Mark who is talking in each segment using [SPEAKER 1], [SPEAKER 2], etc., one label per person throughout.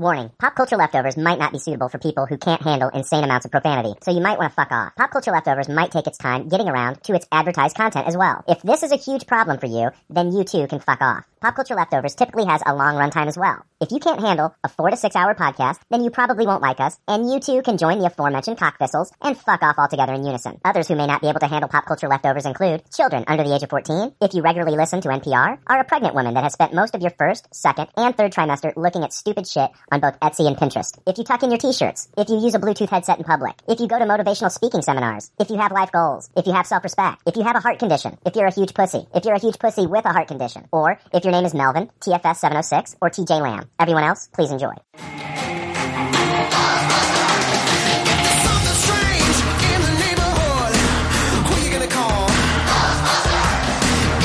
[SPEAKER 1] culture leftovers might not be suitable for people who can't handle insane amounts of profanity, so you might want to fuck off. Pop culture leftovers might take its time getting around to its advertised content as well. If this is a huge problem for you, then you too can fuck off. Pop culture leftovers typically has a long runtime as well. If you can't handle a four to six hour podcast, then you probably won't like us, and you too can join the aforementioned cockthistles and fuck off altogether in unison. Others who may not be able to handle pop culture leftovers include children under the age of 14, if you regularly listen to NPR, are a pregnant woman that has spent most of your first, second, and third trimester looking at stupid shit on both Etsy and Pinterest. If you tuck in your t-shirts, if you use a Bluetooth headset in public, if you go to motivational speaking seminars, if you have life goals, if you have self-respect, if you have a heart condition, if you're a huge pussy, if you're a huge pussy with a heart condition, or if your name is Melvin, TFS706, or TJ Lamb. Everyone else, please enjoy.
[SPEAKER 2] Something strange in the neighborhood. Who you gonna call?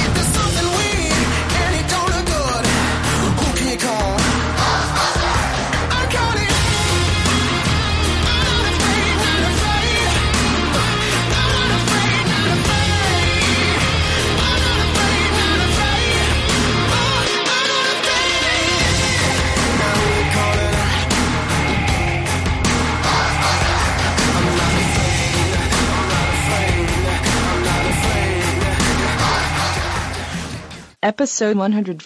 [SPEAKER 2] If there's something weird and it don't look good, who can you call? I'm calling. I'm not afraid, not afraid. I'm not afraid, not afraid. I'm not afraid, not afraid. Oh, I'm not afraid. Now we're calling.
[SPEAKER 3] Episode 147.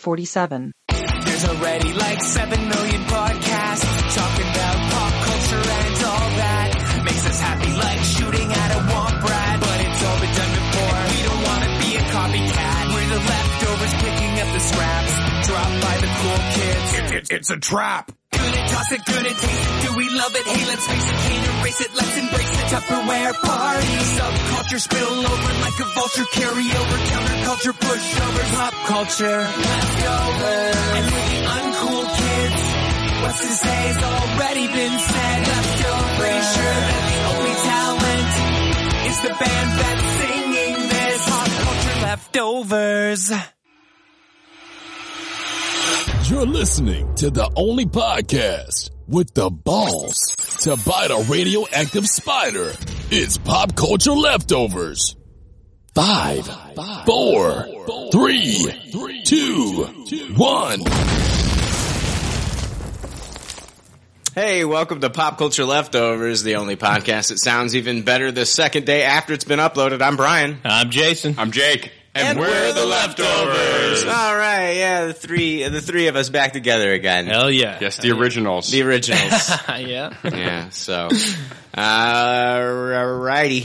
[SPEAKER 4] There's already like 7 million podcasts talking about pop culture and all that. Makes us happy like shooting at a womp rat. But it's all been done before. and We don't want to be a copycat. We're the leftovers picking up the scraps dropped by the cool kids.
[SPEAKER 5] it's a trap.
[SPEAKER 4] Good at toss it, good at taste it. Do we love it? Hey, let's face it, can't erase it. Let's embrace it. Tupperware party. Subculture spill over like a vulture. Carry over counterculture pushovers. Pop culture leftovers. And we're the uncool kids. What's to say has already been said. Leftovers. Pretty sure that the only talent is the band that's singing this. Pop culture leftovers.
[SPEAKER 5] You're listening to the only podcast with the balls to bite a radioactive spider. It's pop culture leftovers. Five, four, three, two, one.
[SPEAKER 6] Hey, welcome to Pop Culture Leftovers, the only podcast that sounds even better the second day after it's been uploaded. I'm Brian.
[SPEAKER 7] I'm Jason. I'm Jake. And,
[SPEAKER 6] All right, yeah, the three the three of us back together again.
[SPEAKER 7] Hell yeah.
[SPEAKER 8] Yes, the originals.
[SPEAKER 6] The originals.
[SPEAKER 7] yeah.
[SPEAKER 6] yeah, so uh righty.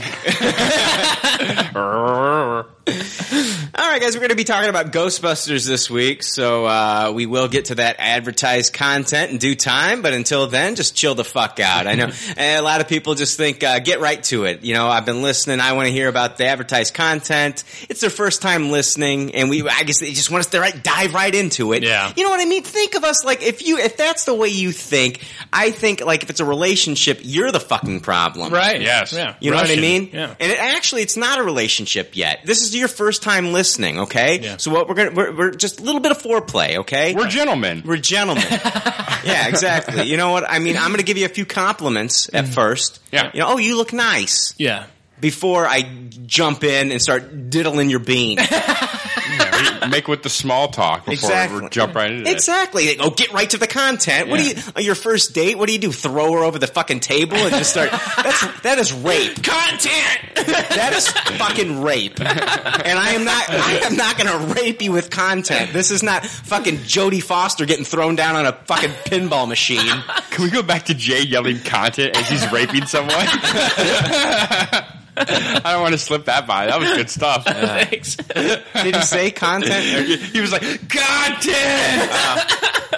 [SPEAKER 6] All right, guys, we're going to be talking about Ghostbusters this week, so uh, we will get to that advertised content in due time. But until then, just chill the fuck out. I know and a lot of people just think uh, get right to it. You know, I've been listening. I want to hear about the advertised content. It's their first time listening, and we I guess they just want us to right dive right into it.
[SPEAKER 7] Yeah.
[SPEAKER 6] you know what I mean. Think of us like if you if that's the way you think. I think like if it's a relationship, you're the fucking problem.
[SPEAKER 7] Right.
[SPEAKER 8] Yes.
[SPEAKER 7] Yeah.
[SPEAKER 6] You know
[SPEAKER 7] Russian.
[SPEAKER 6] what I mean?
[SPEAKER 7] Yeah.
[SPEAKER 6] And it, actually, it's not a relationship yet. This is your first time listening, okay?
[SPEAKER 7] Yeah.
[SPEAKER 6] So what we're gonna we're, we're just a little bit of foreplay, okay?
[SPEAKER 8] We're gentlemen.
[SPEAKER 6] We're gentlemen. yeah, exactly. You know what? I mean, I'm gonna give you a few compliments at
[SPEAKER 7] Mm-hmm.
[SPEAKER 6] first.
[SPEAKER 8] Yeah.
[SPEAKER 6] You know, oh, you look nice.
[SPEAKER 7] yeah.
[SPEAKER 6] Before I jump in and start diddling your bean.
[SPEAKER 8] We Make with the small talk before
[SPEAKER 6] Exactly.
[SPEAKER 8] we jump right into it.
[SPEAKER 6] exactly. Like, oh, get right to the content. What do you,
[SPEAKER 7] Yeah.
[SPEAKER 6] on your first date, what do you do? Throw her over the fucking table and just start, that's, that is rape.
[SPEAKER 7] Content.
[SPEAKER 6] That is fucking rape. And I am not I am not gonna rape you with content. This is not fucking Jodie Foster getting thrown down on a fucking pinball machine.
[SPEAKER 8] Can we go back to Jay yelling content as he's raping someone? I don't want to slip that by. That was good stuff.
[SPEAKER 7] Thanks.
[SPEAKER 6] Did he say content?
[SPEAKER 8] He was like, content!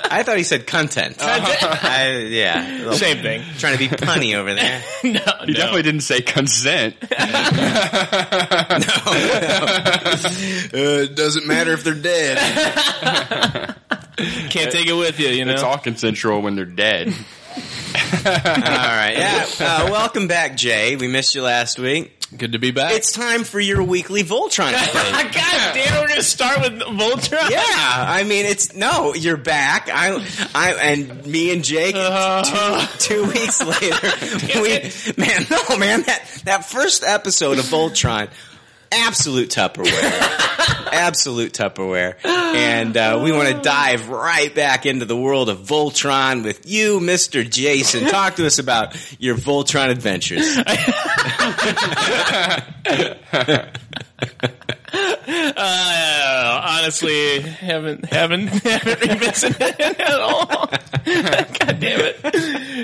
[SPEAKER 6] I thought he said content. I, yeah.
[SPEAKER 7] Same thing.
[SPEAKER 6] Trying to be punny over there.
[SPEAKER 7] Uh, No.
[SPEAKER 8] He definitely didn't say consent.
[SPEAKER 6] Uh, it doesn't matter if they're dead.
[SPEAKER 7] can't take it with you. You know.
[SPEAKER 8] It's all consensual when they're dead.
[SPEAKER 6] All right. Yeah. Uh, welcome back, Jay. We missed you last week.
[SPEAKER 7] Good to be back.
[SPEAKER 6] It's time for your weekly Voltron update.
[SPEAKER 7] God damn, we're gonna start with Voltron.
[SPEAKER 6] Yeah, I mean it's no, you're back. I, I, and me and Jake two, two weeks later. we, man, no, man, that that first episode of Voltron absolute Tupperware. absolute Tupperware. And uh, we want to dive right back into the world of Voltron with you, Mr. Jason. Talk to us about your Voltron adventures.
[SPEAKER 4] Uh, honestly, haven't haven't haven't revisited it at all. God damn it!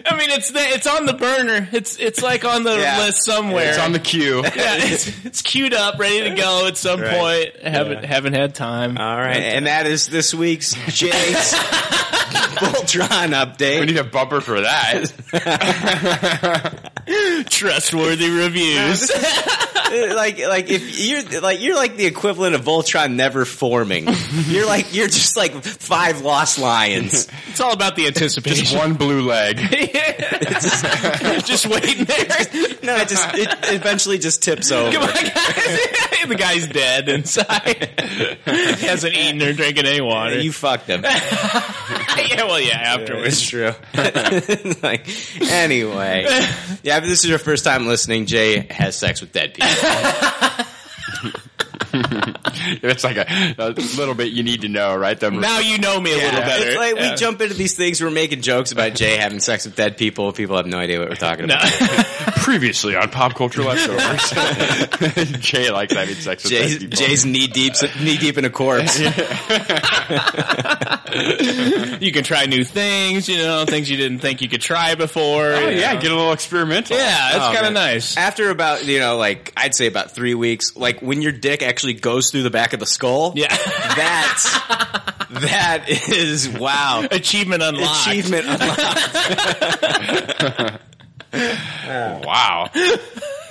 [SPEAKER 4] I mean, it's the, it's on the burner. It's it's like on the
[SPEAKER 6] Yeah.
[SPEAKER 4] list somewhere.
[SPEAKER 8] It's on the queue.
[SPEAKER 4] yeah, it's, it's queued up, ready to go at some
[SPEAKER 6] Right. Uh,
[SPEAKER 4] point. Haven't haven't had time.
[SPEAKER 6] All right. And that is this week's Jace Voltron
[SPEAKER 8] We
[SPEAKER 6] update.
[SPEAKER 8] need a bumper for that.
[SPEAKER 4] Trustworthy reviews.
[SPEAKER 6] Uh, like like if you're like you're like the equivalent of Voltron never forming. You're like you're just like five lost lions.
[SPEAKER 4] It's all about the anticipation.
[SPEAKER 8] One blue leg.
[SPEAKER 4] Just waiting there.
[SPEAKER 6] No, it just it eventually just tips over.
[SPEAKER 4] Come on, guys. the guy's dead inside. he hasn't eaten or drinking any water.
[SPEAKER 6] You fucked him.
[SPEAKER 4] yeah, well, yeah, afterwards.
[SPEAKER 6] It's true. like, anyway, yeah. If this is your first time listening, Jay has sex with dead people.
[SPEAKER 8] It's like a, a little bit you need to know, right? The,
[SPEAKER 4] Now you know me a little better.
[SPEAKER 6] It's like
[SPEAKER 4] Yeah.
[SPEAKER 6] we jump into these things. We're making jokes about Jay having sex with dead people. People have no idea what we're talking
[SPEAKER 4] No.
[SPEAKER 6] about.
[SPEAKER 8] previously on Pop Culture Leftovers. Jay likes having sex with
[SPEAKER 6] Jay's,
[SPEAKER 8] dead people.
[SPEAKER 6] Jay's knee deep knee deep in a corpse.
[SPEAKER 4] you can try new things, you know, things you didn't think you could try before.
[SPEAKER 8] Oh,
[SPEAKER 4] you
[SPEAKER 8] yeah,
[SPEAKER 4] know.
[SPEAKER 8] get a little experimental.
[SPEAKER 4] yeah, it's
[SPEAKER 6] Oh,
[SPEAKER 4] kind of
[SPEAKER 6] man.
[SPEAKER 4] nice.
[SPEAKER 6] After about you know like I'd say about three weeks, like when your dick actually goes through the back of the skull.
[SPEAKER 4] Yeah,
[SPEAKER 6] that's that is wow.
[SPEAKER 4] achievement unlocked.
[SPEAKER 6] Achievement unlocked.
[SPEAKER 8] Wow.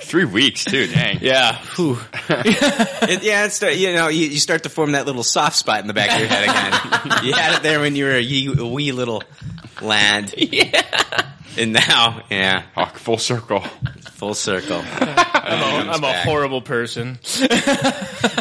[SPEAKER 8] Three weeks, too. Dang.
[SPEAKER 4] Yeah, Whew.
[SPEAKER 6] It- yeah, it's start, you know you, you start to form that little soft spot in the back of your head again. you had it there when you were a ye- a wee little lad. Yeah. And now, yeah,
[SPEAKER 8] Oh, full circle.
[SPEAKER 6] full circle.
[SPEAKER 4] I'm a
[SPEAKER 6] back.
[SPEAKER 4] horrible person.
[SPEAKER 6] you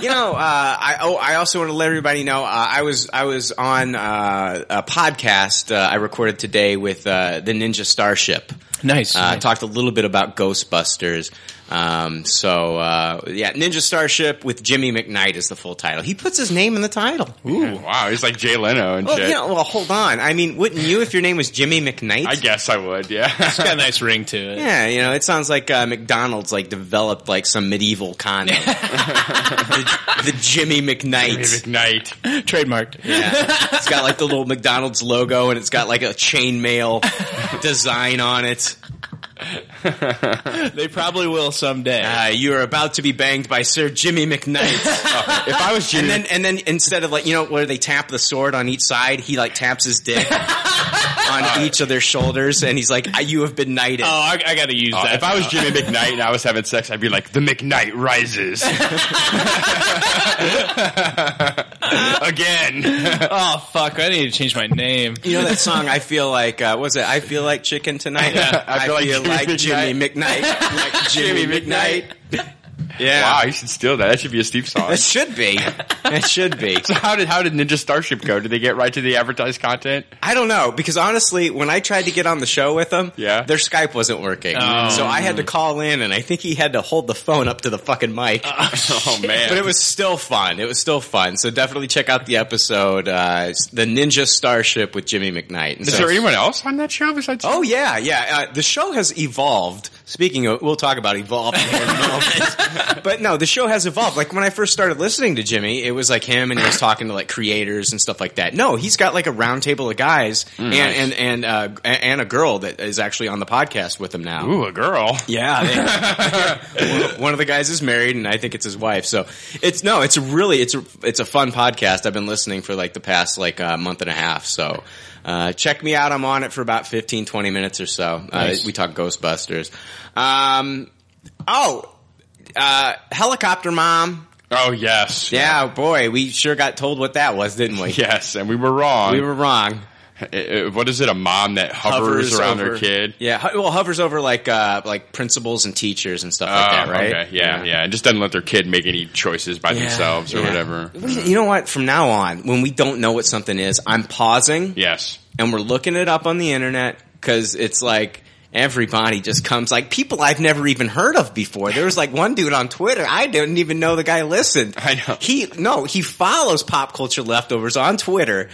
[SPEAKER 6] know, uh, I oh, I also want to let everybody know uh, I was I was on uh, a podcast uh, I recorded today with uh, the Ninja Starship.
[SPEAKER 4] Nice.
[SPEAKER 6] Uh, Talked a little bit about Ghostbusters. Um, so uh, yeah, Ninja Starship with Jimmy McKnight is the full title. He puts his name in the title.
[SPEAKER 8] Ooh. Wow, he's like Jay Leno and
[SPEAKER 6] Well,
[SPEAKER 8] shit.
[SPEAKER 6] you know, well, hold on. I mean, wouldn't you if your name was Jimmy McKnight?
[SPEAKER 8] I guess I would,
[SPEAKER 4] it's got
[SPEAKER 8] yeah.
[SPEAKER 4] a nice ring to it.
[SPEAKER 6] yeah, you know, it sounds like uh, McDonald's like developed like some medieval condom. the, the Jimmy McKnight.
[SPEAKER 8] McKnight.
[SPEAKER 4] Trademarked.
[SPEAKER 6] Yeah. It's got like the little McDonald's logo and it's got like a chainmail design on it.
[SPEAKER 4] They probably will someday.
[SPEAKER 6] Uh, you are about to be banged by Sir Jimmy McKnight.
[SPEAKER 8] If I was Jimmy,
[SPEAKER 6] and then and then instead of like you know where they tap the sword on each side, he like taps his dick on each of their shoulders and he's like, "Ah, "You have been knighted."
[SPEAKER 4] oh, I, I got to use
[SPEAKER 8] uh,
[SPEAKER 4] that.
[SPEAKER 8] if I was Jimmy McKnight and I was having sex, I'd be like, the McKnight rises. Again.
[SPEAKER 4] oh fuck, I need to change my name.
[SPEAKER 6] You know that song? I feel like uh, what's it? I feel like chicken tonight. I feel, like, Jimmy McKnight. Like Jimmy McKnight. Yeah,
[SPEAKER 8] Wow, you should steal that. That should be a Steve song.
[SPEAKER 6] it should be. It should be.
[SPEAKER 8] So how did how did Ninja Starship go? Did they get right to the advertised content?
[SPEAKER 6] I don't know because honestly, when I tried to get on the show with them,
[SPEAKER 8] Yeah.
[SPEAKER 6] their Skype wasn't working,
[SPEAKER 4] Oh.
[SPEAKER 6] so I had to call in, and I think he had to hold the phone up to the fucking mic.
[SPEAKER 8] Oh man!
[SPEAKER 6] but it was still fun. It was still fun. So definitely check out the episode, uh, it's the Ninja Starship with Jimmy McKnight. And
[SPEAKER 8] Is
[SPEAKER 6] so-
[SPEAKER 8] there anyone else on that show besides?
[SPEAKER 6] Oh yeah, yeah. Uh, the show has evolved. Speaking of, we'll talk about evolved here in a moment. but no, the show has evolved. Like when I first started listening to Jimmy, it was like him and he was talking to like creators and stuff like that. No, he's got like a round table of guys and, and and uh, and a girl that is actually on the podcast with him now.
[SPEAKER 8] Ooh, a girl.
[SPEAKER 6] Yeah, they- one- one of the guys is married, and I think it's his wife. So it's no, it's really it's a, it's a fun podcast. I've been listening for like the past like uh, month and a half. So uh, check me out. I'm on it for about 15, 20 minutes or so. Uh, we talk Ghostbusters. Um, oh, uh, helicopter mom.
[SPEAKER 8] Oh yes,
[SPEAKER 6] Yeah, boy, we sure got told what that was, didn't we?
[SPEAKER 8] yes, and we were wrong.
[SPEAKER 6] We were wrong.
[SPEAKER 8] Uh, uh, what is it? A mom that hovers, around her
[SPEAKER 6] over-
[SPEAKER 8] kid.
[SPEAKER 6] Yeah, ho- well, hovers over like uh, like principals and teachers and stuff
[SPEAKER 8] Oh,
[SPEAKER 6] like that, right?
[SPEAKER 8] okay. Yeah, yeah, and just doesn't let their kid make any choices by themselves or
[SPEAKER 6] yeah.
[SPEAKER 8] whatever.
[SPEAKER 6] We- You know what? From now on, when we don't know what something is, I'm pausing
[SPEAKER 8] Yes,
[SPEAKER 6] and we're looking it up on the internet because it's like everybody just comes like people I've never even heard of before. There was like one dude on Twitter. I didn't even know the guy listened.
[SPEAKER 8] I know.
[SPEAKER 6] He, no, he follows pop culture leftovers on Twitter.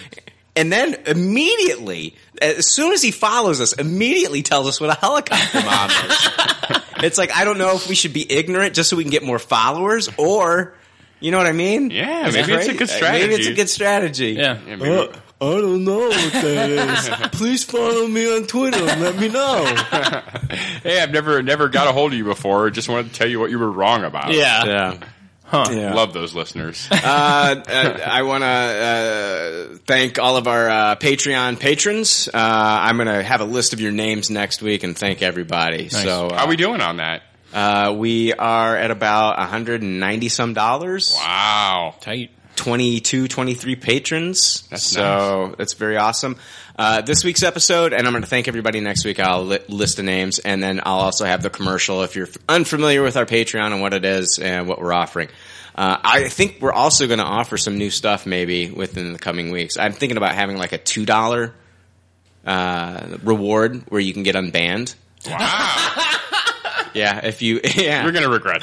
[SPEAKER 6] And then immediately, as soon as he follows us, immediately tells us what a helicopter mom is. it's like, I don't know if we should be ignorant just so we can get more followers or, you know what I mean?
[SPEAKER 8] Yeah, maybe it's a good
[SPEAKER 6] Right? Maybe it's a
[SPEAKER 8] strategy.
[SPEAKER 6] good strategy.
[SPEAKER 4] Yeah.
[SPEAKER 8] Yeah, maybe-
[SPEAKER 9] I don't know what that is. Please follow me on Twitter and let me know.
[SPEAKER 8] hey, I've never never got a hold of you before. Just wanted to tell you what you were wrong about.
[SPEAKER 4] Yeah.
[SPEAKER 6] Yeah. Yeah.
[SPEAKER 8] Love those listeners.
[SPEAKER 6] uh, uh, I want to uh, thank all of our uh, Patreon patrons. Uh, I'm going to have a list of your names next week and thank everybody. So
[SPEAKER 8] How
[SPEAKER 6] uh,
[SPEAKER 8] we doing on that?
[SPEAKER 6] uh, we are at about 190 some dollars.
[SPEAKER 8] Wow.
[SPEAKER 4] Tight.
[SPEAKER 6] 22, 23 patrons.
[SPEAKER 8] That's
[SPEAKER 6] so that's very awesome. Uh, this week's episode, and I'm going to thank everybody next week. I'll li- list the names, and then I'll also have the commercial if you're f- unfamiliar with our Patreon and what it is and what we're offering. Uh, I think we're also going to offer some new stuff maybe within the coming weeks. I'm thinking about having like a two dollar uh, reward where you can get unbanned.
[SPEAKER 8] Wow.
[SPEAKER 6] Yeah, if you yeah
[SPEAKER 8] You're gonna regret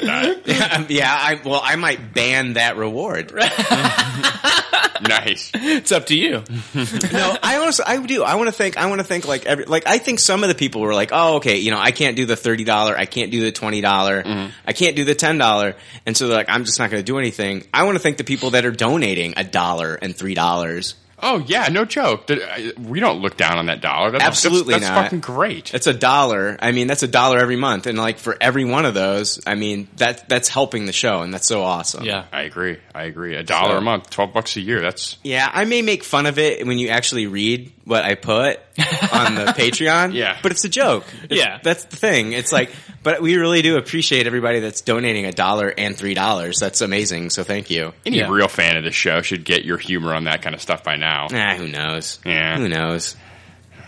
[SPEAKER 8] that.
[SPEAKER 6] yeah I well I might ban that reward.
[SPEAKER 8] nice.
[SPEAKER 4] It's up to you.
[SPEAKER 6] no, I honestly, I do. I want to thank. I want to thank like every. Like I think some of the people were like, "Oh, okay, you know, I can't do the thirty dollar. I can't do the twenty dollar. I can't do the ten dollar." And so they're like, "I'm just not going to do anything." I want to thank the people that are donating a dollar and three dollars.
[SPEAKER 8] Oh yeah, no joke. Th- I- We don't look down on that dollar. That's,
[SPEAKER 6] Absolutely
[SPEAKER 8] that's, that's
[SPEAKER 6] not.
[SPEAKER 8] fucking great.
[SPEAKER 6] It's a dollar. I mean, that's a dollar every month, and like for every one of those, I mean, that that's helping the show, and that's so awesome.
[SPEAKER 4] Yeah.
[SPEAKER 8] I agree. I agree. A dollar
[SPEAKER 6] So-
[SPEAKER 8] a month, twelve bucks a year. That's
[SPEAKER 6] Yeah, I may make fun of it when you actually read what I put on the Patreon.
[SPEAKER 8] Yeah.
[SPEAKER 6] But it's a joke. It's-
[SPEAKER 4] Yeah.
[SPEAKER 6] That's the thing. It's like, but we really do appreciate everybody that's donating a dollar and three dollars. That's amazing. So thank you.
[SPEAKER 8] any
[SPEAKER 4] Yeah.
[SPEAKER 8] real fan of the show should get your humor on that kind of stuff by now.
[SPEAKER 6] Ah, who knows?
[SPEAKER 8] Yeah.
[SPEAKER 6] Who knows?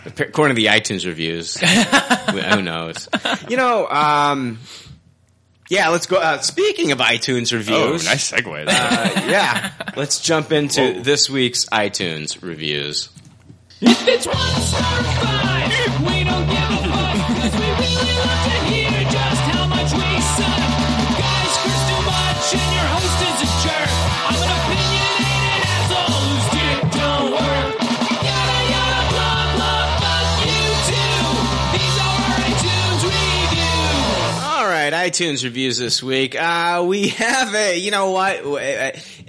[SPEAKER 6] According to the iTunes reviews, who knows? You know, um, yeah, let's go. Uh, speaking of iTunes
[SPEAKER 8] Oh,
[SPEAKER 6] reviews,
[SPEAKER 8] nice Oh. segue.
[SPEAKER 6] uh, yeah, let's jump into
[SPEAKER 8] Whoa.
[SPEAKER 6] this week's iTunes reviews.
[SPEAKER 10] It's one star five. We don't give a fuck 'cause we really love to hear just how much we suck. Guys, Chris Dumont and your host is a jerk. I'm an opinionated asshole whose dick don't work. Yada yada blah blah. Fuck you too. These are our iTunes reviews.
[SPEAKER 6] All right, iTunes reviews this week. Uh, we have a, you know what? uh,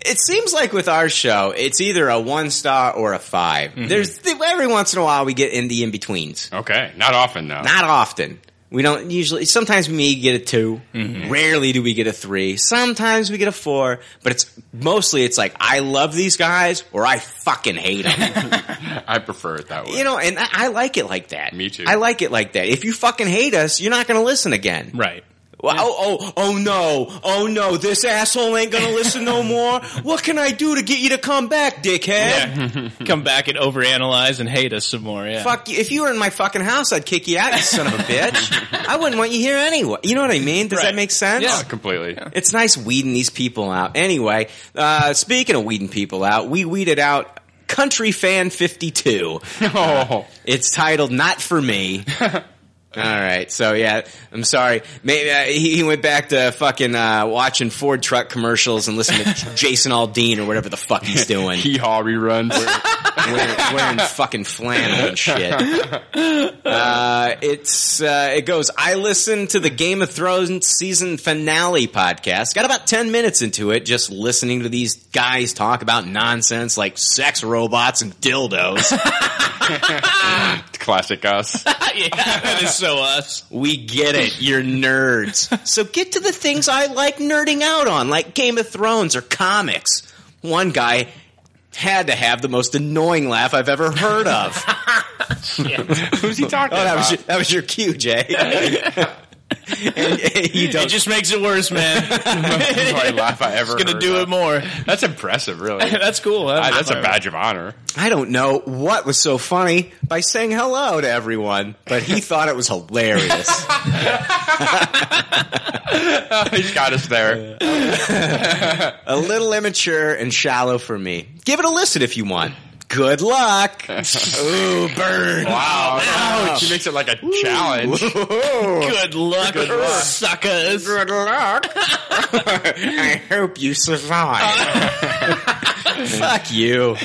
[SPEAKER 6] It seems like with our show, it's either a one star or a 5
[SPEAKER 8] Mm-hmm.
[SPEAKER 6] There's every once in a while we get in the in betweens.
[SPEAKER 8] okay, not often though.
[SPEAKER 6] Not often. We don't usually. Sometimes we may get a 2
[SPEAKER 8] Mm-hmm.
[SPEAKER 6] Rarely do we get a three. Sometimes we get a four. But it's mostly it's like I love these guys or I fucking hate them.
[SPEAKER 8] I prefer it that way.
[SPEAKER 6] you know, and I, I like it like that.
[SPEAKER 8] Me too.
[SPEAKER 6] I like it like that. If you fucking hate us, you're not going to listen again.
[SPEAKER 4] Right.
[SPEAKER 6] Well, oh, oh, oh no, oh no, this asshole ain't gonna listen no more. What can I do to get you to come back, dickhead?
[SPEAKER 4] Come back and overanalyze and hate us some more. Yeah.
[SPEAKER 6] Fuck you. If you were in my fucking house, I'd kick you out, you son of a bitch. I wouldn't want you here anyway. You know what I mean? Does that
[SPEAKER 4] Right.
[SPEAKER 6] make sense?
[SPEAKER 4] Yeah.
[SPEAKER 8] Oh, completely.
[SPEAKER 6] It's nice weeding these people out. Anyway, uh, speaking of weeding people out, we weeded out Country Fan 52.
[SPEAKER 8] Oh,
[SPEAKER 6] It's titled "Not for Me." All right, so yeah, I'm sorry. Maybe uh, he, he went back to fucking uh, watching Ford truck commercials and listening to Jason Aldean or whatever the fuck he's doing,
[SPEAKER 8] hee haw reruns.
[SPEAKER 6] wearing, wearing fucking flannel and shit. Uh, it's uh, it goes. I listened to the Game of Thrones season finale podcast. Got about ten minutes into it, just listening to these guys talk about nonsense like sex robots and dildos.
[SPEAKER 8] Classic us.
[SPEAKER 4] yeah. That is so us.
[SPEAKER 6] We get it. You're nerds. so get to the things I like nerding out on, like Game of Thrones or comics. One guy had to have the most annoying laugh I've ever heard of.
[SPEAKER 8] Who's he talking
[SPEAKER 6] oh, that
[SPEAKER 8] about?
[SPEAKER 6] was your, that was your cue, Jay. And- and you
[SPEAKER 4] It
[SPEAKER 6] don't.
[SPEAKER 4] just makes it worse, man.
[SPEAKER 8] That's the only laugh I ever.
[SPEAKER 4] Gonna
[SPEAKER 8] heard
[SPEAKER 4] do
[SPEAKER 8] of.
[SPEAKER 4] it more.
[SPEAKER 8] That's impressive, really.
[SPEAKER 4] That's cool.
[SPEAKER 8] Ah, that's a badge of honor.
[SPEAKER 6] I don't know what was so funny by saying hello to everyone, but he thought it was hilarious.
[SPEAKER 8] He's Oh, got us there.
[SPEAKER 6] a little immature and shallow for me. Give it a listen if you want. Good luck. Ooh, burn.
[SPEAKER 8] Wow. Ouch. She makes it like a challenge.
[SPEAKER 4] Good luck,
[SPEAKER 6] Good luck.
[SPEAKER 4] suckers.
[SPEAKER 6] Good luck. I hope you survive. Fuck you.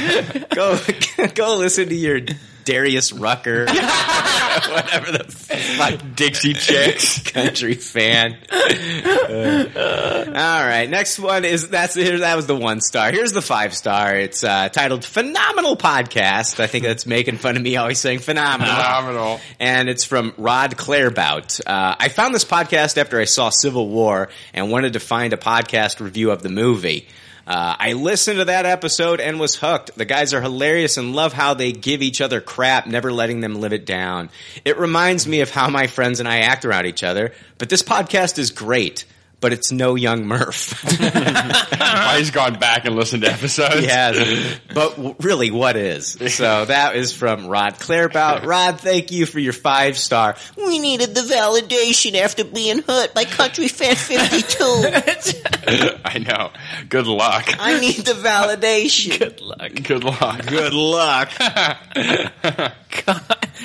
[SPEAKER 6] Go go listen to your Darius Rucker. Whatever the fuck
[SPEAKER 8] Dixie chicks.
[SPEAKER 6] country fan. Uh, all right, next one is that's here. That was the one star. Here's the five star. It's uh, titled "Phenomenal Podcast." I think that's making fun of me always saying "phenomenal,"
[SPEAKER 8] Phenomenal.
[SPEAKER 6] and it's from Rod Clairbout. Uh, I found this podcast after I saw Civil War and wanted to find a podcast review of the movie. Uh, I listened to that episode and was hooked. The guys are hilarious and love how they give each other crap, never letting them live it down. It reminds me of how my friends and I act around each other, but this podcast is great, but it's no young Murph.
[SPEAKER 8] Why he's gone back and listened to episodes.
[SPEAKER 6] yes. But w- really, what is? So that is from Rod Clairbout. Rod, thank you for your five star.
[SPEAKER 11] We needed the validation after being hurt by Country Fan 52.
[SPEAKER 8] I know. Good luck.
[SPEAKER 11] I need the validation.
[SPEAKER 8] Good luck.
[SPEAKER 6] Good luck.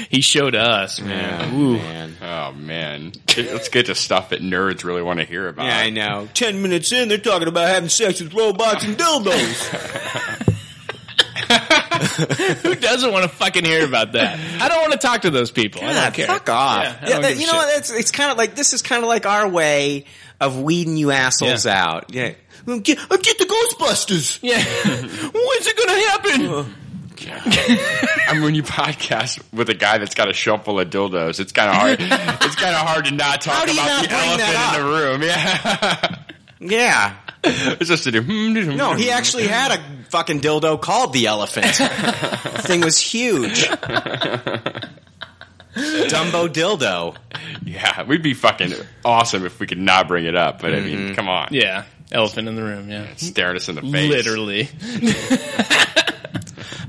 [SPEAKER 4] He showed us, man. Ooh.
[SPEAKER 6] Man.
[SPEAKER 8] Oh man. Let's get to stuff that nerds really want to hear about.
[SPEAKER 6] Yeah, I know.
[SPEAKER 9] Ten minutes in, they're talking about having sex with robots and dildos.
[SPEAKER 4] Who doesn't want to fucking hear about that? I don't want to talk to those people. I
[SPEAKER 6] Yeah,
[SPEAKER 4] don't care.
[SPEAKER 6] Ah, Fuck off.
[SPEAKER 4] Yeah, I
[SPEAKER 6] Yeah,
[SPEAKER 4] don't
[SPEAKER 6] that-
[SPEAKER 4] give a
[SPEAKER 6] you know
[SPEAKER 4] shit.
[SPEAKER 6] what? That's, it's kind of like this is kind of like our way of weeding you assholes out. Yeah.
[SPEAKER 9] Well, get, uh, get the Ghostbusters.
[SPEAKER 4] Yeah. When's it gonna
[SPEAKER 6] Uh,
[SPEAKER 4] happen?
[SPEAKER 8] I mean, when you podcast with a guy that's got a shovel of dildos, it's kind of hard. it's kind of hard to not talk
[SPEAKER 6] do you
[SPEAKER 8] about
[SPEAKER 6] not
[SPEAKER 8] the
[SPEAKER 6] bring
[SPEAKER 8] elephant
[SPEAKER 6] that
[SPEAKER 8] in the room. Yeah,
[SPEAKER 6] Yeah.
[SPEAKER 8] it's just to do.
[SPEAKER 6] No, he actually had a fucking dildo called the elephant. Thing was huge. Dumbo dildo.
[SPEAKER 8] Yeah, we'd be fucking awesome if we could not bring it up. But I
[SPEAKER 6] Mm-hmm.
[SPEAKER 8] mean, come on,
[SPEAKER 4] Yeah. Elephant in the room. Yeah.
[SPEAKER 8] staring us in the face.
[SPEAKER 4] Literally.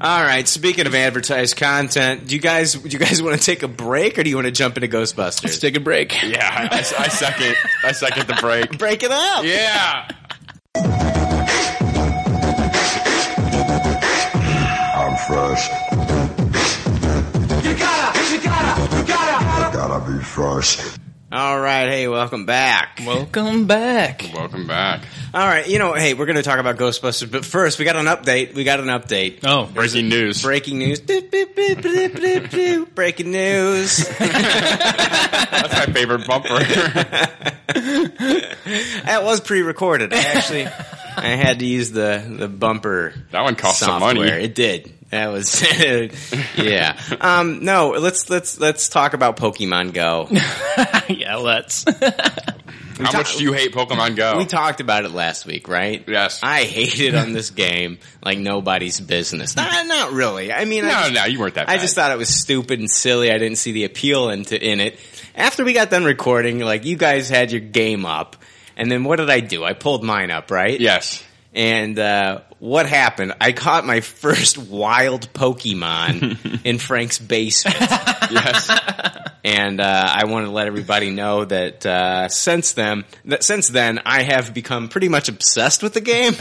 [SPEAKER 6] All right. Speaking of advertised content, do you guys do you guys want to take a break or do you want to jump into Ghostbusters?
[SPEAKER 4] Let's take a break.
[SPEAKER 8] Yeah, I, I second. I second the break.
[SPEAKER 6] break it up.
[SPEAKER 8] Yeah.
[SPEAKER 12] I'm fresh.
[SPEAKER 2] You gotta, you gotta, you gotta.
[SPEAKER 12] Gotta be fresh.
[SPEAKER 6] All right. Hey, welcome back.
[SPEAKER 4] Welcome back.
[SPEAKER 8] Welcome back.
[SPEAKER 6] All right. You know, hey, we're going to talk about Ghostbusters, but first we got an update. We got an update.
[SPEAKER 4] Oh,
[SPEAKER 8] Breaking news.
[SPEAKER 6] Breaking news. Doot, doot, doot, doot, doot, doot. Breaking news.
[SPEAKER 8] That's my favorite bumper.
[SPEAKER 6] That was pre-recorded. I actually, I had to use the the bumper.
[SPEAKER 8] That one cost some
[SPEAKER 6] software.
[SPEAKER 8] money.
[SPEAKER 6] It did. That was yeah. Um, no, let's let's let's talk about Pokemon Go.
[SPEAKER 4] yeah, let's.
[SPEAKER 8] How much do you hate Pokemon Go?
[SPEAKER 6] We talked about it last week, right?
[SPEAKER 8] Yes.
[SPEAKER 6] I hated on this game like nobody's business. Nah, not really. I mean, I
[SPEAKER 8] no,
[SPEAKER 6] just-
[SPEAKER 8] no, you weren't that.
[SPEAKER 6] I
[SPEAKER 8] Bad.
[SPEAKER 6] just thought it was stupid and silly. I didn't see the appeal into in it. After we got done recording, like you guys had your game up, and then what did I do? I pulled mine up, right?
[SPEAKER 8] Yes.
[SPEAKER 6] And uh, what happened? I caught my first wild Pokemon in Frank's basement,
[SPEAKER 8] Yes.
[SPEAKER 6] and uh, I wanted to let everybody know that uh, since then, that since then, I have become pretty much obsessed with the game,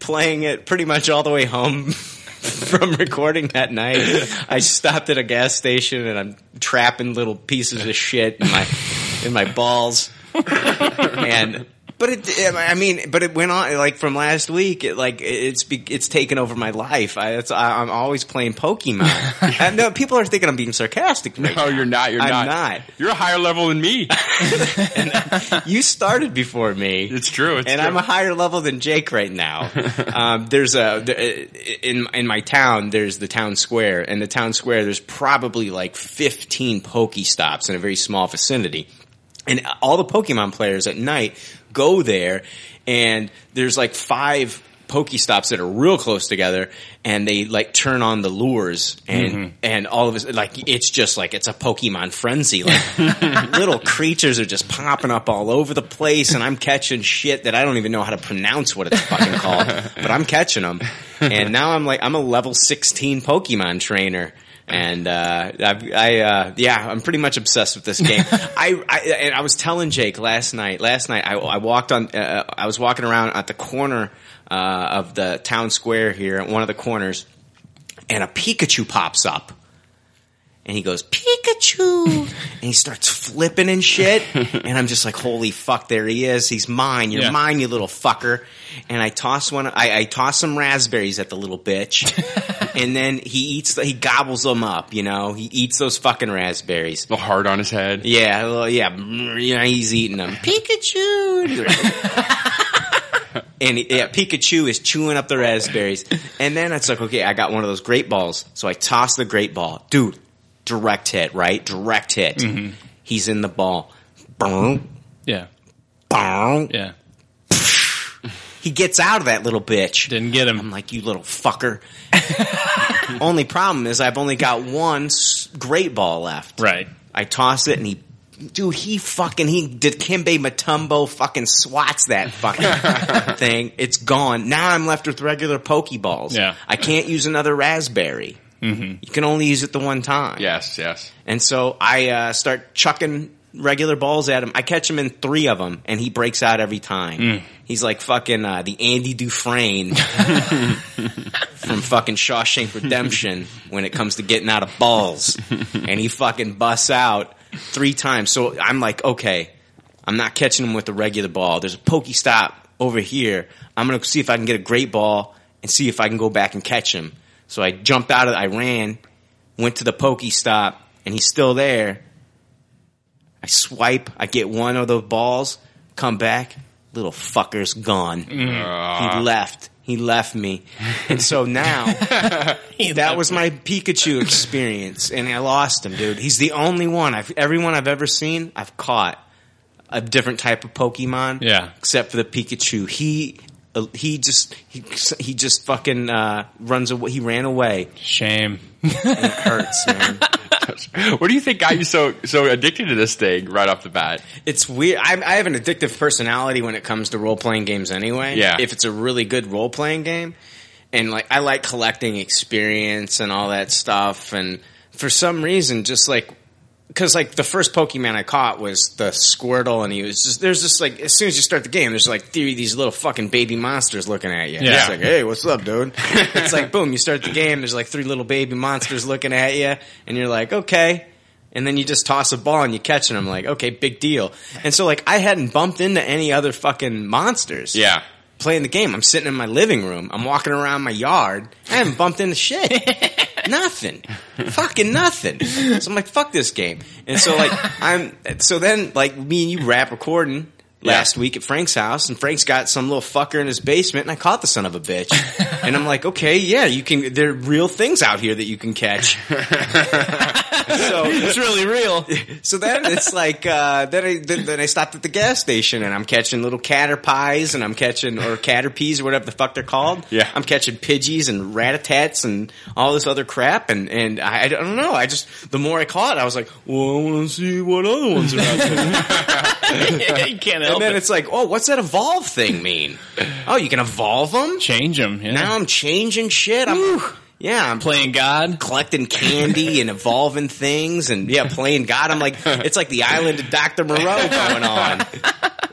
[SPEAKER 6] playing it pretty much all the way home. From recording that night, I stopped at a gas station and I'm trapping little pieces of shit in my in my balls and but it i mean but it went on like from last week it like it's be- it's taken over my life I, it's, I, i'm always playing pokemon and no people are thinking i'm being sarcastic right
[SPEAKER 8] No, you're not. You're
[SPEAKER 6] I'm
[SPEAKER 8] not.
[SPEAKER 6] not.
[SPEAKER 8] You're a higher level than me.
[SPEAKER 6] you started before me
[SPEAKER 8] It's true. It's
[SPEAKER 6] and
[SPEAKER 8] true.
[SPEAKER 6] I'm a higher level than Jake right now. um, there's a th- in in my town. There's the town square, and the town square. There's probably like 15 Stops in a very small vicinity, and all the Pokemon players at night go there, and there's like five. Stops that are real close together, and they like turn on the lures, and and all of us like it's just like it's a Pokemon frenzy. Like little creatures are just popping up all over the place, and I'm catching shit that I don't even know how to pronounce what it's fucking called, but I'm catching them. And now I'm like, I'm a level 16 Pokemon trainer. And uh, I, I uh, yeah, I'm pretty much obsessed with this game. I, I and I was telling Jake last night. Last night, I, I walked on. Uh, I was walking around at the corner uh, of the town square here, at one of the corners, and a Pikachu pops up, and he goes Pikachu, and he starts flipping and shit, and I'm just like, holy fuck, there he is. He's mine. You're
[SPEAKER 4] Yeah.
[SPEAKER 6] mine, you little fucker. And I toss one. I, I toss some raspberries at the little bitch, and then he eats. He gobbles them up. You know, he eats those fucking raspberries. The heart on his head. Yeah, well, yeah, yeah. He's eating them. Pikachu. and yeah, Pikachu is chewing up the raspberries. And then it's like, okay, I got one of those great balls. So I toss the great ball. Dude, direct hit, right? Direct hit.
[SPEAKER 4] Mhm.
[SPEAKER 6] He's in the ball. Boom.
[SPEAKER 4] Yeah.
[SPEAKER 6] Boom.
[SPEAKER 4] Yeah.
[SPEAKER 6] He gets out of that little bitch. Didn't get him. I'm like, you little fucker. only problem is I've only got one s- great ball left. Right. I toss it and he, dude, he fucking, he did Kimbe Matumbo fucking swats that fucking thing. It's gone. Now I'm left with regular Pokeballs.
[SPEAKER 4] Yeah.
[SPEAKER 6] I can't use another raspberry.
[SPEAKER 4] Mm-hmm.
[SPEAKER 6] You can only use it the one time. Yes, yes. And so I uh, start chucking regular balls at him. I catch him in three of them, and he breaks out every time.
[SPEAKER 4] Mm.
[SPEAKER 6] He's like fucking uh, the Andy Dufresne from fucking Shawshank Redemption when it comes to getting out of balls. And he fucking busts out three times. So I'm like, okay, I'm not catching him with a regular ball. There's a pokey stop over here. I'm going to see if I can get a great ball and see if I can go back and catch him. So I jumped out of, I ran, went to the pokey stop, and he's still there. I swipe, I get one of the balls, come back, little fucker's gone. He left. He left me. And so now, that was my Pikachu experience, and I lost him, dude. He's the only one I've, everyone I've ever seen, I've caught a different type of Pokemon.
[SPEAKER 4] Yeah.
[SPEAKER 6] Except for the Pikachu. He, uh, he just, he, he just fucking, uh, runs away. He ran away.
[SPEAKER 4] Shame.
[SPEAKER 6] it hurts, man.
[SPEAKER 8] what do you think got you so so addicted to this thing right off the bat?
[SPEAKER 6] It's weird. I, I have an addictive personality when it comes to role playing games, anyway.
[SPEAKER 8] Yeah.
[SPEAKER 6] If it's a really good role playing game, and like I like collecting experience and all that stuff, and for some reason, just like because like the first Pokemon I caught was the Squirtle, and he was just there's just like as soon as you start the game, there's like three of these little fucking baby monsters looking at you.
[SPEAKER 9] Yeah.
[SPEAKER 6] It's like, hey, what's up, dude? it's like boom, you start the game, there's like three little baby monsters looking at you, and you're like, okay. And then you just toss a ball and you catch it. I'm like, okay, big deal. And so like I hadn't bumped into any other fucking monsters. Yeah. Playing the game. I'm sitting in my living room. I'm walking around my yard. I haven't bumped into shit. nothing. Fucking nothing. So I'm like, fuck this game. And so like I'm so then like me and you rap recording last week at Frank's house and Frank's got some little fucker in his basement and I caught the son of a bitch. and I'm like, okay, yeah, you can there are real things out here that you can catch. so it's really real. So then it's like uh, then I then, then I stopped at the gas station and I'm catching little catter pies and I'm catching or catter peas or whatever the fuck they're called. Yeah, I'm catching pidgeys and ratatats and all this other crap and and I, I don't know. I just the more I caught, I was like, well, I want to see what other ones are out there.
[SPEAKER 4] you can't help
[SPEAKER 6] and then
[SPEAKER 4] it.
[SPEAKER 6] it's like, oh, what's that evolve thing mean? oh, you can evolve them,
[SPEAKER 4] change them. Yeah.
[SPEAKER 6] Now I'm changing shit. I'm yeah, I'm
[SPEAKER 4] playing God,
[SPEAKER 6] collecting candy and evolving things, and yeah, playing God. I'm like, it's like the island of Doctor Moreau going on.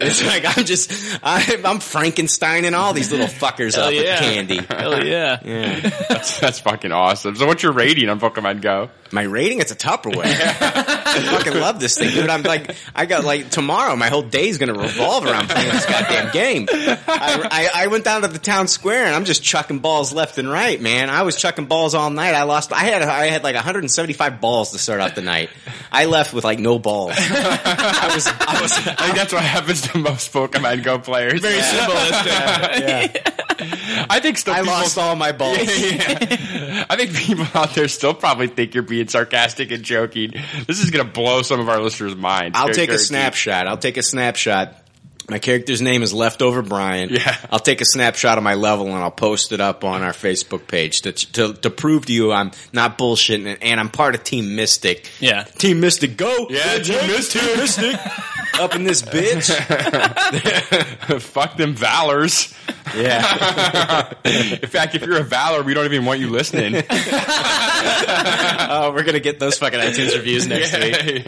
[SPEAKER 6] It's like I'm just I'm, I'm Frankensteining all these little fuckers
[SPEAKER 8] Hell
[SPEAKER 6] up with
[SPEAKER 8] yeah.
[SPEAKER 6] candy.
[SPEAKER 8] Hell
[SPEAKER 4] yeah.
[SPEAKER 8] That's, that's fucking awesome. So, what's your rating on Pokemon Go?
[SPEAKER 6] My rating? It's a Tupperware. I fucking love this thing, dude. I'm like, I got like tomorrow. My whole day's gonna revolve around playing this goddamn game. I, I, I went down to the town square and I'm just chucking balls left and right, man. I was chucking balls all night. I lost. I had I had like 175 balls to start out the night. I left with like no balls. I was. I was. I
[SPEAKER 8] think that's what happens to most Pokemon Go players. Very
[SPEAKER 4] symbolistic.
[SPEAKER 8] I think still
[SPEAKER 6] I
[SPEAKER 8] people-
[SPEAKER 6] lost all my balls.
[SPEAKER 8] Yeah, yeah. I think people out there still probably think you're being sarcastic and joking. This is going to blow some of our listeners' minds.
[SPEAKER 6] I'll take a
[SPEAKER 8] Guaranteed.
[SPEAKER 6] snapshot. I'll take a snapshot. My character's name is Leftover Brian. Yeah. I'll take a snapshot of my level and I'll post it up on our Facebook page to, to, to prove to you I'm not bullshitting and, and I'm part of Team Mystic.
[SPEAKER 4] Yeah.
[SPEAKER 6] Team Mystic, go!
[SPEAKER 8] Yeah,
[SPEAKER 6] Jake,
[SPEAKER 8] Team Mystic.
[SPEAKER 6] Team Mystic! up in this bitch.
[SPEAKER 8] Fuck them Valors. Yeah. In fact, if you're a Valor, we don't even want you listening.
[SPEAKER 6] oh, we're gonna get those fucking iTunes reviews next
[SPEAKER 8] week.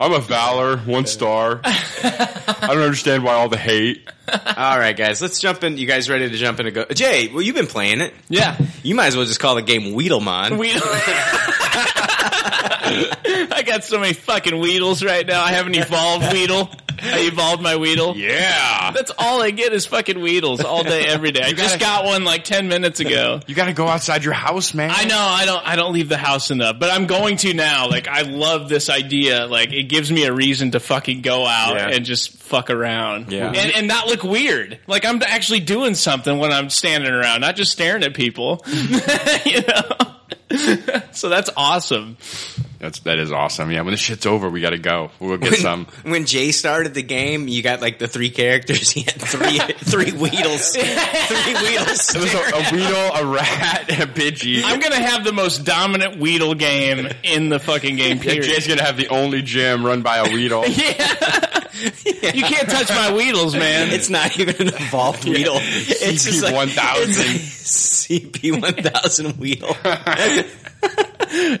[SPEAKER 8] I'm a Valor, one star. I don't understand why all the hate.
[SPEAKER 6] All right, guys, let's jump in. You guys ready to jump in? Go, Jay. Well, you've been playing it.
[SPEAKER 4] Yeah.
[SPEAKER 6] You might as well just call the game Weedlemon.
[SPEAKER 4] Weedle. I got so many fucking Weedles right now. I haven't evolved Weedle. I evolved my Weedle.
[SPEAKER 8] Yeah.
[SPEAKER 4] That's all I get is fucking Weedles all day, every day. I just got one like ten minutes ago.
[SPEAKER 8] You got to go outside your house, man.
[SPEAKER 4] I know I don't I don't leave the house enough, but I'm going to now. Like I love this idea. Like it gives me a reason to fucking go out
[SPEAKER 8] Yeah.
[SPEAKER 4] and just fuck around.
[SPEAKER 8] Yeah.
[SPEAKER 4] And and not look weird. Like I'm actually doing something when I'm standing around, not just staring at people. you know. so that's awesome.
[SPEAKER 8] That's that is awesome. Yeah, when this shit's over, we got to go. We'll get some.
[SPEAKER 6] When Jay started the game, you got like the three characters. He had three three Weedles. three Weedles.
[SPEAKER 8] It was a, a weedle, a rat, and a pidgey.
[SPEAKER 4] I'm gonna have the most dominant Weedle game in the fucking game.
[SPEAKER 8] Yeah,
[SPEAKER 4] Period.
[SPEAKER 8] Jay's gonna have the only gym run by a weedle.
[SPEAKER 4] You can't touch my Weedles, man.
[SPEAKER 6] It's not even an evolved Weedle. It's just
[SPEAKER 8] CP
[SPEAKER 6] like
[SPEAKER 8] one thousand.
[SPEAKER 6] it's CP one thousand Weedle.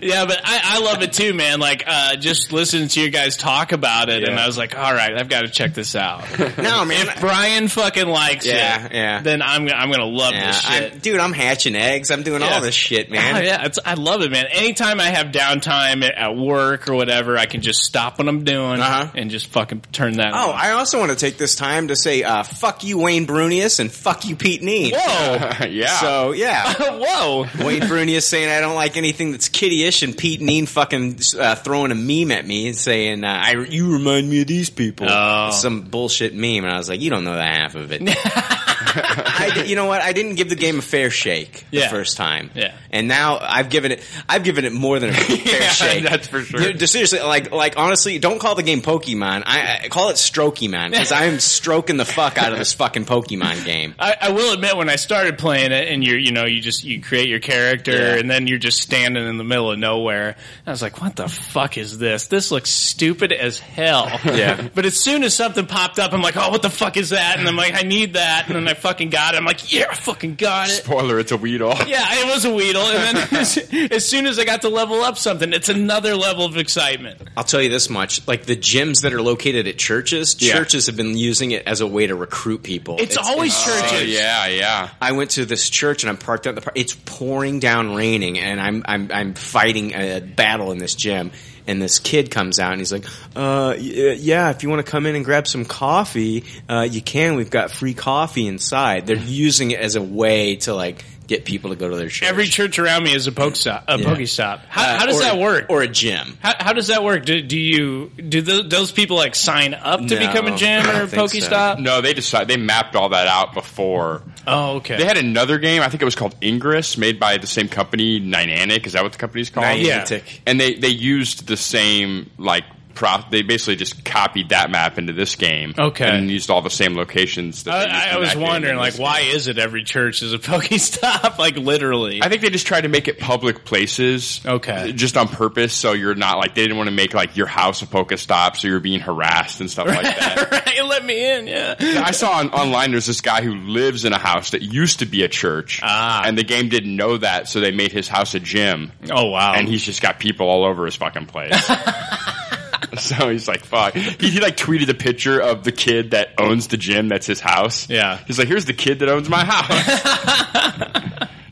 [SPEAKER 4] Yeah, but I, I love it too, man. Like, uh, just listening to you guys talk about it, and
[SPEAKER 8] Yeah.
[SPEAKER 4] I was like, all right, I've got to check this out.
[SPEAKER 6] No man.
[SPEAKER 4] Brian fucking likes
[SPEAKER 6] Yeah,
[SPEAKER 4] it.
[SPEAKER 6] yeah.
[SPEAKER 4] Then I'm I'm gonna love
[SPEAKER 6] Yeah,
[SPEAKER 4] this
[SPEAKER 6] I'm-
[SPEAKER 4] shit.
[SPEAKER 6] dude, I'm hatching eggs. I'm doing all
[SPEAKER 4] Yeah.
[SPEAKER 6] this shit,
[SPEAKER 4] Oh,
[SPEAKER 6] man.
[SPEAKER 4] yeah, it's, I love it, man. Anytime I have downtime at- at work or whatever, I can just stop what I'm doing
[SPEAKER 6] Uh-huh.
[SPEAKER 4] and just fucking turn that.
[SPEAKER 6] Oh,
[SPEAKER 4] on.
[SPEAKER 6] I also want to take this time to say, uh, fuck you, Wayne Brunius, and fuck you, Pete Need.
[SPEAKER 4] whoa,
[SPEAKER 8] yeah.
[SPEAKER 6] So, yeah.
[SPEAKER 4] whoa.
[SPEAKER 6] Wayne Brunius saying I don't like anything that's kiddyish, and Pete Neen fucking uh, throwing a meme at me and saying uh, I you remind me of these people.
[SPEAKER 4] Oh.
[SPEAKER 6] Some bullshit meme, and I was like, you don't know the half of it. I di- you know what? I didn't give the game a fair shake the
[SPEAKER 4] Yeah.
[SPEAKER 6] first time.
[SPEAKER 4] Yeah.
[SPEAKER 6] and now I've given it. I've given it more than a fair
[SPEAKER 8] Yeah,
[SPEAKER 6] shake.
[SPEAKER 8] that's for sure.
[SPEAKER 6] Dude, seriously, like, like honestly, don't call the game Pokemon. I, I call it Strokemon because I'm stroking the fuck out of this fucking Pokemon game.
[SPEAKER 4] I, I will admit when I started playing it and you're you know you just you create your character
[SPEAKER 6] Yeah.
[SPEAKER 4] and then you're just standing in the middle of nowhere and I was like what the fuck is this this looks stupid as hell
[SPEAKER 6] Yeah.
[SPEAKER 4] but as soon as something popped up I'm like oh what the fuck is that and I'm like I need that and then I fucking got it I'm like yeah I fucking got it
[SPEAKER 8] Spoiler: It's a weedle.
[SPEAKER 4] yeah it was a weedle and then as, as soon as I got to level up something it's another level of excitement
[SPEAKER 6] I'll tell you this much: like the gyms that are located at churches,
[SPEAKER 8] Yeah.
[SPEAKER 6] churches have been using it as a way to recruit people.
[SPEAKER 4] it's, always
[SPEAKER 8] Oh,
[SPEAKER 4] churches
[SPEAKER 8] yeah, yeah.
[SPEAKER 6] I went to this church and I'm parked out in the park. It's pouring down, raining, and I'm I'm I'm fighting a battle in this gym. And this kid comes out and he's like, uh, y- "Yeah, if you want to come in and grab some coffee, uh, you can. We've got free coffee inside." They're using it as a way to like get people to go to their church.
[SPEAKER 4] every church around me is a poke stop a
[SPEAKER 6] Yeah.
[SPEAKER 4] pokestop how,
[SPEAKER 6] Uh,
[SPEAKER 4] how does
[SPEAKER 6] or-
[SPEAKER 4] that work
[SPEAKER 6] Or a gym.
[SPEAKER 4] How, how does that work? Do, do you do th- those people like sign up to
[SPEAKER 6] No,
[SPEAKER 4] become a gym
[SPEAKER 6] I don't
[SPEAKER 4] or a
[SPEAKER 6] think
[SPEAKER 4] PokeStop?
[SPEAKER 8] No, they decided they mapped all that out before.
[SPEAKER 4] Oh, okay.
[SPEAKER 8] They had another game. I think it was called Ingress, made by the same company, Niantic. Is that what the company's called?
[SPEAKER 6] Niantic.
[SPEAKER 8] Yeah. And they they used the same like prop. They basically just copied that map into this game.
[SPEAKER 4] Okay.
[SPEAKER 8] And used all the same locations. That they used
[SPEAKER 4] I, I
[SPEAKER 8] in
[SPEAKER 4] was
[SPEAKER 8] that game
[SPEAKER 4] wondering,
[SPEAKER 8] in
[SPEAKER 4] like,
[SPEAKER 8] this
[SPEAKER 4] why
[SPEAKER 8] game.
[SPEAKER 4] is it every church is a PokeStop? like, literally.
[SPEAKER 8] I think they just tried to make it public places.
[SPEAKER 4] Okay.
[SPEAKER 8] Just on purpose, so you're not like they didn't want to make like your house a Pokestop, so you're being harassed and stuff like that.
[SPEAKER 4] right, let me in. Yeah.
[SPEAKER 8] I saw on, online there's this guy who lives in a house that used to be a church,
[SPEAKER 4] Ah.
[SPEAKER 8] and the game didn't know that, so they made his house a gym,
[SPEAKER 4] Oh wow.
[SPEAKER 8] and he's just got people all over his fucking place. so he's like, "Fuck." He, he like tweeted a picture of the kid that owns the gym that's his house.
[SPEAKER 4] Yeah.
[SPEAKER 8] he's like, "Here's the kid that owns my house."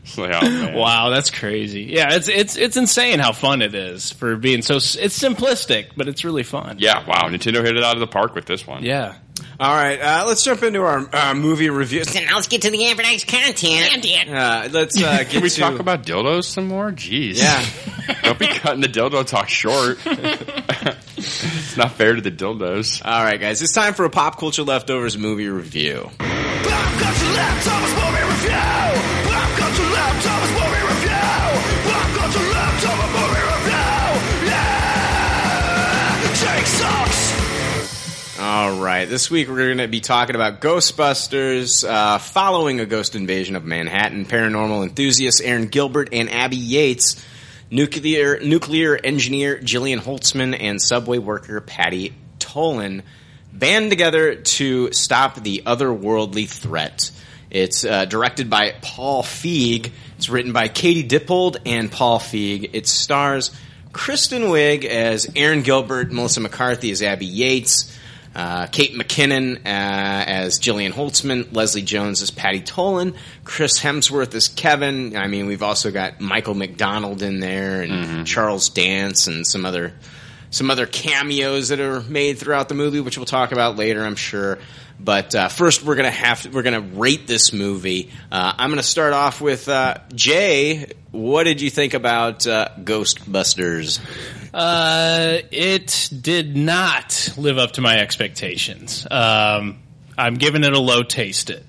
[SPEAKER 8] It's like, oh, man.
[SPEAKER 4] wow, that's crazy. Yeah, it's it's it's insane how fun it is for being so. s- It's simplistic, but it's really fun.
[SPEAKER 8] Yeah, wow. Nintendo hit it out of the park with this one.
[SPEAKER 4] Yeah.
[SPEAKER 6] All right, uh, let's jump into our uh, movie review.
[SPEAKER 11] And now let's get to the advertised content.
[SPEAKER 6] Uh, let's uh, get
[SPEAKER 8] Can we
[SPEAKER 6] to-
[SPEAKER 8] talk about dildos some more? Jeez.
[SPEAKER 6] Yeah.
[SPEAKER 8] Don't be cutting the dildo talk short. it's not fair to the dildos.
[SPEAKER 6] All right, guys, it's time for a pop culture leftovers movie review.
[SPEAKER 11] Pop culture leftovers movie review. Pop culture leftovers movie review. Pop culture leftovers movie review. Yeah, Jake sucks.
[SPEAKER 6] All right, this week we're going to be talking about Ghostbusters, uh, following a ghost invasion of Manhattan, paranormal enthusiasts Aaron Gilbert and Abby Yates, nuclear nuclear engineer Jillian Holtzman, and subway worker Patty Tolan band together to stop the otherworldly threat. It's uh, directed by Paul Feig. It's written by Katie Dippold and Paul Feig. It stars Kristen Wiig as Aaron Gilbert, Melissa McCarthy as Abby Yates, uh, Kate McKinnon uh, as Gillian Holtzman, Leslie Jones as Patty Tolan, Chris Hemsworth as Kevin. I mean, we've also got Michael McDonald in there and Charles Dance and some other some other cameos that are made throughout the movie, which we'll talk about later, I'm sure. But uh, first, we're gonna have to, we're gonna rate this movie. Uh, I'm gonna start off with uh, Jay. What did you think about uh, Ghostbusters?
[SPEAKER 4] Uh, it did not live up to my expectations. Um, I'm giving it a low taste. It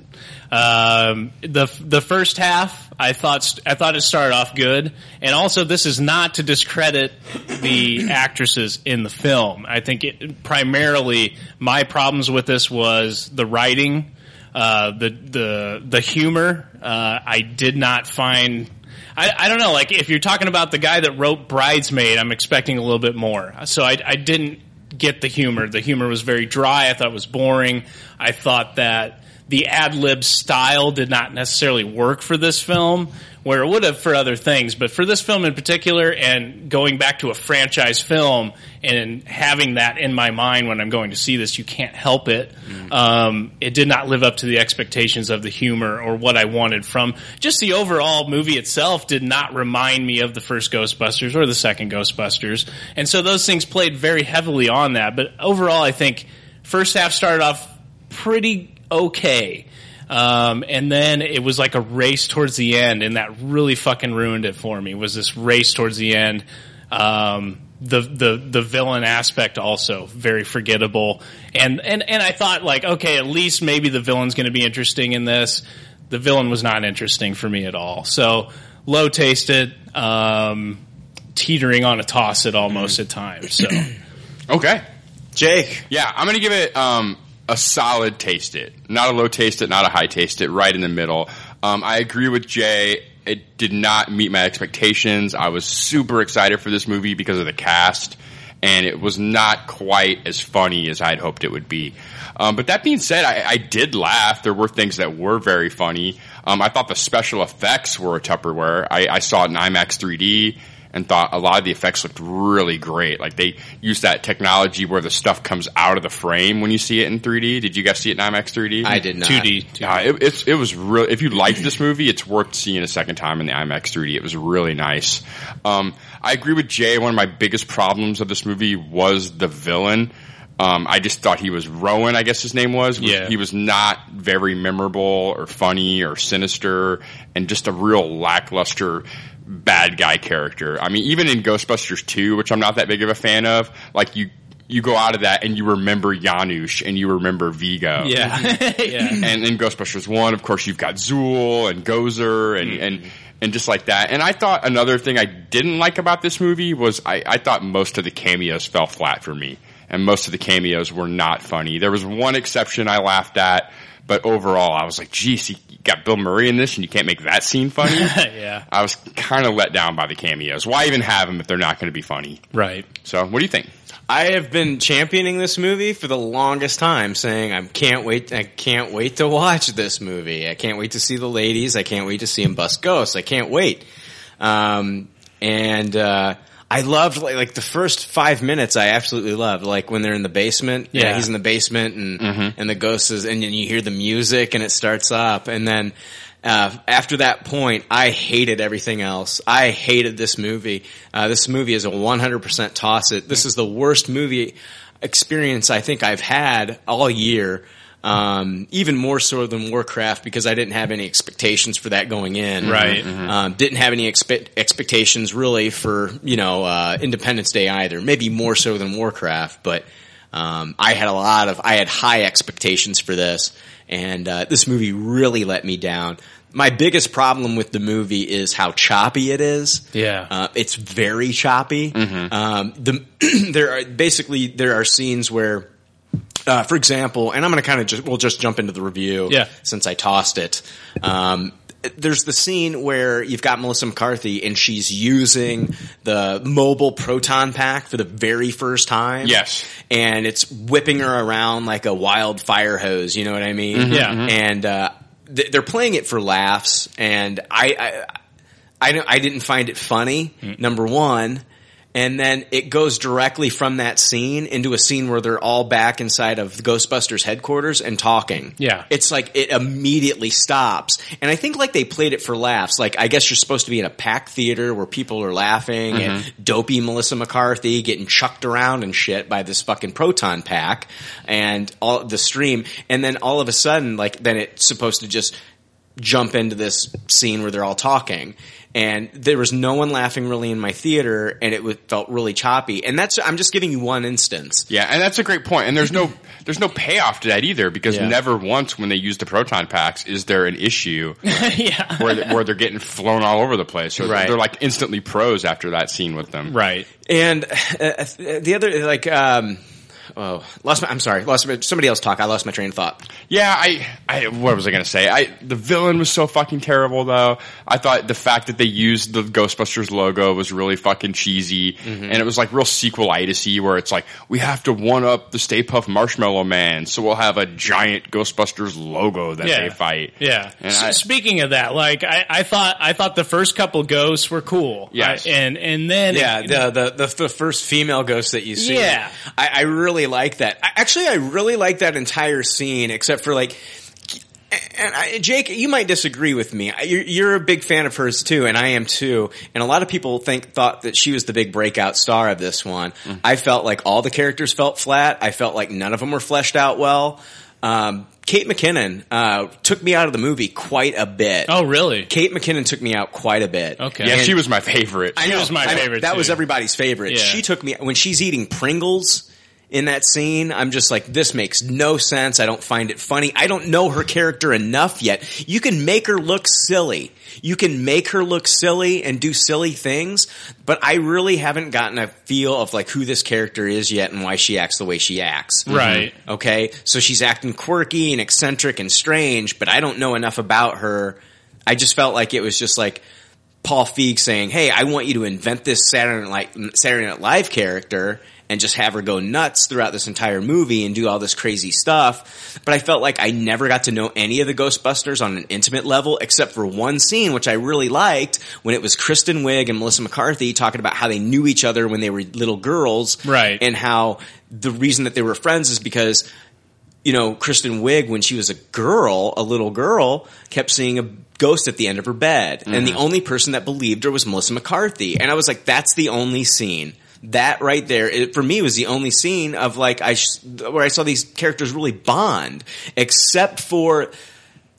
[SPEAKER 4] um, the the first half I thought st- I thought it started off good, and also this is not to discredit the actresses in the film. I think it, primarily my problems with this was the writing, uh, the the the humor. Uh, I did not find I, I don't know. Like if you're talking about the guy that wrote Bridesmaid, I'm expecting a little bit more. So I, I didn't get the humor. The humor was very dry. I thought it was boring. I thought that the ad lib style did not necessarily work for this film, where it would have for other things. But for this film in particular, and going back to a franchise film and having that in my mind when I'm going to see this, you can't help it. Um, it did not live up to the expectations of the humor or what I wanted from just the overall movie itself did not remind me of the first Ghostbusters or the second Ghostbusters. And so those things played very heavily on that. But overall, I think first half started off pretty okay. Um, and then it was like a race towards the end, and that really fucking ruined it for me. Was this race towards the end? Um, the the the villain aspect also very forgettable, and and and I thought like, okay, at least maybe the villain's going to be interesting in this. The villain was not interesting for me at all. So low tasted, um, teetering on a toss it almost at times. So
[SPEAKER 8] okay,
[SPEAKER 6] Jake.
[SPEAKER 8] Yeah, I'm gonna give it um, a solid taste. It not a low taste. It not a high taste. It right in the middle. Um, I agree with Jay. It did not meet my expectations. I was super excited for this movie because of the cast, and it was not quite as funny as I'd hoped it would be. Um, but that being said, I, I did laugh. There were things that were very funny. Um, I thought the special effects were a Tupperware. I, I saw it in IMAX 3D and thought a lot of the effects looked really great. Like they used that technology where the stuff comes out of the frame when you see it in 3D. Did you guys see it in IMAX 3D?
[SPEAKER 6] I did not. 2D.
[SPEAKER 8] Yeah, it, it's, it was really. If you liked this movie, it's worth seeing a second time in the IMAX 3D. It was really nice. Um, I agree with Jay. One of my biggest problems of this movie was the villain. Um, I just thought he was Rowan. I guess his name was. was-
[SPEAKER 4] Yeah.
[SPEAKER 8] He was not very memorable or funny or sinister, and just a real lackluster bad guy character. I mean, even in Ghostbusters 2, which I'm not that big of a fan of, like you. You go out of that and you remember Janusz and you remember Vigo.
[SPEAKER 4] yeah, yeah.
[SPEAKER 8] And in Ghostbusters one, of course, you've got Zool and Gozer and and and just like that. And I thought another thing I didn't like about this movie was I, I thought most of the cameos fell flat for me, and most of the cameos were not funny. There was one exception I laughed at, but overall, I was like, "Geez, you got Bill Murray in this, and you can't make that scene funny."
[SPEAKER 4] yeah.
[SPEAKER 8] I was kind of let down by the cameos. Why even have them if they're not going to be funny?
[SPEAKER 4] Right.
[SPEAKER 8] So, what do you think?
[SPEAKER 6] I have been championing this movie for the longest time, saying I can't wait. I can't wait to watch this movie. I can't wait to see the ladies. I can't wait to see him bust ghosts. I can't wait. Um, and uh, I loved like, like the first five minutes. I absolutely loved like when they're in the basement. Yeah,
[SPEAKER 4] Yeah.
[SPEAKER 6] he's in the basement, and and the ghost is, and then you hear the music, and it starts up, and then. Uh, after that point, I hated everything else. I hated this movie. Uh, this movie is a 100% toss it. This is the worst movie experience I think I've had all year. Um, even more so than Warcraft because I didn't have any expectations for that going in.
[SPEAKER 4] Right.
[SPEAKER 6] Um, didn't have any expe- expectations really for you know uh, Independence Day either. Maybe more so than Warcraft, but um, I had a lot of I had high expectations for this, and uh, this movie really let me down. My biggest problem with the movie is how choppy it is.
[SPEAKER 4] Yeah. Mm-hmm.
[SPEAKER 6] Uh, it's very choppy. Um, the there are basically there are scenes where, uh, for example, and I'm going to kind of just we'll just jump into the review.
[SPEAKER 4] Yeah.
[SPEAKER 6] Since I tossed it, um, there's the scene where you've got Melissa McCarthy and she's using the mobile proton pack for the very first time.
[SPEAKER 8] Yes.
[SPEAKER 6] And it's whipping her around like a wild fire hose. You know what I mean?
[SPEAKER 4] Yeah.
[SPEAKER 6] And uh, th- they're playing it for laughs, and I I I, don't- I didn't find it funny. Number one. And then it goes directly from that scene into a scene where they're all back inside of Ghostbusters headquarters and talking.
[SPEAKER 4] Yeah.
[SPEAKER 6] It's like it immediately stops. And I think like they played it for laughs. Like I guess you're supposed to be in a packed theater where people are laughing
[SPEAKER 8] Mhm.
[SPEAKER 6] and dopey Melissa McCarthy getting chucked around and shit by this fucking proton pack and all the stream. And then all of a sudden, like then it's supposed to just jump into this scene where they're all talking and there was no one laughing really in my theater and it w- felt really choppy and that's i'm just giving you one instance
[SPEAKER 8] Yeah, and that's a great point. And there's no there's no payoff to that either because
[SPEAKER 6] Yeah.
[SPEAKER 8] never once when they use the proton packs is there an issue where they, where they're getting flown all over the place. So
[SPEAKER 6] Right.
[SPEAKER 8] they're like instantly pros after that scene with them.
[SPEAKER 4] Right.
[SPEAKER 6] and uh, the other like um oh lost my i'm sorry lost my, somebody else talk i lost my train of thought
[SPEAKER 8] Yeah, I, I what was I gonna say? I the villain was so fucking terrible though. I thought the fact that they used the Ghostbusters logo was really fucking cheesy,
[SPEAKER 4] Mm-hmm.
[SPEAKER 8] and it was like real sequelitis where it's like we have to one up the Stay Puff Marshmallow Man, so we'll have a giant Ghostbusters logo that
[SPEAKER 4] Yeah.
[SPEAKER 8] they fight.
[SPEAKER 4] Yeah.
[SPEAKER 8] And
[SPEAKER 4] S-
[SPEAKER 8] I-
[SPEAKER 4] speaking of that, like I, I thought, I thought the first couple ghosts were cool.
[SPEAKER 6] Yes.
[SPEAKER 4] I- and and then
[SPEAKER 6] yeah the, the the the first female ghost that you see
[SPEAKER 4] Yeah.
[SPEAKER 6] i, I really like that I, actually i really like that entire scene except for like and I, Jake, you might disagree with me. I- You're, you're a big fan of hers too, and I am too. And a lot of people think thought that she was the big breakout star of this one.
[SPEAKER 4] Mm.
[SPEAKER 6] I felt like all the characters felt flat. I felt like none of them were fleshed out well. Um, Kate McKinnon uh, took me out of the movie quite a bit.
[SPEAKER 4] Oh, really?
[SPEAKER 6] Kate McKinnon took me out quite a bit.
[SPEAKER 4] Okay.
[SPEAKER 8] Yeah,
[SPEAKER 6] And-
[SPEAKER 8] she was my favorite.
[SPEAKER 6] I know,
[SPEAKER 4] was my
[SPEAKER 6] I know.
[SPEAKER 4] favorite,
[SPEAKER 6] That
[SPEAKER 4] too.
[SPEAKER 6] was everybody's favorite.
[SPEAKER 4] Yeah.
[SPEAKER 6] She took me when she's eating Pringles in that scene. I'm just like, this makes no sense. I don't find it funny. I don't know her character enough yet. You can make her look silly. You can make her look silly and do silly things, but I really haven't gotten a feel of like who this character is yet and why she acts the way she acts. Mm-hmm.
[SPEAKER 4] Right.
[SPEAKER 6] Okay. So she's acting quirky and eccentric and strange, but I don't know enough about her. I just felt like it was just like Paul Feig saying, "Hey, I want you to invent this Saturday Night Li- Saturday Night Live character and just have her go nuts throughout this entire movie and do all this crazy stuff." But I felt like I never got to know any of the Ghostbusters on an intimate level, except for one scene which I really liked when it was Kristen Wiig and Melissa McCarthy talking about how they knew each other when they were little girls,
[SPEAKER 4] Right.
[SPEAKER 6] And how the reason that they were friends is because you know, Kristen Wiig when she was a girl, a little girl, kept seeing a ghost at the end of her bed, and the only person that believed her was Melissa McCarthy. And I was like, that's the only scene. That right there, it, for me, was the only scene of like I sh- where I saw these characters really bond, except for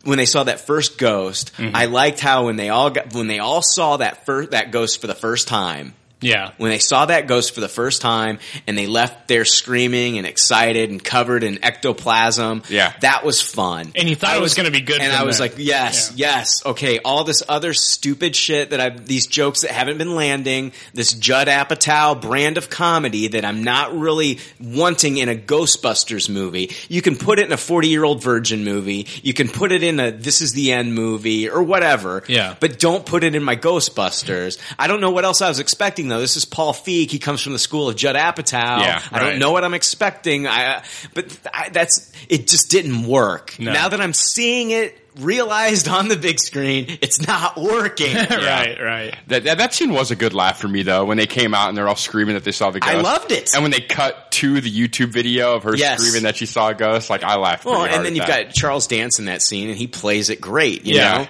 [SPEAKER 6] when they saw that first ghost. I liked how when they all got, when they all saw that first that ghost for the first time,
[SPEAKER 4] Yeah.
[SPEAKER 6] when they saw that ghost for the first time and they left there screaming and excited and covered in ectoplasm.
[SPEAKER 8] Yeah.
[SPEAKER 6] That was fun.
[SPEAKER 4] And you thought
[SPEAKER 6] I
[SPEAKER 4] it was gonna be good
[SPEAKER 6] And
[SPEAKER 4] from
[SPEAKER 6] I was
[SPEAKER 4] there.
[SPEAKER 6] like, yes, yes, okay, all this other stupid shit that I've, these jokes that haven't been landing, this Judd Apatow brand of comedy that I'm not really wanting in a Ghostbusters movie. You can put it in a 40 year old virgin movie. You can put it in a This is the End movie or whatever.
[SPEAKER 4] Yeah.
[SPEAKER 6] But don't put it in my Ghostbusters. I don't know what else I was expecting though. This is Paul Feig. He comes from the school of Judd Apatow.
[SPEAKER 8] Yeah,
[SPEAKER 6] I don't
[SPEAKER 4] right.
[SPEAKER 6] know what I'm expecting. I, but I, that's it. Just didn't work.
[SPEAKER 4] No.
[SPEAKER 6] Now that I'm seeing it realized on the big screen, it's not working.
[SPEAKER 4] Right. Right.
[SPEAKER 8] That, that that scene was a good laugh for me though when they came out and they're all screaming that they saw the ghost.
[SPEAKER 6] I loved it.
[SPEAKER 8] And when they cut to the YouTube video of her
[SPEAKER 6] Yes.
[SPEAKER 8] screaming that she saw a ghost, like I laughed.
[SPEAKER 6] Well,
[SPEAKER 8] pretty
[SPEAKER 6] and
[SPEAKER 8] hard
[SPEAKER 6] then
[SPEAKER 8] at
[SPEAKER 6] you've
[SPEAKER 8] that.
[SPEAKER 6] got Charles Dance in that scene, and he plays it great, you
[SPEAKER 8] Yeah.
[SPEAKER 6] know.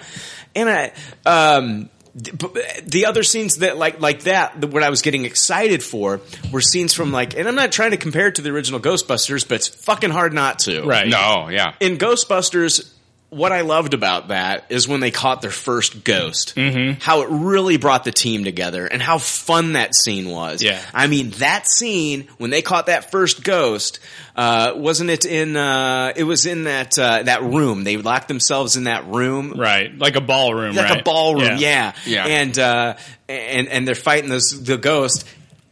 [SPEAKER 6] And I, um, d- b- the other scenes that like like that, the- what I was getting excited for were scenes from like, and I'm not trying to compare it to the original Ghostbusters, but it's fucking hard not to,
[SPEAKER 4] Right.
[SPEAKER 8] no, yeah,
[SPEAKER 6] in Ghostbusters, what I loved about that is when they caught their first ghost, mm-hmm. how it really brought the team together and how fun that scene was.
[SPEAKER 4] Yeah.
[SPEAKER 6] I mean, that scene, when they caught that first ghost, uh, wasn't it in, uh, it was in that, uh, that room. They locked themselves in that room
[SPEAKER 4] Right. Like a ballroom.
[SPEAKER 6] like
[SPEAKER 4] right.
[SPEAKER 6] a ballroom. Yeah.
[SPEAKER 8] Yeah.
[SPEAKER 6] And, uh, and, and they're fighting those, the ghost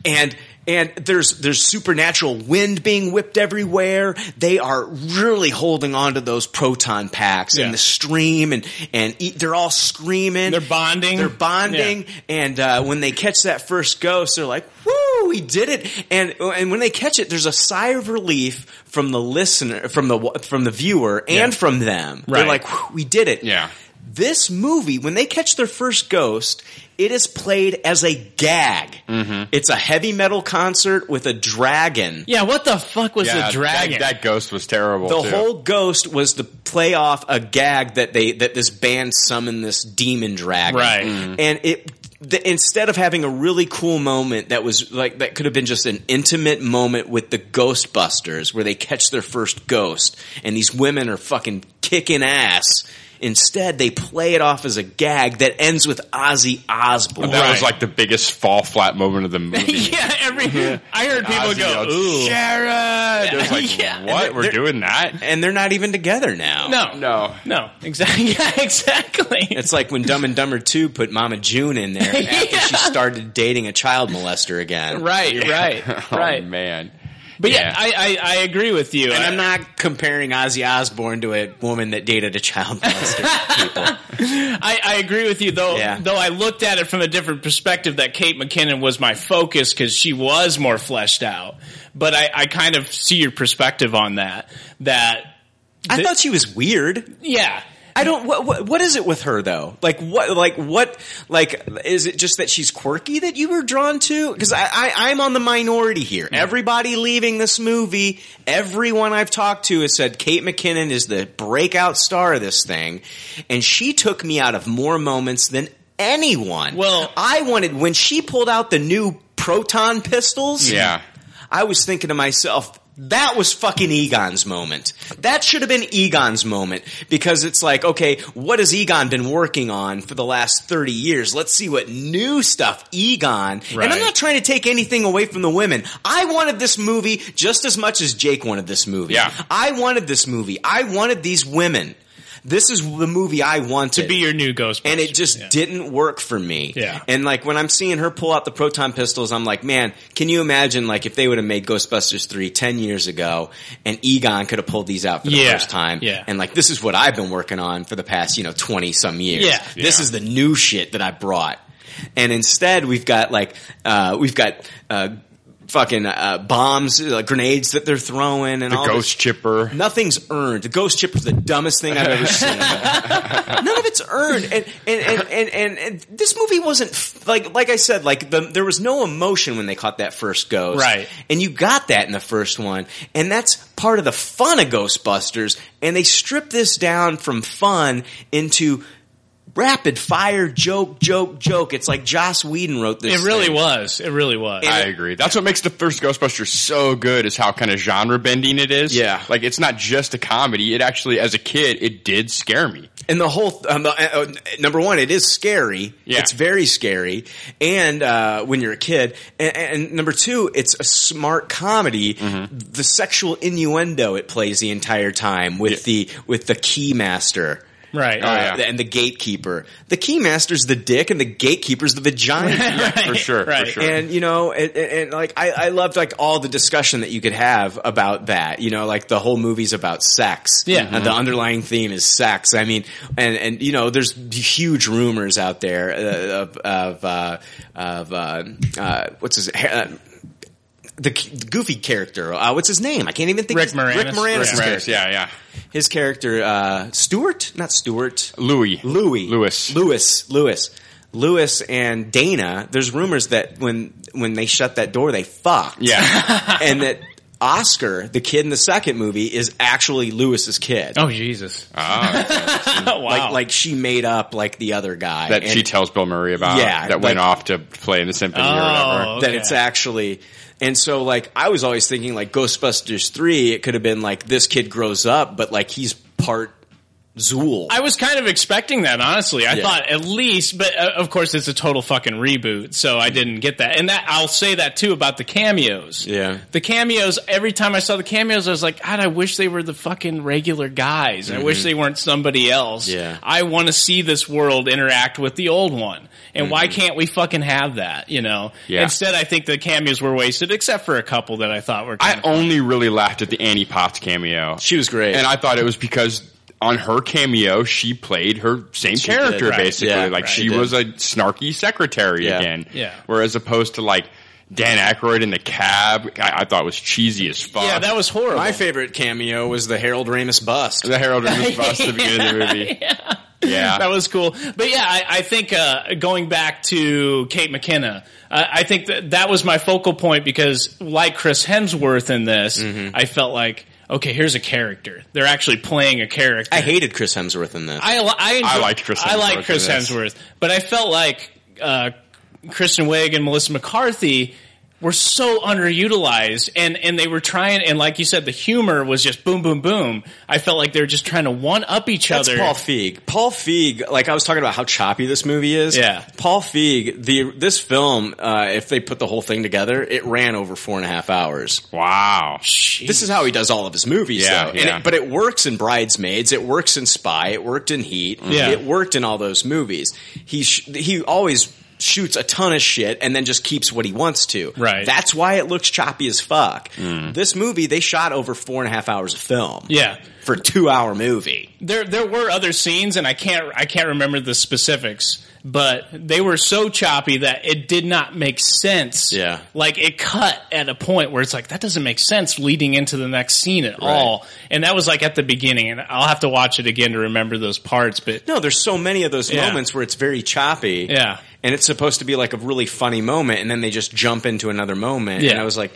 [SPEAKER 6] and, and there's, there's supernatural wind being whipped everywhere. They are really holding on to those proton packs
[SPEAKER 4] Yeah.
[SPEAKER 6] and the stream and, and eat, they're all screaming.
[SPEAKER 4] They're bonding.
[SPEAKER 6] They're bonding. And, uh, when they catch that first ghost, they're like, woo, we did it. And and when they catch it, there's a sigh of relief from the listener, from the from the viewer, and
[SPEAKER 4] Yeah.
[SPEAKER 6] from them. They're
[SPEAKER 4] Right.
[SPEAKER 6] like, "Whew, we did it. Yeah. This movie, when they catch their first ghost, it is played as a gag. Mm-hmm. It's a heavy metal concert with a dragon.
[SPEAKER 4] Yeah, what the fuck was
[SPEAKER 6] Yeah,
[SPEAKER 4] the dragon?
[SPEAKER 6] that-
[SPEAKER 8] Ghost was terrible.
[SPEAKER 6] The
[SPEAKER 8] too.
[SPEAKER 6] whole ghost was to play off a gag that they that this band summoned this demon dragon, Mm.
[SPEAKER 4] Right. Mhm.
[SPEAKER 6] And it the, instead of having a really cool moment that was like that could have been just an intimate moment with the Ghostbusters where they catch their first ghost and these women are fucking kicking ass. Instead, they play it off as a gag that ends with Ozzy Osbourne.
[SPEAKER 8] That was like the biggest fall flat moment of the movie.
[SPEAKER 4] yeah, every I heard people
[SPEAKER 8] Ozzy
[SPEAKER 4] go,
[SPEAKER 8] yelled,
[SPEAKER 4] "Ooh,
[SPEAKER 8] Sharon!" It was like,
[SPEAKER 4] Yeah.
[SPEAKER 8] what? We're
[SPEAKER 6] They're-
[SPEAKER 8] doing that?
[SPEAKER 6] and they're not even together now.
[SPEAKER 4] No,
[SPEAKER 8] No.
[SPEAKER 4] no, exactly, yeah, exactly.
[SPEAKER 6] It's like when Dumb and Dumber 2 put Mama June in there after she started dating a child molester again.
[SPEAKER 4] Right, right,
[SPEAKER 8] Oh,
[SPEAKER 4] right.
[SPEAKER 8] man.
[SPEAKER 4] But yeah,
[SPEAKER 6] Yeah.
[SPEAKER 4] I, I I agree with you.
[SPEAKER 6] And
[SPEAKER 4] I-
[SPEAKER 6] I'm not comparing Ozzy Osbourne to a woman that dated a child molester. people.
[SPEAKER 4] I, I agree with you though.
[SPEAKER 6] Yeah.
[SPEAKER 4] Though I looked at it from a different perspective that Kate McKinnon was my focus because she was more fleshed out. But I, I kind of see your perspective on that. That
[SPEAKER 6] I thought she was weird.
[SPEAKER 4] yeah,
[SPEAKER 6] I don't. What, what, what is it with her though? Like what? Like what? Like is it just that she's quirky that you were drawn to? Because I, I, I'm on the minority here. Everybody leaving this movie, everyone I've talked to has said Kate McKinnon is the breakout star of this thing, and she took me out of more moments than anyone.
[SPEAKER 4] Well-
[SPEAKER 6] I wanted when she pulled out the new proton pistols.
[SPEAKER 8] Yeah.
[SPEAKER 6] I was thinking to myself, that was fucking Egon's moment. That should have been Egon's moment because it's like, okay, what has Egon been working on for the last 30 years? Let's see what new stuff Egon. And I'm
[SPEAKER 4] Right.
[SPEAKER 6] not trying to take anything away from the women. I wanted this movie just as much as Jake wanted this movie.
[SPEAKER 8] Yeah.
[SPEAKER 6] I wanted this movie. I wanted these women. This is the movie I wanted
[SPEAKER 4] to be your new Ghostbuster,
[SPEAKER 6] and it just didn't work for me.
[SPEAKER 4] Yeah.
[SPEAKER 6] And like when I'm seeing her pull out the proton pistols, I'm like, man, can you imagine like if they would have made Ghostbusters 3 10 years ago and Egon could have pulled these out for the
[SPEAKER 4] Yeah.
[SPEAKER 6] first time.
[SPEAKER 4] Yeah.
[SPEAKER 6] And like, this is what I've been working on for the past, you know, 20 some years.
[SPEAKER 4] Yeah.
[SPEAKER 6] This
[SPEAKER 8] Yeah.
[SPEAKER 6] is the new shit that I brought. And instead we've got like, uh, we've got, uh, fucking, uh, bombs, uh, grenades that they're throwing and
[SPEAKER 8] The
[SPEAKER 6] all this
[SPEAKER 8] ghost chipper.
[SPEAKER 6] Nothing's earned. The ghost chip is the dumbest thing I've ever seen. None of it's earned, and and and and, and, and this movie wasn't f- like like I said, like the, there was no emotion when they caught that first ghost,
[SPEAKER 4] Right.
[SPEAKER 6] And you got that in the first one, and that's part of the fun of Ghostbusters. And they strip this down from fun into rapid fire joke, joke, joke. It's like Joss Whedon wrote this.
[SPEAKER 4] It really
[SPEAKER 6] thing.
[SPEAKER 4] was. It really was.
[SPEAKER 8] I agree. That's what makes the first Ghostbusters so good is how kind of genre bending it is.
[SPEAKER 6] Yeah.
[SPEAKER 8] Like it's not just a comedy. It actually, as a kid, it did scare me.
[SPEAKER 6] And the whole um, the, uh, uh, number one, it is scary.
[SPEAKER 8] Yeah.
[SPEAKER 6] It's very scary, and uh, when you're a kid, and, and number two, it's a smart comedy.
[SPEAKER 8] Mm-hmm.
[SPEAKER 6] The sexual innuendo it plays the entire time with the with the keymaster.
[SPEAKER 4] right.
[SPEAKER 8] Oh, yeah.
[SPEAKER 6] uh, and the gatekeeper. The keymaster's the dick, and the gatekeeper's the vagina.
[SPEAKER 8] For sure.
[SPEAKER 4] Right.
[SPEAKER 8] For sure.
[SPEAKER 6] And you know, and, and, and, like I, I loved like all the discussion that you could have about that. You know, like the whole movie's about sex.
[SPEAKER 4] Yeah. Mm-hmm.
[SPEAKER 6] And the underlying theme is sex. I mean, and and you know, there's huge rumors out there uh, of of uh, of uh, uh, what's his. Uh, the, the goofy character, uh, what's his name? I can't even think.
[SPEAKER 4] Rick
[SPEAKER 6] of his-
[SPEAKER 4] Moranis.
[SPEAKER 6] Rick Moranis.
[SPEAKER 4] Rick
[SPEAKER 6] His
[SPEAKER 8] Right,
[SPEAKER 6] character,
[SPEAKER 8] Yeah. Yeah.
[SPEAKER 6] his character uh, Stuart, not Stuart.
[SPEAKER 8] Louis.
[SPEAKER 6] Louis.
[SPEAKER 8] Louis.
[SPEAKER 6] Lewis. Lewis. Lewis and Dana, there's rumors that when when they shut that door, they fucked.
[SPEAKER 8] Yeah.
[SPEAKER 6] and that Oscar, the kid in the second movie, is actually Lewis's kid.
[SPEAKER 4] Oh Jesus!
[SPEAKER 8] Ah,
[SPEAKER 4] wow.
[SPEAKER 6] Like like she made up like the other guy.
[SPEAKER 8] that
[SPEAKER 6] and
[SPEAKER 8] she tells Bill Murray about.
[SPEAKER 6] Yeah,
[SPEAKER 8] That went
[SPEAKER 6] like-
[SPEAKER 8] off to play in the symphony or whatever.
[SPEAKER 4] Oh,
[SPEAKER 6] that
[SPEAKER 4] okay.
[SPEAKER 6] it's actually and so like I was always thinking like Ghostbusters three, it could have been like this kid grows up, but like he's part Zool.
[SPEAKER 4] I was kind of expecting that, honestly. I
[SPEAKER 6] Yeah.
[SPEAKER 4] thought at least, but uh, of course, it's a total fucking reboot, so I didn't get that. And that I'll say that too about the cameos.
[SPEAKER 6] Yeah.
[SPEAKER 4] the cameos. Every time I saw the cameos, I was like, God, I wish they were the fucking regular guys. I wish they weren't somebody else.
[SPEAKER 6] Yeah.
[SPEAKER 4] I want to see this world interact with the old one. And why can't we fucking have that? You know.
[SPEAKER 8] Yeah.
[SPEAKER 4] Instead, I think the cameos were wasted, except for a couple that I thought were.
[SPEAKER 8] I
[SPEAKER 4] Kind
[SPEAKER 8] only really laughed at the Annie Potts cameo.
[SPEAKER 6] she was great.
[SPEAKER 8] and I thought it was because on her cameo she played her same
[SPEAKER 6] did,
[SPEAKER 8] character
[SPEAKER 6] right.
[SPEAKER 8] basically.
[SPEAKER 6] Yeah,
[SPEAKER 8] like
[SPEAKER 6] right.
[SPEAKER 8] she
[SPEAKER 6] She did.
[SPEAKER 8] was a snarky secretary
[SPEAKER 6] Yeah.
[SPEAKER 8] again.
[SPEAKER 4] Yeah.
[SPEAKER 8] Whereas opposed to like Dan Aykroyd in the cab. I, I thought was cheesy as fuck.
[SPEAKER 6] Yeah, that
[SPEAKER 4] was horrible.
[SPEAKER 6] My favorite cameo was the Harold Ramis bust.
[SPEAKER 8] The Harold Ramis bust at the beginning of the movie. Yeah.
[SPEAKER 4] that was cool. But yeah, I, I think uh, going back to Kate McKenna, uh, I think that that was my focal point because, like Chris Hemsworth in this, I felt like okay, here's a character. They're actually playing a character.
[SPEAKER 6] I hated Chris Hemsworth in this.
[SPEAKER 4] I li- I, enjoy-
[SPEAKER 6] I liked Chris
[SPEAKER 4] I
[SPEAKER 6] Hemsworth in
[SPEAKER 4] like Chris
[SPEAKER 6] this.
[SPEAKER 4] Hemsworth, but I felt like uh, Kristen Wiig and Melissa McCarthy were so underutilized, and and they were trying, and like you said, the humor was just boom, boom, boom. I felt like they were just trying to one up each
[SPEAKER 6] That's
[SPEAKER 4] other.
[SPEAKER 6] Paul Feig. Paul Feig, like I was talking about how choppy this movie is.
[SPEAKER 4] Yeah.
[SPEAKER 6] Paul Feig, the this film, uh, if they put the whole thing together, it ran over four and a half hours.
[SPEAKER 8] Wow.
[SPEAKER 6] This is how he does all of his movies,
[SPEAKER 8] Yeah,
[SPEAKER 6] though. And
[SPEAKER 8] yeah.
[SPEAKER 6] it- but it works in Bridesmaids. It works in Spy. It worked in Heat.
[SPEAKER 8] Yeah.
[SPEAKER 6] It worked in all those movies. He sh- he always shoots a ton of shit and then just keeps what he wants to. Right. That's why it looks choppy as fuck. This movie, they shot over four and a half hours of film.
[SPEAKER 4] Yeah.
[SPEAKER 6] For a two hour movie.
[SPEAKER 4] There there were other scenes, and I can't I can't remember the specifics, but they were so choppy that it did not make sense.
[SPEAKER 6] Yeah.
[SPEAKER 4] like it cut at a point where it's like that doesn't make sense leading into the next scene at all. And that was like at the beginning, and I'll have to watch it again to remember those parts. But
[SPEAKER 6] No, there's so many of those
[SPEAKER 4] Yeah.
[SPEAKER 6] moments where it's very choppy.
[SPEAKER 4] Yeah.
[SPEAKER 6] And it's supposed to be like a really funny moment, and then they just jump into another moment. And
[SPEAKER 4] Yeah.
[SPEAKER 6] I was like,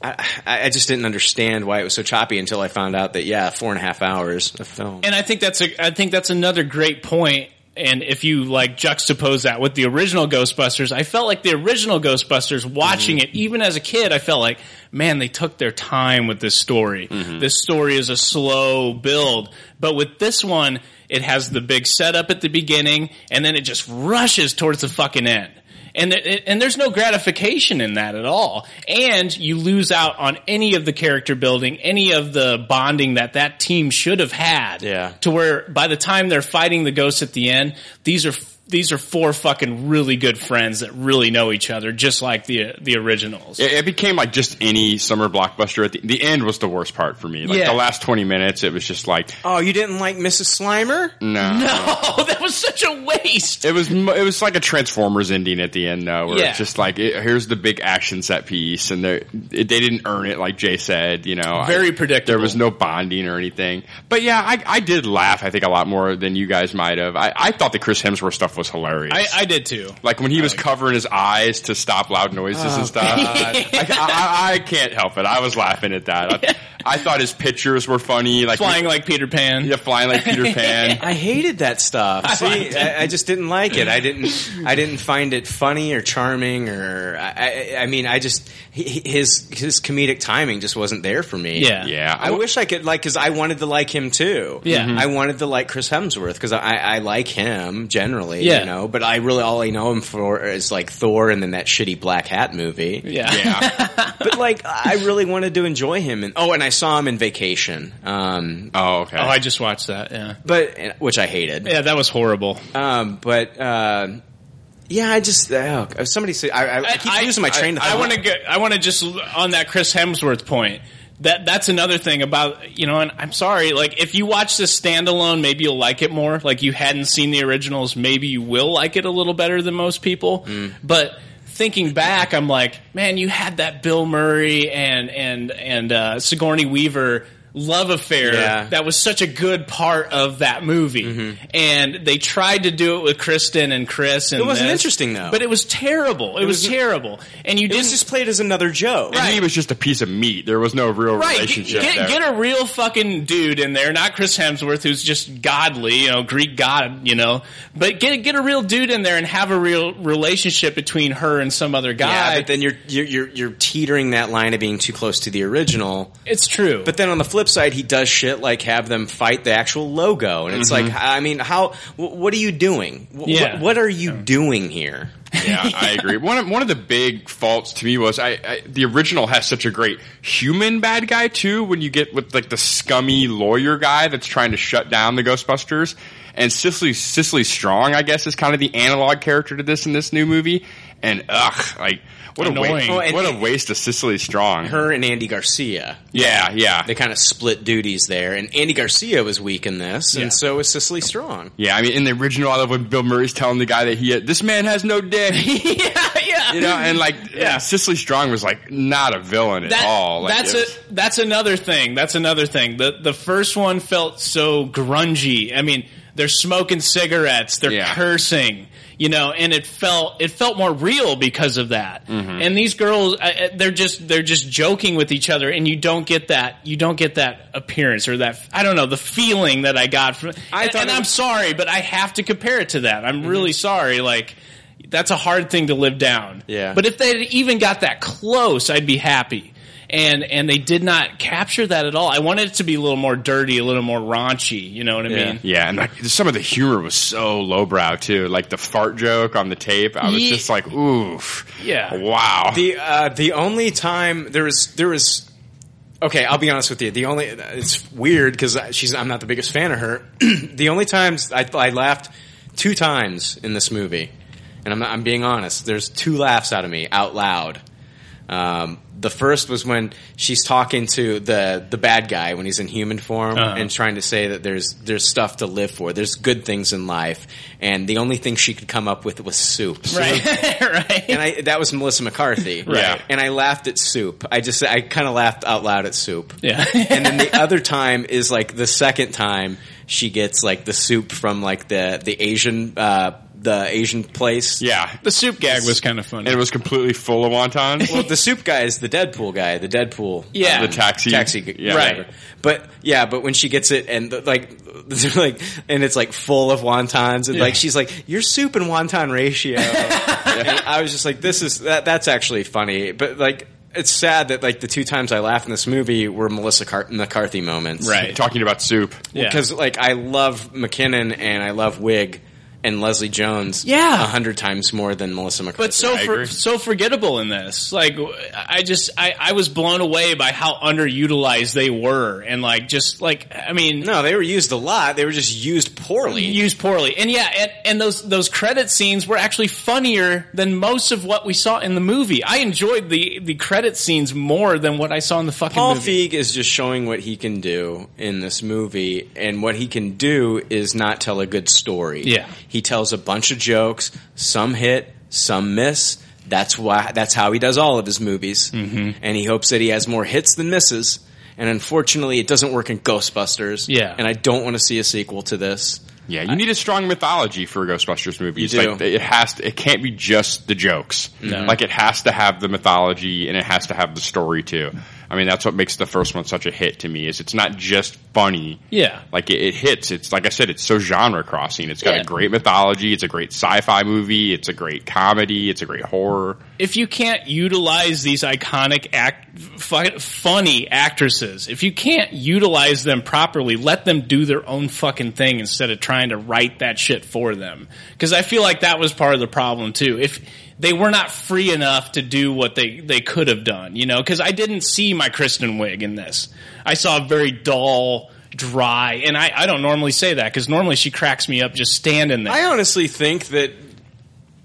[SPEAKER 6] I, I I just didn't understand why it was so choppy until I found out that, yeah, four and a half hours of film.
[SPEAKER 4] and I think that's a I think that's another great point. And if you like juxtapose that with the original Ghostbusters, I felt like the original Ghostbusters watching it, even as a kid, I felt like, man, they took their time with this story. This story is a slow build. But with this one, it has the big setup at the beginning and then it just rushes towards the fucking end and it- it- and there's no gratification in that at all. And you lose out on any of the character building, any of the bonding that that team should have had. Yeah. To where by the time they're fighting the ghosts at the end, these are these are four fucking really good friends that really know each other, just like the the originals.
[SPEAKER 8] It, it became like just any summer blockbuster. At the, the end was the worst part for me. Like
[SPEAKER 4] Yeah.
[SPEAKER 8] the last twenty minutes, it was just like
[SPEAKER 6] Oh, you didn't like Mrs. Slimer?
[SPEAKER 8] no,
[SPEAKER 4] No, Oh, that was such a waste.
[SPEAKER 8] It was mo- it was like a Transformers ending at the end though, where
[SPEAKER 4] Yeah.
[SPEAKER 8] it's just like it, here's the big action set piece, and they they didn't earn it, like Jay said. You know,
[SPEAKER 4] Very predictable.
[SPEAKER 8] There was no bonding or anything. But yeah, I, I did laugh. I think a lot more than you guys might have. I, I thought the Chris Hemsworth stuff was hilarious.
[SPEAKER 4] I, I did too.
[SPEAKER 8] like when he was covering his eyes to stop loud noises
[SPEAKER 4] Oh,
[SPEAKER 8] and stuff.
[SPEAKER 4] God.
[SPEAKER 8] Like, I, I, I can't help it. I was laughing at that. I, I thought his pictures were funny. Like
[SPEAKER 4] Flying like Peter Pan.
[SPEAKER 8] Yeah, flying like Peter Pan.
[SPEAKER 6] I hated that stuff.
[SPEAKER 8] I
[SPEAKER 6] See,
[SPEAKER 8] liked it.
[SPEAKER 6] I, I just didn't like it. I didn't. I didn't find it funny or charming, or I, I, I mean, I just he- he- his his comedic timing just wasn't there for me.
[SPEAKER 8] Yeah. Yeah.
[SPEAKER 6] I wish I could like because I wanted to like him too.
[SPEAKER 8] Yeah. Mhm.
[SPEAKER 6] I wanted to like Chris Hemsworth because I, I like him generally.
[SPEAKER 4] Yeah.
[SPEAKER 6] you know, but I really all I know him for is like Thor and then that shitty Black Hat movie.
[SPEAKER 4] Yeah.
[SPEAKER 6] but like I really wanted to enjoy him, and oh, and I saw him in Vacation. Um,
[SPEAKER 8] oh, okay.
[SPEAKER 4] Oh, I just watched that. Yeah.
[SPEAKER 6] but which I hated.
[SPEAKER 4] Yeah, that was horrible.
[SPEAKER 6] Um, but uh, yeah, I just oh, somebody said I, I, I keep losing my train of
[SPEAKER 4] I,
[SPEAKER 6] thought.
[SPEAKER 4] want to get. I want to just on that Chris Hemsworth point. That that's another thing about you know. And I'm sorry. Like if you watch this standalone, maybe you'll like it more. Like you hadn't seen the originals, maybe you will like it a little better than most people.
[SPEAKER 6] Mm.
[SPEAKER 4] But thinking back, I'm like, man, you had that Bill Murray and and and uh, Sigourney Weaver love affair
[SPEAKER 6] Yeah. Mm-hmm.
[SPEAKER 4] that was such a good part of that movie and they tried to do it with kristen and chris and
[SPEAKER 6] It wasn't
[SPEAKER 4] this,
[SPEAKER 6] interesting, though.
[SPEAKER 4] but it was terrible it,
[SPEAKER 6] It
[SPEAKER 4] was,
[SPEAKER 6] was-
[SPEAKER 4] terrible and you
[SPEAKER 6] it
[SPEAKER 4] didn't
[SPEAKER 6] was just played as another joke.
[SPEAKER 8] And he was just a piece of meat. There was no real
[SPEAKER 4] Right, get,
[SPEAKER 8] relationship there.
[SPEAKER 4] get, get a real fucking dude in there, not Chris Hemsworth, who's just godly, you know, Greek god, you know. But get get a real dude in there and have a real relationship between her and some other guy.
[SPEAKER 6] Yeah, but then you're, you're you're you're teetering that line of being too close to the original.
[SPEAKER 4] it's true.
[SPEAKER 6] But then on the flip side, he does shit like have them fight the actual logo, and it's
[SPEAKER 4] Mhm.
[SPEAKER 6] like, I mean, how? wh- What are you doing? Wh-
[SPEAKER 8] Mm-hmm. Yeah.
[SPEAKER 6] What, what are you doing here?
[SPEAKER 8] Yeah, I agree. One of, one of the big faults to me was I, I the original has such a great human bad guy too. When you get with like the scummy lawyer guy that's trying to shut down the Ghostbusters, and Cicely Cicely Strong, I guess, is kind of the analog character to this in this new movie. And ugh, like what a
[SPEAKER 6] Annoying.
[SPEAKER 8] waste!
[SPEAKER 6] Oh, and-
[SPEAKER 8] what a waste of Cicely Strong.
[SPEAKER 6] Her and Andy Garcia.
[SPEAKER 8] Yeah, yeah.
[SPEAKER 6] They kind of split duties there, and Andy Garcia was weak in this, and so is Cicely Strong.
[SPEAKER 8] Yeah, I mean, in the original, I love when Bill Murray's telling the guy that he this man has no dick.
[SPEAKER 4] yeah, yeah.
[SPEAKER 8] you know, and like Cicely Strong was like not a villain at
[SPEAKER 4] That-
[SPEAKER 8] all. Like,
[SPEAKER 4] that's
[SPEAKER 8] it
[SPEAKER 4] it. That's another thing. That's another thing. The the first one felt so grungy. I mean, they're smoking cigarettes, they're cursing, you know, and it felt it felt more real because of that.
[SPEAKER 8] Mm-hmm.
[SPEAKER 10] Mhm.
[SPEAKER 4] And these girls, I- I- they're just they're just joking with each other, and you don't get that you don't get that appearance or that I don't know the feeling that I got from. I and, and I'm sorry, but I have to compare it to that. I'm
[SPEAKER 8] Mm-hmm.
[SPEAKER 4] really sorry. Like that's a hard thing to live down.
[SPEAKER 6] Yeah.
[SPEAKER 4] But if they had even got that close, I'd be happy. And and they did not capture that at all. I wanted it to be a little more dirty, a little more raunchy. You know what I
[SPEAKER 8] yeah.
[SPEAKER 4] mean?
[SPEAKER 8] Yeah, and like some of the humor was so lowbrow too. Like the fart joke on the tape, I was
[SPEAKER 4] Ye-
[SPEAKER 8] just like, oof.
[SPEAKER 4] Yeah.
[SPEAKER 8] Wow.
[SPEAKER 6] The uh, the only time there is there is okay, I'll be honest with you. The only it's weird because she's I'm not the biggest fan of her. the only times I, I laughed two times in this movie, and I'm I'm being honest. There's two laughs out of me out loud. Um, the first was when she's talking to the the bad guy when he's in human form
[SPEAKER 4] Uh-huh.
[SPEAKER 6] and trying to say that there's there's stuff to live for. There's good things in life, and the only thing she could come up with was soup.
[SPEAKER 4] Right.
[SPEAKER 6] And I that was Melissa McCarthy.
[SPEAKER 4] Right. Yeah.
[SPEAKER 6] And I laughed at soup. I just I kind of laughed out loud at soup.
[SPEAKER 4] Yeah.
[SPEAKER 6] and then the other time is like the second time she gets like the soup from like the the Asian uh the Asian place.
[SPEAKER 8] Yeah.
[SPEAKER 4] The soup gag was kind of funny.
[SPEAKER 8] And it was completely full of wontons.
[SPEAKER 6] Well, the soup guy is the Deadpool guy, the Deadpool.
[SPEAKER 4] Yeah.
[SPEAKER 8] The taxi-
[SPEAKER 6] Taxi g-
[SPEAKER 8] yeah.
[SPEAKER 6] driver.
[SPEAKER 8] Right.
[SPEAKER 6] But yeah, but when she gets it and the, like like and it's like full of wontons and
[SPEAKER 4] Yeah.
[SPEAKER 6] like she's like your soup and wonton ratio. And I was just like this is that that's actually funny, but like it's sad that like the two times I laughed in this movie were Melissa Car- McCarthy moments.
[SPEAKER 4] Right.
[SPEAKER 8] Talking about soup.
[SPEAKER 4] Yeah.
[SPEAKER 6] Because like I love McKinnon and I love Wig and Leslie Jones
[SPEAKER 4] Yeah.
[SPEAKER 6] a hundred times more than Melissa McCarthy.
[SPEAKER 4] But so for, so forgettable in this. Like I just I, I was blown away by how underutilized they were, and like just like I mean,
[SPEAKER 6] no, they were used a lot. They were just used poorly.
[SPEAKER 4] Used poorly, and yeah, and, and those those credit scenes were actually funnier than most of what we saw in the movie. I enjoyed the the credit scenes more than what I saw in the fucking
[SPEAKER 6] Paul
[SPEAKER 4] movie.
[SPEAKER 6] Feig is just showing what he can do in this movie, and what he can do is not tell a good story.
[SPEAKER 4] Yeah.
[SPEAKER 6] he tells a bunch of jokes. Some hit, some miss. That's why. That's how he does all of his movies, mm-hmm. and he hopes that he has more hits than misses. And unfortunately, it doesn't work in Ghostbusters.
[SPEAKER 8] Yeah.
[SPEAKER 6] and I don't want to see a sequel to this.
[SPEAKER 8] Yeah, you need a strong mythology for a Ghostbusters movie.
[SPEAKER 6] You
[SPEAKER 8] It's
[SPEAKER 6] do.
[SPEAKER 8] Like it has to, it can't be just the jokes.
[SPEAKER 6] No.
[SPEAKER 8] Like it has to have the mythology and it has to have the story too. I mean, that's what makes the first one such a hit to me is it's not just funny.
[SPEAKER 4] Yeah.
[SPEAKER 8] Like it, it hits. It's like I said, it's so genre crossing. It's got
[SPEAKER 4] Yeah.
[SPEAKER 8] a great mythology. It's a great sci-fi movie. It's a great comedy. It's a great horror.
[SPEAKER 4] If you can't utilize these iconic act, fu- funny actresses, if you can't utilize them properly, let them do their own fucking thing instead of trying to write that shit for them. Because I feel like that was part of the problem too. If they were not free enough to do what they they could have done, you know. Because I didn't see my Kristen Wiig in this. I saw a very dull. Dry, and I, I don't normally say that because normally she cracks me up just standing there.
[SPEAKER 6] I honestly think that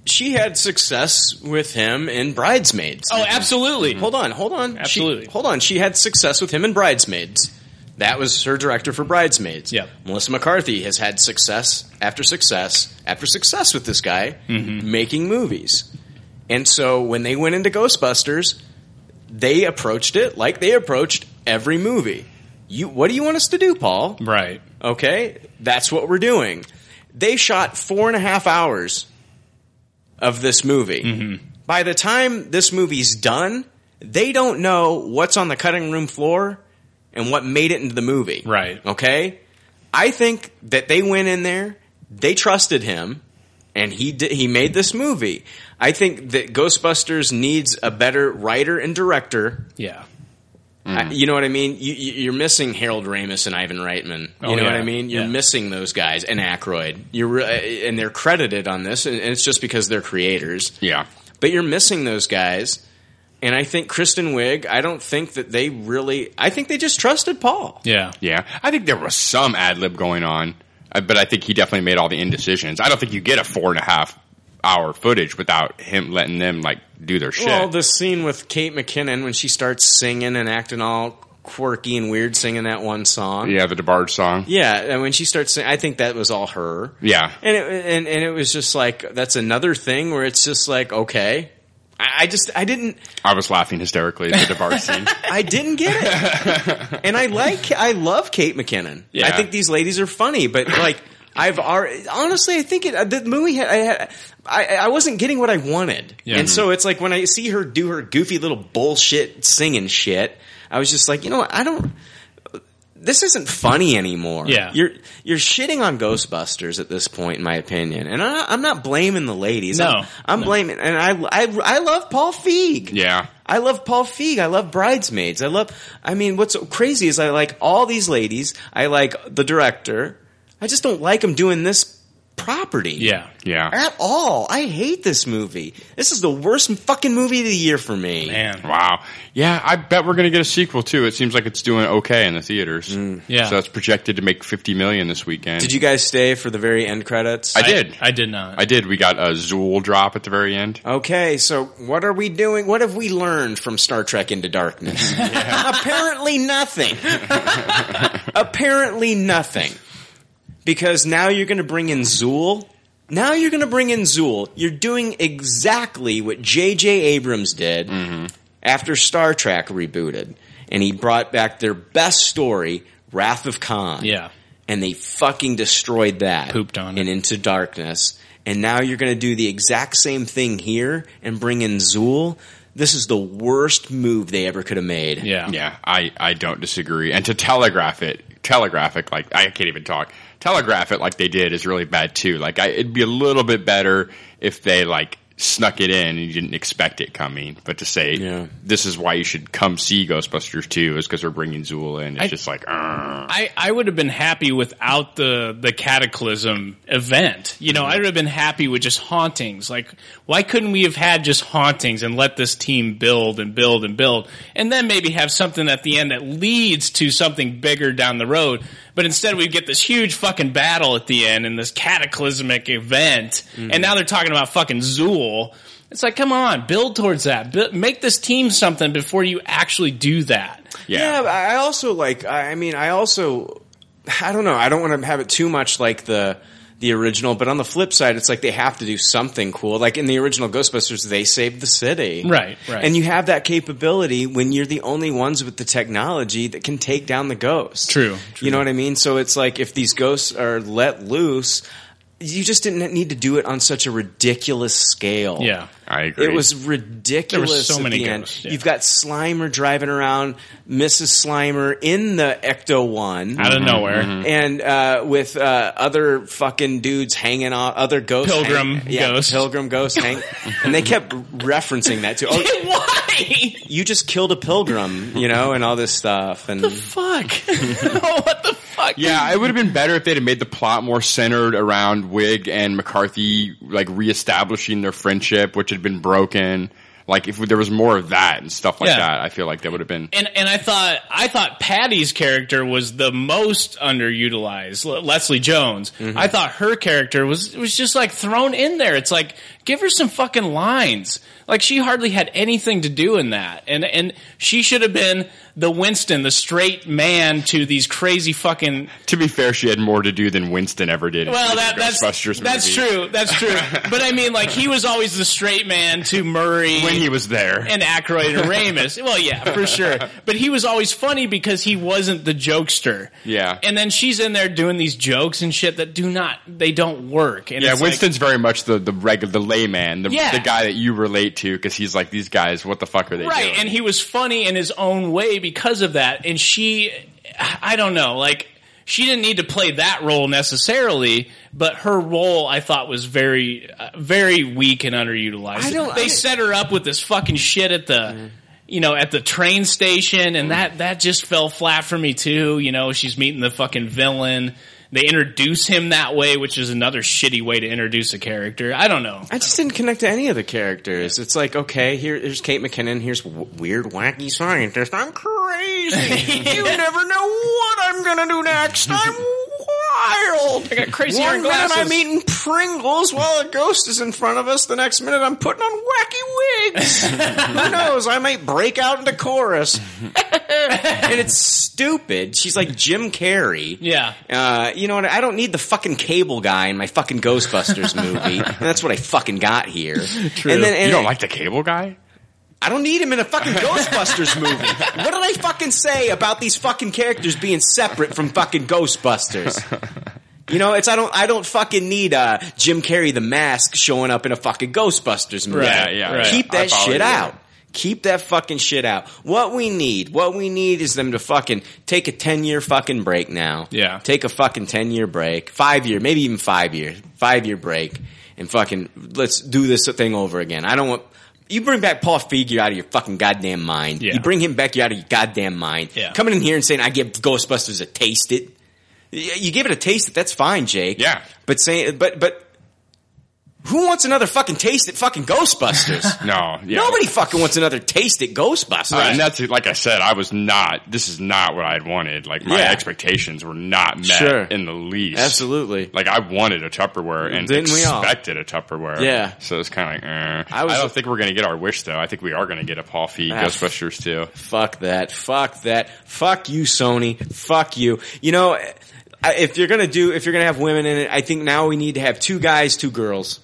[SPEAKER 6] she had success with him in Bridesmaids.
[SPEAKER 4] Oh, absolutely.
[SPEAKER 6] Hold on, hold on. She-
[SPEAKER 4] Absolutely.
[SPEAKER 6] hold on. She had success with him in Bridesmaids. That was her director for Bridesmaids. Yeah. Melissa McCarthy has had success after success after success with this guy
[SPEAKER 4] Mm-hmm.
[SPEAKER 6] making movies. And so when they went into Ghostbusters, they approached it like they approached every movie. You what do you want us to do, Paul?
[SPEAKER 4] Right.
[SPEAKER 6] Okay? That's what we're doing. They shot four and a half hours of this movie. By the time this movie's done, they don't know what's on the cutting room floor and what made it into the movie. Right. Okay? I think that they went in there, they trusted him, and he did, he made this movie. I think that Ghostbusters needs a better writer and director.
[SPEAKER 4] Yeah.
[SPEAKER 6] I-
[SPEAKER 4] Mm.
[SPEAKER 6] you know what I mean? You, you- you're missing Harold Ramis and Ivan Reitman. You
[SPEAKER 4] Oh,
[SPEAKER 6] know what
[SPEAKER 4] yeah.
[SPEAKER 6] I mean? You're missing those guys and Aykroyd. You're re- and they're credited on this, and, and it's just because they're creators.
[SPEAKER 8] Yeah,
[SPEAKER 6] but you're missing those guys. And I think Kristen Wiig. I don't think that they really. I think they just trusted Paul.
[SPEAKER 4] Yeah.
[SPEAKER 8] Yeah. I think there was some ad lib going on, uh, but I think he definitely made all the indecisions. I don't think you get a four and a half hour footage without him letting them like do their shit.
[SPEAKER 6] Well, the scene with Kate McKinnon when she starts singing and acting all quirky and weird, singing that one song.
[SPEAKER 8] yeah, the DeBarge song.
[SPEAKER 6] Yeah, and when she starts singing, I think that was all her.
[SPEAKER 8] Yeah.
[SPEAKER 6] And it, and and it was just like that's another thing where it's just like okay, I I just I didn't
[SPEAKER 8] I was laughing hysterically at the DeVar scene.
[SPEAKER 6] I didn't get it. and I like, I love Kate McKinnon.
[SPEAKER 8] Yeah.
[SPEAKER 6] I think these ladies are funny, but like, I've already, honestly, I think it, the movie had, I, had, I, I wasn't getting what I wanted.
[SPEAKER 4] Yeah. Mm-hmm.
[SPEAKER 6] And so it's like when I see her do her goofy little bullshit singing shit, I was just like, you know what? I don't, this isn't funny anymore.
[SPEAKER 4] Yeah.
[SPEAKER 6] You're, you're shitting on Ghostbusters at this point, in my opinion. And I, I'm not blaming the ladies.
[SPEAKER 4] No.
[SPEAKER 6] I'm, I'm blaming, and I, I, I love Paul Feig.
[SPEAKER 8] Yeah.
[SPEAKER 6] I love Paul Feig. I love Bridesmaids. I love. I mean, what's so crazy is I like all these ladies. I like the director. I just don't like him doing this property.
[SPEAKER 4] Yeah.
[SPEAKER 8] Yeah.
[SPEAKER 6] At all. I hate this movie. This is the worst fucking movie of the year for me.
[SPEAKER 4] Man.
[SPEAKER 8] Wow. Yeah, I bet we're going to get a sequel too. It seems like it's doing okay in the theaters.
[SPEAKER 4] Yeah.
[SPEAKER 8] So it's projected to make 50 million this weekend.
[SPEAKER 6] Mm. Did you guys stay for the very end credits?
[SPEAKER 8] I did.
[SPEAKER 4] I did not.
[SPEAKER 8] I did. We got a Zool drop at the very end.
[SPEAKER 6] Okay, so what are we doing? What have we learned from Star Trek Into Darkness? Apparently nothing. Apparently nothing. Because now you're going to bring in Zool. Now you're going to bring in Zool. You're doing exactly what J.J. Abrams did after Star Trek rebooted. And he brought back their best story, Wrath of Khan
[SPEAKER 4] yeah.
[SPEAKER 6] and they fucking destroyed that.
[SPEAKER 4] Pooped on it.
[SPEAKER 6] And into darkness. And now you're going to do the exact same thing here and bring in Zool. This is the worst move they ever could have made.
[SPEAKER 4] Yeah.
[SPEAKER 8] Yeah, I, I don't disagree. And to telegraph it, telegraph it like I can't even talk. Telegraph it like they did is really bad too. Like I, it'd be a little bit better if they like snuck it in and you didn't expect it coming. But to say
[SPEAKER 6] Yeah.
[SPEAKER 8] this is why you should come see Ghostbusters two is because we're bringing Zool in. It's just like "Arr."
[SPEAKER 4] I, I would have been happy without the, the cataclysm event. You know, I would have been happy with just hauntings. Like, why couldn't we have had just hauntings and let this team build and build and build and then maybe have something at the end that leads to something bigger down the road? But instead we get this huge fucking battle at the end and this cataclysmic event. And now they're talking about fucking Zool. It's like, come on, build towards that. Bu make this team something before you actually do that.
[SPEAKER 8] yeah.
[SPEAKER 6] Yeah, but I also like. I I mean, I also. I don't know. I don't want to have it too much like the the original, but on the flip side, it's like they have to do something cool. Like in the original Ghostbusters, they saved the city,
[SPEAKER 4] Right, right.
[SPEAKER 6] And you have that capability when you're the only ones with the technology that can take down the ghost.
[SPEAKER 4] True,
[SPEAKER 6] You know what I mean? So it's like if these ghosts are let loose, you just didn't need to do it on such a ridiculous scale.
[SPEAKER 4] Yeah.
[SPEAKER 8] I agree.
[SPEAKER 6] It was ridiculous ridiculous
[SPEAKER 4] There were so
[SPEAKER 6] at
[SPEAKER 4] many
[SPEAKER 6] the end.
[SPEAKER 4] ghosts, yeah.
[SPEAKER 6] You've got Slimer driving around, Mrs. Slimer in the Ecto One,
[SPEAKER 4] Out of nowhere.
[SPEAKER 6] and uh, with uh, other fucking dudes hanging on, other ghosts,
[SPEAKER 4] Pilgrim
[SPEAKER 6] hang- yeah,
[SPEAKER 4] ghosts.
[SPEAKER 6] pilgrim ghosts, hang, and they kept referencing that too. Oh,
[SPEAKER 4] Why?
[SPEAKER 6] you just killed a pilgrim, you know, and all this stuff, and
[SPEAKER 4] Fuck. oh, what the fuck?
[SPEAKER 8] Yeah, it would have been better if they'd have made the plot more centered around Wig and McCarthy, like reestablishing their friendship, which had been broken. Like if there was more of that and stuff like
[SPEAKER 4] Yeah.
[SPEAKER 8] that, I feel like that would have been.
[SPEAKER 4] And and I thought I thought Patty's character was the most underutilized. Le- Leslie Jones. I thought her character was was just like thrown in there. It's like give her some fucking lines. Like she hardly had anything to do in that. And and she should have been the Winston, the straight man to these crazy fucking
[SPEAKER 8] To be fair, she had more to do than Winston ever did. in
[SPEAKER 4] Well,
[SPEAKER 8] the
[SPEAKER 4] that, that's
[SPEAKER 8] Ghostbusters
[SPEAKER 4] that's
[SPEAKER 8] movie.
[SPEAKER 4] true. That's true. but I mean, like he was always the straight man to Murray
[SPEAKER 8] When he was there,
[SPEAKER 4] and Aykroyd and Ramus. Well, yeah, for sure. But he was always funny because he wasn't the jokester.
[SPEAKER 8] Yeah.
[SPEAKER 4] And then she's in there doing these jokes and shit that do not they don't work. And
[SPEAKER 8] yeah,
[SPEAKER 4] it's like-
[SPEAKER 8] Winston's very much the the regular, the layman, the,
[SPEAKER 4] Yeah.
[SPEAKER 8] the guy that you relate to because he's like these guys. What the fuck are they
[SPEAKER 4] right,
[SPEAKER 8] doing?
[SPEAKER 4] and he was funny in his own way because of that. And she, I don't know, like she didn't need to play that role necessarily, but her role I thought was very, uh, very weak and underutilized.
[SPEAKER 6] I don't-
[SPEAKER 4] they
[SPEAKER 6] I-
[SPEAKER 4] set her up with this fucking shit at the. You know, at the train station, and that that just fell flat for me too. You know, she's meeting the fucking villain. They introduce him that way, which is another shitty way to introduce a character. I don't know.
[SPEAKER 6] I just didn't connect to any of the characters. It's like, okay, here, here's Kate McKinnon. Here's w- weird, wacky scientist. I'm crazy. you never know what I'm gonna do next. I'm wild. I got
[SPEAKER 4] crazy
[SPEAKER 6] One
[SPEAKER 4] iron
[SPEAKER 6] minute
[SPEAKER 4] glasses.
[SPEAKER 6] I'm eating Pringles while a ghost is in front of us. The next minute I'm putting on wacky wigs. Who knows? I might break out into chorus. and it's stupid. She's like Jim Carrey.
[SPEAKER 4] Yeah.
[SPEAKER 6] Uh, you know what? I don't need the fucking cable guy in my fucking Ghostbusters movie. and that's what I fucking got here. True. And then, and
[SPEAKER 8] you don't like the cable guy?
[SPEAKER 6] I don't need him in a fucking Ghostbusters movie. What did I fucking say about these fucking characters being separate from fucking Ghostbusters? You know, it's I don't I don't fucking need uh, Jim Carrey the mask showing up in a fucking Ghostbusters movie.
[SPEAKER 8] Right, yeah, right.
[SPEAKER 6] Keep
[SPEAKER 8] I
[SPEAKER 6] that
[SPEAKER 8] follow
[SPEAKER 6] shit
[SPEAKER 8] you.
[SPEAKER 6] out. Keep that fucking shit out. What we need, what we need is them to fucking take a 10 year fucking break now.
[SPEAKER 4] Yeah.
[SPEAKER 6] Take a fucking 10 year break, 5 year, maybe even 5 year, 5 year break and fucking let's do this thing over again. I don't want you bring back Paul Feig, you're out of your fucking goddamn mind.
[SPEAKER 4] Yeah.
[SPEAKER 6] You bring him back, you're out of your goddamn mind.
[SPEAKER 4] Yeah.
[SPEAKER 6] Coming in here and saying, I give Ghostbusters a taste it. Y- You give it a taste it, that's fine, Jake.
[SPEAKER 8] Yeah.
[SPEAKER 6] But saying, but, but who wants another fucking taste at fucking Ghostbusters?
[SPEAKER 8] No, yeah.
[SPEAKER 6] Nobody fucking wants another taste at Ghostbusters.
[SPEAKER 8] And that's it. like I said, I was not. This is not what I had wanted. Like my
[SPEAKER 6] Yeah.
[SPEAKER 8] expectations were not met
[SPEAKER 6] Sure.
[SPEAKER 8] in the least.
[SPEAKER 6] Absolutely.
[SPEAKER 8] Like I wanted a Tupperware and
[SPEAKER 6] Didn't we all?
[SPEAKER 8] expected a Tupperware.
[SPEAKER 6] Yeah.
[SPEAKER 8] So it's kind of like, eh.
[SPEAKER 6] I
[SPEAKER 8] I,
[SPEAKER 6] was-
[SPEAKER 8] don't think we're gonna get our wish though. I think we are gonna get a Paul Feig
[SPEAKER 6] Ah.
[SPEAKER 8] Ghostbusters too.
[SPEAKER 6] Fuck that. Fuck that. Fuck you, Sony. Fuck you. You know, I- if you're gonna do, if you're gonna have women in it, I think now we need to have two guys, two girls.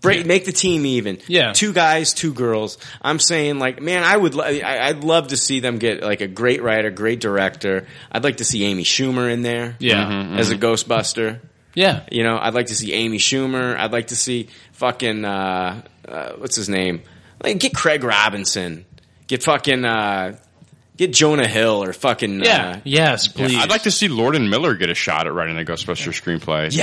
[SPEAKER 6] Break, Make the team even.
[SPEAKER 4] Yeah.
[SPEAKER 6] Two guys, two girls. I'm saying, like, man, I would, lo- I, I'd love to see them get like a great writer, great director. I'd like to see Amy Schumer in there.
[SPEAKER 4] Yeah. Mm-hmm,
[SPEAKER 6] As a Ghostbuster.
[SPEAKER 4] Yeah.
[SPEAKER 6] You know, I'd like to see Amy Schumer. I'd like to see fucking uh, uh, what's his name? Like, get Craig Robinson. Get fucking uh, get Jonah Hill or fucking
[SPEAKER 4] Yeah.
[SPEAKER 6] Uh,
[SPEAKER 4] yes, please.
[SPEAKER 8] I'd like to see Lord and Miller get a shot at writing the Ghostbusters screenplay. to be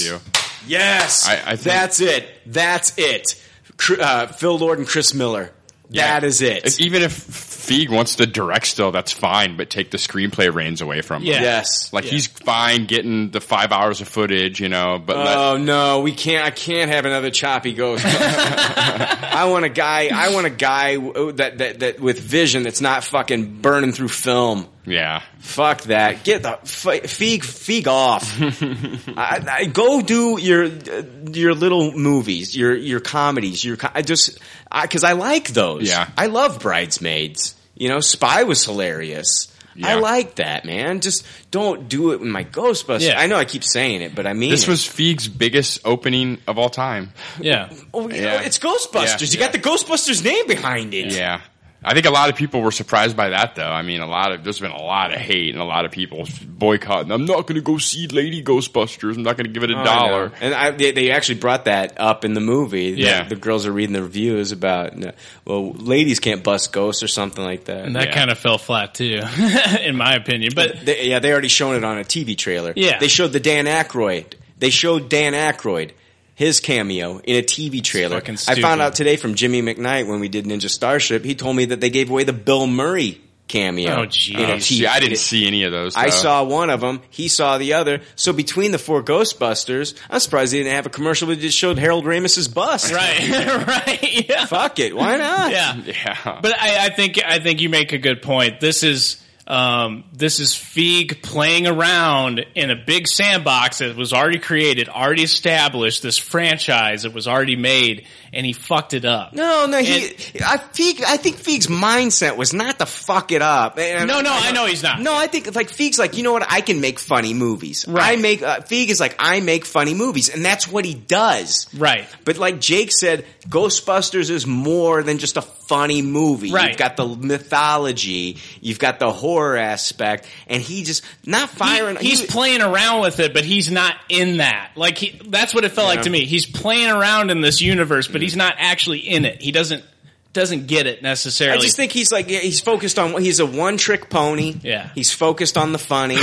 [SPEAKER 6] Yes!
[SPEAKER 8] with you.
[SPEAKER 6] yes,
[SPEAKER 8] I- I think-
[SPEAKER 6] that's it. That's it. Cr- Uh, Phil Lord and Chris Miller. That is it.
[SPEAKER 8] Like, even if Feig wants to direct still, that's fine, but take the screenplay reins away from him.
[SPEAKER 4] Yeah.
[SPEAKER 6] Yes.
[SPEAKER 8] Like he's fine getting the five hours of footage, you know, but let-
[SPEAKER 6] Oh no, we can't. I can't have another choppy ghost. I want a guy. I want a guy w- that that that with vision that's not fucking burning through film.
[SPEAKER 8] yeah.
[SPEAKER 6] Fuck that. Get the f- feeg feeg off. I, I, go do your uh, your little movies, your your comedies, your co- I just because I, like those.
[SPEAKER 8] Yeah.
[SPEAKER 6] I love bridesmaids. You know, Spy was hilarious. I
[SPEAKER 8] Yeah.
[SPEAKER 6] like that man. Just don't do it with my Ghostbusters.
[SPEAKER 4] Yeah.
[SPEAKER 6] I know I keep saying it, but I mean
[SPEAKER 8] This
[SPEAKER 6] it.
[SPEAKER 8] was Feig's biggest opening of all time.
[SPEAKER 4] yeah.
[SPEAKER 6] Oh, you
[SPEAKER 8] Yeah.
[SPEAKER 6] know, it's Ghostbusters.
[SPEAKER 8] Yeah.
[SPEAKER 6] You got the Ghostbusters name behind it.
[SPEAKER 8] Yeah. I think a lot of people were surprised by that, though. I mean, a lot of there's been a lot of hate and a lot of people boycotting. I'm not going to go see Lady Ghostbusters. I'm not going to give it a
[SPEAKER 6] Oh, I
[SPEAKER 8] dollar.
[SPEAKER 6] know. And I, they, they actually brought that up in the movie. The-
[SPEAKER 8] Yeah.
[SPEAKER 6] The, girls are reading the reviews about, well, ladies can't bust ghosts or something like that.
[SPEAKER 4] And that
[SPEAKER 8] Yeah.
[SPEAKER 4] kind of fell flat too, in my opinion. But
[SPEAKER 6] They, yeah, they already shown it on a TV trailer.
[SPEAKER 4] Yeah.
[SPEAKER 6] They showed the Dan Aykroyd. They showed Dan Aykroyd. His cameo in a TV trailer.
[SPEAKER 4] fucking
[SPEAKER 6] I
[SPEAKER 4] stupid.
[SPEAKER 6] found out today from Jimmy McKnight when we did Ninja Starship. He told me that they gave away the Bill Murray cameo.
[SPEAKER 4] Oh,
[SPEAKER 6] in a
[SPEAKER 4] jeez.
[SPEAKER 8] Oh, see, I didn't
[SPEAKER 6] it-
[SPEAKER 8] see any of those.
[SPEAKER 6] I
[SPEAKER 8] though.
[SPEAKER 6] saw one of them. He saw the other. So between the four Ghostbusters, I'm surprised they didn't have a commercial that just showed Harold Ramis's bust.
[SPEAKER 4] right, right, yeah,
[SPEAKER 6] Fuck it. Why not?
[SPEAKER 4] yeah.
[SPEAKER 8] Yeah.
[SPEAKER 4] But I, I think I think you make a good point. This is um, this is Feig playing around in a big sandbox that was already created, already established. This franchise that was already made, and he fucked it up.
[SPEAKER 6] No, no. He, I, Feig, I think Feig's mindset was not to fuck it up. And-
[SPEAKER 4] No, no, I know he's not.
[SPEAKER 6] No, I think like Feig's like, you know what? I can make funny movies.
[SPEAKER 4] Right.
[SPEAKER 6] I make uh, Feig is like, I make funny movies, and that's what he does.
[SPEAKER 4] Right.
[SPEAKER 6] But like Jake said, Ghostbusters is more than just a funny movie.
[SPEAKER 4] Right.
[SPEAKER 6] You've got the mythology, you've got the horror aspect, and he just not firing.
[SPEAKER 4] He- he's
[SPEAKER 6] he-
[SPEAKER 4] playing around with it, but he's not in that. Like he, that's what it felt like to me. He's playing around in this universe, but he's not actually in it. He doesn't doesn't get it necessarily.
[SPEAKER 6] I just think he's like yeah, he's focused on he's a one trick pony.
[SPEAKER 4] Yeah.
[SPEAKER 6] he's focused on the funny,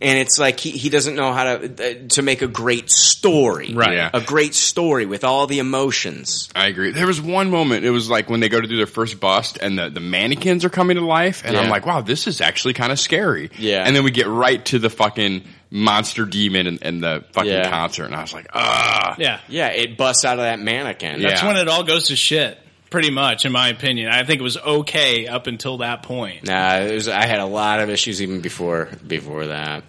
[SPEAKER 6] and it's like he, he doesn't know how to uh, to make a great story,
[SPEAKER 4] Right.
[SPEAKER 8] Yeah.
[SPEAKER 6] A great story with all the emotions.
[SPEAKER 8] I agree. There was one moment. It was like when they go to do their first bust, and the, the mannequins are coming to life, and I'm
[SPEAKER 6] Yeah.
[SPEAKER 8] like, wow, this is actually kind of scary.
[SPEAKER 6] Yeah.
[SPEAKER 8] And then we get right to the fucking monster demon and, and the fucking
[SPEAKER 6] Yeah.
[SPEAKER 8] concert, and I was like, ah,
[SPEAKER 4] yeah,
[SPEAKER 6] Yeah, it busts out of that mannequin.
[SPEAKER 8] Yeah.
[SPEAKER 4] that's when it all goes to shit. Pretty much, in my opinion, I think it was okay up until that point.
[SPEAKER 6] Nah, it was, I had a lot of issues even before before that.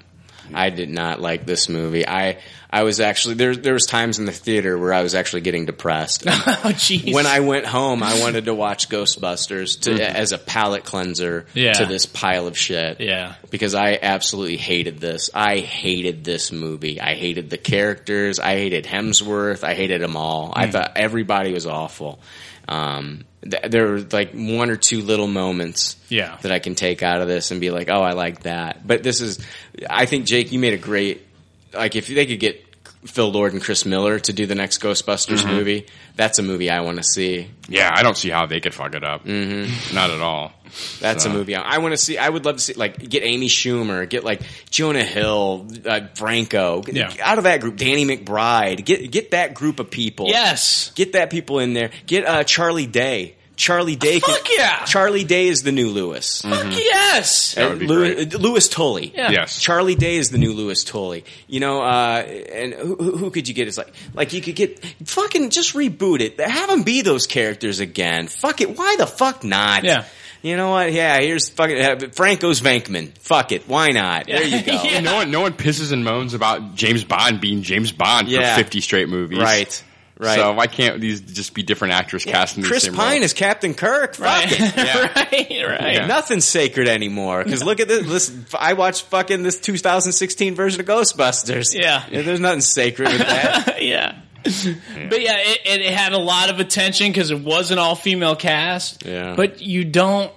[SPEAKER 6] I did not like this movie. I I was actually there. There was times in the theater where I was actually getting depressed. When I went home, I wanted to watch Ghostbusters to,
[SPEAKER 4] Mhm.
[SPEAKER 6] as a palate cleanser
[SPEAKER 4] Yeah.
[SPEAKER 6] to this pile of shit.
[SPEAKER 4] Yeah.
[SPEAKER 6] because I absolutely hated this. I hated this movie. I hated the characters. I hated Hemsworth. I hated them all. I
[SPEAKER 4] Mm.
[SPEAKER 6] thought everybody was awful. Um, th- there were like one or two little moments
[SPEAKER 4] Yeah.
[SPEAKER 6] that I can take out of this and be like, oh, I like that. But this is, I think Jake, you made a great, like if they could get Phil Lord and Chris Miller to do the next Ghostbusters
[SPEAKER 8] Mhm.
[SPEAKER 6] movie, that's a movie I want to see.
[SPEAKER 8] Yeah, I don't see how they could fuck it up. Mm-hmm. Not at all.
[SPEAKER 6] That's
[SPEAKER 4] Uh-huh.
[SPEAKER 8] So.
[SPEAKER 6] a movie I, I want to see. I would love to see, like, get Amy Schumer, get like Jonah Hill, uh, Franco,
[SPEAKER 4] Yeah.
[SPEAKER 6] out of that group. Danny McBride, get get that group of people.
[SPEAKER 4] Yes,
[SPEAKER 6] get that people in there. Get uh, Charlie Day. Charlie Day.
[SPEAKER 4] Fuck yeah! Mm-hmm.
[SPEAKER 6] Charlie Day is the new Lewis.
[SPEAKER 4] yes.
[SPEAKER 6] Uh, Lew- uh, Lewis Tully.
[SPEAKER 4] Yeah. Yes.
[SPEAKER 6] Charlie Day is the new Lewis Tully. You know, uh, and who, who who could you get? It's like, like you could get fucking just reboot it. Have them be those characters again. Fuck it. Why the fuck not?
[SPEAKER 4] Yeah.
[SPEAKER 6] You know what? Yeah, here's fucking uh, Franco's Venkman. Fuck it. Why not? There you go.
[SPEAKER 8] Yeah, No one, no one pisses and moans about James Bond being James Bond
[SPEAKER 6] Yeah.
[SPEAKER 8] for fifty straight movies.
[SPEAKER 6] Right. Right.
[SPEAKER 8] So why can't these just be different actors casting these
[SPEAKER 6] Chris
[SPEAKER 8] same
[SPEAKER 6] Pine is Captain Kirk. Fuck it.
[SPEAKER 4] right, right.
[SPEAKER 6] Nothing's sacred anymore. Because look at this, this. I watched fucking this 2016 version of Ghostbusters.
[SPEAKER 4] Yeah.
[SPEAKER 6] There's nothing sacred with that.
[SPEAKER 4] yeah. But yeah, it, it it had a lot of attention because it was an all female cast.
[SPEAKER 6] Yeah.
[SPEAKER 4] But you don't,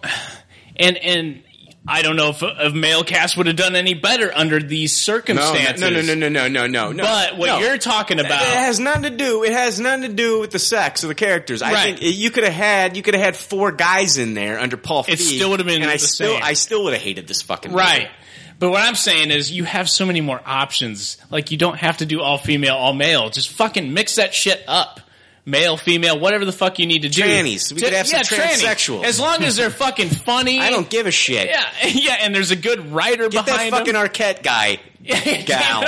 [SPEAKER 4] and and I don't know if a, a male cast would have done any better under these circumstances.
[SPEAKER 6] No, no, no, no, no, no, no, no.
[SPEAKER 4] But what
[SPEAKER 6] No.
[SPEAKER 4] you're talking about,
[SPEAKER 6] It has nothing to do. It has nothing to do with the sex of the characters. I
[SPEAKER 4] Right.
[SPEAKER 6] think it- you could have had you could have had four guys in there under Paul.
[SPEAKER 4] It
[SPEAKER 6] Feig,
[SPEAKER 4] still would have been
[SPEAKER 6] and I
[SPEAKER 4] the
[SPEAKER 6] still
[SPEAKER 4] same.
[SPEAKER 6] I still would have hated this fucking
[SPEAKER 4] right?
[SPEAKER 6] movie.
[SPEAKER 4] But what I'm saying is, you have so many more options. Like you don't have to do all female, all male. Just fucking mix that shit up. Male, female, whatever the fuck you need to do.
[SPEAKER 6] Trannies. We could have some
[SPEAKER 4] yeah, trannies.
[SPEAKER 6] transsexuals.
[SPEAKER 4] As long as they're fucking funny.
[SPEAKER 6] I don't give a shit.
[SPEAKER 4] Yeah, yeah, and there's a good writer
[SPEAKER 6] Get that
[SPEAKER 4] behind
[SPEAKER 6] fucking
[SPEAKER 4] him.
[SPEAKER 6] Arquette guy.
[SPEAKER 4] Yeah,
[SPEAKER 6] gal.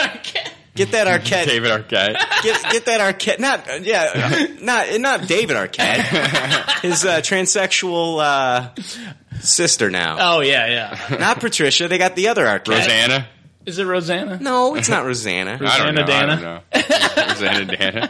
[SPEAKER 6] Get that Arquette.
[SPEAKER 8] David Arquette.
[SPEAKER 6] Get, get that Arquette. Not uh, yeah. Not not David Arquette. His uh, transsexual uh, sister now.
[SPEAKER 4] Oh yeah, yeah.
[SPEAKER 6] Not Patricia. They got the other Arquette.
[SPEAKER 8] Rosanna.
[SPEAKER 4] Is it Rosanna?
[SPEAKER 6] No, it's not Rosanna.
[SPEAKER 8] I don't know.
[SPEAKER 4] Rosanna
[SPEAKER 8] I don't know. Rosanna Dana.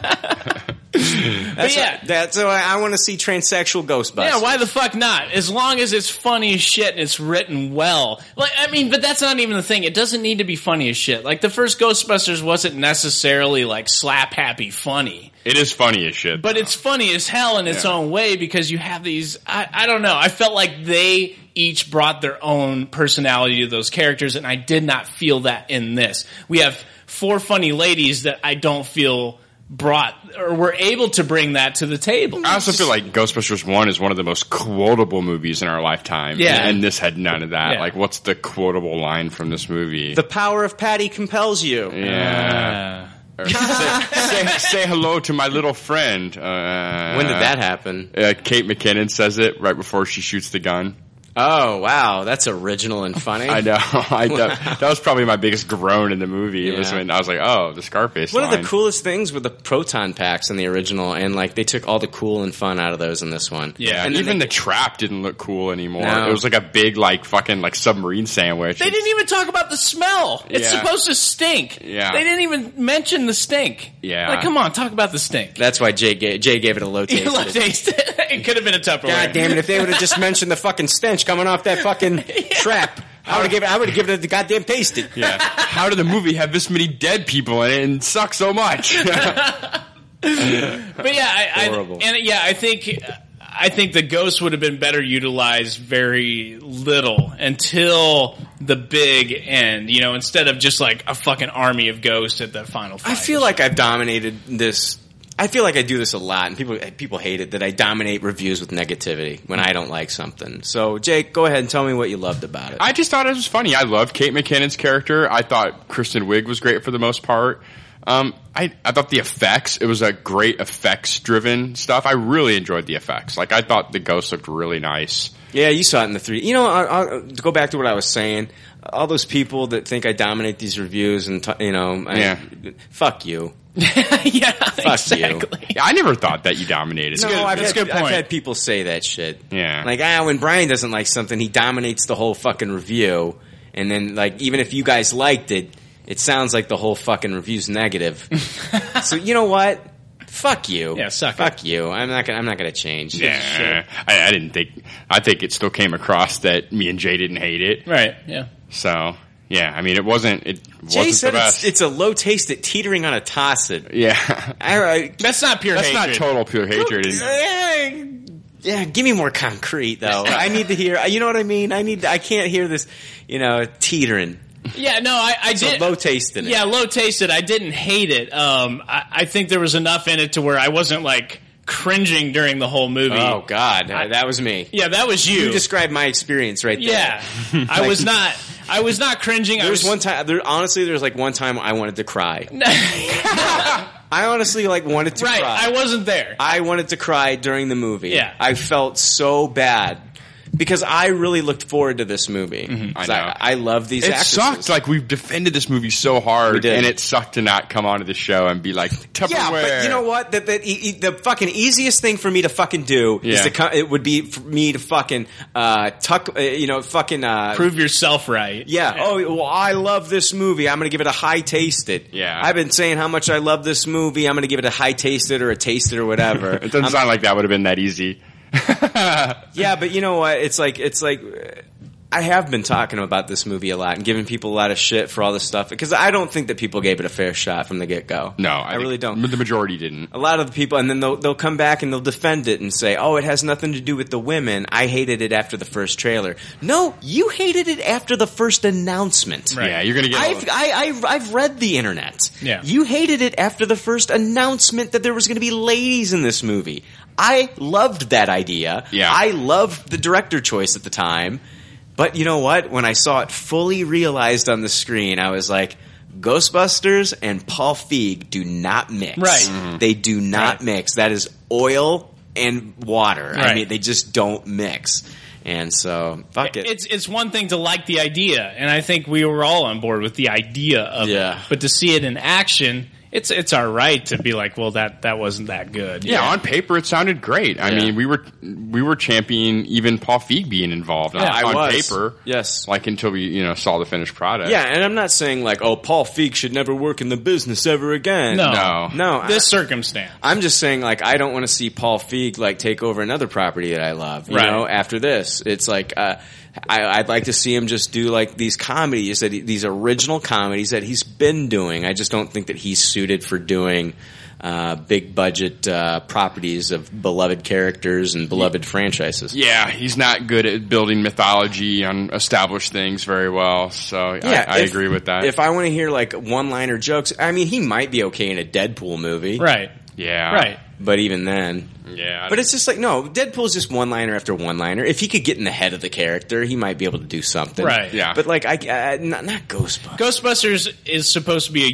[SPEAKER 6] That's
[SPEAKER 4] But yeah.
[SPEAKER 6] what- that's why I want to see transsexual Ghostbusters.
[SPEAKER 4] Yeah, why the fuck not? As long as it's funny as shit and it's written well. Like, I mean, but that's not even the thing. It doesn't need to be funny as shit. Like, the first Ghostbusters wasn't necessarily, like, slap happy funny.
[SPEAKER 8] It is funny as shit.
[SPEAKER 4] But it's funny as hell in its
[SPEAKER 8] Yeah.
[SPEAKER 4] own way because you have these. I, I don't know. I felt like they each brought their own personality to those characters, and I did not feel that in this. We have four funny ladies that I don't feel brought or were able to bring that to the table.
[SPEAKER 8] I also feel like Ghostbusters One is one of the most quotable movies in our lifetime.
[SPEAKER 4] Yeah.
[SPEAKER 8] and, this had none of that.
[SPEAKER 4] Yeah.
[SPEAKER 8] Like, what's the quotable line from this movie?
[SPEAKER 6] The power of Patty compels you.
[SPEAKER 8] yeah. Or say, say, say hello to my little friend. Uh,
[SPEAKER 6] When did that happen?
[SPEAKER 8] Uh, Kate McKinnon says it right before she shoots the gun.
[SPEAKER 6] Oh wow, that's original and funny.
[SPEAKER 8] I know. I, that, that was probably my biggest groan in the movie. It was
[SPEAKER 6] Yeah.
[SPEAKER 8] when I was like, "Oh, the Scarface."
[SPEAKER 6] One of the
[SPEAKER 8] line.
[SPEAKER 6] coolest things were the proton packs in the original, and like they took all the cool and fun out of those in this one.
[SPEAKER 8] Yeah,
[SPEAKER 6] and
[SPEAKER 8] and
[SPEAKER 6] then
[SPEAKER 8] even
[SPEAKER 6] they-
[SPEAKER 8] the trap didn't look cool anymore.
[SPEAKER 6] No.
[SPEAKER 8] It was like a big, like fucking, like submarine sandwich.
[SPEAKER 4] They didn't even talk about the smell. It's
[SPEAKER 8] Yeah.
[SPEAKER 4] supposed to stink.
[SPEAKER 8] Yeah.
[SPEAKER 4] They didn't even mention the stink.
[SPEAKER 8] Yeah.
[SPEAKER 4] Like, come on, talk about the stink.
[SPEAKER 6] That's why Jay gave, Jay gave it a low taste.
[SPEAKER 4] Look, taste it. It could have been a Tupperware.
[SPEAKER 6] God damn it! If they would have just mentioned the fucking stench coming off that fucking trap, I would have given I would have given it the goddamn taste. It.
[SPEAKER 8] Yeah. How did the movie have this many dead people in it and suck so much?
[SPEAKER 4] But yeah, I, I
[SPEAKER 6] Horrible.
[SPEAKER 4] and yeah, I think I think the ghost would have been better utilized very little until the big end. You know, instead of just like a fucking army of ghosts at the final. Fight.
[SPEAKER 6] I feel like I've dominated this. I feel like I do this a lot, and people people hate it that I dominate reviews with negativity when I don't like something. So, Jake, go ahead and tell me what you loved about it.
[SPEAKER 8] I just thought it was funny. I loved Kate McKinnon's character. I thought Kristen Wiig was great for the most part. Um, I, I thought the effects, it was a great effects driven stuff. I really enjoyed the effects. Like, I thought the ghost looked really nice.
[SPEAKER 6] Yeah, you saw it in the three. You know, I, I, to go back to what I was saying, all those people that think I dominate these reviews and t- you know, I-
[SPEAKER 8] Yeah.
[SPEAKER 6] fuck you.
[SPEAKER 4] yeah,
[SPEAKER 6] exactly.
[SPEAKER 4] exactly.
[SPEAKER 8] Yeah, I never thought that you dominated.
[SPEAKER 6] no, I've,
[SPEAKER 4] that's
[SPEAKER 6] had,
[SPEAKER 4] a good
[SPEAKER 6] I've
[SPEAKER 4] point.
[SPEAKER 6] had people say that shit.
[SPEAKER 8] Yeah.
[SPEAKER 6] like ah, when Brian doesn't like something, he dominates the whole fucking review, and then like even if you guys liked it, it sounds like the whole fucking review's negative. so you know what? Fuck you. Yeah, suck. Fuck you. I'm not gonna. I'm not gonna change.
[SPEAKER 8] Yeah, I, I didn't think. I think it still came across that me and Jay didn't hate it.
[SPEAKER 4] Right. Yeah.
[SPEAKER 8] So yeah, I mean, it wasn't. It
[SPEAKER 6] Jay
[SPEAKER 8] wasn't the
[SPEAKER 6] said
[SPEAKER 8] best.
[SPEAKER 6] it's, it's a low taste at teetering on a tossid.
[SPEAKER 8] yeah,
[SPEAKER 6] I, I,
[SPEAKER 4] That's not pure
[SPEAKER 8] that's not
[SPEAKER 4] hatred.
[SPEAKER 8] total pure hatred.
[SPEAKER 6] Yeah, yeah, give me more concrete though. I need to hear. You know what I mean? I need. I can't hear this. You know, teetering.
[SPEAKER 4] Yeah, no, I, I
[SPEAKER 6] So
[SPEAKER 4] did.
[SPEAKER 6] low taste in it.
[SPEAKER 4] yeah, low tasted. I didn't hate it. Um, I, I think there was enough in it to where I wasn't like cringing during the whole movie.
[SPEAKER 6] Oh God, I- that was me.
[SPEAKER 4] Yeah, that was you.
[SPEAKER 6] You described my experience right there.
[SPEAKER 4] yeah, I was not. I was not cringing. I
[SPEAKER 6] There was
[SPEAKER 4] was
[SPEAKER 6] one time. There, honestly, there was like one time I wanted to cry. I honestly like wanted to
[SPEAKER 4] right.
[SPEAKER 6] cry.
[SPEAKER 4] I wasn't there.
[SPEAKER 6] I wanted to cry during the movie.
[SPEAKER 4] Yeah.
[SPEAKER 6] I felt so bad because I really looked forward to this movie. 'Cause
[SPEAKER 8] Mm-hmm. I
[SPEAKER 6] I,
[SPEAKER 8] know.
[SPEAKER 6] I, love these
[SPEAKER 8] It
[SPEAKER 6] actresses.
[SPEAKER 8] sucked. Like we've defended this movie so hard,
[SPEAKER 6] did.
[SPEAKER 8] and it sucked to not come onto the show and be like Tupperware.
[SPEAKER 6] Yeah, but you know what? The, the, e- e- the fucking easiest thing for me to fucking do is
[SPEAKER 8] Yeah.
[SPEAKER 6] to co- it would be for me to fucking uh, tuck, uh, you know, fucking uh,
[SPEAKER 4] Prove yourself right.
[SPEAKER 6] Yeah. Oh, well, I love this movie. I'm going to give it a high tasted.
[SPEAKER 8] Yeah.
[SPEAKER 6] I've been saying how much I love this movie. I'm going to give it a high tasted or a tasted or whatever.
[SPEAKER 8] It doesn't
[SPEAKER 6] I'm-
[SPEAKER 8] sound like that would have been that easy.
[SPEAKER 6] yeah, but you know what? It's like it's like uh, I have been talking about this movie a lot and giving people a lot of shit for all this stuff because I don't think that people gave it a fair shot from the get go.
[SPEAKER 8] No,
[SPEAKER 6] I,
[SPEAKER 8] think
[SPEAKER 6] really don't.
[SPEAKER 8] The majority didn't.
[SPEAKER 6] a lot of the people, and then they'll they'll come back and they'll defend it and say, "Oh, it has nothing to do with the women." I hated it after the first trailer. No, you hated it after the first announcement.
[SPEAKER 4] Right.
[SPEAKER 8] Yeah, you're gonna get. all
[SPEAKER 6] I've,
[SPEAKER 8] the-
[SPEAKER 6] I, I've, I've read the internet.
[SPEAKER 4] Yeah.
[SPEAKER 6] You hated it after the first announcement that there was going to be ladies in this movie. I loved that idea.
[SPEAKER 8] Yeah.
[SPEAKER 6] I loved the director choice at the time. But you know what? When I saw it fully realized on the screen, I was like, Ghostbusters and Paul Feig do not mix.
[SPEAKER 4] Right. Mm-hmm.
[SPEAKER 6] They do not
[SPEAKER 4] Right.
[SPEAKER 6] mix. That is oil and water. I
[SPEAKER 4] Right.
[SPEAKER 6] mean, they just don't mix. And so, fuck it.
[SPEAKER 4] It's it's one thing to like the idea, and I think we were all on board with the idea of
[SPEAKER 6] Yeah.
[SPEAKER 4] it. But to see it in action, it's it's our right to be like, well, that that wasn't that good.
[SPEAKER 8] yeah, on paper it sounded great. I
[SPEAKER 6] Yeah.
[SPEAKER 8] mean, we were we were championing even Paul Feig being involved on,
[SPEAKER 4] Yeah, I
[SPEAKER 8] on
[SPEAKER 6] was.
[SPEAKER 8] paper.
[SPEAKER 6] Yes.
[SPEAKER 8] like until we you know saw the finished product.
[SPEAKER 6] Yeah, and I'm not saying like, oh, Paul Feig should never work in the business ever again.
[SPEAKER 4] No.
[SPEAKER 8] No.
[SPEAKER 6] no.
[SPEAKER 4] this
[SPEAKER 6] This
[SPEAKER 4] circumstance.
[SPEAKER 6] I'm just saying like, I don't want to see Paul Feig like take over another property that I love. You
[SPEAKER 4] Right.
[SPEAKER 6] know, after this, it's like uh, I, I'd like to see him just do like these comedies that he, these original comedies that he's been doing. I just don't think that he's suited for doing. Uh, big budget uh, properties of beloved characters and beloved franchises.
[SPEAKER 8] Yeah, he's not good at building mythology on established things very well. So I, I
[SPEAKER 6] if-
[SPEAKER 8] agree with that.
[SPEAKER 6] If I want to hear like one-liner jokes, I mean, he might be okay in a Deadpool movie,
[SPEAKER 4] Right.
[SPEAKER 8] yeah,
[SPEAKER 4] Right.
[SPEAKER 6] But even then,
[SPEAKER 8] Yeah,
[SPEAKER 6] But it's just like no, Deadpool's just one liner after one liner. If he could get in the head of the character, he might be able to do something.
[SPEAKER 4] Right.
[SPEAKER 8] Yeah.
[SPEAKER 6] But like I, I not, not Ghostbusters.
[SPEAKER 4] Ghostbusters is supposed to be a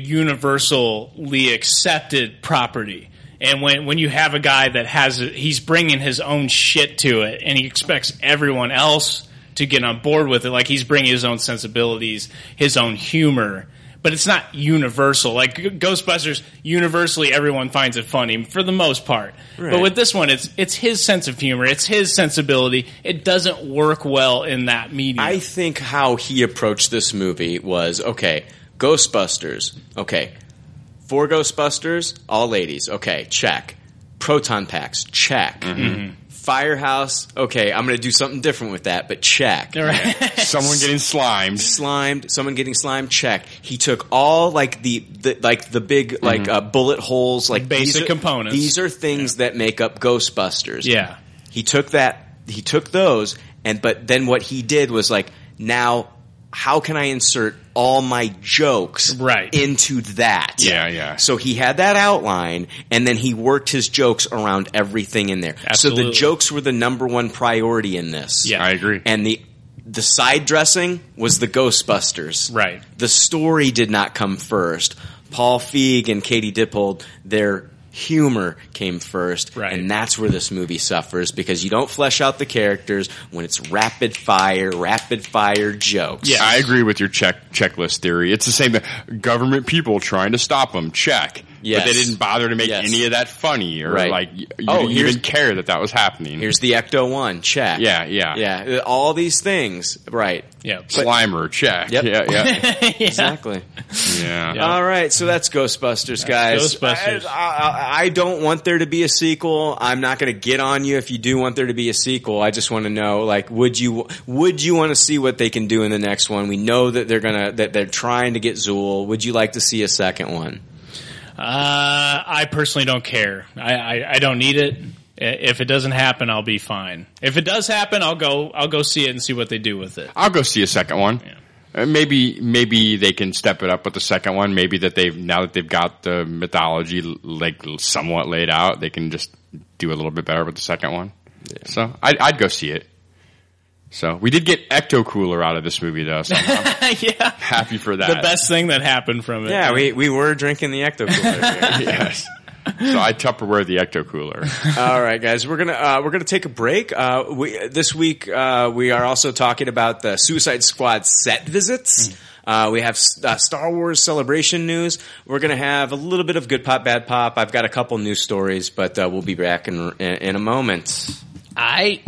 [SPEAKER 4] universally accepted property. And when, when you have a guy that has it, he's bringing his own shit to it, and he expects everyone else to get on board with it. Like he's bringing his own sensibilities, his own humor, but it's not universal. Like G- Ghostbusters, universally everyone finds it funny for the most part. But with this one, it's it's his sense of humor, it's his sensibility. It doesn't work well in that medium.
[SPEAKER 6] I think how he approached this movie was okay, Ghostbusters. Okay. Four Ghostbusters, all ladies. Okay, check. Proton packs, check. Firehouse, okay, I'm going to do something different with that, but check.
[SPEAKER 8] someone getting slimed.
[SPEAKER 6] slimed, someone getting slimed, check. He took all like the, the like the big like uh, bullet holes, like
[SPEAKER 4] Mm-hmm. Basic
[SPEAKER 6] these are-
[SPEAKER 4] components.
[SPEAKER 6] These are things that make up Ghostbusters.
[SPEAKER 4] yeah.
[SPEAKER 6] He took that he took those and but then what he did was like now how can I insert all my jokes
[SPEAKER 4] Right.
[SPEAKER 6] into that?
[SPEAKER 8] Yeah, yeah.
[SPEAKER 6] So he had that outline and then he worked his jokes around everything in there. So the
[SPEAKER 4] Absolutely.
[SPEAKER 6] jokes were the number one priority in this.
[SPEAKER 4] Yeah.
[SPEAKER 8] I agree.
[SPEAKER 6] And the the side dressing was the Ghostbusters.
[SPEAKER 4] Right.
[SPEAKER 6] The story did not come first. Paul Feig and Katie Dippold, their humor came first.
[SPEAKER 4] Right.
[SPEAKER 6] And that's where this movie suffers because you don't flesh out the characters when it's rapid fire, rapid fire jokes.
[SPEAKER 8] I agree with your check checklist theory. It's the same. thing. Government people trying to stop them. Check.
[SPEAKER 6] Yes.
[SPEAKER 13] But they didn't bother to make
[SPEAKER 6] Yes.
[SPEAKER 13] any of that funny or
[SPEAKER 6] Right.
[SPEAKER 13] like you,
[SPEAKER 6] Oh,
[SPEAKER 13] you
[SPEAKER 6] here's-
[SPEAKER 13] didn't care that that was happening.
[SPEAKER 6] Here's the Ecto One. Check.
[SPEAKER 13] Yeah, yeah.
[SPEAKER 6] yeah. All these things. Right.
[SPEAKER 4] Yeah.
[SPEAKER 13] Slimer, check.
[SPEAKER 6] Yep.
[SPEAKER 13] Yeah, yeah,
[SPEAKER 6] Exactly.
[SPEAKER 13] yeah.
[SPEAKER 4] Yeah.
[SPEAKER 6] All right, so that's Ghostbusters, guys.
[SPEAKER 4] Ghostbusters.
[SPEAKER 6] I, I, I don't want there to be a sequel. I'm not going to get on you if you do want there to be a sequel. I just want to know, like, would you would you want to see what they can do in the next one? We know that they're gonna that they're trying to get Zool. Would you like to see a second one?
[SPEAKER 4] Uh, I personally don't care. I, I, I don't need it. I- If it doesn't happen, I'll be fine. If it does happen, I'll go. I'll go see it and see what they do with it.
[SPEAKER 13] I'll go see a second one. Uh, Maybe maybe they can step it up with the second one. Maybe that they've now that they've got the mythology l- like somewhat laid out, they can just do a little bit better with the second one. So I'd, I'd go see it. So we did get Ecto Cooler out of this movie though. So I'm
[SPEAKER 4] yeah,
[SPEAKER 13] happy for that.
[SPEAKER 4] the best thing that happened from it.
[SPEAKER 6] Yeah, we we were drinking the Ecto Cooler.
[SPEAKER 13] yes. So I Tupperware the Ecto Cooler.
[SPEAKER 6] All right, guys, we're gonna uh, we're gonna take a break. Uh, we, this week uh, we are also talking about the Suicide Squad set visits. Uh, we have s- uh, Star Wars celebration news. We're gonna have a little bit of good pop, bad pop. I've got a couple news stories, but uh, we'll be back in in, in a moment.
[SPEAKER 4] I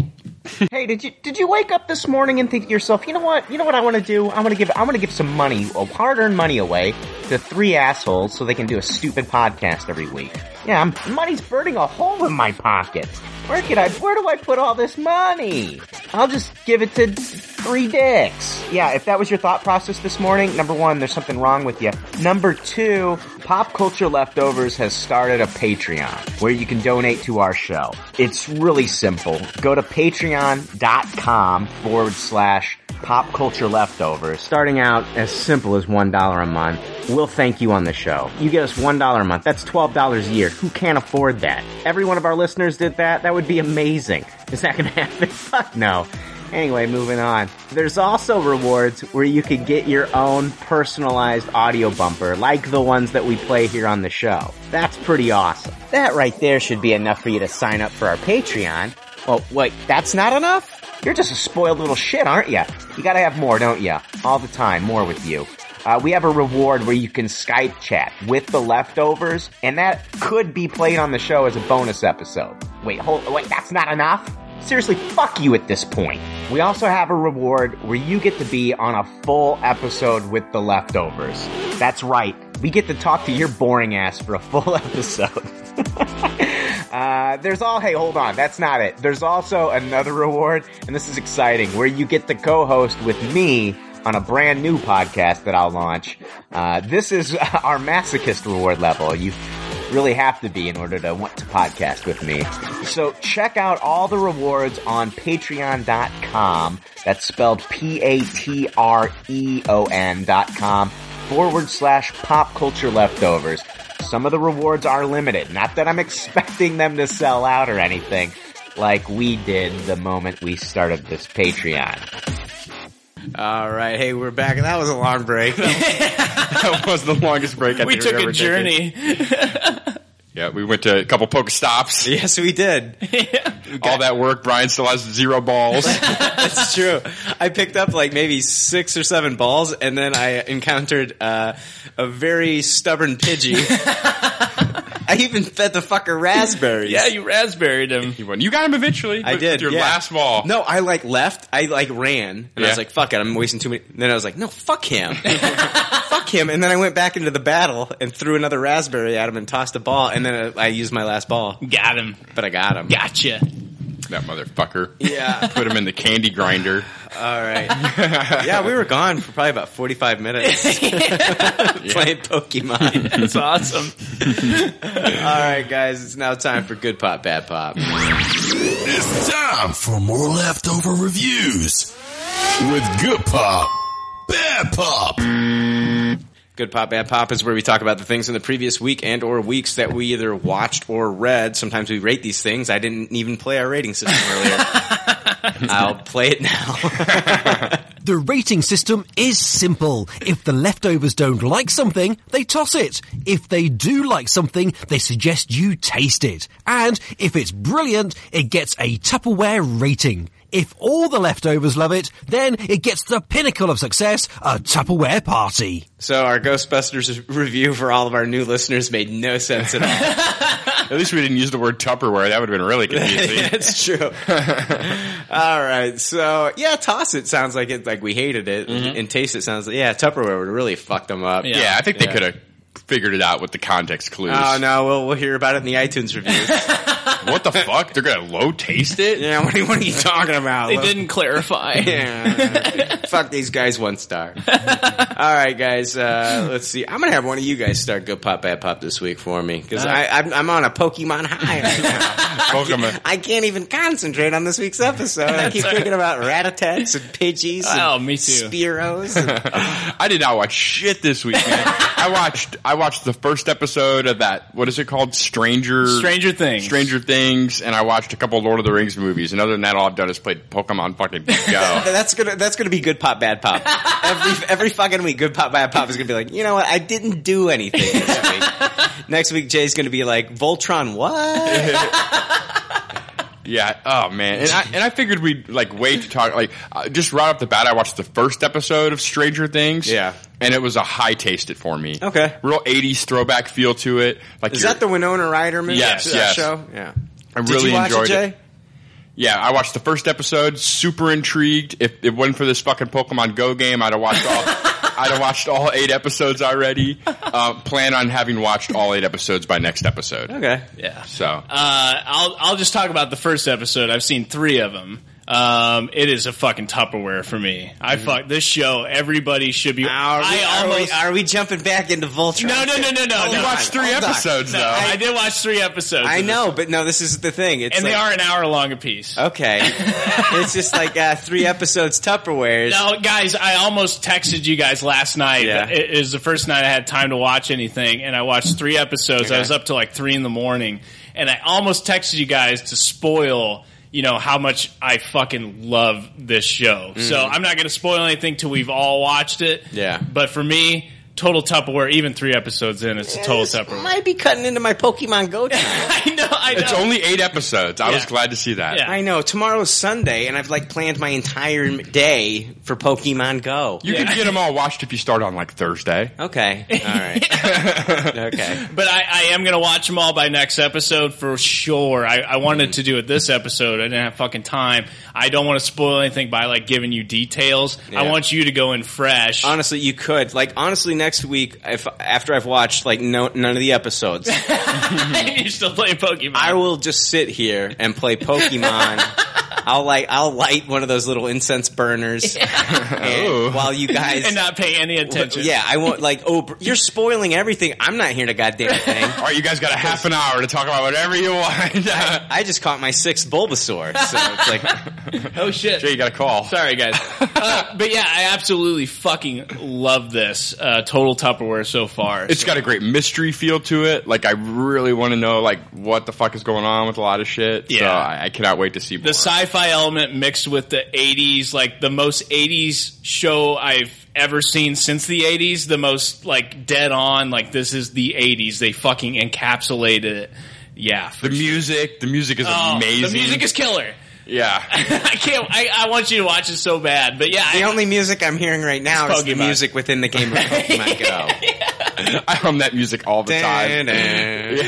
[SPEAKER 8] Hey, did you did you wake up this morning and think to yourself, you know what, you know what I want to do? I want to give I want to give some money, hard earned money away to three assholes so they can do a stupid podcast every week. Yeah, I'm, money's burning a hole in my pocket. Where can I? Where do I put all this money? I'll just give it to three dicks. Yeah, if that was your thought process this morning, number one, there's something wrong with you. Number two, Pop Culture Leftovers has started a Patreon where you can donate to our show. It's really simple. Go to patreon.com forward slash pop culture leftovers. Starting out as simple as $1 a month. We'll thank you on the show. You get us $1 a month. That's $12 a year. Who can't afford that? Every one of our listeners did that. That would be amazing. Is that going to happen? Fuck no. Anyway, moving on. There's also rewards where you can get your own personalized audio bumper, like the ones that we play here on the show. That's pretty awesome. That right there should be enough for you to sign up for our Patreon. Well, wait, that's not enough? You're just a spoiled little shit, aren't you? You gotta have more, don't you? All the time, more with you. Uh, we have a reward where you can Skype chat with the leftovers, and that could be played on the show as a bonus episode. Wait, hold, wait, that's not enough? Seriously, fuck you at this point. We also have a reward where you get to be on a full episode with the leftovers. That's right, we get to talk to your boring ass for a full episode. Uh, there's all, hey, hold on. That's not it. There's also another reward, and this is exciting, where you get to co-host with me on a brand new podcast that I'll launch. Uh, this is our masochist reward level. You really have to be in order to want to podcast with me. So check out all the rewards on patreon.com. That's spelled P-A-T-R-E-O-N E dot com forward slash pop culture leftovers. Some of the rewards are limited. Not that I'm expecting them to sell out or anything, like we did the moment we started this Patreon.
[SPEAKER 6] All right, hey, we're back. That was a long break.
[SPEAKER 13] that was the longest break I
[SPEAKER 4] we
[SPEAKER 13] think we've
[SPEAKER 4] took a
[SPEAKER 13] ever taken.
[SPEAKER 4] journey.
[SPEAKER 13] Yeah, we went to a couple poke stops.
[SPEAKER 6] yes, we did.
[SPEAKER 13] All that work. Brian still has zero balls.
[SPEAKER 6] That's true. I picked up like maybe six or seven balls, and then I encountered uh, a very stubborn Pidgey. I even fed the fucker raspberries.
[SPEAKER 4] yeah, you raspberried him.
[SPEAKER 13] You won. You got him eventually.
[SPEAKER 6] I
[SPEAKER 13] with-
[SPEAKER 6] did.
[SPEAKER 13] with your
[SPEAKER 6] yeah.
[SPEAKER 13] last ball.
[SPEAKER 6] No, I like left. I like ran, and I
[SPEAKER 13] Yeah.
[SPEAKER 6] was like, "Fuck it, I'm wasting too many." Then I was like, "No, fuck him, fuck him." And then I went back into the battle and threw another raspberry at him and tossed a ball, and then I, I used my last ball,
[SPEAKER 4] Got him.
[SPEAKER 6] but I got him.
[SPEAKER 4] Gotcha.
[SPEAKER 13] that motherfucker.
[SPEAKER 6] Yeah.
[SPEAKER 13] Put him in the candy grinder.
[SPEAKER 6] All right. yeah, we were gone for probably about forty-five minutes playing Pokemon.
[SPEAKER 4] That's awesome.
[SPEAKER 6] All right, guys, it's now time for good pop, bad pop.
[SPEAKER 14] It's time for more leftover reviews with Good Pop, Bad Pop.
[SPEAKER 6] Good pop, bad pop is where we talk about the things in the previous week and or weeks that we either watched or read. Sometimes we rate these things. I didn't even play our rating system earlier. I'll play it now.
[SPEAKER 5] The rating system is simple. If the leftovers don't like something, they toss it. If they do like something, they suggest you taste it. And if it's brilliant, it gets a Tupperware rating.
[SPEAKER 15] If all the leftovers love it, then it gets the pinnacle of success, a Tupperware party.
[SPEAKER 6] So our Ghostbusters review for all of our new listeners made no sense at all.
[SPEAKER 8] At least we didn't use the word Tupperware. That would have been really confusing.
[SPEAKER 6] Yeah, it's true. all right, so yeah, toss it sounds like it like we hated it, and, and taste it sounds like yeah, Tupperware would have really fucked them up.
[SPEAKER 8] Mm-hmm. Yeah, I think they could have figured it out with the context clues.
[SPEAKER 6] Oh no, we'll we'll hear about it in the iTunes reviews.
[SPEAKER 8] what the fuck? They're gonna low taste it?
[SPEAKER 6] Yeah, what are, what are you talking about?
[SPEAKER 8] They
[SPEAKER 6] Low-
[SPEAKER 8] didn't
[SPEAKER 4] clarify.
[SPEAKER 6] yeah. Fuck these guys one star. All right, guys. Uh, let's see. I'm gonna have one of you guys start good pop bad pop this week for me because
[SPEAKER 10] All
[SPEAKER 6] I
[SPEAKER 10] right.
[SPEAKER 6] I'm, I'm on a Pokemon high right now.
[SPEAKER 8] Pokemon.
[SPEAKER 6] I can't even concentrate on this week's episode. I keep thinking about Ratatats and Pidgeys. And
[SPEAKER 8] Oh,
[SPEAKER 6] me too. Spearos. And,
[SPEAKER 8] I did not watch shit this week, man. I watched I watched the first episode of that what is it called? Stranger
[SPEAKER 4] Stranger Things.
[SPEAKER 8] Stranger Things, and I watched a couple Lord of the Rings movies. And other than that, all I've done is played Pokemon fucking Go.
[SPEAKER 6] that's gonna that's gonna be good pop bad pop. Every every fucking week, good pop bad pop is gonna be like, you know what? I didn't do anything this week. Next week, Jay's gonna be like, Voltron, what?
[SPEAKER 8] Yeah. Oh man. And I, and I figured we'd like wait to talk. Like uh, just right off the bat, I watched the first episode of Stranger Things. Yeah. And it was a high taste it for me.
[SPEAKER 6] Okay.
[SPEAKER 8] Real '80s throwback feel to it. Like
[SPEAKER 6] Is
[SPEAKER 8] you're-
[SPEAKER 6] that the Winona Ryder movie?
[SPEAKER 8] Yes,
[SPEAKER 6] that
[SPEAKER 8] yes.
[SPEAKER 6] show? Yeah.
[SPEAKER 8] I
[SPEAKER 6] Did
[SPEAKER 8] really
[SPEAKER 6] you watch
[SPEAKER 8] enjoyed
[SPEAKER 6] it, Jay?
[SPEAKER 8] Yeah, I watched the first episode. Super intrigued. If it wasn't for this fucking Pokemon Go game, I'd have watched all. I'd have watched all eight episodes already. Uh, plan on having watched all eight episodes by next episode.
[SPEAKER 6] Okay.
[SPEAKER 4] Yeah.
[SPEAKER 8] So
[SPEAKER 4] Uh, I'll I'll just talk about the first episode. I've seen three of them. Um, it is a fucking Tupperware for me. I fuck this show. Everybody should be. I
[SPEAKER 6] Mm-hmm. are we-
[SPEAKER 4] almost
[SPEAKER 6] are we jumping back into Voltron?
[SPEAKER 4] No, no, no, no, no.
[SPEAKER 6] Hold
[SPEAKER 4] no.
[SPEAKER 6] on, hold on.
[SPEAKER 4] No, I, did watch three episodes.
[SPEAKER 6] I
[SPEAKER 4] of this.
[SPEAKER 6] know, Oh, but no, this is the thing. It's
[SPEAKER 4] and they
[SPEAKER 6] like-
[SPEAKER 4] are an hour long a piece.
[SPEAKER 6] Okay. it's just like uh, three episodes Tupperwares.
[SPEAKER 4] No, guys, I almost texted you guys last night.
[SPEAKER 6] Yeah.
[SPEAKER 4] It, it was the first night I had time to watch anything, and I watched three episodes. I
[SPEAKER 6] Okay.
[SPEAKER 4] was up till like three in the morning, and I almost texted you guys to spoil. You know how much I fucking love this show. So
[SPEAKER 6] Mm.
[SPEAKER 4] I'm not going to spoil anything till we've all watched it.
[SPEAKER 6] Yeah.
[SPEAKER 4] But for me, total Tupperware. Even three episodes in, it's a total Tupperware.
[SPEAKER 6] Might be cutting into my Pokemon Go time.
[SPEAKER 4] I know, I
[SPEAKER 8] it's only eight episodes. I was glad to see that.
[SPEAKER 6] I know. Tomorrow's Sunday, and I've like planned my entire m- day for Pokemon Go.
[SPEAKER 8] You can get them all watched if you start on like Thursday.
[SPEAKER 6] Okay. All right. okay.
[SPEAKER 4] But I, I am going to watch them all by next episode for sure. I, I
[SPEAKER 6] Mm-hmm.
[SPEAKER 4] wanted to do it this episode. I didn't have fucking time. I don't want to spoil anything by like giving you details. I
[SPEAKER 6] Yeah.
[SPEAKER 4] want you to go in fresh.
[SPEAKER 6] Honestly, you could like honestly next week if after I've watched like no none of the episodes,
[SPEAKER 4] You're still playing Pokemon.
[SPEAKER 6] I will just sit here and play Pokemon. I'll like I'll light one of those little incense burners and while you guys
[SPEAKER 4] and not pay any attention.
[SPEAKER 6] Yeah, I won't like. Oh, br- you're spoiling everything. I'm not here to goddamn thing. All
[SPEAKER 8] right, you guys got a half an hour to talk about whatever you want. I,
[SPEAKER 6] I just caught my sixth Bulbasaur, so it's like,
[SPEAKER 4] oh shit!
[SPEAKER 8] Jay, you got a call.
[SPEAKER 4] Sorry, guys. Uh, but yeah, I absolutely fucking love this uh, total Tupperware so far.
[SPEAKER 8] It's got a great mystery feel to it. Like I really want to know like what the fuck is going on with a lot of shit. So
[SPEAKER 4] Yeah.
[SPEAKER 8] I, I cannot wait to see more.
[SPEAKER 4] the sci-fi element mixed with the 80s like the most 80s show i've ever seen since the 80s the most like dead on like this is the 80s they fucking encapsulated it yeah
[SPEAKER 8] The music, the music is
[SPEAKER 4] Oh,
[SPEAKER 8] amazing.
[SPEAKER 4] the music is killer
[SPEAKER 8] yeah.
[SPEAKER 4] i can't I, I want you to watch it so bad but yeah
[SPEAKER 6] the
[SPEAKER 4] I,
[SPEAKER 6] only music I'm hearing right now
[SPEAKER 4] It's
[SPEAKER 6] is the
[SPEAKER 4] Pokemon.
[SPEAKER 6] music within the game of Pokemon Go.
[SPEAKER 8] I hum that music all the time.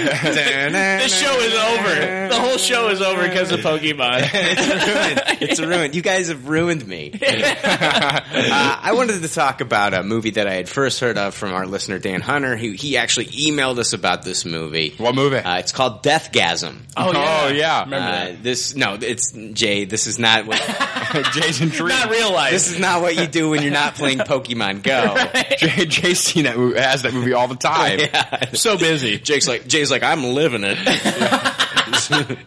[SPEAKER 4] this show is over the whole show is over because of pokemon
[SPEAKER 6] it's ruined. It's ruined. You guys have ruined me. uh, I wanted to talk about a movie that I had first heard of from our listener Dan Hunter. He he actually emailed us about this movie.
[SPEAKER 8] What movie?
[SPEAKER 6] Uh, it's called Deathgasm.
[SPEAKER 8] Oh, yeah. Oh, yeah. Remember
[SPEAKER 6] Uh, this no, it's Jay. This is not what
[SPEAKER 8] Jay's intrigued.
[SPEAKER 4] Not real life.
[SPEAKER 6] This is not what you do when you're not playing Pokemon Go.
[SPEAKER 8] Jay, Jay's seen that movie, has that movie all the time.
[SPEAKER 6] I'm
[SPEAKER 4] so busy.
[SPEAKER 6] Jake's like Jay's like I'm living it.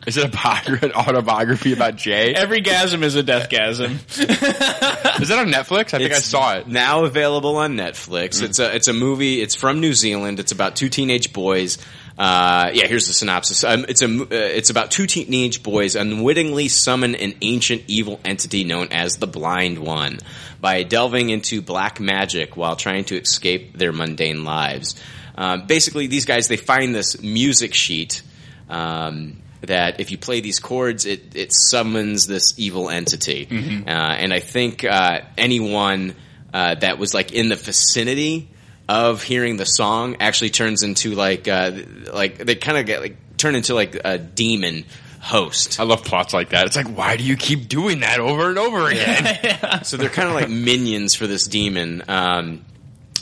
[SPEAKER 8] Is it a biography, an autobiography about Jay?
[SPEAKER 4] every gasm is a death gasm
[SPEAKER 8] Is that on Netflix? I think I
[SPEAKER 6] It's
[SPEAKER 8] saw it.
[SPEAKER 6] Now available on Netflix. It's a it's a movie. It's from New Zealand. It's about two teenage boys. Uh, yeah, here's the synopsis. Um, it's a mo- uh, it's about two teenage boys unwittingly summon an ancient evil entity known as the Blind One by delving into black magic while trying to escape their mundane lives. Um, basically, these guys they find this music sheet um, that if you play these chords, it it summons this evil entity.
[SPEAKER 16] Mhm.
[SPEAKER 6] Uh, and I think uh, anyone uh, that was like in the vicinity of hearing the song actually turns into like uh, like they kind of get like turn into like a demon host. I
[SPEAKER 4] Oh.
[SPEAKER 8] love plots like that. It's like why do you keep doing that over and over again?
[SPEAKER 6] so they're kind of like minions for this demon. Um,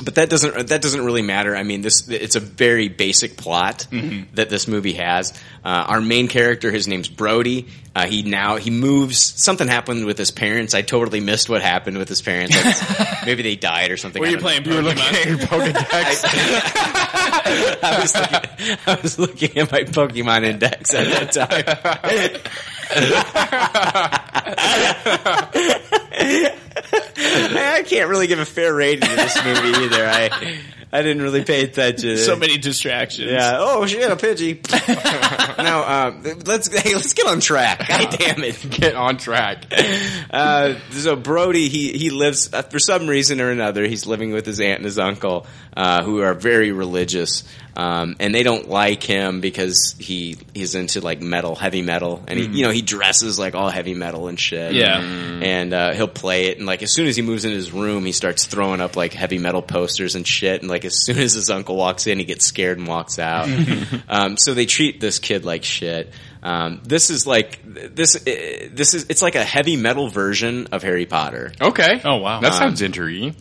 [SPEAKER 6] but that doesn't that doesn't really matter. I mean, this it's a very basic plot
[SPEAKER 10] Mhm.
[SPEAKER 4] Mm-hmm.
[SPEAKER 6] that this movie has. Uh, our main character, his name's Brody. Uh, he now he moves. Something happened with his parents. I totally missed what happened with his parents. Like, maybe they died or something.
[SPEAKER 4] Were
[SPEAKER 6] I
[SPEAKER 4] you
[SPEAKER 6] don't know.
[SPEAKER 4] playing Pokemon?
[SPEAKER 6] I was, looking, I was looking at my Pokemon index at that time. I can't really give a fair rating to this movie either. I I didn't really pay attention.
[SPEAKER 4] So many distractions.
[SPEAKER 6] Yeah. Oh shit, a Pidgey. now um, let's hey, let's get on track. God damn it,
[SPEAKER 8] get on track.
[SPEAKER 6] Uh, so Brody, he he lives uh, for some reason or another. He's living with his aunt and his uncle, uh, who are very religious, um, and they don't like him because he he's into like metal, heavy metal, and he
[SPEAKER 8] Hmm.
[SPEAKER 4] Mm.
[SPEAKER 6] you know he dresses like all heavy metal and shit.
[SPEAKER 4] Yeah.
[SPEAKER 6] and, uh, he'll play it, and like as soon as he moves into his room, he starts throwing up like heavy metal posters and shit, and like as soon as his uncle walks in, he gets scared and walks out. Um, so they treat this kid like shit. Um, this is like this. uh, This is it's like a heavy metal version of Harry Potter.
[SPEAKER 8] Okay.
[SPEAKER 4] Oh wow,
[SPEAKER 8] That sounds
[SPEAKER 6] Um,
[SPEAKER 8] intriguing.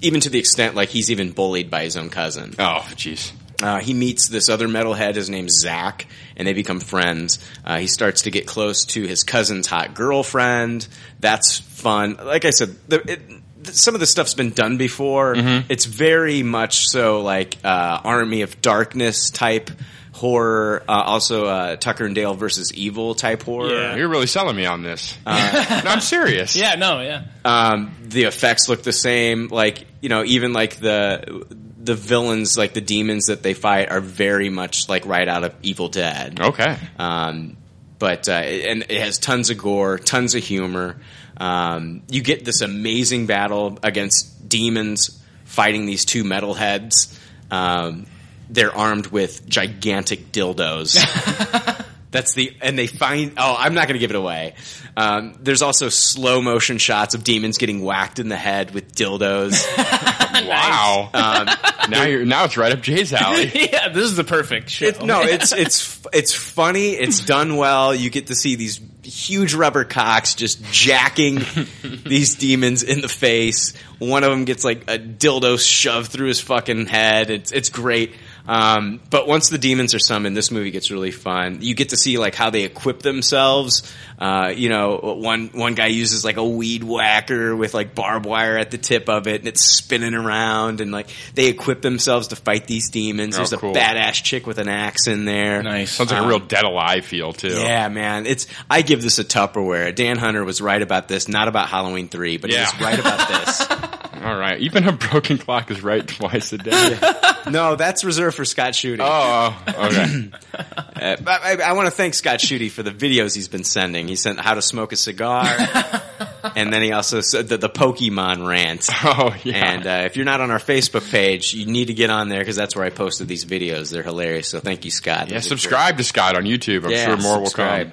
[SPEAKER 6] even to the extent like he's even bullied by his own cousin.
[SPEAKER 8] Oh jeez.
[SPEAKER 6] Uh, he meets this other metalhead. His name's Zach, and they become friends. Uh, he starts to get close to his cousin's hot girlfriend. That's fun. Like I said, the, it, th- some of the stuff's been done before. It's very much so like uh, Army of Darkness type horror. Uh, also, uh, Tucker and Dale versus Evil type horror.
[SPEAKER 4] Yeah.
[SPEAKER 8] You're really selling me on this.
[SPEAKER 6] Uh,
[SPEAKER 8] no, I'm serious.
[SPEAKER 4] Yeah, no, yeah.
[SPEAKER 6] um, the effects look the same. Like you know, even like the the villains, like the demons that they fight, are very much like right out of Evil Dead.
[SPEAKER 8] Okay.
[SPEAKER 6] Um, but uh, and it has tons of gore, tons of humor. Um, you get this amazing battle against demons fighting these two metalheads. Um, they're armed with gigantic dildos. That's the and they find. Oh, I'm not going to give it away. Um, there's also slow motion shots of demons getting whacked in the head with dildos.
[SPEAKER 8] wow.
[SPEAKER 6] Um,
[SPEAKER 8] now you're now it's right up Jay's alley.
[SPEAKER 4] yeah, this is the perfect show.
[SPEAKER 6] It- no, it's it's it's funny. It's done well. You get to see these huge rubber cocks just jacking these demons in the face. One of them gets like a dildo shoved through his fucking head. It's it's great. Um, but once the demons are summoned, this movie gets really fun. You get to see like how they equip themselves. Uh, you know, one one guy uses like a weed whacker with like barbed wire at the tip of it, and it's spinning around. And like they equip themselves to fight these demons.
[SPEAKER 8] Oh,
[SPEAKER 6] There's
[SPEAKER 8] cool.
[SPEAKER 6] a badass chick with an axe in there.
[SPEAKER 4] Nice.
[SPEAKER 8] Sounds like a real Dead Alive feel too.
[SPEAKER 6] Uh, Yeah, man. It's I give this a Tupperware. Dan Hunter was right about this, not about Halloween three, but he was right about this.
[SPEAKER 8] All right. Even a broken clock is right twice a day.
[SPEAKER 6] No, that's reserved for Scott Shooty.
[SPEAKER 8] Oh, okay.
[SPEAKER 6] Uh, but I, I want to thank Scott Shooty for the videos he's been sending. He sent how to smoke a cigar, and then he also said the, the Pokemon rant.
[SPEAKER 8] Oh, yeah.
[SPEAKER 6] And uh, if you're not on our Facebook page, you need to get on there because that's where I posted these videos. They're hilarious. So thank you, Scott.
[SPEAKER 8] Yeah, subscribe to Scott on YouTube. I'm sure more will come.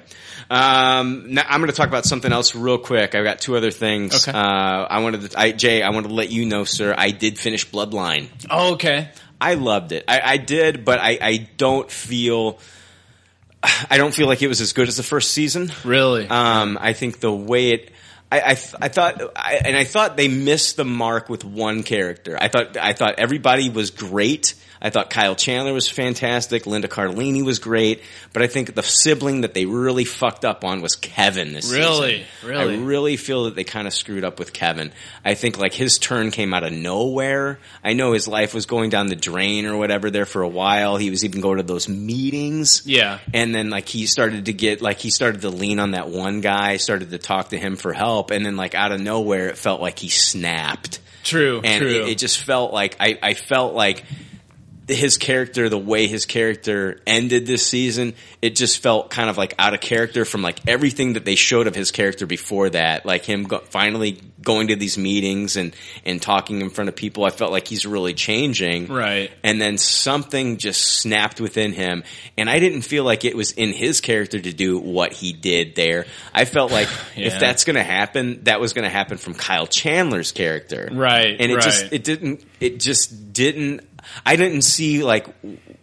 [SPEAKER 6] Um, now I'm going to talk about something else real quick. I've got two other things. Uh, I wanted to, I, Jay, I wanted to let you know, sir, I did finish Bloodline.
[SPEAKER 4] Oh, okay.
[SPEAKER 6] I loved it. I, I did, but I, I don't feel, I don't feel like it was as good as the first season.
[SPEAKER 4] Really?
[SPEAKER 6] Um, I think the way it, I, I, th- I thought, I, and I thought they missed the mark with one character. I thought, I thought everybody was great. I thought Kyle Chandler was fantastic. Linda Cardellini was great, but I think the sibling that they really fucked up on was Kevin. This
[SPEAKER 4] Really?
[SPEAKER 6] season.
[SPEAKER 4] Really?
[SPEAKER 6] I really feel that they kind of screwed up with Kevin. I think like his turn came out of nowhere. I know his life was going down the drain or whatever there for a while. He was even going to those meetings
[SPEAKER 4] Yeah.
[SPEAKER 6] and then like he started to get like he started to lean on that one guy started to talk to him for help and then like out of nowhere it felt like he snapped
[SPEAKER 4] True.
[SPEAKER 6] and
[SPEAKER 4] true.
[SPEAKER 6] It, it just felt like I, I felt like his character the way his character ended this season it just felt kind of like out of character from like everything that they showed of his character before that like him go- finally going to these meetings and and talking in front of people, I felt like he's really changing.
[SPEAKER 4] Right.
[SPEAKER 6] And then something just snapped within him, and I didn't feel like it was in his character to do what he did there. I felt like
[SPEAKER 4] Yeah.
[SPEAKER 6] if that's going to happen, that was going to happen from Kyle Chandler's character.
[SPEAKER 4] Right,
[SPEAKER 6] And it
[SPEAKER 4] right.
[SPEAKER 6] just it didn't it just didn't I didn't see like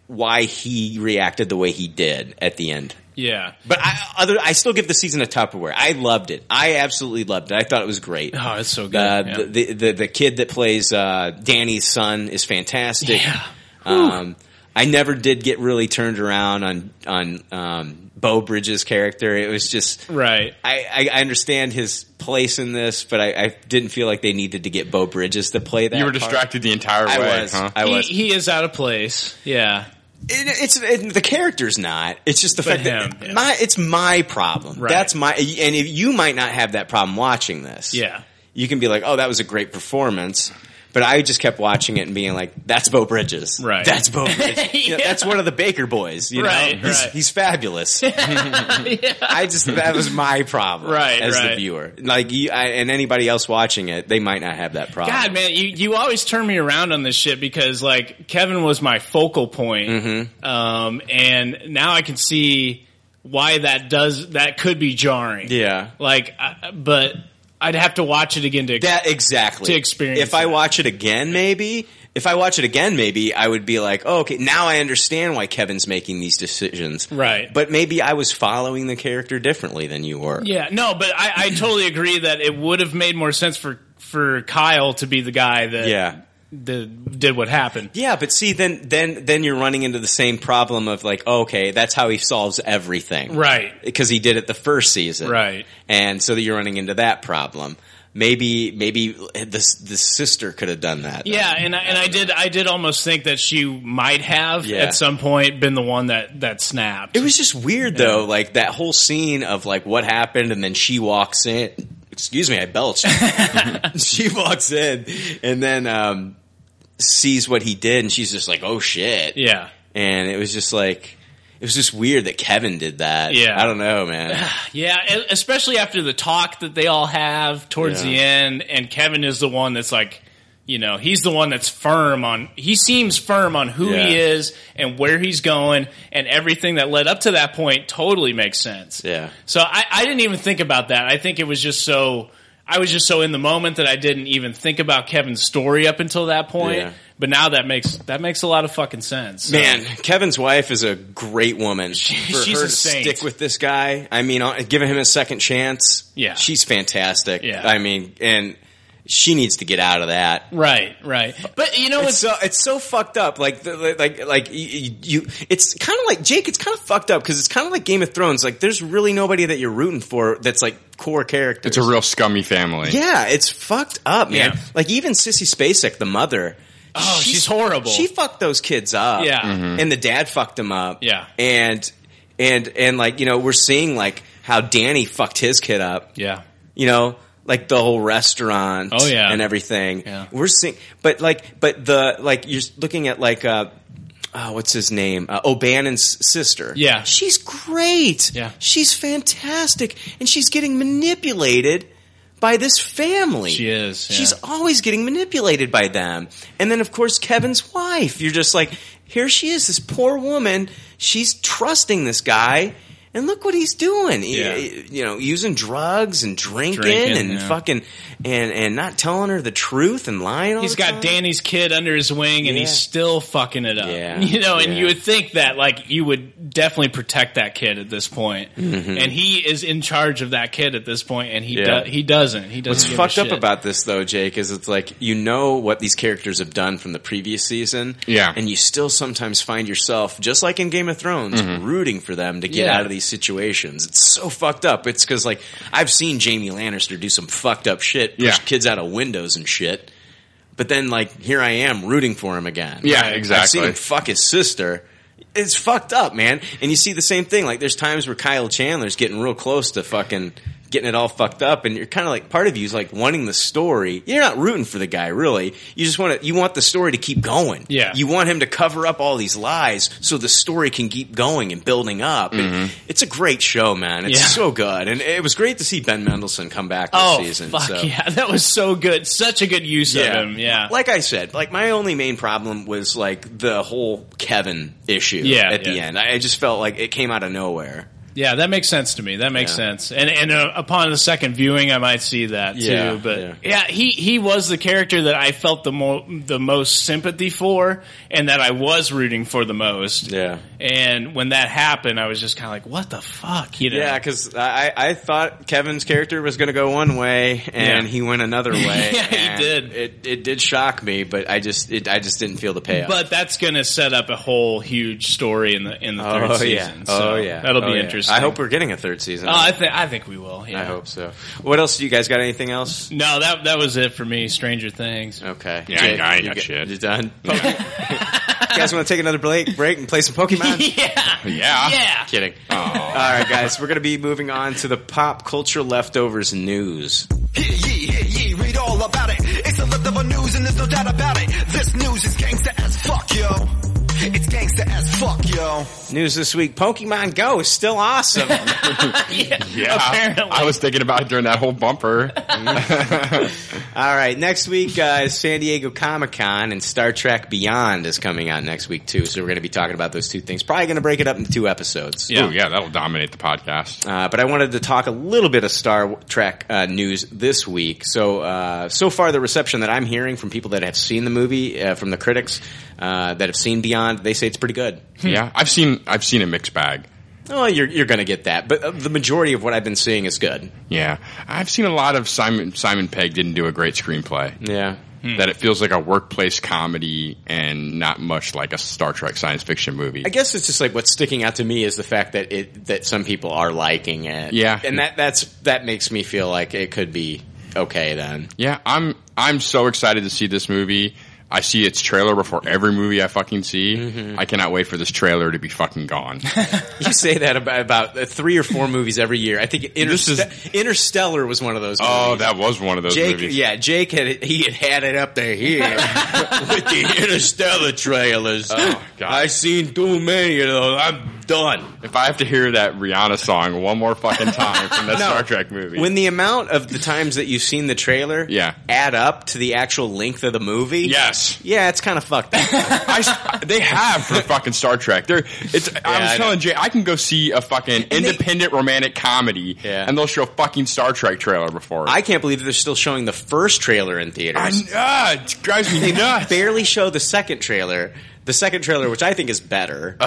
[SPEAKER 6] why he reacted the way he did at the end.
[SPEAKER 4] Yeah.
[SPEAKER 6] But I, other, I still give the season a Tupperware. I loved it. I absolutely loved it. I thought it was great.
[SPEAKER 4] Oh, it's so good.
[SPEAKER 6] Uh,
[SPEAKER 4] yeah.
[SPEAKER 6] the, the, the the kid that plays uh, Danny's son is fantastic.
[SPEAKER 4] Yeah.
[SPEAKER 6] Um, I never did get really turned around on on um, Bo Bridges' character. It was just
[SPEAKER 4] right.
[SPEAKER 6] I, I, I understand his place in this, but I, I didn't feel like they needed to get Bo Bridges to play that.
[SPEAKER 8] You were
[SPEAKER 6] part.
[SPEAKER 8] distracted the entire
[SPEAKER 6] I
[SPEAKER 8] way,
[SPEAKER 6] was.
[SPEAKER 8] huh?
[SPEAKER 6] I was.
[SPEAKER 4] He, he is out of place. Yeah.
[SPEAKER 6] It, it's it, the character's not. It's just the
[SPEAKER 4] But
[SPEAKER 6] fact
[SPEAKER 4] him,
[SPEAKER 6] that my it's my problem. That's my and if you might not have that problem watching this.
[SPEAKER 4] Yeah.
[SPEAKER 6] You can be like, "Oh, that was a great performance." But I just kept watching it and being like, "That's Bo Bridges. Right. That's Bo Bridges. You know, that's one of the Baker boys, you
[SPEAKER 4] Right,
[SPEAKER 6] know. He's,
[SPEAKER 4] right.
[SPEAKER 6] he's fabulous." I just that was my problem
[SPEAKER 4] Right,
[SPEAKER 6] as
[SPEAKER 4] right.
[SPEAKER 6] the viewer. Like you I, and anybody else watching it, they might not have that problem.
[SPEAKER 4] God, man, you, you always turn me around on this shit because like Kevin was my focal point,
[SPEAKER 6] Mm-hmm.
[SPEAKER 4] um, and now I can see why that does that could be jarring.
[SPEAKER 6] Yeah.
[SPEAKER 4] Like, I, but I'd have to watch it again to
[SPEAKER 6] that exactly
[SPEAKER 4] to experience.
[SPEAKER 6] If I watch it again, maybe if I watch it again, maybe I would be like, oh, okay, now I understand why Kevin's making these decisions.
[SPEAKER 4] Right.
[SPEAKER 6] But maybe I was following the character differently than you were.
[SPEAKER 4] Yeah, no, but I, I totally agree that it would have made more sense for for Kyle to be the guy that
[SPEAKER 6] Yeah.
[SPEAKER 4] that did what happened.
[SPEAKER 6] Yeah, but see, then then then you're running into the same problem of like, oh, okay, that's how he solves everything,
[SPEAKER 4] Right.
[SPEAKER 6] Because he did it the first season,
[SPEAKER 4] Right.
[SPEAKER 6] And so that you're running into that problem. Maybe maybe this the sister could have done that.
[SPEAKER 4] Yeah, and I, and I did I did almost think that she might have
[SPEAKER 6] Yeah.
[SPEAKER 4] at some point been the one that that snapped.
[SPEAKER 6] It was just weird though, like that whole scene of like what happened, and then she walks in. Excuse me, I belched. she walks in, and then um, sees what he did, and she's just like, "Oh shit!"
[SPEAKER 4] Yeah.
[SPEAKER 6] and it was just like it was just weird that Kevin did that.
[SPEAKER 4] Yeah.
[SPEAKER 6] I don't know, man.
[SPEAKER 4] Yeah, e- especially after the talk that they all have towards
[SPEAKER 6] Yeah.
[SPEAKER 4] the end, and Kevin is the one that's like, you know, he's the one that's firm on. He seems firm on who he
[SPEAKER 6] Yeah.
[SPEAKER 4] is and where he's going, and everything that led up to that point totally makes sense.
[SPEAKER 6] yeah,
[SPEAKER 4] So I, I didn't even think about that. I think it was just so I was just so in the moment that I didn't even think about Kevin's story up until that point.
[SPEAKER 6] Yeah.
[SPEAKER 4] But now that makes that makes a lot of fucking sense. So-
[SPEAKER 6] man. Kevin's wife is a great woman. For
[SPEAKER 4] she's
[SPEAKER 6] her
[SPEAKER 4] a
[SPEAKER 6] to
[SPEAKER 4] saint.
[SPEAKER 6] stick with this guy, I mean, uh, giving him a second chance.
[SPEAKER 4] Yeah.
[SPEAKER 6] she's fantastic.
[SPEAKER 4] Yeah.
[SPEAKER 6] I mean, and she needs to get out of that.
[SPEAKER 4] Right, right. But you know,
[SPEAKER 6] it's, so it's so fucked up. Like the, like like- like y- y- you, it's kind of like Jake. It's kind of fucked up because it's kind of like Game of Thrones. Like there's really nobody that you're rooting for that's like core character.
[SPEAKER 8] It's a real scummy family.
[SPEAKER 6] Yeah, it's fucked up, man.
[SPEAKER 8] Yeah.
[SPEAKER 6] Like even Sissy Spacek, the mother.
[SPEAKER 4] Oh, she's, horrible.
[SPEAKER 6] She fucked those kids up.
[SPEAKER 4] Yeah. Mhm.
[SPEAKER 6] And the dad fucked them up.
[SPEAKER 4] Yeah.
[SPEAKER 6] And and and like, you know, we're seeing like how Danny fucked his kid up.
[SPEAKER 4] yeah.
[SPEAKER 6] You know, like the whole restaurant
[SPEAKER 4] Oh, yeah.
[SPEAKER 6] and everything. We're seeing but like but the like you're looking at like uh Oh, what's his name? Uh, O'Bannon's sister.
[SPEAKER 4] Yeah.
[SPEAKER 6] She's great. Yeah. She's fantastic. And she's getting manipulated by this family.
[SPEAKER 4] She is, yeah.
[SPEAKER 6] She's always getting manipulated by them. And then, of course, Kevin's wife. You're just like, here she is, this poor woman. She's trusting this guy. And look what he's doing. He-
[SPEAKER 4] Yeah.
[SPEAKER 6] You know, using drugs and drinking,
[SPEAKER 4] Drinking,
[SPEAKER 6] and
[SPEAKER 4] yeah.
[SPEAKER 6] fucking and and not telling her the truth and lying all
[SPEAKER 4] He's
[SPEAKER 6] the
[SPEAKER 4] got
[SPEAKER 6] time.
[SPEAKER 4] Danny's kid under his wing and he's
[SPEAKER 6] Yeah.
[SPEAKER 4] still fucking it up.
[SPEAKER 6] Yeah.
[SPEAKER 4] You know, and
[SPEAKER 6] Yeah.
[SPEAKER 4] you would think that like you would definitely protect that kid at this point. And he is in charge of that kid at this point and he
[SPEAKER 6] Mm-hmm. Yeah.
[SPEAKER 4] do- he doesn't. He doesn't
[SPEAKER 6] What's
[SPEAKER 4] give a
[SPEAKER 6] fucked up
[SPEAKER 4] shit.
[SPEAKER 6] about this though, Jake, is it's like you know what these characters have done from the previous season,
[SPEAKER 8] Yeah.
[SPEAKER 6] and you still sometimes find yourself, just like in Game of Thrones, rooting for them to get
[SPEAKER 4] Mm-hmm. Yeah.
[SPEAKER 6] out of these situations. It's so fucked up. It's because like I've seen Jamie Lannister do some fucked up shit, push
[SPEAKER 8] Yeah.
[SPEAKER 6] kids out of windows and shit, but then like here I am rooting for him again.
[SPEAKER 8] Yeah,
[SPEAKER 6] I've seen
[SPEAKER 8] exactly.
[SPEAKER 6] him fuck his sister. It's fucked up, man. And you see the same thing. Like there's times where Kyle Chandler's getting real close to fucking getting it all fucked up, and you're kind of like part of you is like wanting the story. You're not rooting for the guy really. You just want to. You want the story to keep going.
[SPEAKER 4] Yeah.
[SPEAKER 6] You want him to cover up all these lies so the story can keep going and building up. And
[SPEAKER 4] Mhm.
[SPEAKER 6] it's a great show, man. It's
[SPEAKER 4] Yeah.
[SPEAKER 6] so good, and it was great to see Ben Mendelsohn come back this
[SPEAKER 4] Oh,
[SPEAKER 6] season.
[SPEAKER 4] fuck
[SPEAKER 6] so.
[SPEAKER 4] yeah. That was so good. Such a good use of him. Yeah.
[SPEAKER 6] Like I said, like my only main problem was like the whole Kevin issue
[SPEAKER 4] Yeah,
[SPEAKER 6] at the
[SPEAKER 4] yeah.
[SPEAKER 6] end. I I just felt like it came out of nowhere.
[SPEAKER 4] Yeah, that makes sense to me. That makes
[SPEAKER 6] Yeah.
[SPEAKER 4] sense. And and uh, upon the second viewing, I might see that
[SPEAKER 6] Yeah,
[SPEAKER 4] too. But
[SPEAKER 6] yeah.
[SPEAKER 4] yeah. he he was the character that I felt the mo- the most sympathy for, and that I was rooting for the most.
[SPEAKER 6] Yeah.
[SPEAKER 4] And when that happened, I was just kind of like, "What the fuck?" You know?
[SPEAKER 6] Yeah, because I, I thought Kevin's character was going to go one way, and
[SPEAKER 4] Yeah.
[SPEAKER 6] he went another way.
[SPEAKER 4] Yeah, he
[SPEAKER 6] and
[SPEAKER 4] did.
[SPEAKER 6] It it did shock me, but I just it, I just didn't feel the payoff.
[SPEAKER 4] But that's going to set up a whole huge story in the in the
[SPEAKER 6] oh
[SPEAKER 4] third season.
[SPEAKER 6] yeah,
[SPEAKER 4] So
[SPEAKER 6] oh yeah,
[SPEAKER 4] that'll
[SPEAKER 6] Oh,
[SPEAKER 4] be
[SPEAKER 6] yeah.
[SPEAKER 4] interesting.
[SPEAKER 6] I hope we're getting a third season.
[SPEAKER 4] Oh, I think I think we will. Yeah.
[SPEAKER 6] I hope so. What else do you guys got? Anything else?
[SPEAKER 4] No, that that was it for me. Stranger Things.
[SPEAKER 6] Okay.
[SPEAKER 8] Yeah, I ain't- I ain't
[SPEAKER 6] you
[SPEAKER 8] got shit.
[SPEAKER 6] You done? you guys want to take another break, break and play some Pokemon?
[SPEAKER 4] yeah.
[SPEAKER 6] Yeah.
[SPEAKER 4] Yeah.
[SPEAKER 6] Kidding. All right, guys, we're going to be moving on to the pop culture leftovers news.
[SPEAKER 11] Yeah, yeah, yeah, read all about it. It's a leftover news and there's no doubt about it. This news is gangsta as fuck, yo. It's gangsta as fuck, yo.
[SPEAKER 6] News this week Pokemon Go is still awesome.
[SPEAKER 8] Yeah, I was thinking about it during that whole bumper.
[SPEAKER 6] All right, next week uh, is San Diego Comic Con, and Star Trek Beyond is coming out next week, too. So we're going to be talking about those two things. Probably going to break it up into two episodes.
[SPEAKER 8] Yeah. yeah, that'll dominate the podcast.
[SPEAKER 6] Uh, but I wanted to talk a little bit of Star Trek uh, news this week. So uh, so far, the reception that I'm hearing from people that have seen the movie, uh, from the critics uh, that have seen Beyond, they say it's pretty good.
[SPEAKER 8] Yeah, I've seen I've seen a mixed bag.
[SPEAKER 6] Oh, you're you're going to get that, but uh, the majority of what I've been seeing is good.
[SPEAKER 8] Yeah, I've seen a lot of Simon Simon Pegg didn't do a great screenplay.
[SPEAKER 6] Yeah.
[SPEAKER 8] That it feels like a workplace comedy and not much like a Star Trek science fiction movie.
[SPEAKER 6] I guess it's just like what's sticking out to me is the fact that it that some people are liking it.
[SPEAKER 8] Yeah.
[SPEAKER 6] and that that's that makes me feel like it could be okay then.
[SPEAKER 8] Yeah, I'm I'm so excited to see this movie. I see its trailer before every movie I fucking see.
[SPEAKER 6] Mm-hmm.
[SPEAKER 8] I cannot wait for this trailer to be fucking gone.
[SPEAKER 6] You say that about, about uh, three or four movies every year. I think Interste- Interstellar was one of those. Movies.
[SPEAKER 8] oh, that was one of those
[SPEAKER 6] Jake,
[SPEAKER 8] movies.
[SPEAKER 6] yeah, Jake had he had had it up to here with the Interstellar trailers.
[SPEAKER 8] Oh, God.
[SPEAKER 6] I seen too many of those. I'm done.
[SPEAKER 8] If I have to hear that Rihanna song one more fucking time from that
[SPEAKER 6] No.
[SPEAKER 8] Star Trek movie,
[SPEAKER 6] When the amount of the times that you've seen the trailer,
[SPEAKER 8] Yeah.
[SPEAKER 6] add up to the actual length of the movie,
[SPEAKER 8] yes,
[SPEAKER 6] yeah, it's kind of fucked up.
[SPEAKER 8] I s they have for fucking Star Trek. They're, it's, I
[SPEAKER 6] Yeah,
[SPEAKER 8] was
[SPEAKER 6] I
[SPEAKER 8] telling Jay, I can go see a fucking
[SPEAKER 6] they-
[SPEAKER 8] independent romantic comedy,
[SPEAKER 6] Yeah.
[SPEAKER 8] and they'll show a fucking Star Trek trailer before. it.
[SPEAKER 6] I can't believe they're still showing the first trailer in theaters.
[SPEAKER 8] I- ah, it drives me
[SPEAKER 6] they
[SPEAKER 8] nuts.
[SPEAKER 6] barely show the second trailer. The second trailer, which I think is better,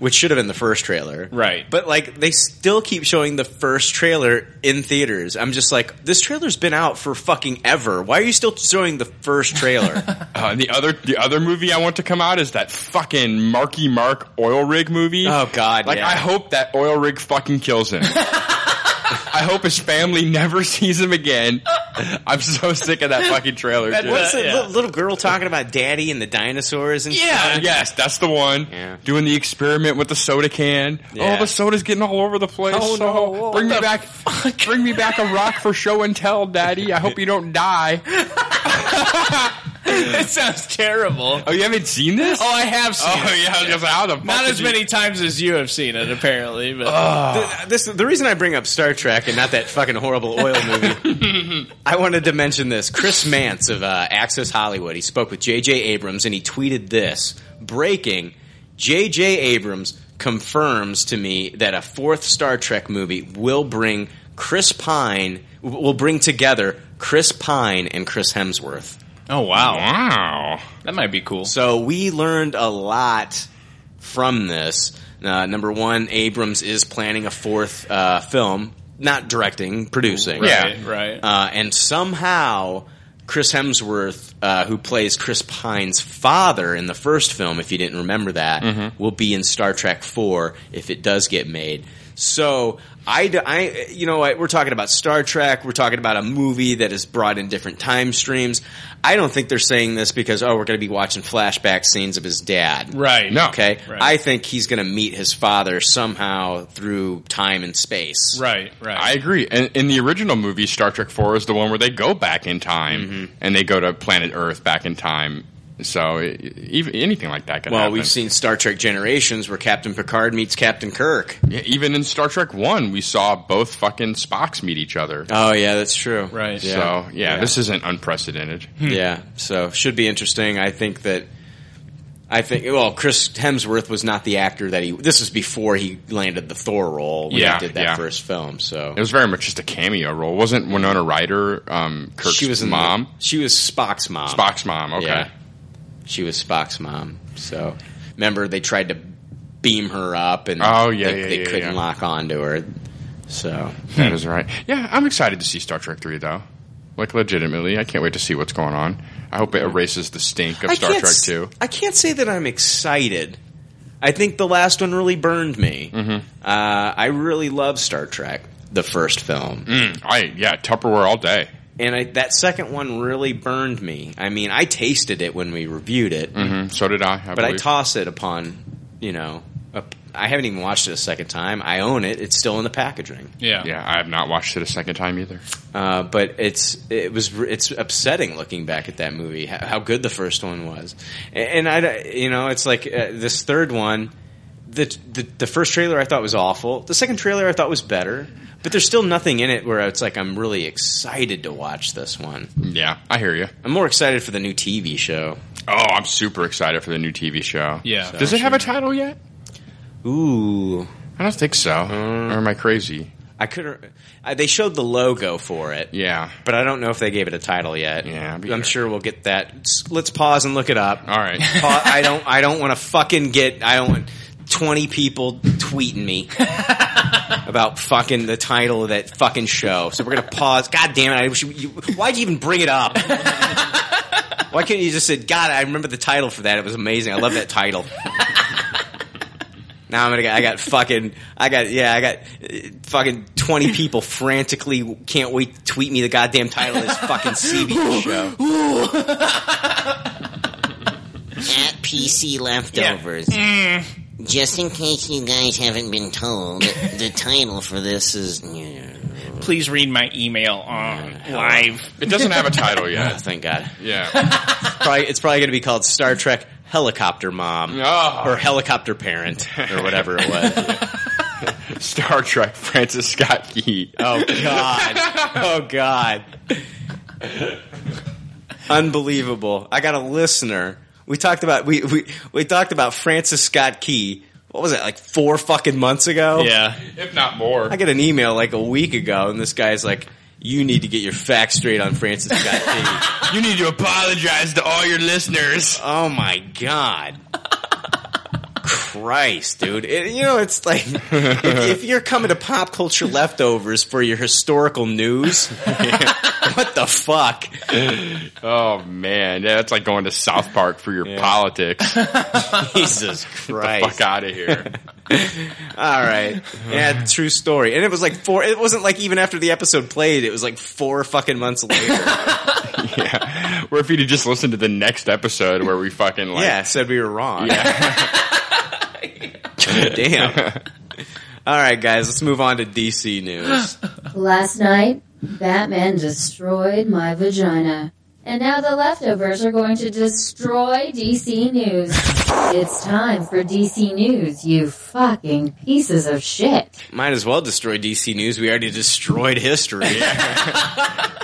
[SPEAKER 6] which should have been the first trailer,
[SPEAKER 4] Right.
[SPEAKER 6] But like, they still keep showing the first trailer in theaters. I'm just like, this trailer's been out for fucking ever. Why are you still showing the first trailer?
[SPEAKER 8] Uh, and the other, the other movie I want to come out is that fucking Marky Mark oil rig movie.
[SPEAKER 6] Oh, God,
[SPEAKER 8] Like
[SPEAKER 6] yeah.
[SPEAKER 8] I hope that oil rig fucking kills him. I hope his family never sees him again. I'm so sick of that fucking trailer. dude.
[SPEAKER 6] What's the
[SPEAKER 4] yeah.
[SPEAKER 6] little, little girl talking about daddy and the dinosaurs and
[SPEAKER 8] Yeah,
[SPEAKER 6] stuff?
[SPEAKER 8] yes, that's the one.
[SPEAKER 6] Yeah.
[SPEAKER 8] Doing the experiment with the soda can.
[SPEAKER 6] Yeah.
[SPEAKER 8] Oh, the soda's getting all over the place.
[SPEAKER 6] Oh, no.
[SPEAKER 8] Oh, bring me back, bring me back a rock for show and tell, Daddy. I hope you don't die.
[SPEAKER 4] that sounds terrible.
[SPEAKER 8] Oh, you haven't seen this?
[SPEAKER 4] Oh, I have seen.
[SPEAKER 8] Oh,
[SPEAKER 4] it.
[SPEAKER 8] yeah. I was Just, how the fuck
[SPEAKER 4] Not
[SPEAKER 8] did
[SPEAKER 4] as
[SPEAKER 8] you-
[SPEAKER 4] many times as you have seen it, apparently. But
[SPEAKER 8] Oh,
[SPEAKER 6] Th- This the reason I bring up Star Trek and not that fucking horrible oil movie. I wanted to mention this. Chris Mance of uh, Access Hollywood. He spoke with J.J. Abrams and he tweeted this: breaking. J.J. Abrams confirms to me that a fourth Star Trek movie will bring Chris Pine will bring together Chris Pine and Chris Hemsworth.
[SPEAKER 4] oh wow,
[SPEAKER 8] Wow.
[SPEAKER 4] that might be cool.
[SPEAKER 6] So we learned a lot from this. Uh, number one, Abrams is planning a fourth uh, film, not directing, producing.
[SPEAKER 4] Right, right.
[SPEAKER 6] Uh, and somehow, Chris Hemsworth, uh, who plays Chris Pine's father in the
[SPEAKER 4] Mm-hmm.
[SPEAKER 6] first film, if you didn't remember that, will be in Star Trek Four if it does get made. So I, d- I- you know, what, we're talking about Star Trek. We're talking about a movie that is brought in different time streams. I don't think they're saying this because oh, we're going to be watching flashback scenes of his dad.
[SPEAKER 4] Right.
[SPEAKER 6] No. Okay.
[SPEAKER 4] Right.
[SPEAKER 6] I think he's going to meet his father somehow through time and space.
[SPEAKER 4] Right, right.
[SPEAKER 8] I agree. And in the original movie, Star Trek Four is the one where they go back in time
[SPEAKER 6] Mm-hmm.
[SPEAKER 8] and they go to planet Earth back in time. So e- even anything like that can
[SPEAKER 6] well,
[SPEAKER 8] happen.
[SPEAKER 6] we've seen Star Trek Generations where Captain Picard meets Captain Kirk.
[SPEAKER 8] Yeah, E, even in Star Trek One, we saw both fucking Spocks meet each other.
[SPEAKER 6] Oh yeah, that's true. Hmm.
[SPEAKER 4] Right.
[SPEAKER 8] So yeah, this isn't unprecedented.
[SPEAKER 6] Yeah. So should be interesting. I think that I think well, Chris Hemsworth was not the actor that he. This is before he landed the Thor role. When
[SPEAKER 8] Yeah,
[SPEAKER 6] he did that
[SPEAKER 8] yeah.
[SPEAKER 6] first film. So
[SPEAKER 8] It was very much just a cameo role. Wasn't Winona Ryder um, Kirk's
[SPEAKER 6] she was in the-
[SPEAKER 8] mom?
[SPEAKER 6] she was Spock's mom.
[SPEAKER 8] Spock's mom. Okay.
[SPEAKER 6] Yeah. She was Spock's mom. So remember they tried to beam her up and
[SPEAKER 8] Oh, yeah,
[SPEAKER 6] they,
[SPEAKER 8] yeah,
[SPEAKER 6] they
[SPEAKER 8] yeah,
[SPEAKER 6] couldn't
[SPEAKER 8] yeah.
[SPEAKER 6] lock onto her. So
[SPEAKER 8] That is right. Yeah, I'm excited to see Star Trek 3 though. Like legitimately, I can't wait to see what's going on. I hope it erases the stink of
[SPEAKER 6] I
[SPEAKER 8] Star
[SPEAKER 6] can't
[SPEAKER 8] Trek
[SPEAKER 6] s-
[SPEAKER 8] 2.
[SPEAKER 6] I can't say that I'm excited. I think the last one really burned me. Mm-hmm. Uh, I really love Star Trek, the first film.
[SPEAKER 8] Mm, I yeah, Tupperware all day.
[SPEAKER 6] And I, that second one really burned me. I mean, I tasted it when we reviewed it,
[SPEAKER 8] hmm So did I. I
[SPEAKER 6] but I
[SPEAKER 8] believe.
[SPEAKER 6] toss it upon you know. up- I haven't even watched it a second time. I own it. It's still in the packaging.
[SPEAKER 4] Yeah.
[SPEAKER 8] yeah, I have not watched it a second time either.
[SPEAKER 6] Uh, but it's it was it's upsetting looking back at that movie how, how good the first one was, and I you know it's like uh, this third one, the, the the first trailer I thought was awful, the second trailer I thought was better, but there's still nothing in it where it's like I'm really excited to watch this one.
[SPEAKER 8] Yeah, I hear you.
[SPEAKER 6] I'm more excited for the new TV show.
[SPEAKER 8] Oh, I'm super excited for the new TV show.
[SPEAKER 4] Yeah.
[SPEAKER 8] Does it have a title yet?
[SPEAKER 6] Ooh,
[SPEAKER 8] I don't think so. or am I crazy?
[SPEAKER 6] I could I, they showed the logo for it,
[SPEAKER 8] Yeah.
[SPEAKER 6] but I don't know if they gave it a title yet.
[SPEAKER 8] Yeah,
[SPEAKER 6] I'm
[SPEAKER 8] but-
[SPEAKER 6] sure we'll get that. S- Let's pause and look it up.
[SPEAKER 8] All right.
[SPEAKER 6] Pa- I don't. I don't want to fucking get. I don't want twenty people tweeting me about fucking the title of that fucking show. So we're gonna pause. God damn it! I wish you, you, why'd you even bring it up? Why couldn't you just said, God? I remember the title for that. It was amazing. I love that title. Now I'm gonna. Get, I got fucking. I got yeah. I got uh, fucking twenty people frantically can't wait to tweet me the goddamn title of this fucking CB show.
[SPEAKER 16] at PC Leftovers. Just in case you guys haven't been told, the title for this is.
[SPEAKER 4] Please read my email on live.
[SPEAKER 8] It doesn't have a title
[SPEAKER 6] Oh,
[SPEAKER 8] yet.
[SPEAKER 6] thank God.
[SPEAKER 8] yeah.
[SPEAKER 6] probably, it's probably going to be called Star Trek Helicopter Mom
[SPEAKER 8] Oh.
[SPEAKER 6] or Helicopter Parent or whatever it was.
[SPEAKER 8] Star Trek Francis Scott Key.
[SPEAKER 6] oh God! Oh God! Unbelievable! I got a listener. We talked about we we we talked about Francis Scott Key. What was it like four fucking months ago?
[SPEAKER 4] Yeah.
[SPEAKER 8] If not more.
[SPEAKER 6] I get an email like a week ago, and this guy's like, "You need to get your facts straight on Francis Scott Key."
[SPEAKER 8] You need to apologize to all your listeners.
[SPEAKER 6] Oh my god. Christ, dude. It- you know, it's like if, if you're coming to pop culture leftovers for your historical news, what the fuck?
[SPEAKER 8] Oh man, yeah, that's like going to South Park for your politics.
[SPEAKER 6] Jesus
[SPEAKER 8] Fuck
[SPEAKER 6] Christ.
[SPEAKER 8] out of here.
[SPEAKER 6] All right. Yeah, true story. And it was like four it wasn't like even after the episode played, it was like four fucking months later.
[SPEAKER 8] yeah, or if you'd have just listened to the next episode where we fucking like,
[SPEAKER 6] yeah, said we were wrong.
[SPEAKER 8] yeah,
[SPEAKER 6] Damn. All right, guys, let's move on to DC news.
[SPEAKER 17] Last night, Batman destroyed my vagina. And now the leftovers are going to destroy DC News. It's time for DC News, you fucking pieces of shit.
[SPEAKER 6] Might as well destroy DC news. We already destroyed history.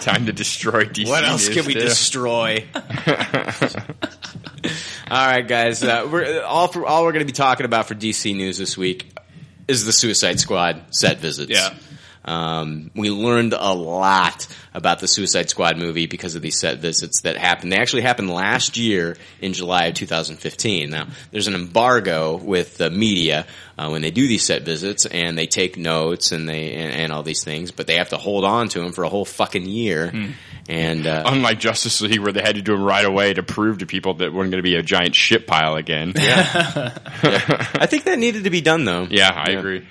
[SPEAKER 8] time to destroy DC.
[SPEAKER 6] What else
[SPEAKER 8] news,
[SPEAKER 6] can we
[SPEAKER 8] too.
[SPEAKER 6] destroy? all right, guys. Uh, we're all for, all we're going to be talking about for DC news this week is the Suicide Squad set visits.
[SPEAKER 4] Yeah.
[SPEAKER 6] Um, we learned a lot about the Suicide Squad movie because of these set visits that happened. They actually happened last year in July of 2015. Now, there's an embargo with the media uh, when they do these set visits, and they take notes and they and, and all these things, but they have to hold on to them for a whole fucking year. And uh,
[SPEAKER 8] Unlike Justice League, where they had to do them right away to prove to people that we're going to be a giant shit pile again. Yeah,
[SPEAKER 6] I think that needed to be done though.
[SPEAKER 8] I agree.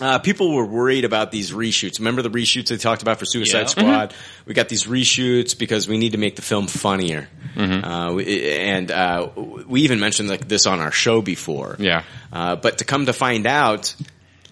[SPEAKER 6] uh, people were worried about these reshoots. Remember the reshoots they talked about for Suicide
[SPEAKER 18] Yeah.
[SPEAKER 6] Squad? We got these reshoots because we need to make the film funnier. Uh, we, and uh, we even mentioned like this on our show before. Yeah. Uh, but to come to find out,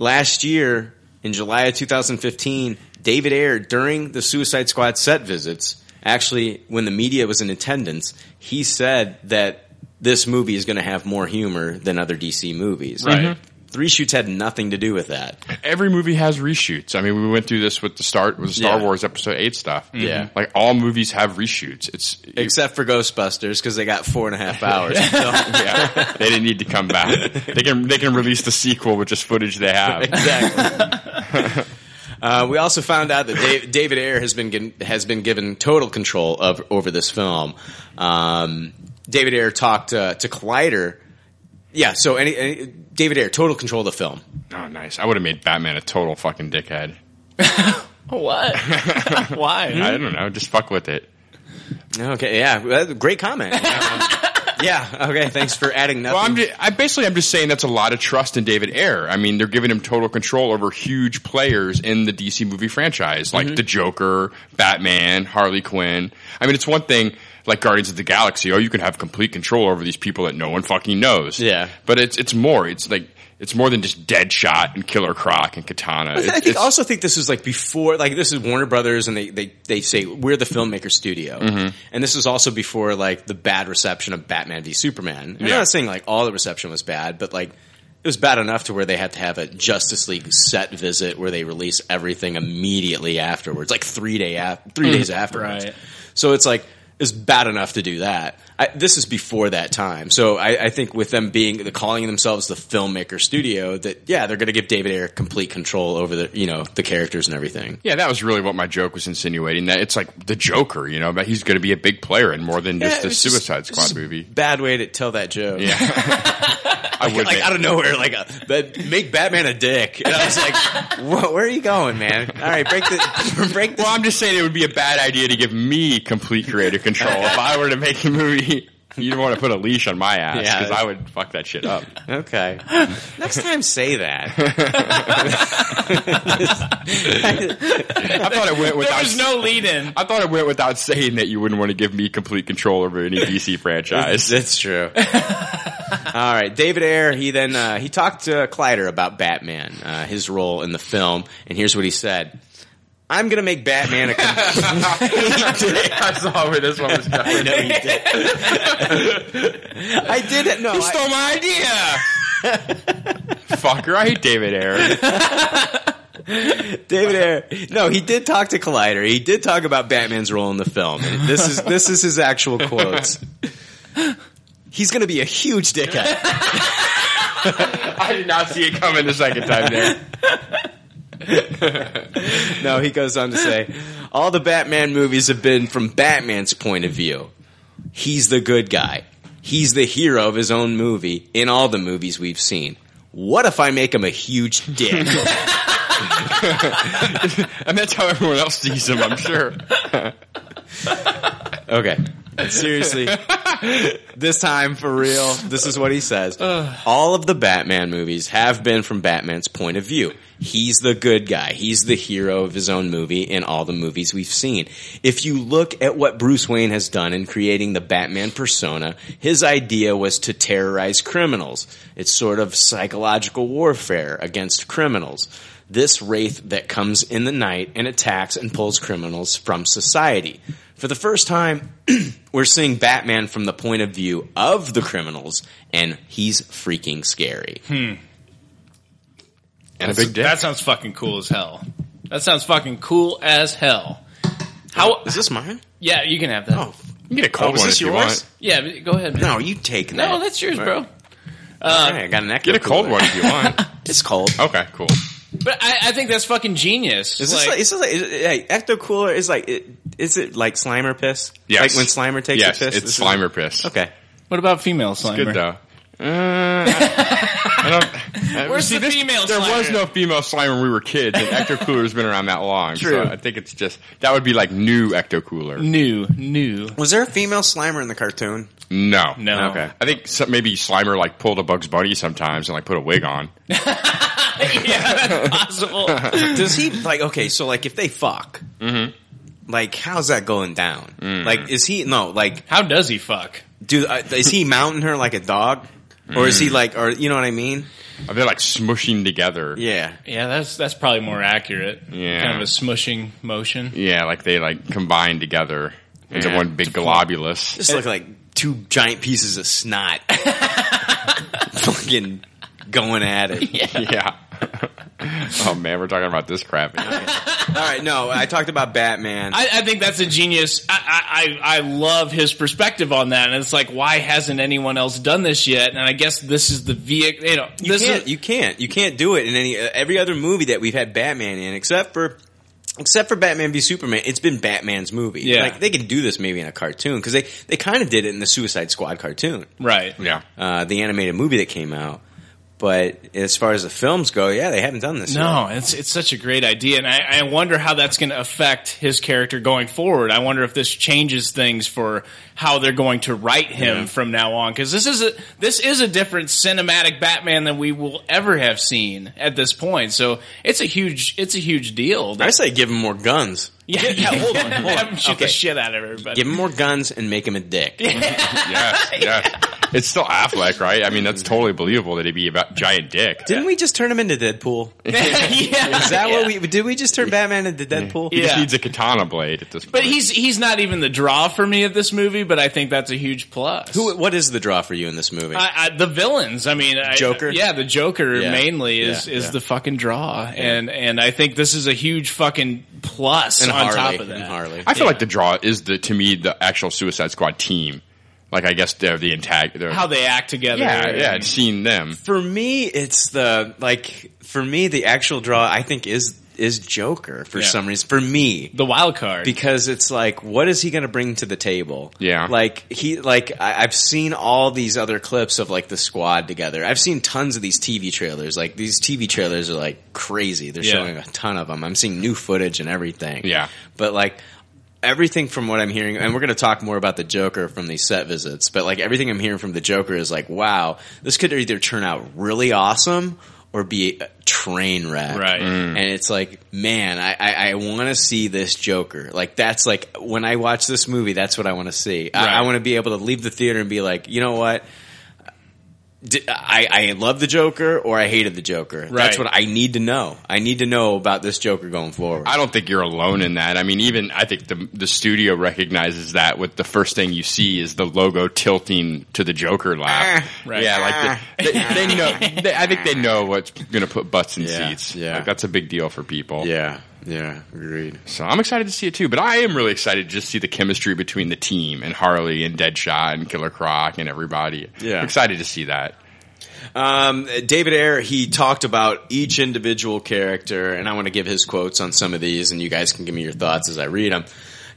[SPEAKER 6] last year in July of 2015, David Ayer, during the Suicide Squad set visits, actually when the media was in attendance, he said that this movie is going to have more humor than other DC movies.
[SPEAKER 8] Right. Mhm.
[SPEAKER 6] The reshoots had nothing to do with that.
[SPEAKER 8] Every movie has reshoots. I mean, we went through this with the start with the Star
[SPEAKER 6] Yeah.
[SPEAKER 8] Wars Episode Eight stuff.
[SPEAKER 6] Yeah.
[SPEAKER 8] like all movies have reshoots. It's
[SPEAKER 6] except for Ghostbusters because they got four and a half hours.
[SPEAKER 8] yeah, they didn't need to come back. They can they can release the sequel with just footage they have.
[SPEAKER 6] Exactly. Uh, we also found out that Dave, David Ayer has been given, has been given total control of over this film. Um, David Ayer talked uh, to Collider. Yeah, so any, any David Ayer total control of the film.
[SPEAKER 8] Oh, nice! I would have made Batman a total fucking dickhead.
[SPEAKER 4] What? Why?
[SPEAKER 8] I don't know. Just fuck with it.
[SPEAKER 6] Okay, yeah, well, great comment. yeah, okay, thanks for adding nothing.
[SPEAKER 8] Well, I'm just, I basically I'm just saying that's a lot of trust in David Ayer. I mean, they're giving him total control over huge players in the DC movie franchise, like
[SPEAKER 6] Mhm.
[SPEAKER 8] the Joker, Batman, Harley Quinn. I mean, it's one thing like Guardians of the Galaxy. Oh, you can have complete control over these people that no one fucking knows. Yeah, but it's it's more. It's like it's more than just Deadshot and Killer Croc and
[SPEAKER 6] I,
[SPEAKER 8] Katana. It's-
[SPEAKER 6] think,
[SPEAKER 8] it's-
[SPEAKER 6] also think this is like before, like this is Warner Brothers, and they they they say we're the filmmaker studio,
[SPEAKER 8] Mhm.
[SPEAKER 6] and this is also before like the bad reception of Batman v Superman. And I'm
[SPEAKER 8] Yeah.
[SPEAKER 6] not saying like all the reception was bad, but like it was bad enough to where they had to have a Justice League set visit where they release everything immediately afterwards, like three day af- three
[SPEAKER 4] Mm.
[SPEAKER 6] days afterwards.
[SPEAKER 4] Right.
[SPEAKER 6] So it's like it's bad enough to do that. I, this is before that time, so I, I think with them being the calling themselves the filmmaker studio, that yeah, they're going to give David Ayer complete control over the you know the characters and everything.
[SPEAKER 8] Yeah, that was really what my joke was insinuating. That it's like the Joker, you know, but he's going to be a big player in more than just
[SPEAKER 6] Yeah,
[SPEAKER 8] the
[SPEAKER 6] it's
[SPEAKER 8] Suicide
[SPEAKER 6] just-
[SPEAKER 8] Squad
[SPEAKER 6] it's a
[SPEAKER 8] movie.
[SPEAKER 6] Bad way to tell that joke. Yeah,
[SPEAKER 8] I would
[SPEAKER 6] like
[SPEAKER 8] think.
[SPEAKER 6] out of nowhere, like a, that make Batman a dick. And I was like, "Wha- where are you going, man? All right, break the break. The,
[SPEAKER 8] Well, I'm just saying it would be a bad idea to give me complete creative control if I were to make a movie. You'd want to put a leash on my ass
[SPEAKER 6] Yeah.
[SPEAKER 8] because I would fuck that shit up.
[SPEAKER 6] Okay. Next time, say that.
[SPEAKER 8] I thought it went without.
[SPEAKER 4] There was no lead in.
[SPEAKER 8] I thought it went without saying that you wouldn't want to give me complete control over any DC franchise.
[SPEAKER 6] That's true. All right, David Ayer. He then uh, he talked to Clyder about Batman, uh, his role in the film, and here's what he said: "I'm going to make Batman a." I
[SPEAKER 8] saw where this one was going.
[SPEAKER 6] I know you did. I did it. No,
[SPEAKER 8] He
[SPEAKER 6] I-
[SPEAKER 8] stole my idea. Fucker, I hate David Ayer.
[SPEAKER 6] David Ayer. No, he did talk to Collider. He did talk about Batman's role in the film. This is this is his actual quotes. He's going to be a huge dickhead.
[SPEAKER 8] I did not see it coming the second time there.
[SPEAKER 6] no, he goes on to say, all the Batman movies have been from Batman's point of view. He's the good guy. He's the hero of his own movie in all the movies we've seen. What if I make him a huge dick?
[SPEAKER 8] and that's how everyone else sees him, I'm sure.
[SPEAKER 6] okay. Seriously. this time, for real, this is what he says. All of the Batman movies have been from Batman's point of view. He's the good guy. He's the hero of his own movie in all the movies we've seen. If you look at what Bruce Wayne has done in creating the Batman persona, his idea was to terrorize criminals. It's sort of psychological warfare against criminals. This wraith that comes in the night and attacks and pulls criminals from society. For the first time, we're seeing Batman from the point of view of the criminals, and he's freaking scary.
[SPEAKER 4] Hmm.
[SPEAKER 8] And a
[SPEAKER 4] That's-
[SPEAKER 8] big dick.
[SPEAKER 4] That sounds fucking cool as hell. That sounds fucking cool as hell. How
[SPEAKER 6] is this mine?
[SPEAKER 4] Yeah, you can have that.
[SPEAKER 8] You get a
[SPEAKER 6] cold Oh, is one this if you yours? want.
[SPEAKER 4] Yeah, but go ahead. Man.
[SPEAKER 6] No, you take that.
[SPEAKER 4] No, that's yours, bro.
[SPEAKER 6] All right, I got an
[SPEAKER 8] Get a cold one if you want.
[SPEAKER 6] it's cold.
[SPEAKER 8] Okay, cool.
[SPEAKER 4] But I, I think that's fucking genius.
[SPEAKER 6] Is this like, is this like, is it- hey, Ecto Cooler is like, it, is it like Slimer piss?
[SPEAKER 8] Yes.
[SPEAKER 6] Like when Slimer takes
[SPEAKER 8] Yes,
[SPEAKER 6] a piss?
[SPEAKER 8] it's
[SPEAKER 6] this is-
[SPEAKER 8] Slimer piss.
[SPEAKER 6] Okay.
[SPEAKER 4] what about female slimer?
[SPEAKER 8] good, though. Uh, I don't. uh,
[SPEAKER 4] Where's
[SPEAKER 8] see,
[SPEAKER 4] the
[SPEAKER 8] this-
[SPEAKER 4] female
[SPEAKER 8] There
[SPEAKER 4] Slimer?
[SPEAKER 8] was no female slime when we were kids, and Ecto Cooler's been around that long.
[SPEAKER 6] True.
[SPEAKER 8] So I think it's just that would be like new Ecto Cooler.
[SPEAKER 4] New, new.
[SPEAKER 6] Was there a female Slimer in the cartoon?
[SPEAKER 8] No,
[SPEAKER 4] No.
[SPEAKER 8] Okay. I think some, maybe Slimer like pulled a Bugs Bunny sometimes and like put a wig on.
[SPEAKER 4] yeah, that's possible.
[SPEAKER 6] Does he like okay? So like, if they fuck, like how's that going down? Like, is he no like?
[SPEAKER 4] How does he fuck?
[SPEAKER 6] Do uh, is he mounting her like a dog, or is he like, or you know what I mean?
[SPEAKER 8] Are they like smushing together?
[SPEAKER 6] Yeah,
[SPEAKER 4] Yeah, that's that's probably more accurate.
[SPEAKER 8] Yeah.
[SPEAKER 4] kind of a smushing motion.
[SPEAKER 8] yeah, like they like combine together into
[SPEAKER 4] Yeah.
[SPEAKER 8] one big globulus.
[SPEAKER 6] Just look like two giant pieces of snot, fucking going at it.
[SPEAKER 8] Yeah. oh man, we're talking about this crap.
[SPEAKER 6] All right, no, I talked about Batman.
[SPEAKER 4] I, I think that's a genius. I, I I I love his perspective on that, and it's like, why hasn't anyone else done this yet? And I guess this is the vehicle. You know,
[SPEAKER 6] You
[SPEAKER 4] this
[SPEAKER 6] can't.
[SPEAKER 4] is
[SPEAKER 6] you can't. You can't do it in any uh, every other movie that we've had Batman in, except for except for Batman v Superman. It's been Batman's movie.
[SPEAKER 4] Yeah.
[SPEAKER 6] like they could do this maybe in a cartoon because they they kind of did it in the Suicide Squad cartoon,
[SPEAKER 4] right.
[SPEAKER 8] Yeah,
[SPEAKER 6] uh, the animated movie that came out. But as far as the films go, yeah, they haven't done this. yet.
[SPEAKER 4] No, it's it's such a great idea, and I, I wonder how that's going to affect his character going forward. I wonder if this changes things for how they're going to write him from now on, because this is a this is a different cinematic Batman than we will ever have seen at this point. So it's a huge it's a huge deal.
[SPEAKER 6] I say give him more guns.
[SPEAKER 4] yeah,
[SPEAKER 6] yeah, hold on, hold on.
[SPEAKER 4] shoot the
[SPEAKER 6] Okay.
[SPEAKER 4] shit out of everybody.
[SPEAKER 6] Give him more guns and make him a dick.
[SPEAKER 8] yes, yes. It's still Affleck, right? I mean, that's
[SPEAKER 4] Mm-hmm.
[SPEAKER 8] totally believable that he'd be about giant dick.
[SPEAKER 6] Didn't we just turn him into Deadpool?
[SPEAKER 4] yeah,
[SPEAKER 6] Is that what we did? We just turn Batman into Deadpool?
[SPEAKER 8] He just
[SPEAKER 4] Yeah.
[SPEAKER 8] needs a katana blade at this point.
[SPEAKER 4] But he's he's not even the draw for me of this movie, but I think that's a huge plus.
[SPEAKER 6] Who? What is the draw for you in this movie?
[SPEAKER 4] I, I, the villains. I mean, I-
[SPEAKER 6] Joker?
[SPEAKER 4] yeah, the Joker
[SPEAKER 6] Yeah.
[SPEAKER 4] mainly is
[SPEAKER 6] Yeah,
[SPEAKER 4] is
[SPEAKER 6] yeah.
[SPEAKER 4] the fucking draw, and and I think this is a huge fucking plus
[SPEAKER 6] and
[SPEAKER 4] on
[SPEAKER 6] Harley.
[SPEAKER 4] top of that.
[SPEAKER 6] And Harley.
[SPEAKER 8] I feel like the draw is the to me the actual Suicide Squad team. Like I guess they're the antagonist.
[SPEAKER 4] How they act together.
[SPEAKER 8] yeah,
[SPEAKER 4] and-
[SPEAKER 8] yeah, it's seen them.
[SPEAKER 6] for me it's the like for me the actual draw i think is is joker for
[SPEAKER 4] Yeah.
[SPEAKER 6] some reason for me
[SPEAKER 4] The wild card.
[SPEAKER 6] because it's like what is he going to bring to the table
[SPEAKER 8] Yeah.
[SPEAKER 6] like he like I, i've seen all these other clips of like the squad together i've seen tons of these tv trailers like these tv trailers are like crazy they're
[SPEAKER 8] Yeah.
[SPEAKER 6] showing a ton of them i'm seeing new footage and everything
[SPEAKER 8] Yeah.
[SPEAKER 6] but like everything from what I'm hearing, and we're going to talk more about the Joker from these set visits, but like everything I'm hearing from the Joker is like, wow, this could either turn out really awesome or be a train wreck.
[SPEAKER 4] Right. Mm.
[SPEAKER 6] And it's like, man, I, I, I want to see this Joker. Like that's like, when I watch this movie, that's what I want to see. I, I
[SPEAKER 4] Right.
[SPEAKER 6] want to be able to leave the theater and be like, you know what? D- I, I love the Joker or I hated the Joker.
[SPEAKER 4] Right.
[SPEAKER 6] That's what I need to know. I need to know about this Joker going forward.
[SPEAKER 8] I don't think you're alone in that. I mean, even I think the the studio recognizes that with the first thing you see is the logo tilting to the Joker lap.
[SPEAKER 4] Ah, right. Ah.
[SPEAKER 8] Yeah, like they, they, they know. They, I think they know what's going to put butts in
[SPEAKER 6] Yeah,
[SPEAKER 8] seats.
[SPEAKER 6] yeah.
[SPEAKER 8] like, that's a big deal for people.
[SPEAKER 6] Yeah, yeah, agreed.
[SPEAKER 8] So I'm excited to see it too, but I am really excited to just see the chemistry between the team and Harley and Deadshot and Killer Croc and everybody.
[SPEAKER 6] Yeah.
[SPEAKER 8] I'm excited to see that.
[SPEAKER 6] Um, David Ayer, he talked about each individual character, and I want to give his quotes on some of these, and you guys can give me your thoughts as I read them.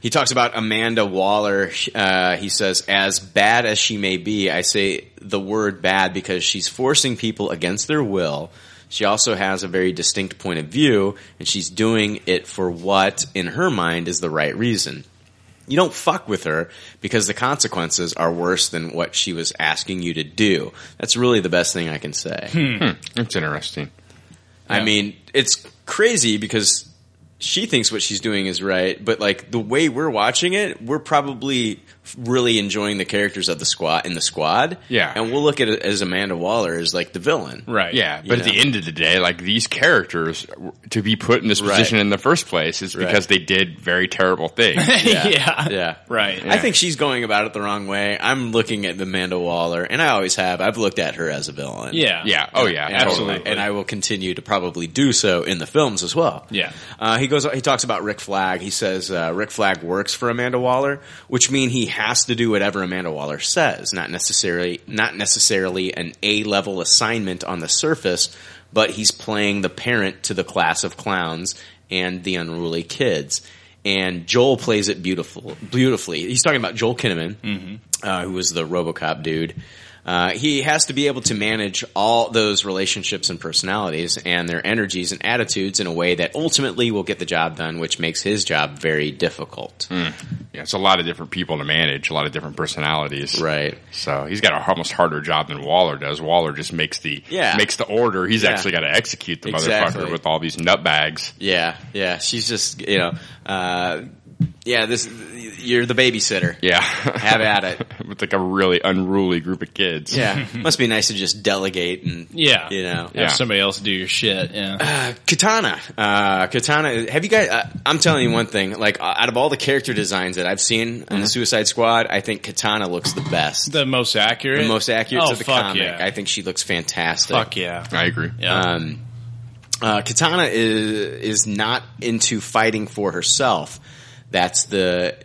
[SPEAKER 6] He talks about Amanda Waller. Uh, he says, as bad as she may be, I say the word bad because she's forcing people against their will. She also has a very distinct point of view, and she's doing it for what, in her mind, is the right reason you don't fuck with her because the consequences are worse than what she was asking you to do. That's really the best thing I can say.
[SPEAKER 4] Hmm,
[SPEAKER 8] It's interesting.
[SPEAKER 6] I mean, it's crazy because she thinks what she's doing is right, but like the way we're watching it, we're probably really enjoying the characters of the squad in the squad.
[SPEAKER 8] Yeah.
[SPEAKER 6] And we'll look at it as Amanda Waller as like the villain.
[SPEAKER 4] Right.
[SPEAKER 8] Yeah,
[SPEAKER 6] You
[SPEAKER 8] but at
[SPEAKER 6] know.
[SPEAKER 8] the end of the day, like these characters w- to be put in this
[SPEAKER 6] Right.
[SPEAKER 8] position in the first place is because they did very terrible things.
[SPEAKER 4] yeah.
[SPEAKER 6] Yeah.
[SPEAKER 4] Right.
[SPEAKER 6] I think she's going about it the wrong way. I'm looking at Amanda Waller, and I always have. I've looked at her as a villain.
[SPEAKER 4] Yeah.
[SPEAKER 8] yeah. Oh yeah.
[SPEAKER 6] And I will-
[SPEAKER 8] Absolutely.
[SPEAKER 6] and I will continue to probably do so in the films as well.
[SPEAKER 4] Yeah.
[SPEAKER 6] Uh, he goes. He talks about Rick Flag. He says uh, Rick Flag works for Amanda Waller, which means he has to do whatever Amanda Waller says. Not necessarily, not necessarily an A level assignment on the surface, but he's playing the parent to the class of clowns and the unruly kids. And Joel plays it beautiful, beautifully. He's talking about Joel Kinnaman, uh, who was the RoboCop dude. Uh, he has to be able to manage all those relationships and personalities and their energies and attitudes in a way that ultimately will get the job done, which makes his job very difficult.
[SPEAKER 4] Hmm.
[SPEAKER 8] Yeah, it's a lot of different people to manage, a lot of different personalities.
[SPEAKER 6] Right.
[SPEAKER 8] So he's got a almost harder job than Waller does. Waller just makes the
[SPEAKER 6] Yeah.
[SPEAKER 8] makes the order. He's
[SPEAKER 6] Yeah.
[SPEAKER 8] actually got to execute the
[SPEAKER 6] Exactly.
[SPEAKER 8] motherfucker with all these nutbags.
[SPEAKER 6] Yeah, yeah. She's just you know, uh, yeah. This you're the babysitter.
[SPEAKER 8] Yeah.
[SPEAKER 6] Have at it
[SPEAKER 8] with like a really unruly group of kids.
[SPEAKER 6] Yeah, must be nice to just delegate and
[SPEAKER 4] Yeah.
[SPEAKER 6] you know,
[SPEAKER 4] Have somebody else do your shit. Yeah.
[SPEAKER 6] Uh, Katana, uh, Katana. Have you guys? Uh, I'm telling you one thing. Like uh, out of all the character designs that I've seen on the Suicide Squad, I think Katana looks the best,
[SPEAKER 4] Mm-hmm. the most accurate,
[SPEAKER 6] the most accurate
[SPEAKER 4] Oh,
[SPEAKER 6] to the
[SPEAKER 4] fuck
[SPEAKER 6] comic.
[SPEAKER 4] yeah.
[SPEAKER 6] I think she looks fantastic.
[SPEAKER 4] Fuck yeah.
[SPEAKER 8] I agree.
[SPEAKER 6] Um, uh, Katana is is not into fighting for herself. That's the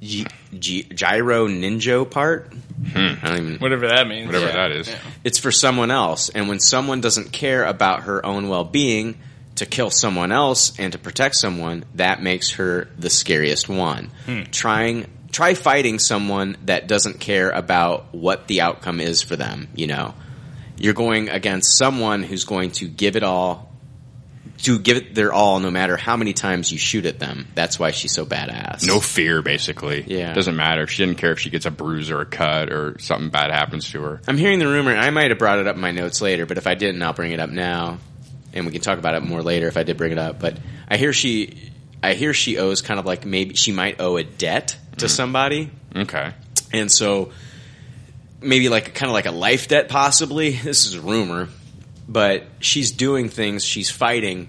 [SPEAKER 6] G- G- gyro ninja part. I don't even
[SPEAKER 4] whatever that means.
[SPEAKER 8] Whatever that is.
[SPEAKER 6] It's for someone else, and when someone doesn't care about her own well being to kill someone else and to protect someone, that makes her the scariest one.
[SPEAKER 10] Hmm.
[SPEAKER 6] Trying try fighting someone that doesn't care about what the outcome is for them. You know, you're going against someone who's going to give it all. To give it their all, no matter how many times you shoot at them. That's why she's so badass.
[SPEAKER 8] No fear, basically.
[SPEAKER 6] Yeah.
[SPEAKER 8] Doesn't matter. She didn't care if she gets a bruise or a cut or something bad happens to her.
[SPEAKER 6] I'm hearing the rumor, and I might have brought it up in my notes later, but if I didn't, I'll bring it up now, and we can talk about it more later if I did bring it up. But I hear she, I hear she owes kind of like maybe she might owe a debt to somebody,
[SPEAKER 8] Okay.
[SPEAKER 6] and so maybe like kind of like a life debt, possibly. This is a rumor, but she's doing things, she's fighting,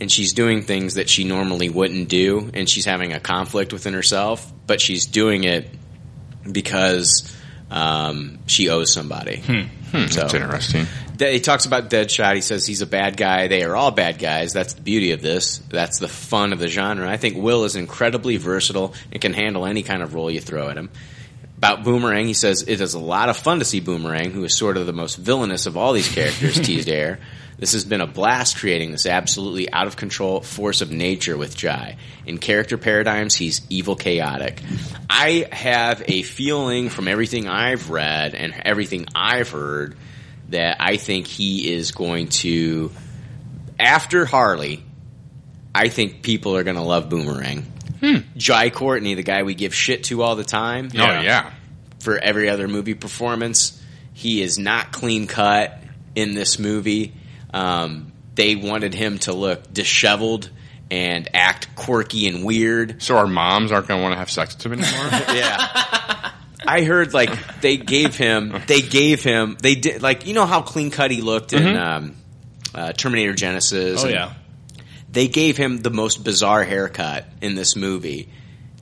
[SPEAKER 6] and she's doing things that she normally wouldn't do, and she's having a conflict within herself, but she's doing it because um, she owes somebody.
[SPEAKER 8] Hmm, that's interesting.
[SPEAKER 6] De- he talks about Deadshot. He says he's a bad guy. They are all bad guys. That's the beauty of this. That's the fun of the genre. I think Will is incredibly versatile and can handle any kind of role you throw at him. About Boomerang, he says it is a lot of fun to see Boomerang, who is sort of the most villainous of all these characters, teased air. This has been a blast creating this absolutely out of control force of nature with Jai. In character paradigms, he's evil chaotic. I have a feeling from everything I've read and everything I've heard that I think he is going to after Harley. I think people are going to love Boomerang. Jai Courtney, the guy we give shit to all the time.
[SPEAKER 8] Hmm. Oh, yeah.
[SPEAKER 6] For every other movie performance, he is not clean cut in this movie. Um, they wanted him to look disheveled and act quirky and weird.
[SPEAKER 8] So our moms aren't going to want to have sex with him anymore.
[SPEAKER 6] yeah. I heard like they gave him, they gave him, they did like you know how clean cut he looked in
[SPEAKER 4] Mhm.
[SPEAKER 6] um, uh, Terminator Genesis.
[SPEAKER 4] Oh,
[SPEAKER 6] and
[SPEAKER 4] yeah.
[SPEAKER 6] they gave him the most bizarre haircut in this movie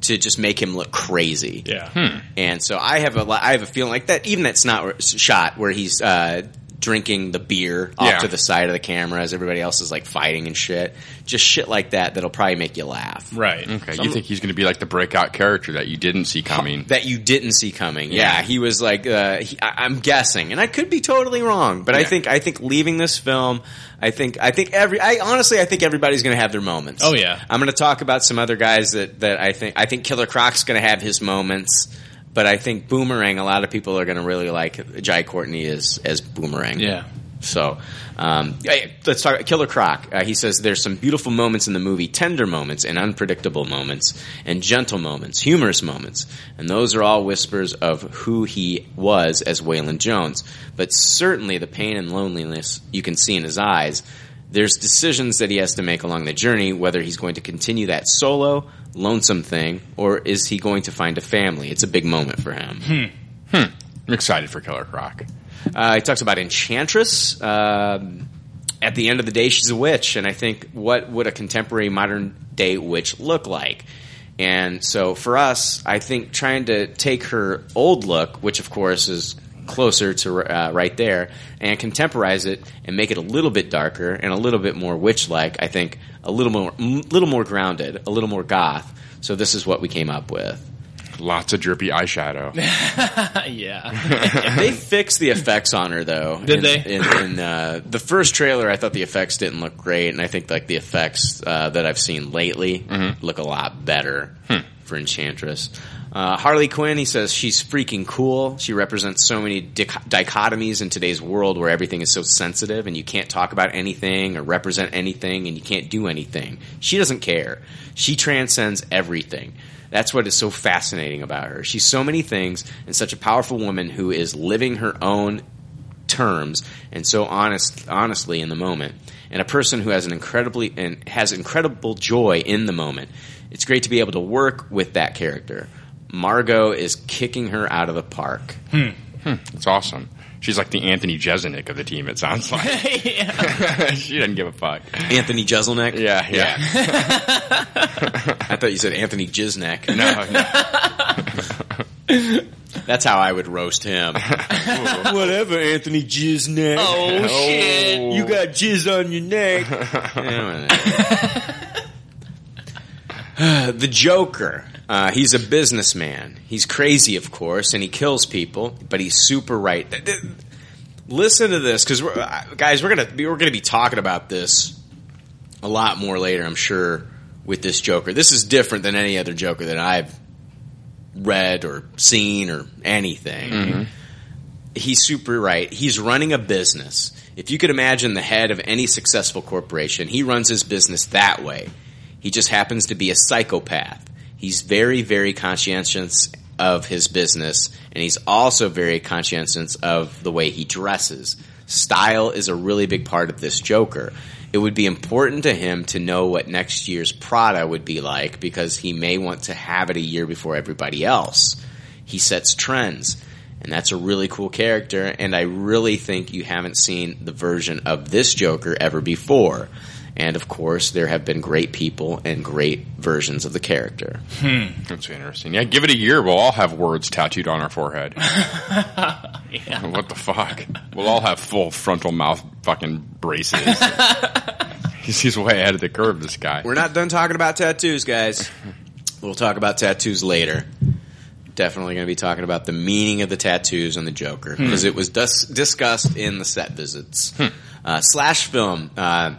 [SPEAKER 6] to just make him look crazy.
[SPEAKER 4] Yeah.
[SPEAKER 6] And so I have a li- I have a feeling like that even that's not shot where he's uh, drinking the beer off
[SPEAKER 4] Yeah.
[SPEAKER 6] to the side of the camera as everybody else is like fighting and shit. Just shit like that that'll probably make you laugh.
[SPEAKER 4] Right.
[SPEAKER 8] Okay.
[SPEAKER 6] So
[SPEAKER 8] you
[SPEAKER 6] I'm-
[SPEAKER 8] think he's going to be like the breakout character that you didn't see coming?
[SPEAKER 6] That you didn't see coming. Yeah, he was like, uh, he, I, I'm guessing, and I could be totally wrong, but I
[SPEAKER 4] Yeah.
[SPEAKER 6] think I think leaving this film, I think I think every, I honestly I think everybody's going to have their moments.
[SPEAKER 4] Oh, yeah.
[SPEAKER 6] I'm going to talk about some other guys that that I think I think Killer Croc's going to have his moments, but I think Boomerang. A lot of people are going to really like Jai Courtney as as Boomerang.
[SPEAKER 4] Yeah.
[SPEAKER 6] So, um, hey, let's talk Killer Croc. Uh, he says there's some beautiful moments in the movie, tender moments and unpredictable moments, and gentle moments, humorous moments, and those are all whispers of who he was as Waylon Jones. But certainly the pain and loneliness you can see in his eyes. There's decisions that he has to make along the journey, whether he's going to continue that solo, lonesome thing, or is he going to find a family? It's a big moment for him.
[SPEAKER 8] Hmm. Hmm. I'm excited for Killer Croc.
[SPEAKER 6] Uh, he talks about Enchantress. Um, at the end of the day, she's a witch, and I think what would a contemporary modern day witch look like? And so for us, I think trying to take her old look, which of course is closer to uh, right there, and contemporize it and make it a little bit darker and a little bit more witch like. I think a little more, m- little more grounded, a little more goth. So this is what we came up with.
[SPEAKER 8] Lots of drippy eyeshadow.
[SPEAKER 4] yeah.
[SPEAKER 6] they fixed the effects on her though.
[SPEAKER 4] Did
[SPEAKER 6] in,
[SPEAKER 4] they?
[SPEAKER 6] In, in uh, the first trailer, I thought the effects didn't look great, and I think like the effects uh, that I've seen lately look a lot better for Enchantress. Uh, Harley Quinn, he says she's freaking cool. She represents so many dic- dichotomies in today's world where everything is so sensitive and you can't talk about anything or represent anything and you can't do anything. She doesn't care. She transcends everything. That's what is so fascinating about her. She's so many things and such a powerful woman who is living her own terms and so honest honestly in the moment and a person who has an incredibly and has incredible joy in the moment it's great to be able to work with that character margot is kicking her out of the park
[SPEAKER 8] Hmm. It's awesome. She's like the Anthony Jeselnik of the team. It sounds like she doesn't give a fuck.
[SPEAKER 6] anthony jeselnik
[SPEAKER 8] yeah yeah,
[SPEAKER 6] i thought you said anthony jiznek
[SPEAKER 8] no,
[SPEAKER 6] that's how i would roast him
[SPEAKER 9] Whatever, Anthony Jiznek.
[SPEAKER 6] Oh, shit.
[SPEAKER 9] You got jizz on your neck.
[SPEAKER 6] the Joker. Uh, he's a businessman. He's crazy, of course, and he kills people, but he's super right. Th- th- Listen to this, because guys, we're gonna be, we're gonna be talking about this a lot more later, I'm sure, with this Joker. This is different than any other Joker that I've read or seen or anything he's super right. He's running a business. If you could imagine the head of any successful corporation, he runs his business that way. He just happens to be a psychopath. He's very, very conscientious of his business, and he's also very conscientious of the way he dresses. Style is a really big part of this Joker. It would be important to him to know what next year's Prada would be like because he may want to have it a year before everybody else. He sets trends and that's a really cool character. And I really think you haven't seen the version of this Joker ever before. And of course, there have been great people and great versions of the character.
[SPEAKER 8] Hmm. That's interesting. Yeah, give it a year. We'll all have words tattooed on our forehead. What the fuck? We'll all have full frontal mouth fucking braces. he's, he's way ahead of the curve. This guy.
[SPEAKER 6] We're not done talking about tattoos, guys. We'll talk about tattoos later. Definitely going to be talking about the meaning of the tattoos and the Joker
[SPEAKER 8] Hmm.
[SPEAKER 6] because it was dis- discussed in the set visits. Uh, slash film. Uh,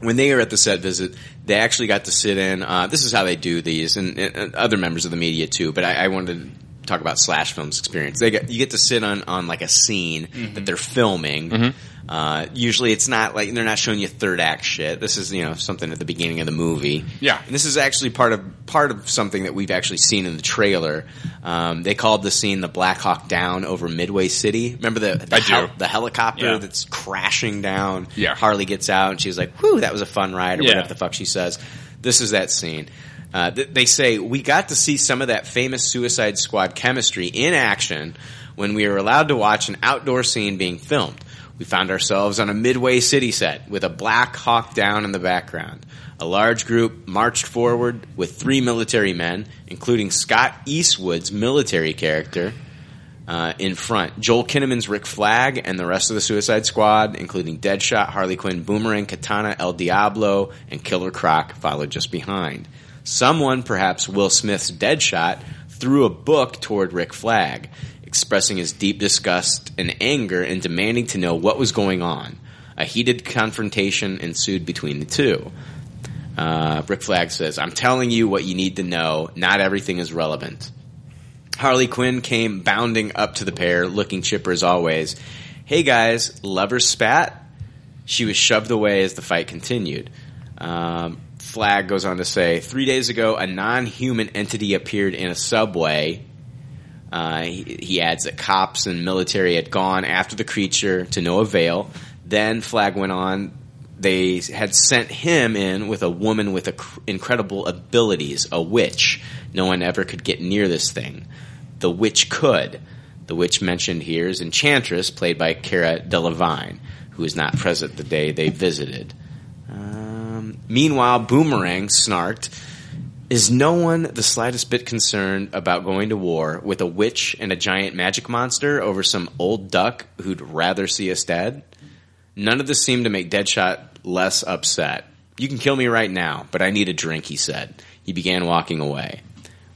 [SPEAKER 6] when they were at the set visit, they actually got to sit in. Uh, this is how they do these, and, and other members of the media too. But I, I wanted to talk about Slash Film's experience. They get you get to sit on on like a scene
[SPEAKER 8] Mm-hmm.
[SPEAKER 6] that they're filming. Uh, usually, it's not like they're not showing you third act shit. This is you know something at the beginning of the movie.
[SPEAKER 8] Yeah.
[SPEAKER 6] and this is actually part of part of something that we've actually seen in the trailer. Um, they called the scene the Black Hawk Down over Midway City. Remember the the,
[SPEAKER 8] I do.
[SPEAKER 6] the helicopter
[SPEAKER 8] Yeah.
[SPEAKER 6] that's crashing down.
[SPEAKER 8] Yeah.
[SPEAKER 6] Harley gets out and she's like, "Whew, that was a fun ride," or
[SPEAKER 8] Yeah.
[SPEAKER 6] whatever the fuck she says. This is that scene. Uh, th- they say we got to see some of that famous Suicide Squad chemistry in action when we were allowed to watch an outdoor scene being filmed. We found ourselves on a midway city set with a Black Hawk down in the background. A large group marched forward with three military men, including Scott Eastwood's military character, uh, in front. Joel Kinnaman's Rick Flag and the rest of the Suicide Squad, including Deadshot, Harley Quinn, Boomerang, Katana, El Diablo, and Killer Croc, followed just behind. Someone, perhaps Will Smith's Deadshot, threw a book toward Rick Flag, expressing his deep disgust and anger and demanding to know what was going on. A heated confrontation ensued between the two. Uh, Rick Flag says, I'm telling you what you need to know. Not everything is relevant. Harley Quinn came bounding up to the pair, looking chipper as always. Hey guys, lovers spat? She was shoved away as the fight continued. Um, Flag goes on to say, three days ago, a non-human entity appeared in a subway. Uh, he, he adds that cops and military had gone after the creature to no avail. Then Flag went on. They had sent him in with a woman with a cr- incredible abilities, a witch. No one ever could get near this thing. The witch could. The witch mentioned here is Enchantress, played by Cara Delevingne, who was not present the day they visited. Um, meanwhile, Boomerang snarked, Is no one the slightest bit concerned about going to war with a witch and a giant magic monster over some old duck who'd rather see us dead? None of this seemed to make Deadshot less upset. You can kill me right now, but I need a drink, he said. He began walking away.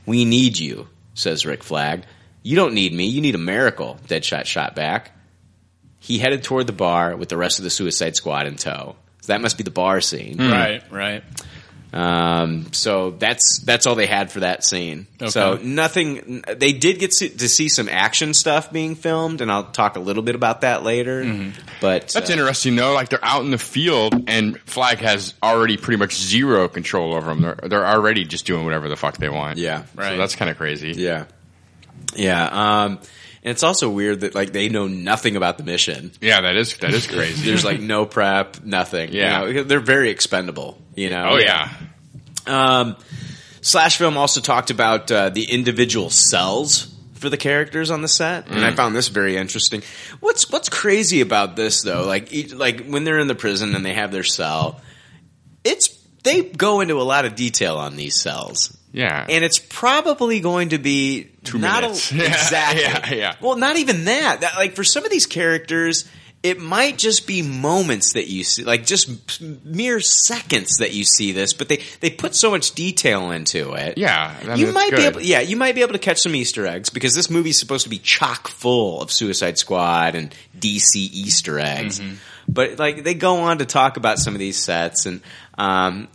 [SPEAKER 6] We need you, says Rick Flag. You don't need me, you need a miracle, Deadshot shot back. He headed toward the bar with the rest of the Suicide Squad in tow. So that must be the bar scene.
[SPEAKER 4] Right, right.
[SPEAKER 6] Um, so that's that's all they had for that scene.
[SPEAKER 4] Okay.
[SPEAKER 6] So nothing. They did get to, to see some action stuff being filmed, and I'll talk a little bit about that later. But
[SPEAKER 8] Mm-hmm. That's
[SPEAKER 6] uh,
[SPEAKER 8] interesting, though. Like they're out in the field, and Flag has already pretty much zero control over them. They're they're already just doing whatever the fuck they want.
[SPEAKER 6] Yeah,
[SPEAKER 8] right. So that's kind of crazy.
[SPEAKER 6] Yeah, yeah. Um, and it's also weird that like they know nothing about the mission.
[SPEAKER 8] Yeah, that is that is crazy.
[SPEAKER 6] There's like no prep, nothing. you
[SPEAKER 8] Yeah.
[SPEAKER 6] know? they're very expendable. You know.
[SPEAKER 8] Oh, yeah.
[SPEAKER 6] Um, Slash film also talked about uh, the individual cells for the characters on the set, and I
[SPEAKER 8] Mm.
[SPEAKER 6] found this very interesting. What's What's crazy about this though? Like each, like when they're in the prison and they have their cell, it's they go into a lot of detail on these cells.
[SPEAKER 8] Yeah.
[SPEAKER 6] And it's probably going to be two not
[SPEAKER 8] minutes.
[SPEAKER 6] A,
[SPEAKER 8] Yeah,
[SPEAKER 6] exactly.
[SPEAKER 8] yeah, yeah.
[SPEAKER 6] Well, not even that. that. Like for some of these characters, it might just be moments that you see, like just mere seconds that you see this. But they they put so much detail into it.
[SPEAKER 8] Yeah, I mean,
[SPEAKER 6] you
[SPEAKER 8] it's
[SPEAKER 6] might be
[SPEAKER 8] good.
[SPEAKER 6] able. Yeah, you might be able to catch some Easter eggs because this movie's supposed to be chock full of Suicide Squad and DC Easter eggs.
[SPEAKER 8] Mm-hmm.
[SPEAKER 6] But like they go on to talk about some of these sets and. Um,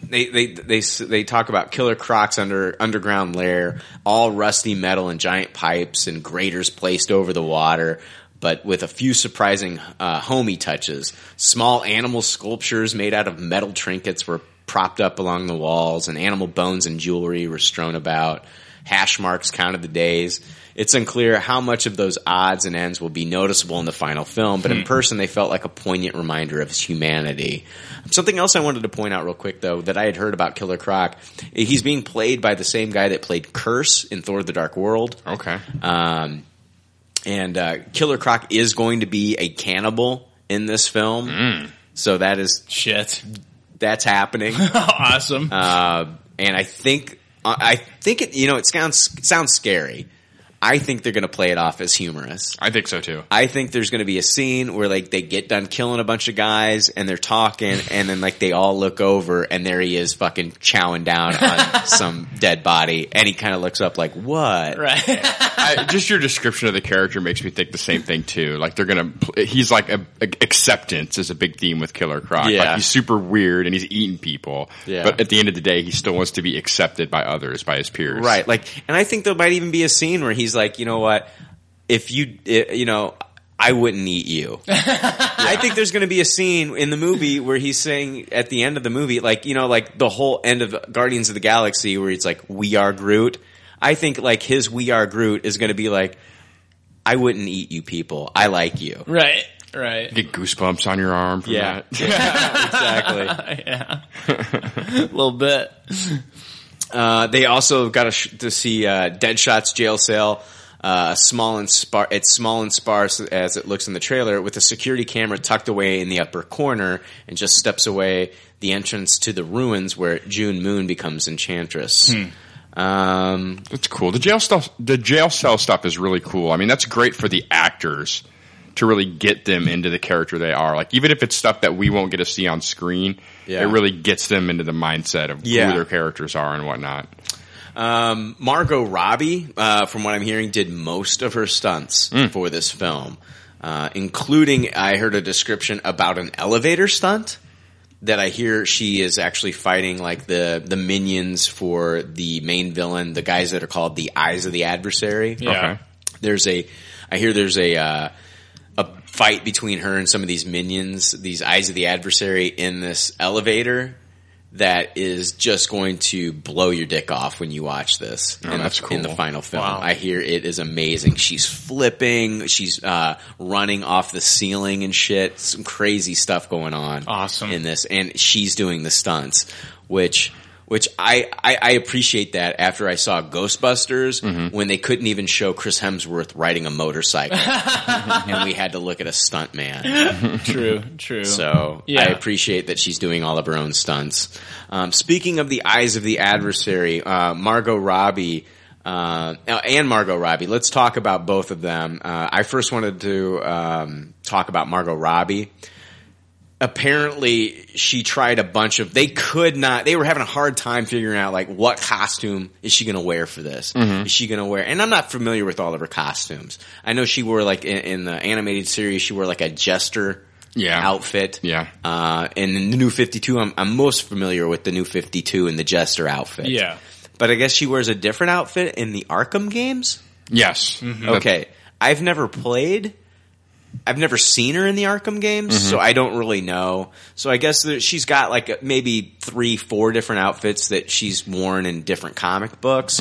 [SPEAKER 6] they they they they talk about Killer Croc's under underground lair, all rusty metal and giant pipes and graters placed over the water, but with a few surprising uh, homey touches. Small animal sculptures made out of metal trinkets were propped up along the walls, and animal bones and jewelry were strewn about. Hash marks counted the days. It's unclear how much of those odds and ends will be noticeable in the final film, but in
[SPEAKER 18] Hmm.
[SPEAKER 6] person they felt like a poignant reminder of his humanity. Something else I wanted to point out real quick though that I had heard about Killer Croc, he's being played by the same guy that played Curse in Thor: The Dark World.
[SPEAKER 8] Okay.
[SPEAKER 6] Um, and uh, Killer Croc is going to be a cannibal in this film, so that is
[SPEAKER 4] shit.
[SPEAKER 6] That's happening.
[SPEAKER 4] awesome.
[SPEAKER 6] Uh, and I think I think it. You know, it sounds sounds scary. I think they're going to play it off as humorous.
[SPEAKER 8] I think so too.
[SPEAKER 6] I think there's going to be a scene where like they get done killing a bunch of guys and they're talking and then like they all look over and there he is fucking chowing down on some dead body and he kind of looks up like what?
[SPEAKER 4] Right.
[SPEAKER 8] I, just your description of the character makes me think the same thing too. Like they're gonna, pl- he's like a, a- acceptance is a big theme with Killer Croc.
[SPEAKER 6] Yeah.
[SPEAKER 8] Like he's super weird and he's eating people.
[SPEAKER 6] Yeah.
[SPEAKER 8] But at the end of the day, he still wants to be accepted by others, by his peers.
[SPEAKER 6] Right. Like, and I think there might even be a scene where he's like, you know what? If you, i you know, I wouldn't eat you. I think there's going to be a scene in the movie where he's saying at the end of the movie, like, you know, like the whole end of Guardians of the Galaxy where it's like, we are Groot. I think like his we are Groot is going to be like, I wouldn't eat you people. I like you.
[SPEAKER 4] Right. Right.
[SPEAKER 8] Get goosebumps on your arm. From
[SPEAKER 6] Yeah.
[SPEAKER 8] that.
[SPEAKER 6] exactly.
[SPEAKER 4] yeah. A little bit.
[SPEAKER 6] Uh, they also got a sh- to see uh, Deadshot's jail cell. Uh, small and spar- it's small and sparse as it looks in the trailer, with a security camera tucked away in the upper corner and just steps away the entrance to the ruins where June Moon becomes enchantress. Um,
[SPEAKER 8] that's cool. The jail stuff, the jail cell stuff is really cool. I mean, that's great for the actors to really get them into the character they are. Like, even if it's stuff that we won't get to see on screen,
[SPEAKER 6] Yeah.
[SPEAKER 8] it really gets them into the mindset of
[SPEAKER 6] Yeah.
[SPEAKER 8] who their characters are and whatnot.
[SPEAKER 6] Um, Margot Robbie, uh, from what I'm hearing, did most of her stunts for this film, uh, including I heard a description about an elevator stunt that I hear she is actually fighting like the the minions for the main villain, the guys that are called the Eyes of the Adversary.
[SPEAKER 8] Yeah. Okay.
[SPEAKER 6] There's a, I hear there's a. Uh, a fight between her and some of these minions, these eyes of the adversary in this elevator that is just going to blow your dick off when you watch this
[SPEAKER 8] Oh,
[SPEAKER 6] in,
[SPEAKER 8] that's
[SPEAKER 6] the, in the
[SPEAKER 8] cool.
[SPEAKER 6] final film.
[SPEAKER 8] Wow.
[SPEAKER 6] I hear it is amazing. She's flipping, she's uh, running off the ceiling and shit. Some crazy stuff going on. Awesome. In this and she's doing the stunts, which which I, I, I appreciate that after I saw Ghostbusters when they couldn't even show Chris Hemsworth riding a motorcycle and we had to look at a stunt man.
[SPEAKER 4] True, true.
[SPEAKER 6] So
[SPEAKER 4] Yeah.
[SPEAKER 6] I appreciate that she's doing all of her own stunts. Um, speaking of the eyes of the adversary, uh, Margot Robbie. Uh, and Margot Robbie. Let's talk about both of them. Uh, I first wanted to um, talk about Margot Robbie apparently she tried a bunch of they could not they were having a hard time figuring out like what costume is she going to wear for this
[SPEAKER 4] Mm-hmm.
[SPEAKER 18] Mhm.
[SPEAKER 6] is she going to wear and i'm not familiar with all of her costumes i know she wore like in, in the animated series she wore like a jester
[SPEAKER 8] yeah.
[SPEAKER 6] outfit.
[SPEAKER 8] Yeah.
[SPEAKER 6] Uh, and in the new 52, I'm, I'm most familiar with the new 52 and the Jester outfit.
[SPEAKER 4] Yeah.
[SPEAKER 6] But I guess she wears a different outfit in the Arkham games?
[SPEAKER 8] Yes.
[SPEAKER 6] Mm-hmm. Okay. I've never played. I've never seen her in the Arkham games,
[SPEAKER 8] Mhm.
[SPEAKER 6] so I don't really know. So I guess that she's got like maybe three, four different outfits that she's worn in different comic books.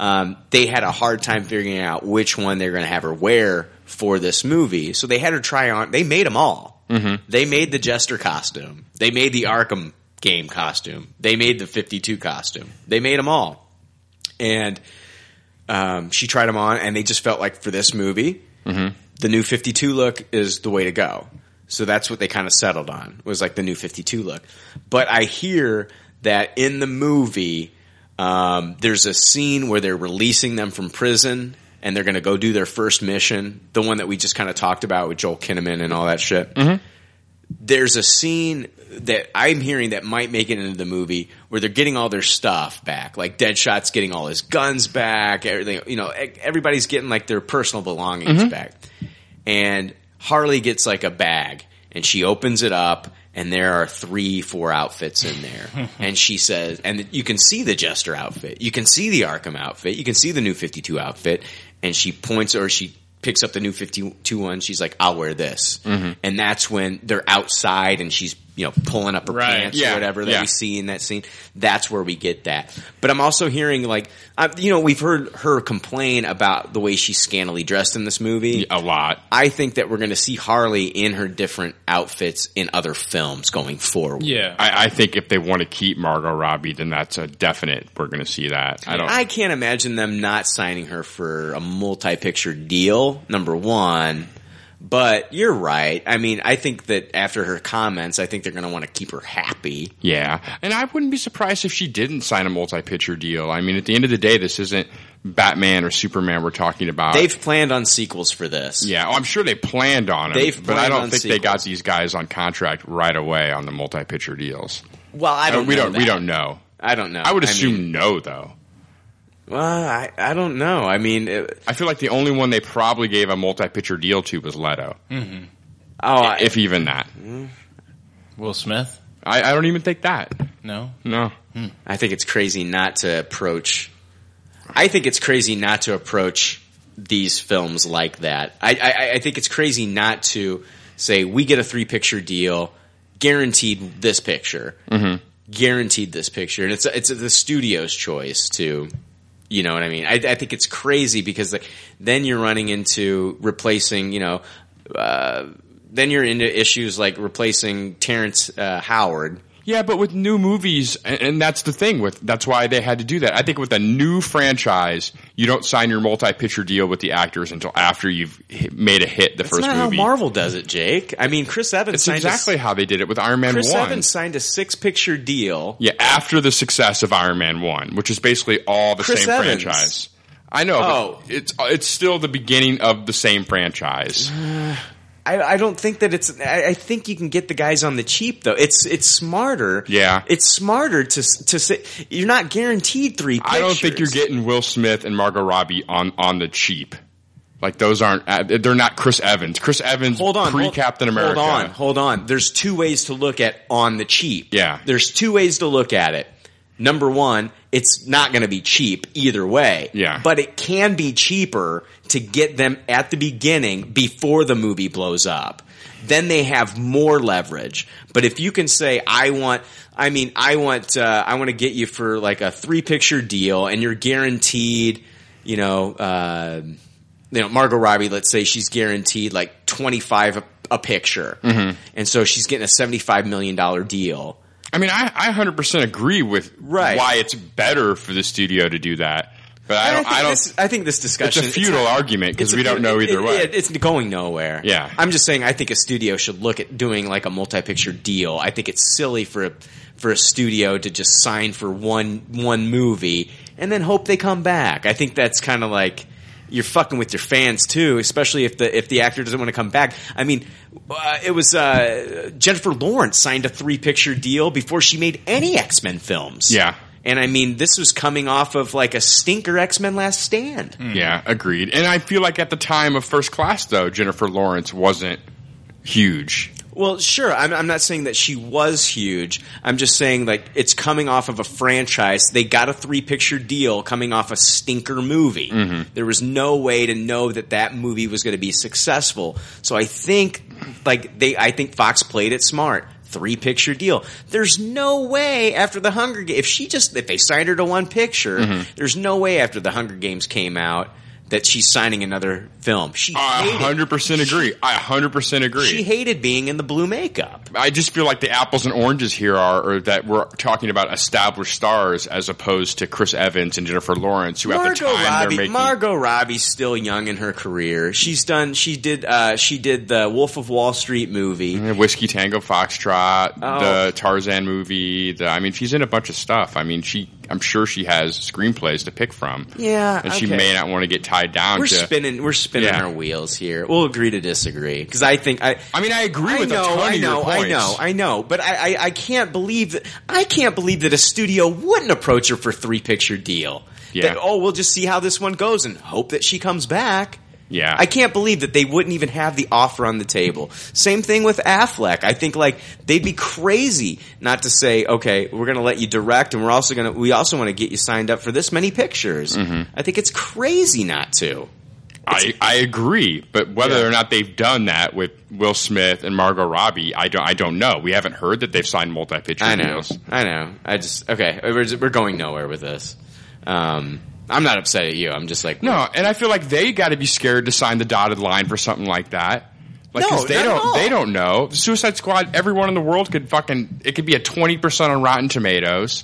[SPEAKER 6] Um, they had a hard time figuring out which one they're going to have her wear for this movie. So they had her try on. They made them all.
[SPEAKER 8] Mm-hmm.
[SPEAKER 6] They made the Jester costume. They made the Arkham game costume. They made the 52 costume. They made them all. And um, she tried them on, and they just felt like for this movie,
[SPEAKER 8] Mm-hmm.
[SPEAKER 6] the new 52 look is the way to go. So that's what they kind of settled on was like the new 52 look. But I hear that in the movie, um, there's a scene where they're releasing them from prison and they're going to go do their first mission, the one that we just kind of talked about with Joel Kinnaman and all that shit. There's a scene that I'm hearing that might make it into the movie where they're getting all their stuff back, like Deadshot's getting all his guns back, everything. You know, e- everybody's getting like their personal belongings
[SPEAKER 18] Mhm.
[SPEAKER 6] back and Harley gets like a bag and she opens it up and there are three, four outfits in there. and she says, and you can see the Jester outfit, you can see the Arkham outfit, you can see the new 52 outfit. And she points or she picks up the new 52 one. She's like, I'll wear this.
[SPEAKER 8] Mhm.
[SPEAKER 6] And that's when they're outside and she's, you know, pulling up her
[SPEAKER 8] Right.
[SPEAKER 6] pants
[SPEAKER 8] Yeah.
[SPEAKER 6] or whatever that
[SPEAKER 8] Yeah.
[SPEAKER 6] we see in that scene. That's where we get that. But I'm also hearing like, I, you know, we've heard her complain about the way she's scantily dressed in this movie
[SPEAKER 8] a lot.
[SPEAKER 6] I think that we're going to see Harley in her different outfits in other films going forward.
[SPEAKER 4] Yeah.
[SPEAKER 8] I, I think if they want to keep Margot Robbie, then that's a definite. We're going to see that. I don't.
[SPEAKER 6] I can't imagine them not signing her for a multi-picture deal. Number one, but you're right. I mean, I think that after her comments, I think they're going to want to keep her happy.
[SPEAKER 8] Yeah, and I wouldn't be surprised if she didn't sign a multi-picture deal. I mean, at the end of the day, this isn't Batman or Superman we're talking about.
[SPEAKER 6] They've planned on sequels for this.
[SPEAKER 8] Uh, yeah, oh, I'm sure they planned on it,
[SPEAKER 6] They've
[SPEAKER 8] but I
[SPEAKER 6] planned
[SPEAKER 8] don't
[SPEAKER 6] on
[SPEAKER 8] think they got these guys on contract right away on the multi-picture deals.
[SPEAKER 6] Well, I don't.
[SPEAKER 8] Uh, we
[SPEAKER 6] know
[SPEAKER 8] don't. We
[SPEAKER 6] that.
[SPEAKER 8] don't know.
[SPEAKER 6] I don't know.
[SPEAKER 8] I would
[SPEAKER 6] I
[SPEAKER 8] assume
[SPEAKER 6] mean-
[SPEAKER 8] no, though.
[SPEAKER 6] Well, I, I don't know. I mean, it-
[SPEAKER 8] I feel like the only one they probably gave a multi-picture deal to was Leto,
[SPEAKER 4] Mhm.
[SPEAKER 6] Oh, I-
[SPEAKER 8] if even that.
[SPEAKER 4] Will Smith?
[SPEAKER 8] I, I don't even think that.
[SPEAKER 4] No.
[SPEAKER 8] No.
[SPEAKER 6] I think it's crazy not to approach. I think it's crazy not to approach these films like that. I, I, I think it's crazy not to say we get a three picture deal, guaranteed this picture,
[SPEAKER 8] Mm-hmm.
[SPEAKER 6] guaranteed this picture, and it's it's the studio's choice to. You know what I mean? I, I think it's crazy because like, then you're running into replacing, you know, uh, then you're into issues like replacing Terrence uh, Howard
[SPEAKER 8] Yeah, but with new movies, and, and that's the thing with that's why they had to do that. I think with a new franchise, you don't sign your multi-picture deal with the actors until after you've hit, made a hit the
[SPEAKER 6] That's
[SPEAKER 8] first
[SPEAKER 6] not
[SPEAKER 8] movie.
[SPEAKER 6] how Marvel does it, Jake. I mean, Chris Evans.
[SPEAKER 8] It's
[SPEAKER 6] signed a-
[SPEAKER 8] exactly how they did it with Iron Man
[SPEAKER 6] Chris
[SPEAKER 8] One.
[SPEAKER 6] Evans signed a six-picture deal.
[SPEAKER 8] Yeah, after the success of Iron Man One, which is basically all the
[SPEAKER 6] Chris
[SPEAKER 8] same
[SPEAKER 6] Evans.
[SPEAKER 8] franchise. I know,
[SPEAKER 6] Oh.
[SPEAKER 8] but it's uh, it's still the beginning of the same franchise.
[SPEAKER 6] I, I don't think that it's. I, I think you can get the guys on the cheap though. It's it's smarter.
[SPEAKER 8] Yeah.
[SPEAKER 6] it's smarter to s- to say you're not guaranteed three. Pictures.
[SPEAKER 8] I don't think you're getting Will Smith and Margot Robbie on on the cheap. Like those aren't uh, they're not Chris Evans. Chris Evans
[SPEAKER 6] Hold on,
[SPEAKER 8] pre
[SPEAKER 6] hold-
[SPEAKER 8] Captain America.
[SPEAKER 6] Hold on, hold on. There's two ways to look at on the cheap.
[SPEAKER 8] Yeah.
[SPEAKER 6] There's two ways to look at it. Number one, it's not going to be cheap either way.
[SPEAKER 8] Yeah.
[SPEAKER 6] But it can be cheaper to get them at the beginning before the movie blows up. Then they have more leverage. But if you can say, I want, I mean, I want, uh, I want to get you for like a three picture deal and you're guaranteed, you know, uh, you know, Margot Robbie, let's say she's guaranteed like 25 a, a picture.
[SPEAKER 8] Mhm.
[SPEAKER 6] And so she's getting a $75 million deal.
[SPEAKER 8] I mean, I, I 100% agree with
[SPEAKER 6] Right.
[SPEAKER 8] why it's better for the studio to do that. But I
[SPEAKER 6] And
[SPEAKER 8] don't.
[SPEAKER 6] think
[SPEAKER 8] I, don't.
[SPEAKER 6] This, I think this discussion
[SPEAKER 8] it's a futile
[SPEAKER 6] not-
[SPEAKER 8] argument because
[SPEAKER 6] it's a
[SPEAKER 8] we don't
[SPEAKER 6] futile-
[SPEAKER 8] know either
[SPEAKER 6] it-
[SPEAKER 8] way.
[SPEAKER 6] it- it's going nowhere.
[SPEAKER 8] Yeah.
[SPEAKER 6] I'm just saying. I think a studio should look at doing like a multi-picture deal. I think it's silly for a, for a studio to just sign for one one movie and then hope they come back. I think that's kind of like you're fucking with your fans too, especially if the if the actor doesn't want to come back. I mean, uh, it was uh, Jennifer Lawrence signed a three picture deal before she made any X Men films.
[SPEAKER 8] Yeah.
[SPEAKER 6] And I mean, this was coming off of like a stinker X Men Last Stand.
[SPEAKER 8] Yeah, agreed. And I feel like at the time of First Class, though, Jennifer Lawrence wasn't huge.
[SPEAKER 6] Well, sure. I'm, I'm not saying that she was huge. I'm just saying like it's coming off of a franchise. They got a three picture deal coming off a stinker movie.
[SPEAKER 8] Mhm.
[SPEAKER 6] There was no way to know that that movie was going to be successful. So I think like they, I think Fox played it smart. Three picture deal. There's no way after the Hunger Games, if she just, if they signed her to one picture,
[SPEAKER 8] Mhm.
[SPEAKER 6] there's no way after the Hunger Games came out that she's signing another film. She
[SPEAKER 8] I
[SPEAKER 6] hated
[SPEAKER 8] 100% agree. I 100% agree.
[SPEAKER 6] She hated being in the blue makeup.
[SPEAKER 8] I just feel like the apples and oranges here are, or that we're talking about established stars as opposed to Chris Evans and Jennifer Lawrence, who at the
[SPEAKER 6] Margot
[SPEAKER 8] time
[SPEAKER 6] Robbie.
[SPEAKER 8] they're making.
[SPEAKER 6] Margot Robbie's still young in her career. She's done. She did. Uh, she did the Wolf of Wall Street movie,
[SPEAKER 8] Whiskey Tango Foxtrot,
[SPEAKER 6] Oh.
[SPEAKER 8] the Tarzan movie. The, I mean, she's in a bunch of stuff. I mean, she. I'm sure she has screenplays to pick from.
[SPEAKER 6] Yeah,
[SPEAKER 8] and she
[SPEAKER 6] okay.
[SPEAKER 8] may not want to get tied down.
[SPEAKER 6] We're
[SPEAKER 8] to,
[SPEAKER 6] spinning. We're spinning
[SPEAKER 8] Yeah.
[SPEAKER 6] our wheels here. We'll agree to disagree because I think I.
[SPEAKER 8] I mean, I agree
[SPEAKER 6] I
[SPEAKER 8] with a
[SPEAKER 6] know.
[SPEAKER 8] ton of
[SPEAKER 6] I
[SPEAKER 8] your
[SPEAKER 6] know. I
[SPEAKER 8] points.
[SPEAKER 6] know. I know. But I, I, I can't believe that. I can't believe that a studio wouldn't approach her for three picture deal.
[SPEAKER 8] Yeah.
[SPEAKER 6] That, oh, we'll just see how this one goes and hope that she comes back.
[SPEAKER 8] Yeah.
[SPEAKER 6] I can't believe that they wouldn't even have the offer on the table. Same thing with Affleck. I think like they'd be crazy not to say, okay, we're going to let you direct, and we're also going to we also want to get you signed up for this many pictures.
[SPEAKER 8] Mm-hmm.
[SPEAKER 6] I think it's crazy not to.
[SPEAKER 8] I, I agree, but whether or not they've done that with Will Smith and Margot Robbie, I don't I don't know. We haven't heard that they've signed multi picture
[SPEAKER 6] I know.
[SPEAKER 8] deals.
[SPEAKER 6] I know. I just okay. We're, we're going nowhere with this. Um, I'm not upset at you. I'm just like
[SPEAKER 8] No, and I feel like they got to be scared to sign the dotted line for something like that. Like,
[SPEAKER 6] No,
[SPEAKER 8] 'cause they
[SPEAKER 6] not at
[SPEAKER 8] don't
[SPEAKER 6] all.
[SPEAKER 8] they don't know. Suicide Squad, everyone in the world could fucking it could be a 20% on Rotten Tomatoes.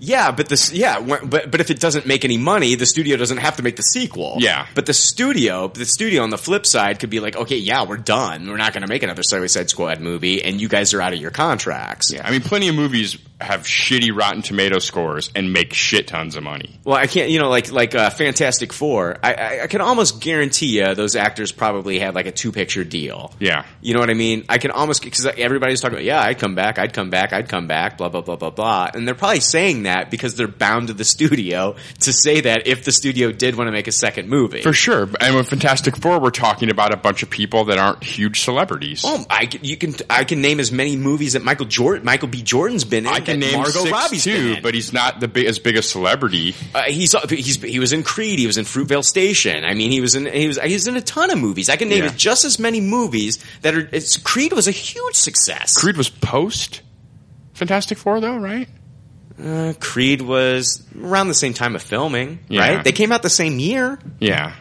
[SPEAKER 6] Yeah, but this yeah, wh- but but if it doesn't make any money, the studio doesn't have to make the sequel.
[SPEAKER 8] Yeah.
[SPEAKER 6] But the studio, the studio on the flip side could be like, okay, yeah, we're done. We're not going to make another Suicide Squad movie, and you guys are out of your contracts.
[SPEAKER 8] Yeah. I mean, plenty of movies have shitty Rotten Tomato scores and make shit tons of money.
[SPEAKER 6] Well, I can't, you know, like like uh, Fantastic Four. I, I, I can almost guarantee you those actors probably had like a two picture deal.
[SPEAKER 8] Yeah.
[SPEAKER 6] You know what I mean? I can almost because everybody's talking about, yeah, I'd come back, I'd come back, I'd come back, blah blah blah blah blah, and they're probably saying that because they're bound to the studio to say that if the studio did want to make a second movie.
[SPEAKER 8] For sure. And with Fantastic Four, we're talking about a bunch of people that aren't huge celebrities.
[SPEAKER 6] Oh, I can, you can I can name as many movies that Michael Jordan, Michael B. Jordan's been in.
[SPEAKER 8] I can
[SPEAKER 6] that
[SPEAKER 8] name
[SPEAKER 6] Margot
[SPEAKER 8] six
[SPEAKER 6] Robbie's
[SPEAKER 8] too,
[SPEAKER 6] been in.
[SPEAKER 8] but he's not the big, as big a celebrity.
[SPEAKER 6] Uh, he's he's he was in Creed. He was in Fruitvale Station. I mean, he was in he was he was in a ton of movies. I can name
[SPEAKER 8] Yeah.
[SPEAKER 6] just as many movies that are. It's, Creed was a huge success.
[SPEAKER 8] Creed was post Fantastic Four, though, right?
[SPEAKER 6] Uh, Creed was around the same time of filming,
[SPEAKER 8] Yeah.
[SPEAKER 6] right? They came out the same year.
[SPEAKER 8] Yeah,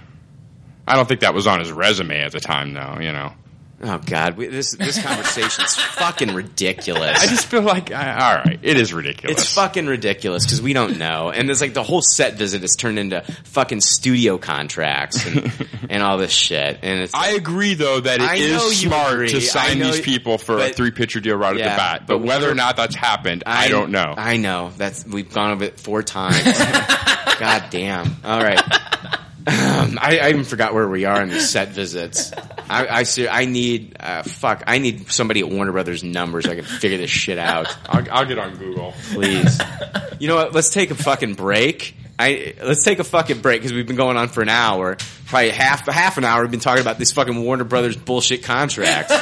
[SPEAKER 8] I don't think that was on his resume at the time, though. You know,
[SPEAKER 6] Oh God, we, this this conversation's fucking ridiculous.
[SPEAKER 8] I just feel like I, all right, it is ridiculous.
[SPEAKER 6] It's fucking ridiculous because we don't know, and it's like the whole set visit has turned into fucking studio contracts and, and all this shit. And it's
[SPEAKER 8] I agree, though, that
[SPEAKER 6] I
[SPEAKER 8] it is
[SPEAKER 6] know you
[SPEAKER 8] smart
[SPEAKER 6] agree.
[SPEAKER 8] to sign
[SPEAKER 6] I know
[SPEAKER 8] these
[SPEAKER 6] you-
[SPEAKER 8] people for a
[SPEAKER 6] but-
[SPEAKER 8] three picture deal right at
[SPEAKER 6] Yeah,
[SPEAKER 8] the bat,
[SPEAKER 6] but
[SPEAKER 8] but whether
[SPEAKER 6] we're-
[SPEAKER 8] or not that's happened, I, don't know.
[SPEAKER 6] I know that's we've gone over it four times. God damn! All right, um, I, I even forgot where we are in the set visits. I I, ser- I need uh, fuck. I need somebody at Warner Brothers numbers. so I can figure this shit out.
[SPEAKER 8] I'll, I'll get on Google.
[SPEAKER 6] Please. You know what? Let's take a fucking break. I let's take a fucking break because we've been going on for an hour, probably half half an hour. We've been talking about these fucking Warner Brothers bullshit contracts,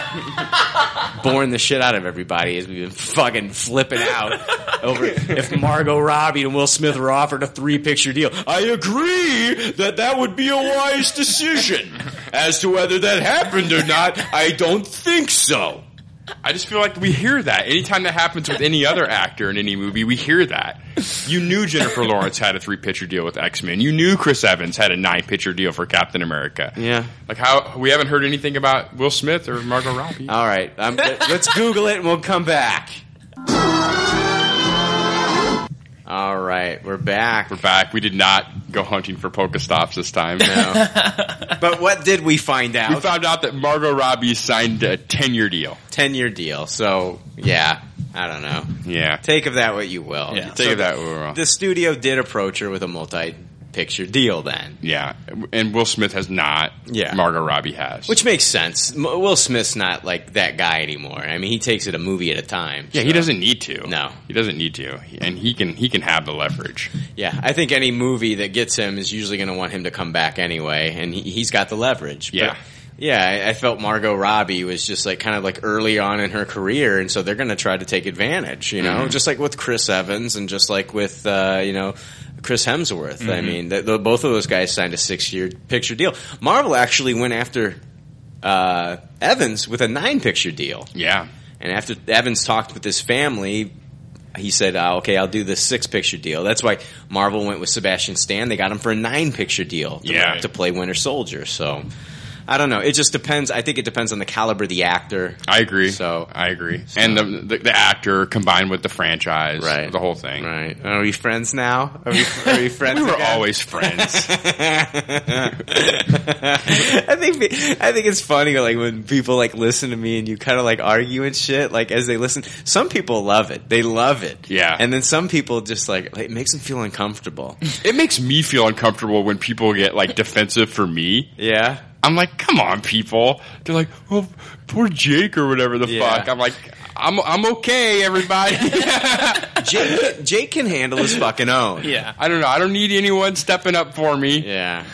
[SPEAKER 6] boring the shit out of everybody as we've been fucking flipping out over if Margot Robbie and Will Smith were offered a three picture deal. I agree that that would be a wise decision. As to whether that happened or not, I don't think so.
[SPEAKER 8] I just feel like we hear that anytime that happens with any other actor in any movie. We hear that. You knew Jennifer Lawrence had a three pitcher deal with X Men. You knew Chris Evans had a nine pitcher deal for Captain America.
[SPEAKER 6] Yeah.
[SPEAKER 8] Like how we haven't heard anything about Will Smith or Margot Robbie.
[SPEAKER 6] All right, um, let- let's Google it and we'll come back. All right, we're back.
[SPEAKER 8] We're back. We did not go hunting for Pokestops this time.
[SPEAKER 6] No. but what did we find
[SPEAKER 8] we
[SPEAKER 6] out?
[SPEAKER 8] found out that Margot Robbie signed a ten year deal.
[SPEAKER 6] Ten year deal. So yeah, I don't know.
[SPEAKER 8] Yeah.
[SPEAKER 6] Take of that what you will.
[SPEAKER 8] Yeah.
[SPEAKER 6] So
[SPEAKER 8] Take
[SPEAKER 6] the-
[SPEAKER 8] that. Laura.
[SPEAKER 6] The studio did approach her with a multi picture deal then,
[SPEAKER 8] Yeah. And Will Smith has not.
[SPEAKER 6] Yeah.
[SPEAKER 8] Margot Robbie has.
[SPEAKER 6] which makes sense. M- Will Smith's not like that guy anymore. I mean, he takes it a movie at a time.
[SPEAKER 8] yeah,
[SPEAKER 6] so-
[SPEAKER 8] he doesn't need to.
[SPEAKER 6] No.
[SPEAKER 8] He doesn't need to. And he can he can have the leverage.
[SPEAKER 6] Yeah, I think any movie that gets him is usually going to want him to come back anyway, and he, he's got the leverage.
[SPEAKER 8] Yeah.
[SPEAKER 6] Yeah, I, I felt Margot Robbie was just like kind of like early on in her career, and so they're going to try to take advantage, you know,
[SPEAKER 8] Mm-hmm.
[SPEAKER 18] Mhm.
[SPEAKER 6] just like with Chris Evans and just like with uh, you know Chris Hemsworth. I
[SPEAKER 18] Mhm.
[SPEAKER 8] Mm-hmm.
[SPEAKER 6] mean, th- th- both of those guys signed a six-year picture deal. Marvel actually went after uh, Evans with a nine-picture deal.
[SPEAKER 8] Yeah,
[SPEAKER 6] and after Evans talked with his family. He said, oh, "Okay, I'll do this six-picture deal." That's why Marvel went with Sebastian Stan. They got him for a nine-picture deal to,
[SPEAKER 8] Yeah.
[SPEAKER 6] to play Winter Soldier. So, I don't know. It just depends. I think it depends on the caliber of the actor.
[SPEAKER 8] I agree.
[SPEAKER 6] So
[SPEAKER 8] I agree. And the, the the actor combined with the franchise,
[SPEAKER 6] Right.
[SPEAKER 8] the whole thing.
[SPEAKER 6] Right. Are we friends now? Are we, are we friends?
[SPEAKER 8] we were
[SPEAKER 6] again?
[SPEAKER 8] always friends.
[SPEAKER 6] I think I think it's funny like when people like listen to me and you kind of like argue and shit like as they listen. Some people love it. They love it.
[SPEAKER 8] Yeah.
[SPEAKER 6] And then some people just like, like it makes them feel uncomfortable.
[SPEAKER 8] it makes me feel uncomfortable when people get like defensive for me.
[SPEAKER 6] Yeah.
[SPEAKER 8] I'm like, come on, people. They're like, oh, poor Jake or whatever the
[SPEAKER 6] Yeah.
[SPEAKER 8] fuck. I'm like, I'm I'm okay, everybody.
[SPEAKER 6] Jake, Jake can handle his fucking own.
[SPEAKER 4] Yeah.
[SPEAKER 8] I don't know. I don't need anyone stepping up for me.
[SPEAKER 6] Yeah.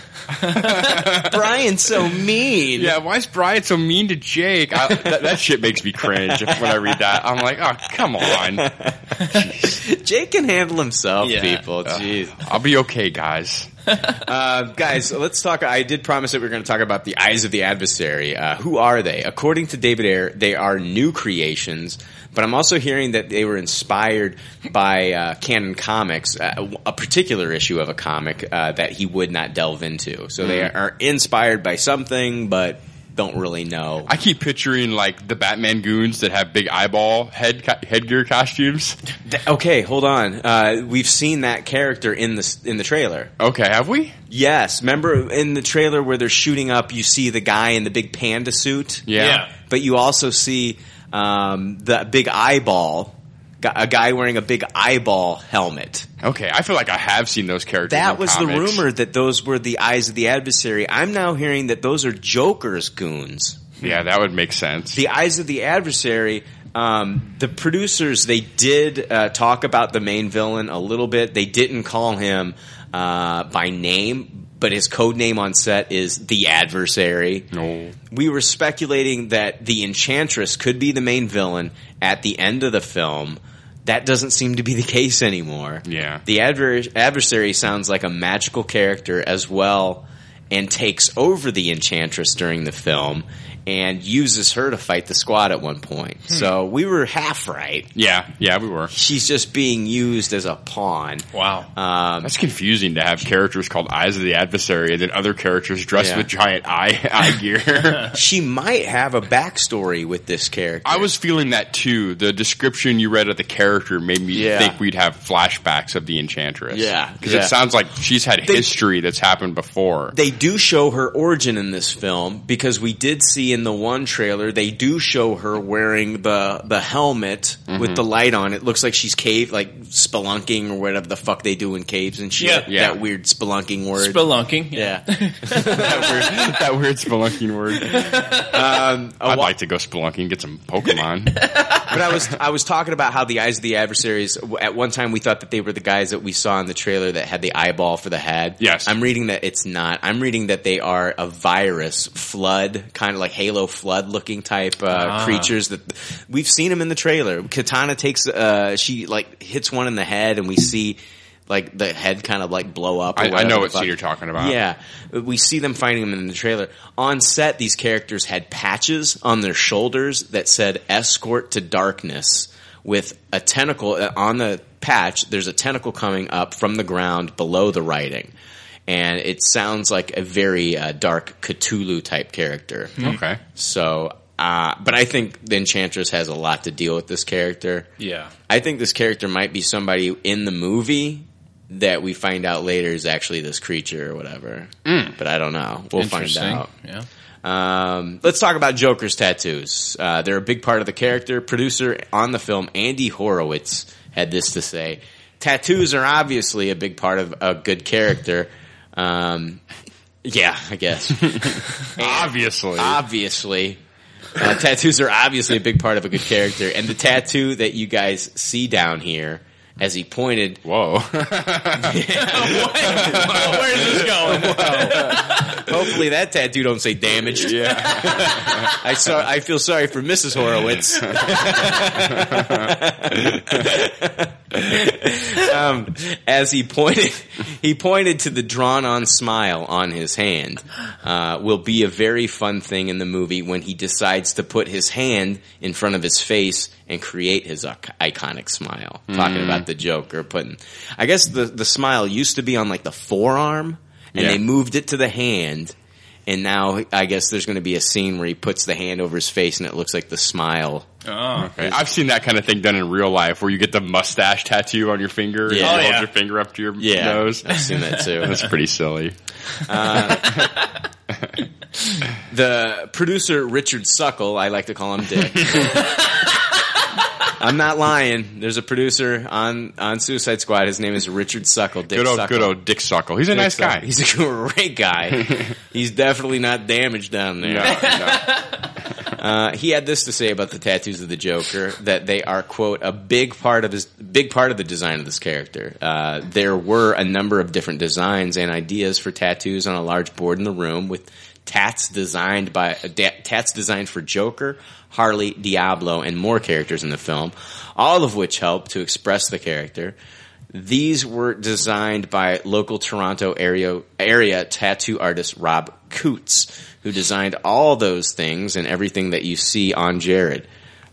[SPEAKER 6] Brian's so mean.
[SPEAKER 8] Yeah, why is Brian so mean to Jake? I, that, that shit makes me cringe when I read that. I'm like, oh, come on.
[SPEAKER 6] Jake can handle himself,
[SPEAKER 8] Yeah.
[SPEAKER 6] people.
[SPEAKER 4] Uh,
[SPEAKER 6] Jeez.
[SPEAKER 8] I'll be okay, guys.
[SPEAKER 6] uh, guys, let's talk. I did promise that we are going to talk about the eyes of the adversary. Uh, who are they? According to David Ayer, they are new creations, but I'm also hearing that they were inspired by uh, canon comics, uh, a particular issue of a comic uh, that he would not delve into. So they
[SPEAKER 8] Hmm.
[SPEAKER 6] are inspired by something, but don't really know.
[SPEAKER 8] I keep picturing like the Batman goons that have big eyeball head co- headgear costumes.
[SPEAKER 6] Th- okay, hold on. Uh, we've seen that character in the in the trailer.
[SPEAKER 8] Okay, have we?
[SPEAKER 6] Yes. Remember in the trailer where they're shooting up, you see the guy in the big panda suit.
[SPEAKER 8] Yeah. Yeah.
[SPEAKER 6] But you also see um, the big eyeball, gu- a guy wearing a big eyeball helmet.
[SPEAKER 8] Okay, I feel like I have seen those characters.
[SPEAKER 6] That
[SPEAKER 8] in
[SPEAKER 6] was the
[SPEAKER 8] comics.
[SPEAKER 6] rumor that those were the eyes of the adversary. I'm now hearing that those are Joker's goons.
[SPEAKER 8] Yeah, that would make sense.
[SPEAKER 6] The eyes of the adversary. Um, the producers they did uh, talk about the main villain a little bit. They didn't call him uh, by name, but his code name on set is the adversary.
[SPEAKER 8] No.
[SPEAKER 6] We were speculating that the enchantress could be the main villain at the end of the film. That doesn't seem to be the case anymore.
[SPEAKER 8] Yeah.
[SPEAKER 6] The adver- adversary sounds like a magical character as well and takes over the enchantress during the film and uses her to fight the squad at one point. So we were half right.
[SPEAKER 8] Yeah, yeah, we were.
[SPEAKER 6] She's just being used as a pawn.
[SPEAKER 4] Wow.
[SPEAKER 6] Um,
[SPEAKER 8] That's confusing to have characters called Eyes of the Adversary and then other characters dressed
[SPEAKER 6] Yeah.
[SPEAKER 8] with giant eye eye gear.
[SPEAKER 6] she might have a backstory with this character.
[SPEAKER 8] I was feeling that too. The description you read of the character made me
[SPEAKER 6] Yeah.
[SPEAKER 8] think we'd have flashbacks of the Enchantress.
[SPEAKER 6] Yeah,
[SPEAKER 8] because
[SPEAKER 6] yeah.
[SPEAKER 8] it sounds like she's had
[SPEAKER 6] They-
[SPEAKER 8] history that's happened before.
[SPEAKER 6] They do show her origin in this film because we did see in the one trailer they do show her wearing the the helmet with
[SPEAKER 8] Mhm.
[SPEAKER 6] the light on. It looks like she's cave like spelunking or whatever the fuck they do in caves and shit.
[SPEAKER 4] Yeah. Yeah.
[SPEAKER 6] That weird spelunking word.
[SPEAKER 4] Spelunking.
[SPEAKER 6] yeah.
[SPEAKER 8] that weird spelunking word.
[SPEAKER 6] Um,
[SPEAKER 8] I'd like to go spelunking and get some Pokemon.
[SPEAKER 6] but I was I was talking about how the eyes of the adversaries. At one time, we thought that they were the guys that we saw in the trailer that had the eyeball for the head. Yes, I'm reading that it's not. I'm reading that they are a virus flood, kind of like Halo flood looking type uh,
[SPEAKER 18] Ah.
[SPEAKER 6] creatures that we've seen them in the trailer. Katana takes uh, she like hits one in the head, and we see. Like the head kind of like blow up. or
[SPEAKER 8] I- I know
[SPEAKER 6] whatever the
[SPEAKER 8] what scene
[SPEAKER 6] fuck.
[SPEAKER 8] you're talking about.
[SPEAKER 6] Yeah, we see them fighting them in the trailer. On set, these characters had patches on their shoulders that said "Escort to Darkness" with a tentacle uh, on the patch. There's a tentacle coming up from the ground below the writing, and it sounds like a very uh, dark Cthulhu type character.
[SPEAKER 8] Hmm. Okay.
[SPEAKER 6] so. Uh, but I think the Enchantress has a lot to deal with this character.
[SPEAKER 4] Yeah.
[SPEAKER 6] I think this character might be somebody in the movie that we find out later is actually this creature or whatever.
[SPEAKER 4] Mm.
[SPEAKER 6] But I don't know. We'll find
[SPEAKER 4] Interesting.
[SPEAKER 6] out.
[SPEAKER 4] Yeah.
[SPEAKER 6] Um, let's talk about Joker's tattoos. Uh, they're a big part of the character. Producer on the film, Andy Horowitz, had this to say Tattoos are obviously a big part of a good character. Um, yeah, I guess.
[SPEAKER 8] obviously.
[SPEAKER 6] Obviously. Uh, tattoos are obviously a big part of a good character. And the tattoo that you guys see down here as he pointed.
[SPEAKER 8] Whoa.
[SPEAKER 4] Oh,
[SPEAKER 6] Where's this going? Hopefully that tattoo don't say damaged.
[SPEAKER 8] Yeah.
[SPEAKER 6] I saw. I feel sorry for Mrs. Horowitz. um, as he pointed, he pointed to the drawn-on smile on his hand. Uh, will be a very fun thing in the movie when he decides to put his hand in front of his face and create his ic- iconic smile. Talking
[SPEAKER 8] Mm.
[SPEAKER 6] about the Joker putting. I guess the the smile used to be on like the forearm, and
[SPEAKER 8] Yeah.
[SPEAKER 6] they moved it to the hand. And now I guess there's going to be a scene where he puts the hand over his face and it looks like the smile.
[SPEAKER 4] Oh,
[SPEAKER 8] Okay. I've seen that kind of thing done in real life, where you get the mustache tattoo on your finger. and
[SPEAKER 6] Yeah.
[SPEAKER 8] you
[SPEAKER 6] Oh,
[SPEAKER 8] hold
[SPEAKER 6] yeah.
[SPEAKER 8] your finger up to your
[SPEAKER 6] Yeah.
[SPEAKER 8] nose.
[SPEAKER 6] I've seen that too.
[SPEAKER 8] That's pretty silly.
[SPEAKER 6] the producer Richard Suckle, I like to call him Dick. I'm not lying. There's a producer on on Suicide Squad. His name is Richard Suckle. Dick
[SPEAKER 8] Good old-
[SPEAKER 6] Suckle.
[SPEAKER 8] good old Dick Suckle. He's a nice guy.
[SPEAKER 6] Suckle. He's a great guy. He's definitely not damaged down there. Uh, he had this to say about the tattoos of the Joker: that they are quote a big part of his big part of the design of this character. Uh, there were a number of different designs and ideas for tattoos on a large board in the room with tats designed by uh, da- tats designed for Joker, Harley, Diablo, and more characters in the film, all of which helped to express the character. These were designed by local Toronto area area tattoo artist Rob Coots, who designed all those things and everything that you see on Jared.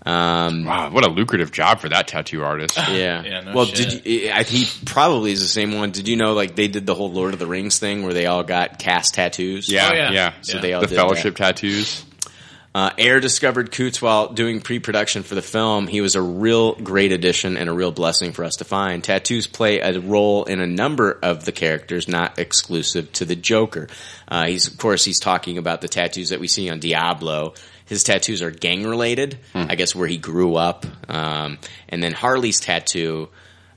[SPEAKER 6] Um,
[SPEAKER 8] wow, what a lucrative job for that tattoo artist!
[SPEAKER 6] Yeah.
[SPEAKER 8] Yeah, no
[SPEAKER 6] well,
[SPEAKER 8] shit.
[SPEAKER 6] did you, I, he probably is the same one? Did you know like they did the whole Lord of the Rings thing where they all got cast tattoos?
[SPEAKER 8] Yeah, Oh, yeah. yeah.
[SPEAKER 6] So
[SPEAKER 8] Yeah.
[SPEAKER 6] they all
[SPEAKER 8] The
[SPEAKER 6] did
[SPEAKER 8] fellowship
[SPEAKER 6] tattoos. Uh, Air discovered Coots while doing pre-production for the film. He was a real great addition and a real blessing for us to find. Tattoos play a role in a number of the characters, not exclusive to the Joker. Uh, he's of course he's talking about the tattoos that we see on Diablo. His tattoos are gang related, I guess, where he grew up. Um, and then Harley's tattoo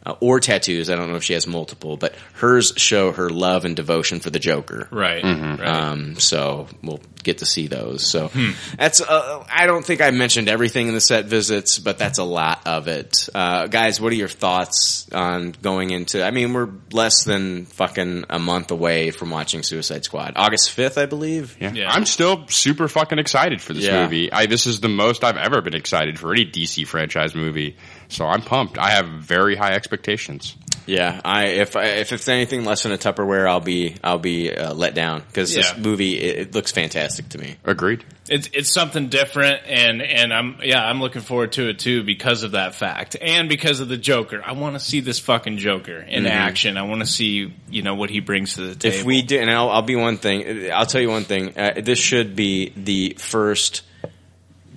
[SPEAKER 6] uh, or tattoos. I don't know if she has multiple, but hers show her love and devotion for the Joker.
[SPEAKER 4] Right, Mhm. right.
[SPEAKER 6] Um, so we'll get to see those. So that's. Uh, I don't think I mentioned everything in the set visits, but that's a lot of it. Uh, guys, what are your thoughts on going into? I mean, we're less than fucking a month away from watching Suicide Squad, August fifth, I believe.
[SPEAKER 8] Yeah. I'm still super fucking excited for this
[SPEAKER 6] Yeah.
[SPEAKER 8] movie. I, this is the most I've ever been excited for any DC franchise movie. So I'm pumped. I have very high expectations.
[SPEAKER 6] Yeah, I if I, if it's anything less than a Tupperware, I'll be I'll be uh, let down because this
[SPEAKER 4] Yeah.
[SPEAKER 6] movie it, it looks fantastic to me.
[SPEAKER 8] Agreed.
[SPEAKER 4] It's it's something different, and and I'm yeah I'm looking forward to it too because of that fact and because of the Joker. I want to see this fucking Joker in
[SPEAKER 6] Mhm.
[SPEAKER 4] action. I want to see you know what he brings to the table.
[SPEAKER 6] If we do, and I'll, I'll be one thing. I'll tell you one thing. Uh, this should be the first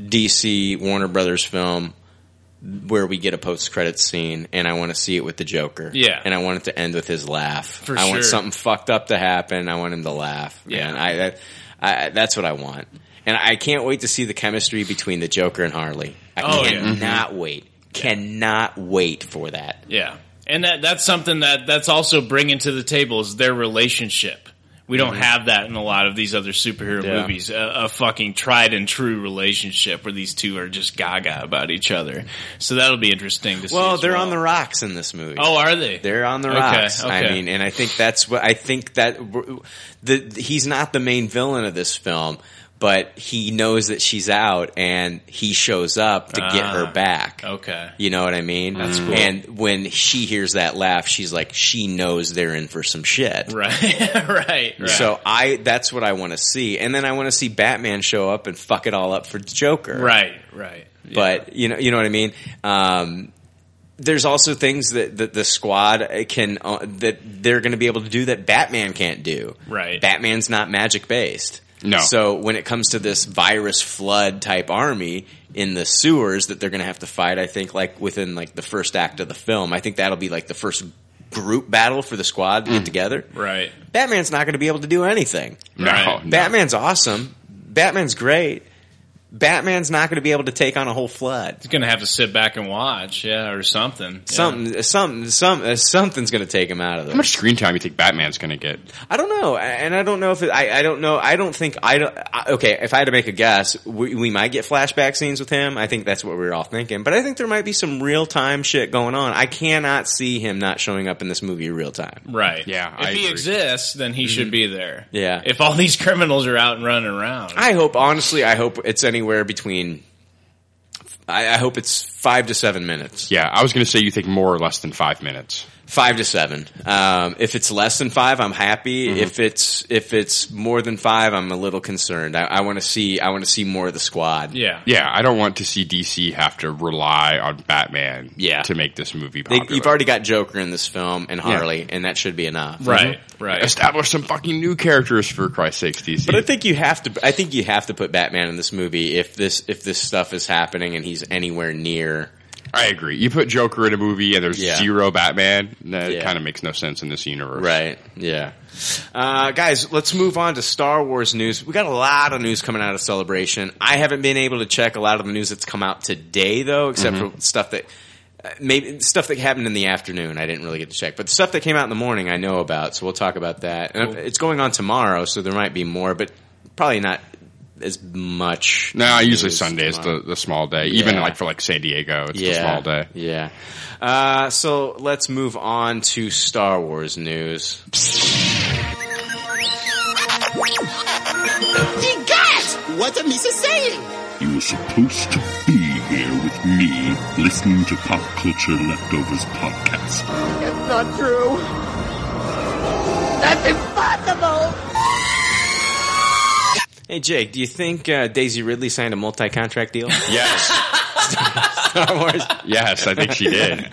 [SPEAKER 6] DC Warner Brothers film where we get a post credit scene, and I want to see it with the Joker.
[SPEAKER 4] Yeah.
[SPEAKER 6] and I want it to end with his laugh.
[SPEAKER 4] For
[SPEAKER 6] I
[SPEAKER 4] sure.
[SPEAKER 6] want something fucked up to happen. I want him to laugh. Yeah, and I, that, I that's what I want. And I can't wait to see the chemistry between the Joker and Harley. I
[SPEAKER 4] Oh, yeah.
[SPEAKER 6] cannot wait. Cannot wait for that.
[SPEAKER 4] Yeah, and that that's something that that's also bringing to the table is their relationship. We don't
[SPEAKER 6] Mhm.
[SPEAKER 4] have that in a lot of these other superhero
[SPEAKER 6] Yeah.
[SPEAKER 4] movies. A, a fucking tried and true relationship where these two are just gaga about each other. So that'll be interesting to see.
[SPEAKER 6] Well,
[SPEAKER 4] as
[SPEAKER 6] they're on the rocks in this movie.
[SPEAKER 4] Oh, are they?
[SPEAKER 6] They're on the
[SPEAKER 4] Okay,
[SPEAKER 6] rocks. I
[SPEAKER 4] okay.
[SPEAKER 6] mean, and I think that's what I think that w- the he's not the main villain of this film, but he knows that she's out, and he shows up to get her
[SPEAKER 4] Ah,
[SPEAKER 6] back.
[SPEAKER 4] Okay. Mm.
[SPEAKER 6] You know what I mean?
[SPEAKER 4] That's cool.
[SPEAKER 6] And when she hears that laugh, she's like, she knows they're in for some shit.
[SPEAKER 4] Right. right. Right.
[SPEAKER 6] So I, that's what I want to see, and then I want to see Batman show up and fuck it all up for Joker.
[SPEAKER 4] Right. Right.
[SPEAKER 6] But you know, you know what I mean. Um, there's also things that, that the squad uh, can uh, that they're going to be able to do that Batman can't do.
[SPEAKER 4] Right.
[SPEAKER 6] Batman's not magic based.
[SPEAKER 4] No.
[SPEAKER 6] So when it comes to this virus flood type army in the sewers that they're going to have to fight, I think like within like the first act of the film, I think that'll be like the first group battle for the squad to
[SPEAKER 4] Mm.
[SPEAKER 6] get together.
[SPEAKER 4] Right.
[SPEAKER 6] Batman's not going to be able to do anything.
[SPEAKER 4] No, Right.
[SPEAKER 6] Batman's awesome. Batman's great. Batman's not going to be able to take on a whole flood.
[SPEAKER 4] He's going to have to sit back and watch, yeah, or something.
[SPEAKER 6] Something, something, some, uh, something's going to take him out of this.
[SPEAKER 8] How much screen time you think Batman's going to get?
[SPEAKER 6] I don't know, and I don't know if it, I, I don't know. I don't think I don't. I, okay, if I had to make a guess, we, we might get flashback scenes with him. I think that's what we were all thinking, but I think there might be some real time shit going on. I cannot see him not showing up in this movie real time.
[SPEAKER 4] Right.
[SPEAKER 8] Yeah,
[SPEAKER 4] If
[SPEAKER 8] I
[SPEAKER 4] he
[SPEAKER 8] agree.
[SPEAKER 4] exists, then he should be there.
[SPEAKER 6] Mm-hmm. Yeah.
[SPEAKER 4] If all these criminals are out and running around.
[SPEAKER 6] I hope honestly, I hope it's anywhere between. I, I hope it's five to seven minutes.
[SPEAKER 8] Yeah, I was going to say you think more or less than five minutes.
[SPEAKER 6] Five to seven. Um, if it's less than five, I'm happy.
[SPEAKER 8] Mhm.
[SPEAKER 6] If it's if it's more than five, I'm a little concerned. I, I want to see I want to see more of the squad.
[SPEAKER 4] Yeah.
[SPEAKER 8] Yeah, I don't want to see DC have to rely on Batman yeah. to make this movie
[SPEAKER 6] They,
[SPEAKER 8] popular.
[SPEAKER 6] you've already got Joker in this film and
[SPEAKER 8] Yeah.
[SPEAKER 6] Harley, and that should be enough.
[SPEAKER 4] right.
[SPEAKER 8] Establish some fucking new characters for Christ's sakes, DC.
[SPEAKER 6] But I think you have to. I think you have to put Batman in this movie if this if this stuff is happening and he's anywhere near.
[SPEAKER 8] I agree. You put Joker in a movie and there's
[SPEAKER 6] Yeah.
[SPEAKER 8] zero Batman, that
[SPEAKER 6] Yeah.
[SPEAKER 8] kind of makes no sense in this universe.
[SPEAKER 6] Right. Yeah. Uh, guys, let's move on to Star Wars news. We got a lot of news coming out of Celebration. I haven't been able to check a lot of the news that's come out today, though, except
[SPEAKER 8] Mm-hmm.
[SPEAKER 6] for stuff that uh, maybe stuff that happened in the afternoon. I didn't really get to check, but the stuff that came out in the morning, I know about. So we'll talk about that. And It's going on tomorrow, so there might be more, but probably not as much.
[SPEAKER 8] No, usually
[SPEAKER 6] news
[SPEAKER 8] Sunday is
[SPEAKER 6] tomorrow.
[SPEAKER 8] the, the small day.
[SPEAKER 6] Yeah.
[SPEAKER 8] Even like for like San Diego, it's the
[SPEAKER 6] Yeah.
[SPEAKER 8] small day.
[SPEAKER 6] Yeah. Uh, so let's move on to Star Wars news.
[SPEAKER 11] You guys, what the miss is saying?
[SPEAKER 18] You were supposed to be here with me, listening to Pop Culture Leftovers podcast.
[SPEAKER 11] That's not true. That's impossible.
[SPEAKER 6] Hey Jake, do you think uh, Daisy Ridley signed a multi-contract deal?
[SPEAKER 8] Yes.
[SPEAKER 6] Star Wars.
[SPEAKER 8] Yes, I think she did.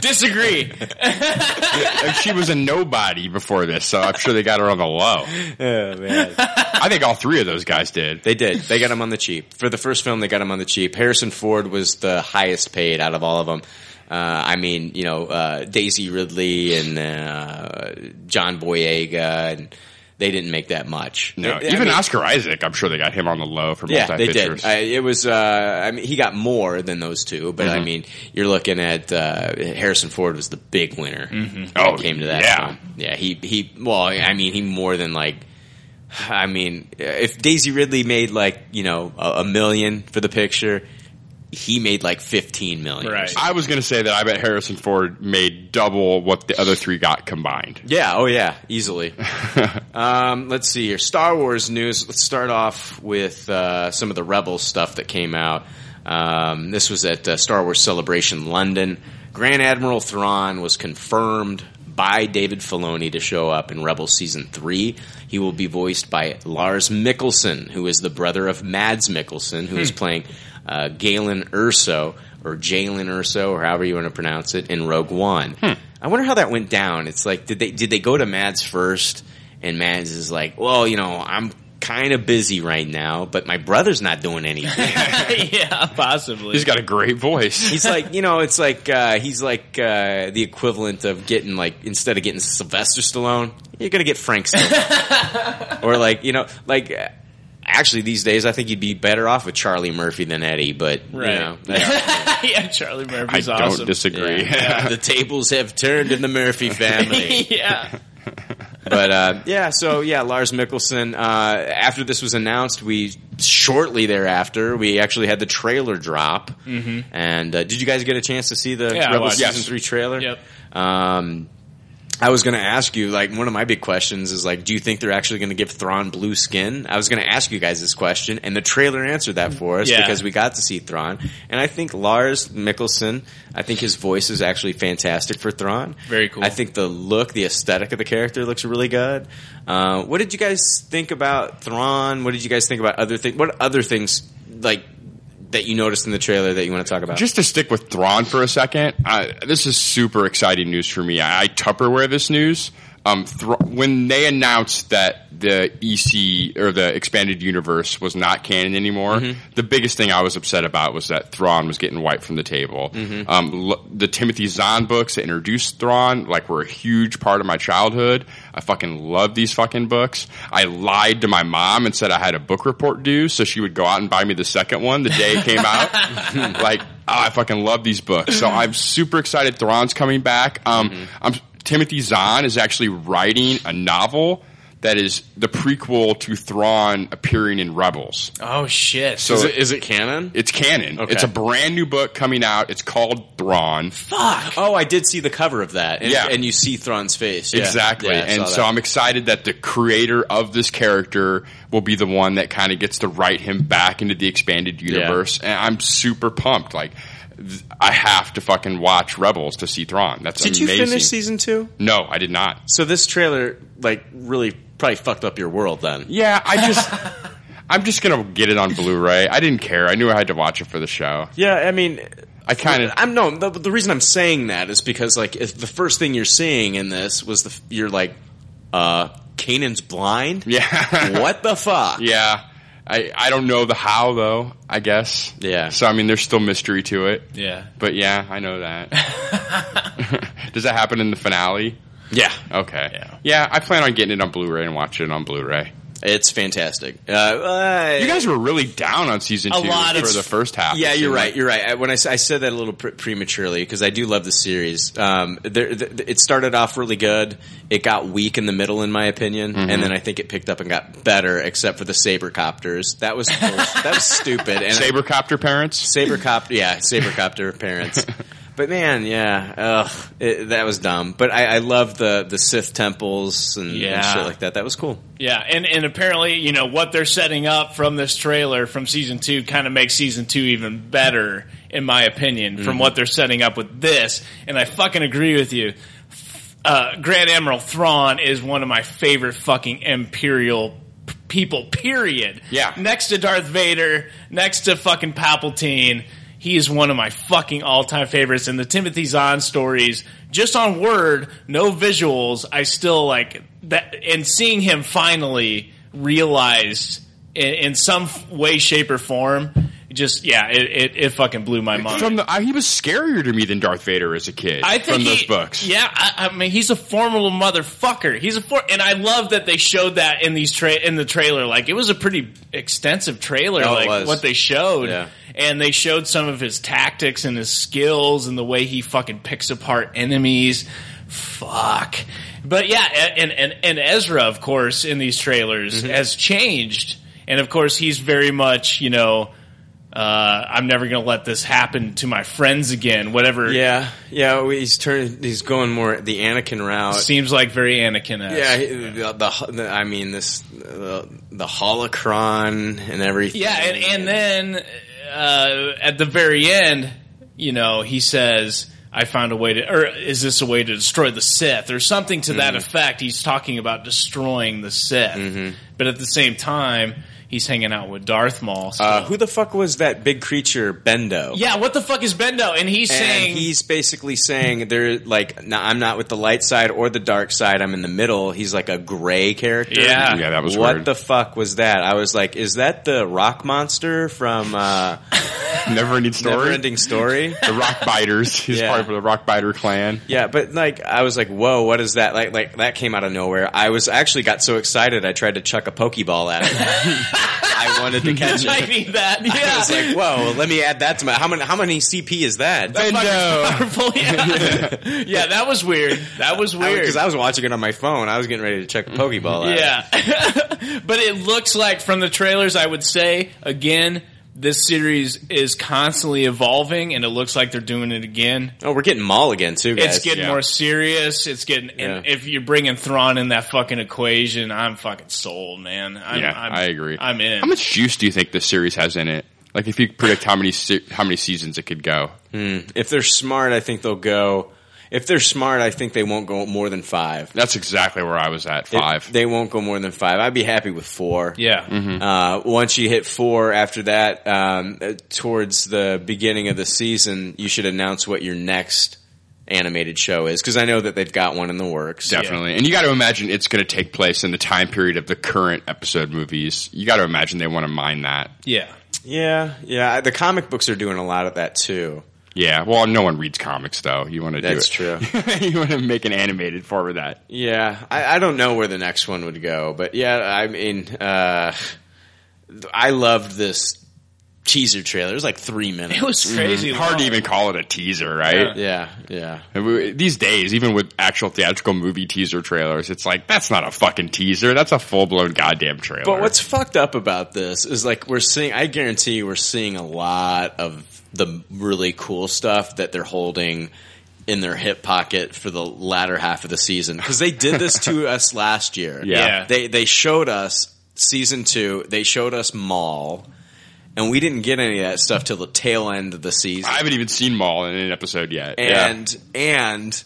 [SPEAKER 4] Disagree.
[SPEAKER 8] Like, she was a nobody before this, so I'm sure they got her on the low.
[SPEAKER 6] Oh man.
[SPEAKER 8] I think all three of those guys did.
[SPEAKER 6] They did. They got him on the cheap. For the first film, they got him on the cheap. Harrison Ford was the highest paid out of all of them. Uh, I mean, you know, uh, Daisy Ridley and uh, John Boyega, and they didn't make that much.
[SPEAKER 8] No,
[SPEAKER 6] They- I
[SPEAKER 8] even
[SPEAKER 6] mean-
[SPEAKER 8] Oscar Isaac, I'm sure they got him on the low for
[SPEAKER 6] Yeah,
[SPEAKER 8] multi
[SPEAKER 6] they did.
[SPEAKER 8] pictures.
[SPEAKER 6] I, it was. Uh, I mean, he got more than those two, but I
[SPEAKER 8] Mhm.
[SPEAKER 6] mean, you're looking at uh, Harrison Ford was the big winner.
[SPEAKER 8] Mhm.
[SPEAKER 6] When
[SPEAKER 8] Oh,
[SPEAKER 6] it came to that.
[SPEAKER 8] yeah.
[SPEAKER 6] film. yeah. He he. Well, I mean, he more than like. I mean, if Daisy Ridley made like you know a, a million for the picture, he made like fifteen million. or something.
[SPEAKER 8] I was going to say that I bet Harrison Ford made double what the other three got combined.
[SPEAKER 6] Yeah. Oh yeah. Easily. um, let's see here. Star Wars news. Let's start off with uh, some of the Rebel stuff that came out. Um, this was at uh, Star Wars Celebration London. Grand Admiral Thrawn was confirmed by David Filoni to show up in Rebel Season 3. He will be voiced by Lars Mikkelsen, who is the brother of Mads Mikkelsen, who is
[SPEAKER 4] Hmm.
[SPEAKER 6] playing uh, Galen Urso, or Jalen Urso, or however you want to pronounce it, in Rogue One. I wonder how that went down. It's like, did they did they go to Mads first, and Mads is like, well, you know, I'm kind of busy right now, but my brother's not doing anything.
[SPEAKER 4] yeah, possibly.
[SPEAKER 8] He's got a great voice.
[SPEAKER 6] he's like, you know, it's like uh, he's like uh, the equivalent of getting like instead of getting Sylvester Stallone, you're gonna get Frank Stallone, or like you know, like. uh, Actually, these days, I think you'd be better off with Charlie Murphy than Eddie, but
[SPEAKER 4] Right.
[SPEAKER 6] you know,
[SPEAKER 4] yeah, Charlie Murphy's
[SPEAKER 8] I don't
[SPEAKER 4] awesome.
[SPEAKER 8] disagree.
[SPEAKER 6] Yeah. the tables have turned in the Murphy family.
[SPEAKER 4] yeah.
[SPEAKER 6] but uh, yeah, so yeah, Lars Mickelson. Uh, after this was announced, we shortly thereafter we actually had the trailer drop.
[SPEAKER 4] Mm-hmm.
[SPEAKER 6] And uh, did you guys get a chance to see the
[SPEAKER 4] Yeah, I
[SPEAKER 6] Rebel
[SPEAKER 4] watched
[SPEAKER 6] season
[SPEAKER 4] it.
[SPEAKER 6] three trailer?
[SPEAKER 4] Yep.
[SPEAKER 6] Um, I was going to ask you, like, one of my big questions is like, do you think they're actually going to give Thrawn blue skin? I was going to ask you guys this question, and the trailer answered that for us
[SPEAKER 4] Yeah.
[SPEAKER 6] because we got to see Thrawn, and I think Lars Mickelson, I think his voice is actually fantastic for Thrawn.
[SPEAKER 4] Very cool.
[SPEAKER 6] I think the look, the aesthetic of the character looks really good. Uh, what did you guys think about Thrawn? What did you guys think about other things? What other things like that you noticed in the trailer that you want to talk about?
[SPEAKER 8] Just to stick with Thrawn for a second, I, this is super exciting news for me. I, I Tupperware this news. um, Thro- when they announced that the EC or the expanded universe was not canon anymore,
[SPEAKER 6] Mhm.
[SPEAKER 8] the biggest thing I was upset about was that Thrawn was getting wiped from the table.
[SPEAKER 6] Mhm.
[SPEAKER 8] Um, l- the Timothy Zahn books that introduced Thrawn, like, were a huge part of my childhood. I fucking love these fucking books. I lied to my mom and said I had a book report due, so she would go out and buy me the second one the day it came out. like, oh, I fucking love these books. So I'm super excited Thrawn's coming back. Um,
[SPEAKER 6] Mm-hmm.
[SPEAKER 8] I'm, Timothy Zahn is actually writing a novel that is the prequel to Thrawn appearing in Rebels.
[SPEAKER 4] Oh shit!
[SPEAKER 8] So- Is it- is
[SPEAKER 6] it canon?
[SPEAKER 8] It's canon.
[SPEAKER 6] Okay.
[SPEAKER 8] It's a brand new book coming out. It's called Thrawn.
[SPEAKER 6] Fuck. Oh, I did see the cover of that. And,
[SPEAKER 8] Yeah.
[SPEAKER 6] And you see Thrawn's face. Yeah.
[SPEAKER 8] Exactly.
[SPEAKER 6] Yeah, I
[SPEAKER 8] and
[SPEAKER 6] saw
[SPEAKER 8] so
[SPEAKER 6] that.
[SPEAKER 8] I'm excited that the creator of this character will be the one that kind of gets to write him back into the expanded universe. And I'm super pumped. Like, th- I have to fucking watch Rebels to see Thrawn. That's
[SPEAKER 6] Did
[SPEAKER 8] amazing.
[SPEAKER 6] you finish season two?
[SPEAKER 8] No, I did not.
[SPEAKER 6] So this trailer, like, really probably fucked up your world then.
[SPEAKER 8] Yeah, I just. I'm just gonna get it on Blu-ray. I didn't care. I knew I had to watch it for the show.
[SPEAKER 6] Yeah, I mean,
[SPEAKER 8] I kind of.
[SPEAKER 6] I'm no. The, the reason I'm saying that is because like if the first thing you're seeing in this was the f- you're like, uh, Kanan's blind.
[SPEAKER 8] Yeah.
[SPEAKER 6] what the fuck?
[SPEAKER 8] Yeah. I, I don't know the how though. I guess. Yeah. So I mean, there's still mystery to it.
[SPEAKER 4] Yeah.
[SPEAKER 8] But yeah, I know that. Does that happen in the finale?
[SPEAKER 6] Yeah.
[SPEAKER 8] Okay. Yeah. I plan on getting it on Blu-ray and watching it on Blu-ray.
[SPEAKER 6] It's fantastic. Uh,
[SPEAKER 8] you guys were really down on season two for the first half.
[SPEAKER 6] Yeah,
[SPEAKER 8] it
[SPEAKER 6] you're
[SPEAKER 8] seemed
[SPEAKER 6] right.
[SPEAKER 8] like.
[SPEAKER 6] You're right. I, when I, s- I said that a little pre- prematurely because I do love the series. Um, there, th- th- it started off really good. It got weak in the middle, in my opinion,
[SPEAKER 8] Mhm.
[SPEAKER 6] and then I think it picked up and got better, except for the sabercopters. That was bullsh- that was stupid. And
[SPEAKER 8] sabercopter parents.
[SPEAKER 6] Sabercopter, yeah, sabercopter parents. But man, yeah, ugh, it, that was dumb. But I, I love the the Sith temples and, and
[SPEAKER 4] Yeah.
[SPEAKER 6] shit like that. That was cool.
[SPEAKER 4] Yeah, and, and apparently, you know, what they're setting up from this trailer from season two kind of makes season two even better, in my opinion, from
[SPEAKER 8] Mm-hmm.
[SPEAKER 6] Mhm.
[SPEAKER 4] what they're setting up with this. And I fucking agree with you. Uh, Grand Admiral Thrawn is one of my favorite fucking Imperial p- people, period. Yeah. Next to Darth Vader, next to fucking Palpatine. He is one of my fucking all time favorites. And the Timothy Zahn stories, just on word, no visuals, I still like that. And seeing him finally realized in, in some f- way, shape, or form, just, yeah, it, it, it fucking blew my mind.
[SPEAKER 8] From the, I, he was scarier to me than Darth Vader as a kid.
[SPEAKER 4] I think
[SPEAKER 8] from
[SPEAKER 4] he-
[SPEAKER 8] those books.
[SPEAKER 4] Yeah, I, I mean, he's a formidable motherfucker. He's a for, and I love that they showed that in these tra- in the trailer. Like it was a pretty extensive trailer.
[SPEAKER 6] Oh, it
[SPEAKER 4] like
[SPEAKER 6] was.
[SPEAKER 4] what they showed,
[SPEAKER 6] Yeah.
[SPEAKER 4] and they showed some of his tactics and his skills and the way he fucking picks apart enemies. Fuck. But yeah, a- and and and Ezra, of course, in these trailers
[SPEAKER 6] Mm-hmm.
[SPEAKER 4] has changed, and of course he's very much you know. Uh, I'm never gonna let this happen to my friends again. Whatever
[SPEAKER 6] Yeah, yeah. we- He's turning. He's going more the Anakin route.
[SPEAKER 4] Seems like very Anakin.
[SPEAKER 6] Uh, yeah, he- the, the, the I mean this the, the holocron and everything.
[SPEAKER 4] yeah, and and then uh, at the very end, you know, he says, "I found a way to," or "Is this a way to destroy the Sith?" or something to that
[SPEAKER 6] Mhm.
[SPEAKER 4] effect. He's talking about destroying the Sith,
[SPEAKER 6] Mm-hmm.
[SPEAKER 4] but at the same time, he's hanging out with Darth Maul. so-
[SPEAKER 6] Uh, who the fuck was that big creature Bendo?
[SPEAKER 4] yeah, what the fuck is Bendo? And he's
[SPEAKER 6] and
[SPEAKER 4] saying,
[SPEAKER 6] he's basically saying they're like, no, I'm not with the light side or the dark side. I'm in the middle. He's like a gray character.
[SPEAKER 4] Yeah. Yeah, that was
[SPEAKER 6] what
[SPEAKER 4] weird.
[SPEAKER 6] the fuck was that? I was like, is that the rock monster from uh,
[SPEAKER 8] Never Ending Story?
[SPEAKER 6] Never Ending Story.
[SPEAKER 8] the Rock Biters. He's
[SPEAKER 6] Yeah.
[SPEAKER 8] part of the Rock Biter clan.
[SPEAKER 6] Yeah, but like I was like, whoa, what is that? Like, like that came out of nowhere. I was actually got so excited, I tried to chuck a pokeball at it. I wanted to catch
[SPEAKER 4] I
[SPEAKER 6] it.
[SPEAKER 4] need that.
[SPEAKER 6] I was
[SPEAKER 4] Yeah.
[SPEAKER 6] like, whoa, let me add that to my how many how many CP is that?
[SPEAKER 4] Powerful, yeah. yeah, that was weird. That was weird.
[SPEAKER 6] because I was watching it on my phone. I was getting ready to check a pokeball. At it.
[SPEAKER 4] Yeah. but it looks like from the trailers, I would say, again, this series is constantly evolving and it looks like they're doing it again.
[SPEAKER 6] Oh, we're getting Maul again too. Guys.
[SPEAKER 4] It's getting more serious. It's getting, and
[SPEAKER 6] Yeah.
[SPEAKER 4] if you're bringing Thrawn in that fucking equation, I'm fucking sold, man. I'm,
[SPEAKER 8] yeah,
[SPEAKER 4] I'm,
[SPEAKER 8] i agree.
[SPEAKER 4] I'm in.
[SPEAKER 8] How much juice do you think this series has in it? Like, if you predict how many se- how many seasons it could go,
[SPEAKER 6] Hmm. If they're smart, I think they'll go. If they're smart, I think they won't go more than five.
[SPEAKER 8] That's exactly where I was at. Five.
[SPEAKER 6] they won't go more than five. I'd be happy with four.
[SPEAKER 4] Yeah.
[SPEAKER 8] Mm-hmm.
[SPEAKER 6] Uh, once you hit four, after that, um, uh, towards the beginning of the season, you should announce what your next animated show is because I know that they've got one in the works.
[SPEAKER 8] Definitely. And you got to imagine it's going to take place in the time period of the current episode movies. You got to imagine they want to mine that.
[SPEAKER 4] Yeah.
[SPEAKER 6] Yeah, yeah. The comic books are doing a lot of that too.
[SPEAKER 8] Yeah. Well, no one reads comics though. You want to do
[SPEAKER 6] That's
[SPEAKER 8] it.
[SPEAKER 6] true.
[SPEAKER 8] you want to make an animated for that.
[SPEAKER 6] Yeah, I, I don't know where the next one would go, but yeah, I mean, uh, I loved this teaser trailer. It was like three minutes.
[SPEAKER 8] Mhm. Hard to even call it a teaser, right?
[SPEAKER 6] Yeah, yeah.
[SPEAKER 8] And we- These days, even with actual theatrical movie teaser trailers, it's like that's not a fucking teaser. That's a full blown goddamn trailer.
[SPEAKER 6] But what's fucked up about this is like we're seeing. I guarantee you, we're seeing a lot of the really cool stuff that they're holding in their hip pocket for the latter half of the season because they did this to us last year.
[SPEAKER 8] Yeah. Yeah.
[SPEAKER 6] they they showed us season two. They showed us Maul. And we didn't get any of that stuff till the tail end of the season. I
[SPEAKER 8] haven't even seen Maul in an episode yet. Yeah.
[SPEAKER 6] And and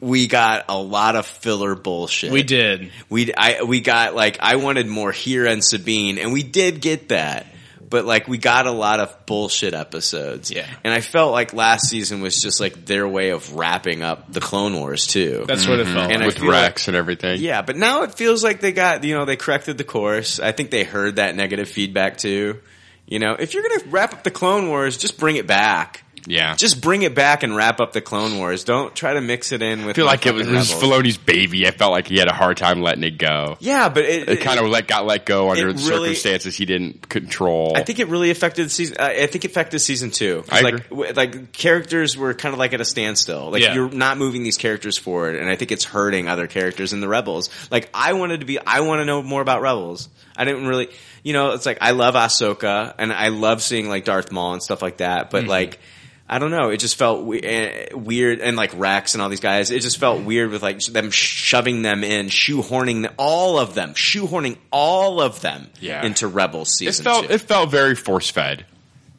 [SPEAKER 6] we got a lot of filler bullshit.
[SPEAKER 4] We did.
[SPEAKER 6] We I we got like I wanted more here and Sabine, and we did get that. But like we got a lot of bullshit episodes. Yeah. And I felt like last season was just like their way of wrapping up the Clone Wars too.
[SPEAKER 4] That's what it felt like.
[SPEAKER 6] I
[SPEAKER 4] With
[SPEAKER 6] feel like-
[SPEAKER 8] Uh, Rex Mm-hmm. and everything.
[SPEAKER 6] yeah, but now it feels like they got you know they corrected the course. I think they heard that negative feedback too. You know, if you're gonna wrap up the Clone Wars, just bring it back.
[SPEAKER 8] Yeah.
[SPEAKER 6] Just bring it back and wrap up the Clone Wars. Don't try to mix it in with.
[SPEAKER 8] I feel like it was, it was
[SPEAKER 6] Rebels.
[SPEAKER 8] Filoni's baby. I felt like he had a hard time letting it go.
[SPEAKER 6] Yeah, but it,
[SPEAKER 8] It, kind of let got let go under
[SPEAKER 6] it
[SPEAKER 8] the
[SPEAKER 6] really-
[SPEAKER 8] circumstances he didn't control.
[SPEAKER 6] I think it really affected season. I I think it affected season two. 'Cause,
[SPEAKER 8] I
[SPEAKER 6] like
[SPEAKER 8] agree.
[SPEAKER 6] w- like characters were kind of like at a standstill. Like
[SPEAKER 8] Yeah.
[SPEAKER 6] you're not moving these characters forward, and I think it's hurting other characters in the Rebels. Like I wanted to be. I want to know more about Rebels. I didn't really. You know, it's like I love Ahsoka, and I love seeing like Darth Maul and stuff like that. But
[SPEAKER 8] Mhm.
[SPEAKER 6] like. I don't know. It just felt we- eh, weird, and like Rex and all these guys. It just felt weird with like them shoving them in, shoehorning th- all of them, shoehorning all of them
[SPEAKER 8] Yeah.
[SPEAKER 6] into Rebels
[SPEAKER 8] it
[SPEAKER 6] season
[SPEAKER 8] felt
[SPEAKER 6] two.
[SPEAKER 8] it felt very force fed,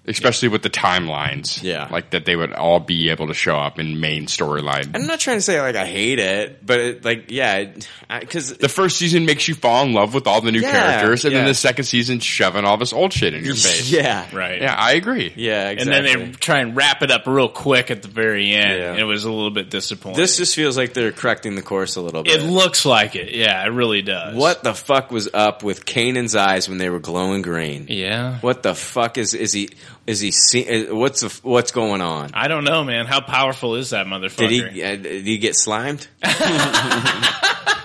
[SPEAKER 8] especially with the timelines. Yeah, like that they would all be able to show up in main storyline.
[SPEAKER 6] I'm not trying to say like I hate it, but it, like yeah, because
[SPEAKER 8] The first season makes you fall in love with all the new
[SPEAKER 6] Yeah,
[SPEAKER 8] characters, and
[SPEAKER 6] yeah.
[SPEAKER 8] then the second season shoving all this old shit in your face.
[SPEAKER 6] yeah,
[SPEAKER 4] Right.
[SPEAKER 8] Yeah, I agree.
[SPEAKER 6] Yeah,
[SPEAKER 4] And then they try and wrap it up real quick at the very end. It was a little bit disappointing.
[SPEAKER 6] this just feels like they're correcting the course a little bit.
[SPEAKER 4] it looks like it. Yeah, it really does.
[SPEAKER 6] what the fuck was up with Kanan's eyes when they were glowing green?
[SPEAKER 4] Yeah.
[SPEAKER 6] What the fuck is is he is he see, eh, what's the, f- what's going on?
[SPEAKER 4] I don't know, man. How powerful is that motherfucker?
[SPEAKER 6] Did he uh, did he get slimed?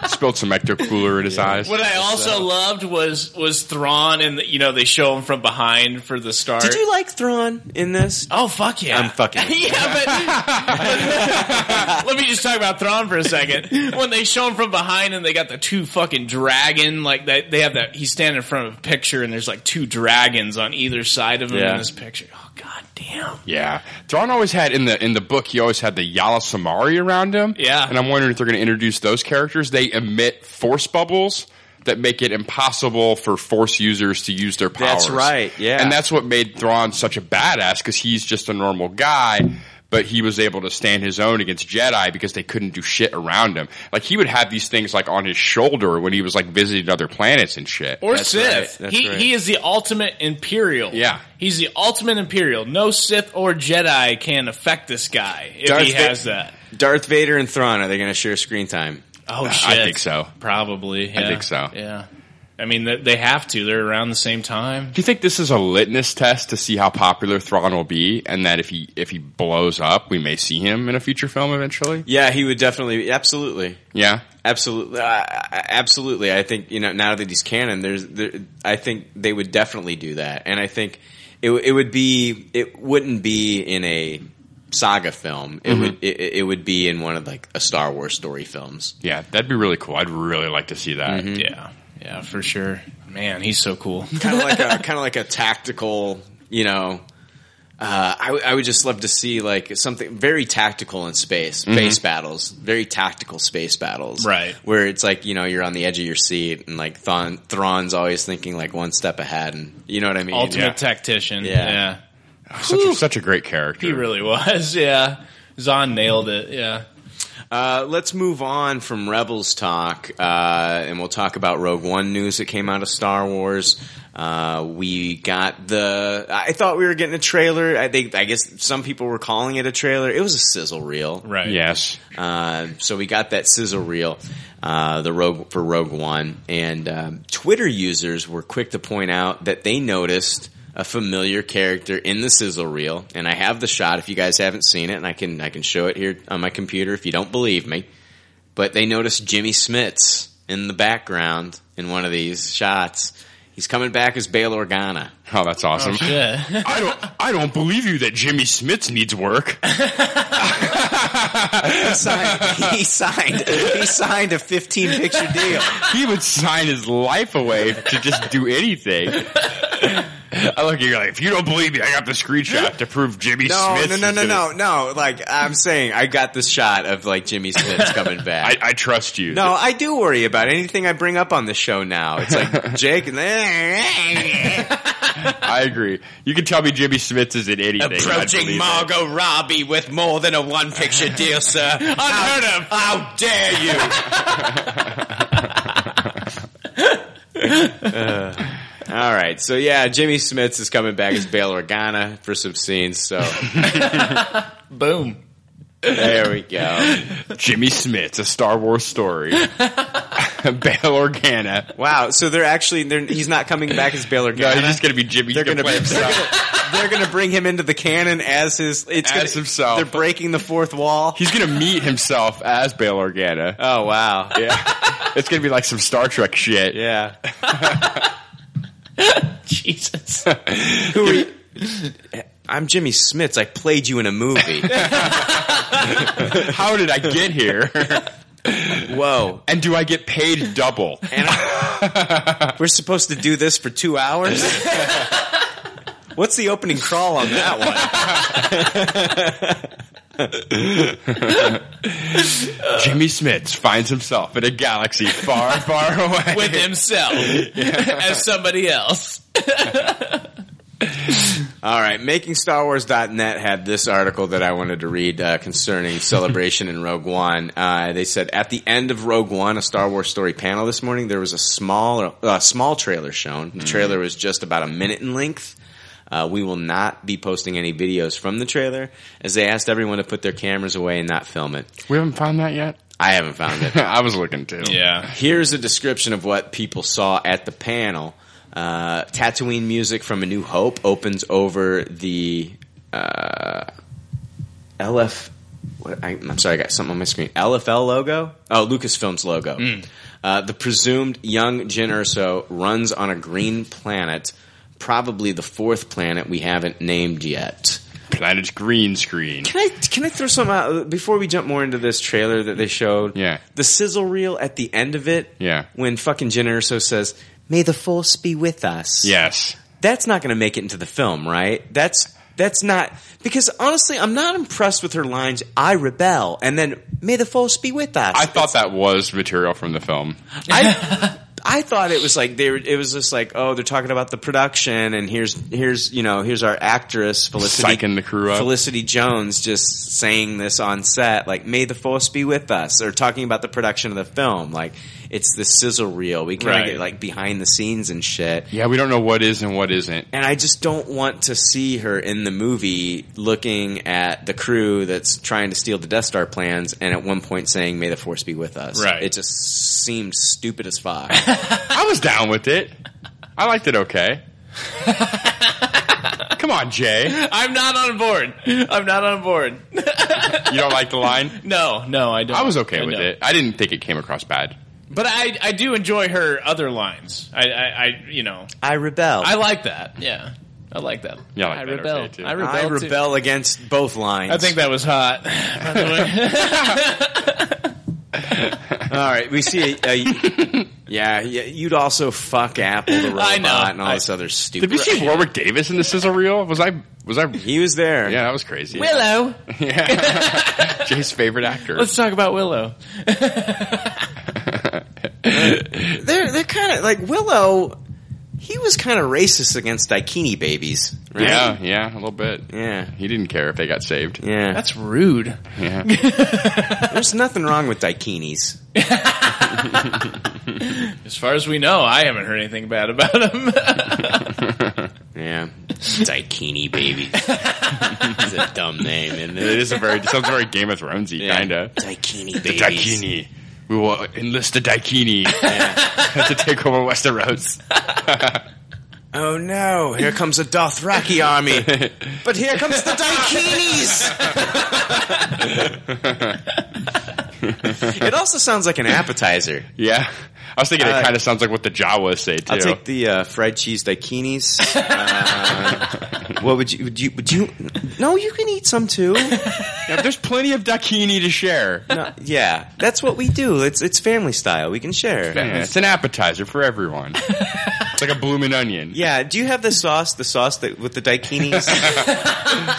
[SPEAKER 8] Spilled some ecto cooler in his eyes.
[SPEAKER 4] What I also loved was was Thrawn, and you know they show him from behind for the start.
[SPEAKER 6] Did you like Thrawn in this?
[SPEAKER 4] Oh fuck yeah!
[SPEAKER 6] I'm fucking
[SPEAKER 4] Let me just talk about Thrawn for a second. When they show him from behind and they got the two fucking dragon, like that, they have that. He's standing in front of a picture and there's like two dragons on either side of him
[SPEAKER 8] Yeah.
[SPEAKER 4] in this picture. Oh god damn!
[SPEAKER 8] Yeah, Thrawn always had in the in the book. He always had the Yala Samari around him.
[SPEAKER 4] Yeah.
[SPEAKER 8] and I'm wondering if they're going to introduce those characters. They emit force bubbles that make it impossible for force users to use their powers.
[SPEAKER 6] That's right, yeah.
[SPEAKER 8] and that's what made Thrawn such a badass because he's just a normal guy. But he was able to stand his own against Jedi because they couldn't do shit around him. Like he would have these things like on his shoulder when he was like visiting other planets and shit.
[SPEAKER 4] Or Sith. he he is the ultimate Imperial.
[SPEAKER 8] Yeah.
[SPEAKER 4] he's the ultimate Imperial. No Sith or Jedi can affect this guy if he
[SPEAKER 6] Va-
[SPEAKER 4] has that.
[SPEAKER 6] Darth Vader and Thrawn are they going to share screen time?
[SPEAKER 4] Oh
[SPEAKER 6] I
[SPEAKER 4] shit!
[SPEAKER 6] think
[SPEAKER 8] so.
[SPEAKER 4] Probably.
[SPEAKER 6] I
[SPEAKER 4] yeah.
[SPEAKER 6] think so.
[SPEAKER 4] Yeah. I mean, th- they have to. They're around the same time.
[SPEAKER 8] Do you think this is a litmus test to see how popular Thrawn will be, and that if he if he blows up, we may see him in a future film eventually?
[SPEAKER 6] Yeah, he would definitely, absolutely.
[SPEAKER 8] Yeah,
[SPEAKER 6] absolutely, uh, absolutely. I think you know now that he's canon, there's, there, I think they would definitely do that, and I think it, w- it would be, it wouldn't be in a saga film. It
[SPEAKER 8] Mhm.
[SPEAKER 6] would, it, it would be in one of like a Star Wars story films.
[SPEAKER 8] Yeah, that'd be really cool. I'd really like to see that.
[SPEAKER 6] Mm-hmm.
[SPEAKER 4] Yeah, yeah, for sure. Man, he's so cool.
[SPEAKER 6] kind of like a kind of like a tactical, you know. Uh, I, w- I would just love to see like something very tactical in space,
[SPEAKER 4] Mhm.
[SPEAKER 6] space battles, very tactical space battles,
[SPEAKER 4] Right.
[SPEAKER 6] Where it's like you know you're on the edge of your seat, and like Thon, Thrawn's always thinking like one step ahead, and you know what I mean?
[SPEAKER 4] Ultimate tactician.
[SPEAKER 6] Yeah.
[SPEAKER 4] Yeah.
[SPEAKER 8] Such a, such a great character.
[SPEAKER 4] he really was. Yeah, Zahn nailed it. Yeah.
[SPEAKER 6] Uh, let's move on from Rebels talk, uh, and we'll talk about Rogue One news that came out of Star Wars. Uh, we got the. I thought we were getting a trailer. I think. I guess some people were calling it a trailer. It was a sizzle reel, right?
[SPEAKER 8] Yes.
[SPEAKER 6] Uh, so we got that sizzle reel, uh, the Rogue for Rogue One, and um, Twitter users were quick to point out that they noticed a familiar character in the sizzle reel, and I have the shot. If you guys haven't seen it, and I can I can show it here on my computer if you don't believe me, but they noticed Jimmy Smits in the background in one of these shots. He's coming back as Bail Organa.
[SPEAKER 8] Oh, that's awesome! I don't. I don't believe you that Jimmy Smits needs work.
[SPEAKER 6] he signed. He signed. He signed a fifteen picture deal.
[SPEAKER 8] He would sign his life away to just do anything. I look at you like, if you don't believe me, I got the screenshot to prove Jimmy
[SPEAKER 6] no,
[SPEAKER 8] Smith.
[SPEAKER 6] no, no, no, no, no. Like I'm saying, I got the shot of like Jimmy Smith's coming back.
[SPEAKER 8] I, I trust you.
[SPEAKER 6] no, I do worry about anything I bring up on the show now. It's like Jake and
[SPEAKER 8] I agree. You can tell me Jimmy Smith is in anything. I'd
[SPEAKER 6] Approaching
[SPEAKER 8] believe it.
[SPEAKER 6] Margot Robbie with more than a one picture deal, sir. Unheard of. How dare you? Uh, all right, so yeah, Jimmy Smits is coming back as Bail Organa for some scenes. So,
[SPEAKER 4] boom,
[SPEAKER 6] there we go.
[SPEAKER 8] Jimmy Smits, a Star Wars story. Bail Organa.
[SPEAKER 6] Wow, so they're actually they're, he's not coming back as Bail Organa.
[SPEAKER 8] No, he's just going to be Jimmy.
[SPEAKER 6] they're
[SPEAKER 8] He's
[SPEAKER 6] going to
[SPEAKER 8] gonna play himself.
[SPEAKER 6] they're going to bring him into the canon as his it's
[SPEAKER 8] As himself.
[SPEAKER 6] They're breaking the fourth wall.
[SPEAKER 8] He's going to meet himself as Bail Organa.
[SPEAKER 6] Oh wow,
[SPEAKER 8] yeah, it's going to be like some Star Trek shit.
[SPEAKER 6] Yeah.
[SPEAKER 4] Jesus.
[SPEAKER 6] Who are you? I'm Jimmy Smits. I played you in a movie.
[SPEAKER 8] How did I get here?
[SPEAKER 6] Whoa.
[SPEAKER 8] And do I get paid double?
[SPEAKER 6] We're supposed to do this for two hours? What's the opening crawl on that one?
[SPEAKER 8] Jimmy Smits finds himself in a galaxy far, far away.
[SPEAKER 4] with himself as somebody else.
[SPEAKER 6] All right, makingstarwars.net had this article that I wanted to read uh, concerning Celebration and Rogue One. Uh, they said at the end of Rogue One, a Star Wars story panel this morning, there was a small uh, small trailer shown. The trailer was just about a minute in length. Uh, we will not be posting any videos from the trailer, as they asked everyone to put their cameras away and not film it.
[SPEAKER 8] We haven't found that yet.
[SPEAKER 6] I haven't found it.
[SPEAKER 8] I was looking too.
[SPEAKER 4] Yeah.
[SPEAKER 6] Here's a description of what people saw at the panel. Uh, Tatooine music from A New Hope opens over the uh, LF. What, I, I'm sorry, I got something on my screen. LFL logo? Oh, Lucasfilm's logo. Uh, the presumed young Jin Urso runs on a green planet, probably the fourth planet we haven't named yet.
[SPEAKER 8] Planet green screen.
[SPEAKER 6] Can I can I throw some out uh, before we jump more into this trailer that they showed?
[SPEAKER 8] Yeah.
[SPEAKER 6] The sizzle reel at the end of it,
[SPEAKER 8] Yeah.
[SPEAKER 6] when fucking Jen Erso says, "May the force be with us."
[SPEAKER 8] Yes.
[SPEAKER 6] that's not going to make it into the film, right? That's that's not because honestly, I'm not impressed with her lines. I rebel, and then "May the force be with us."
[SPEAKER 8] I thought that was material from the film.
[SPEAKER 6] I I thought it was like they were, it was just like oh they're talking about the production and here's here's you know here's our actress Felicity
[SPEAKER 8] Psyching the crew up.
[SPEAKER 6] Felicity Jones just saying this on set like may the force be with us or talking about the production of the film like it's the sizzle reel we kind of
[SPEAKER 8] Right.
[SPEAKER 6] get like behind the scenes and shit
[SPEAKER 8] Yeah, we don't know what is and what isn't.
[SPEAKER 6] and I just don't want to see her in the movie looking at the crew that's trying to steal the Death Star plans and at one point saying may the force be with us
[SPEAKER 4] Right.
[SPEAKER 6] it just seemed stupid as fuck.
[SPEAKER 8] I was down with it. I liked it okay. Come on, Jay.
[SPEAKER 4] I'm not on board. I'm not on board.
[SPEAKER 8] You don't like the line?
[SPEAKER 4] No, no, I don't.
[SPEAKER 8] I was okay
[SPEAKER 4] I
[SPEAKER 8] with
[SPEAKER 4] don't.
[SPEAKER 8] it. I didn't think it came across bad.
[SPEAKER 4] But I, I do enjoy her other lines. I, I, I you know,
[SPEAKER 6] I rebel.
[SPEAKER 4] I like that. Yeah, I like that.
[SPEAKER 8] Yeah, I like that
[SPEAKER 4] rebel.
[SPEAKER 8] okay, too.
[SPEAKER 4] I rebel.
[SPEAKER 6] I
[SPEAKER 4] too.
[SPEAKER 6] rebel against both lines.
[SPEAKER 4] I think that was hot. By the way,
[SPEAKER 6] All right, we see. A, a- yeah, yeah, you'd also fuck Apple the robot
[SPEAKER 4] I know.
[SPEAKER 6] and all
[SPEAKER 4] I-
[SPEAKER 6] this other stupid.
[SPEAKER 8] Did we see Warwick Davis in the sizzle reel? Was I? Was I?
[SPEAKER 6] He was there.
[SPEAKER 8] Yeah, that was crazy.
[SPEAKER 4] Willow.
[SPEAKER 8] Yeah. Jay's favorite actor.
[SPEAKER 4] Let's talk about Willow.
[SPEAKER 6] they're they're kind of like Willow. he was kind of racist against Daikini babies. Right?
[SPEAKER 8] Yeah, yeah, a little bit.
[SPEAKER 6] Yeah,
[SPEAKER 8] he didn't care if they got saved.
[SPEAKER 6] Yeah,
[SPEAKER 4] that's rude.
[SPEAKER 8] Yeah,
[SPEAKER 6] there's nothing wrong with Daikinis.
[SPEAKER 4] As far as we know, I haven't heard anything bad about him.
[SPEAKER 6] Yeah, Daikini baby. it's a dumb name, and
[SPEAKER 8] it is a very it sounds very Game of Thronesy kind of
[SPEAKER 6] Daikini
[SPEAKER 8] The
[SPEAKER 6] babies.
[SPEAKER 8] Daikini. We will enlist the Daikini to take over Westeros.
[SPEAKER 6] Oh no! Here comes a Dothraki army, but here comes the Daikinis. it also sounds like an appetizer.
[SPEAKER 8] Yeah, I was thinking
[SPEAKER 6] Uh,
[SPEAKER 8] it kind of sounds like what the Jawas say too.
[SPEAKER 6] I'll take the uh, fried cheese Daikinis. Uh, what would you? Would you? Would you? No, you can eat some too.
[SPEAKER 8] there's plenty of Daikini to share.
[SPEAKER 6] No, yeah, that's what we do. It's it's family style. We can share.
[SPEAKER 8] Yeah, it's an appetizer for everyone. it's like a blooming onion.
[SPEAKER 6] Yeah. Do you have the sauce? The sauce that with the daikinis.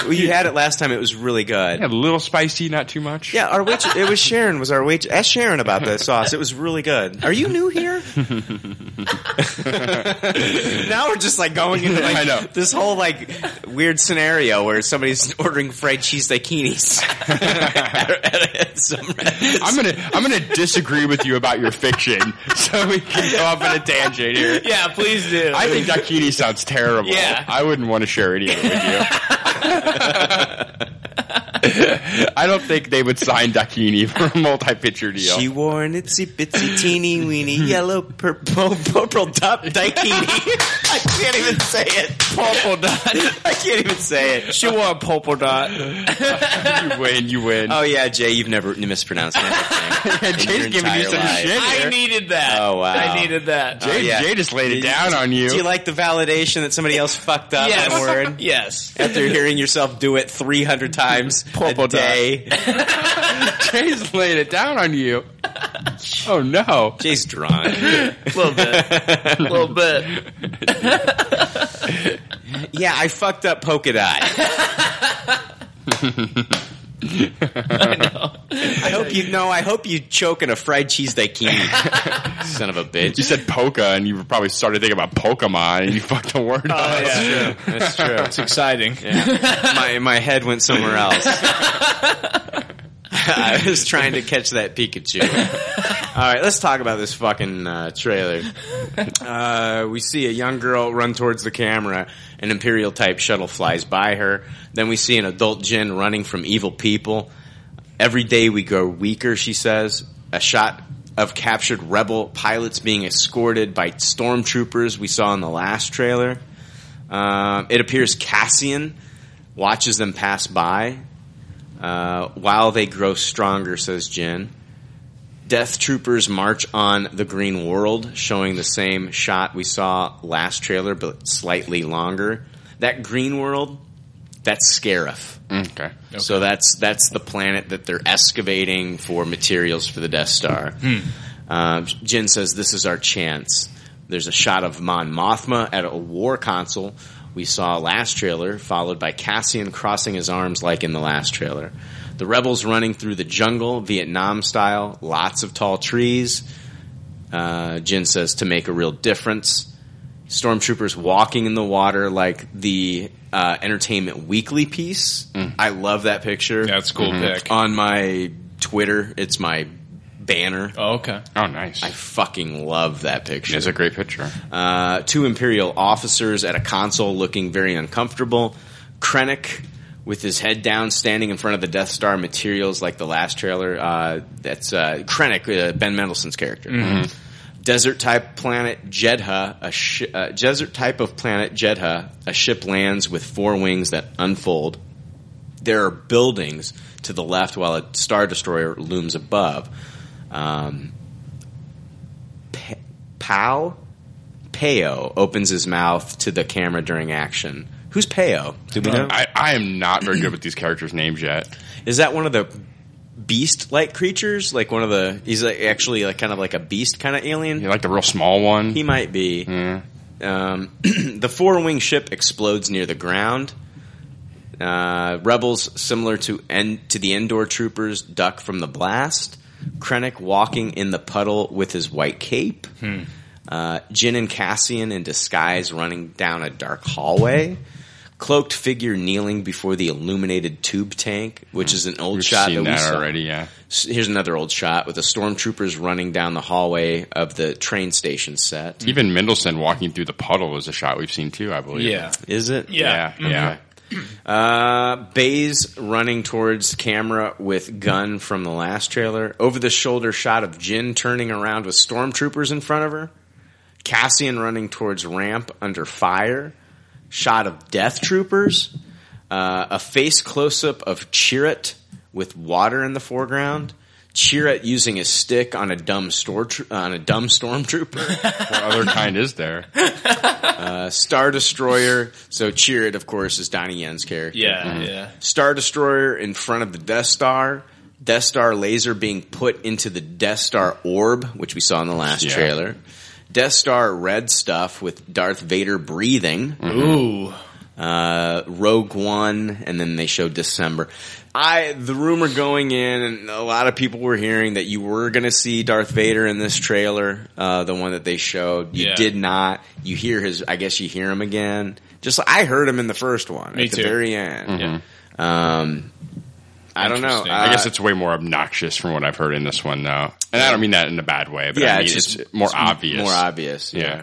[SPEAKER 6] well, you had it last time. It was really good.
[SPEAKER 8] Yeah, a little spicy, not too much.
[SPEAKER 6] Yeah, our wait. It was Sharon. Was our wait? Ask Sharon about the sauce. It was really good. Are you new here? now we're just like going into like
[SPEAKER 8] I know.
[SPEAKER 6] this whole like weird scenario where somebody's ordering fried cheese daikinis.
[SPEAKER 8] I'm gonna I'm gonna disagree with you about your fiction, so we can go off on a tangent here.
[SPEAKER 4] yeah, please do.
[SPEAKER 8] I think Dakini sounds terrible.
[SPEAKER 4] Yeah.
[SPEAKER 8] I wouldn't want to share any of it with you. I don't think they would sign Dakini for a multi-picture deal.
[SPEAKER 6] She wore an itsy bitsy teeny weeny yellow purple purple dot daikini. I can't even say it.
[SPEAKER 4] Purple dot.
[SPEAKER 6] I can't even say it.
[SPEAKER 4] She wore a purple dot.
[SPEAKER 8] you win. You win.
[SPEAKER 6] Oh yeah, Jay, you've never you mispronounced anything. in
[SPEAKER 8] Jay's
[SPEAKER 6] your
[SPEAKER 8] giving
[SPEAKER 6] entire
[SPEAKER 8] you some
[SPEAKER 6] life.
[SPEAKER 8] shit.
[SPEAKER 4] I needed that.
[SPEAKER 6] Oh, wow.
[SPEAKER 4] I needed that.
[SPEAKER 8] Jay,
[SPEAKER 6] Oh, yeah.
[SPEAKER 8] Jay just laid it
[SPEAKER 6] Did-
[SPEAKER 8] down on you.
[SPEAKER 6] Do you like the validation that somebody else fucked up
[SPEAKER 4] Oh, Yes.
[SPEAKER 6] on a word?
[SPEAKER 4] Yes.
[SPEAKER 6] After hearing yourself do it 300 times a day.
[SPEAKER 8] Jay's laid it down on you. Oh no.
[SPEAKER 6] Jay's drunk.
[SPEAKER 4] A little bit. A little bit.
[SPEAKER 6] yeah, I fucked up polka dot. I hope you know. I hope you choke in a fried cheese daikini. Son of a bitch.
[SPEAKER 8] You said polka, and you probably started thinking about Pokemon, and you fucked the
[SPEAKER 6] Oh,
[SPEAKER 8] word up.
[SPEAKER 4] Oh, yeah.
[SPEAKER 6] That's true.
[SPEAKER 4] It's exciting.
[SPEAKER 6] my my head went somewhere else. I was trying to catch that Pikachu. All right, let's talk about this fucking uh, trailer. Uh, we see a young girl run towards the camera. An Imperial type shuttle flies by her. Then we see an adult Jin running from evil people. Every day we grow weaker, she says. A shot of captured rebel pilots being escorted by stormtroopers we saw in the last trailer. Um, it appears Cassian watches them pass by uh, while they grow stronger, says Jin. Death troopers march on the green world, showing the same shot we saw last trailer, but slightly longer. That green world, that's Scarif.
[SPEAKER 8] Okay.
[SPEAKER 6] So that's that's the planet that they're excavating for materials for the Death Star. Um, Jin says this is our chance. There's a shot of Mon Mothma at a war console we saw last trailer, followed by Cassian crossing his arms like in the last trailer. The rebels running through the jungle, Vietnam style, lots of tall trees. Uh, Jin says to make a real difference stormtroopers walking in the water like the uh, Entertainment Weekly piece. I love that picture.
[SPEAKER 4] That's Mm. a cool pic.
[SPEAKER 6] On my Twitter, it's my banner.
[SPEAKER 4] Oh, okay.
[SPEAKER 8] Oh, nice.
[SPEAKER 6] I fucking love that picture.
[SPEAKER 8] It's a great picture.
[SPEAKER 6] Uh, two Imperial officers at a console looking very uncomfortable. Krennic with his head down, standing in front of the Death Star materials like the last trailer. Uh, that's uh, Krennic, uh, Ben Mendelsohn's character. Desert type planet Jedha, a sh- uh, desert type of planet Jedha, a ship lands with four wings that unfold. There are buildings to the left while a star destroyer looms above. Um, P- Pow Peo opens his mouth to the camera during action. Who's Peo? Do we know?
[SPEAKER 8] Uh, I, I am not very good with these characters' names yet.
[SPEAKER 6] Is that one of the beast-like creatures? Like one of the? He's like actually like kind of like a beast kind of alien.
[SPEAKER 8] You like the real small one?
[SPEAKER 6] He might be.
[SPEAKER 8] Yeah.
[SPEAKER 6] Um, the four-wing ship explodes near the ground. Uh, rebels similar to en- to the Endor troopers
[SPEAKER 8] Hmm.
[SPEAKER 6] duck from the blast. Krennic walking in the puddle with his white cape. Uh, Jin and Cassian in disguise running down a dark hallway. Cloaked figure kneeling before the illuminated tube tank, which is an old
[SPEAKER 8] We've
[SPEAKER 6] shot Mm-hmm.
[SPEAKER 8] seen
[SPEAKER 6] that we
[SPEAKER 8] that
[SPEAKER 6] saw.
[SPEAKER 8] already, yeah.
[SPEAKER 6] S- Here's another old shot with the stormtroopers running down the hallway of the train station set.
[SPEAKER 8] Even Mendelsohn walking through the puddle is a shot we've seen too, I believe.
[SPEAKER 6] Yeah. Is it?
[SPEAKER 8] Yeah. Yeah. yeah.
[SPEAKER 6] Okay. Uh, Baze running towards camera with gun from the last trailer. Over the shoulder shot of Jin turning around with stormtroopers in front of her. Cassian running towards ramp under fire. Shot of death troopers. Uh, a face close up of Chirrut with water in the foreground. Chirrut using a stick on a dumb store on a dumb stormtrooper. what other kind is there? Uh, Star Destroyer. So Chirrut, of course, is Donnie Yen's character.
[SPEAKER 4] Yeah, Mhm. yeah.
[SPEAKER 6] Star Destroyer in front of the Death Star. Death Star laser being put into the Death Star orb, which we saw in the last
[SPEAKER 8] Yeah.
[SPEAKER 6] trailer. Death Star red stuff with Darth Vader breathing.
[SPEAKER 8] Mhm.
[SPEAKER 6] Uh, Rogue One, and then they showed December. I the rumor going in, and a lot of people were hearing that you were going to see Darth Vader in this trailer, uh, the one that they showed. You
[SPEAKER 4] Yeah.
[SPEAKER 6] did not. You hear his. I guess you hear him again. Just like I heard him in the first one
[SPEAKER 4] Me
[SPEAKER 6] at
[SPEAKER 4] too.
[SPEAKER 6] the very end.
[SPEAKER 8] Mhm.
[SPEAKER 6] Um, I don't know.
[SPEAKER 8] I guess
[SPEAKER 6] Uh,
[SPEAKER 8] it's way more obnoxious from what I've heard in this one, though. And I don't mean that in a bad way, but I mean, it's,
[SPEAKER 6] just-
[SPEAKER 8] more
[SPEAKER 6] Uh, it's
[SPEAKER 8] obvious.
[SPEAKER 6] More obvious, yeah.
[SPEAKER 8] Yeah.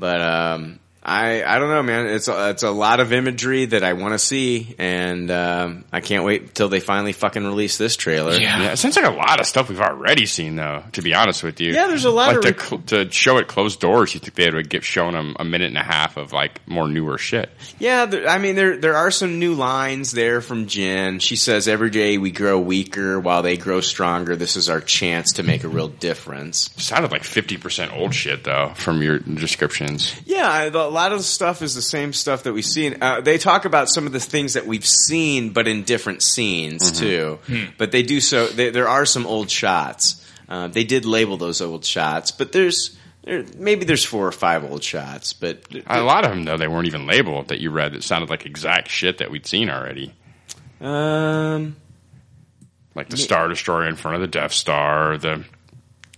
[SPEAKER 6] But um, I I don't know, man. It's a, it's a lot of imagery that I want to see, and um, I can't wait till they finally fucking release this trailer.
[SPEAKER 8] Yeah. it sounds like a lot of stuff we've already seen, though. To be honest with you,
[SPEAKER 6] Yeah, there's a lot of
[SPEAKER 8] like to, cl- to show it closed doors. You think they would get shown them a minute and a half of like more newer shit?
[SPEAKER 6] Yeah, there, I mean there there are some new lines there from Jen. She says every day we grow weaker while they grow stronger. This is our chance to make a real difference.
[SPEAKER 8] Sounded like fifty percent old shit though from your descriptions.
[SPEAKER 6] Yeah, I- the- a lot of the stuff is the same stuff that we see. And, Uh, they talk about some of the things that we've seen, but in different scenes
[SPEAKER 8] Mhm.
[SPEAKER 6] too.
[SPEAKER 8] Hmm.
[SPEAKER 6] But they do so. They, there are some old shots. Uh, they did label those old shots, but there's there, maybe there's four or five old shots. But
[SPEAKER 8] A lot of them though they weren't even labeled that you read. It sounded like exact shit that we'd seen already.
[SPEAKER 6] Um,
[SPEAKER 8] like the Star Destroyer in front of the Death Star, the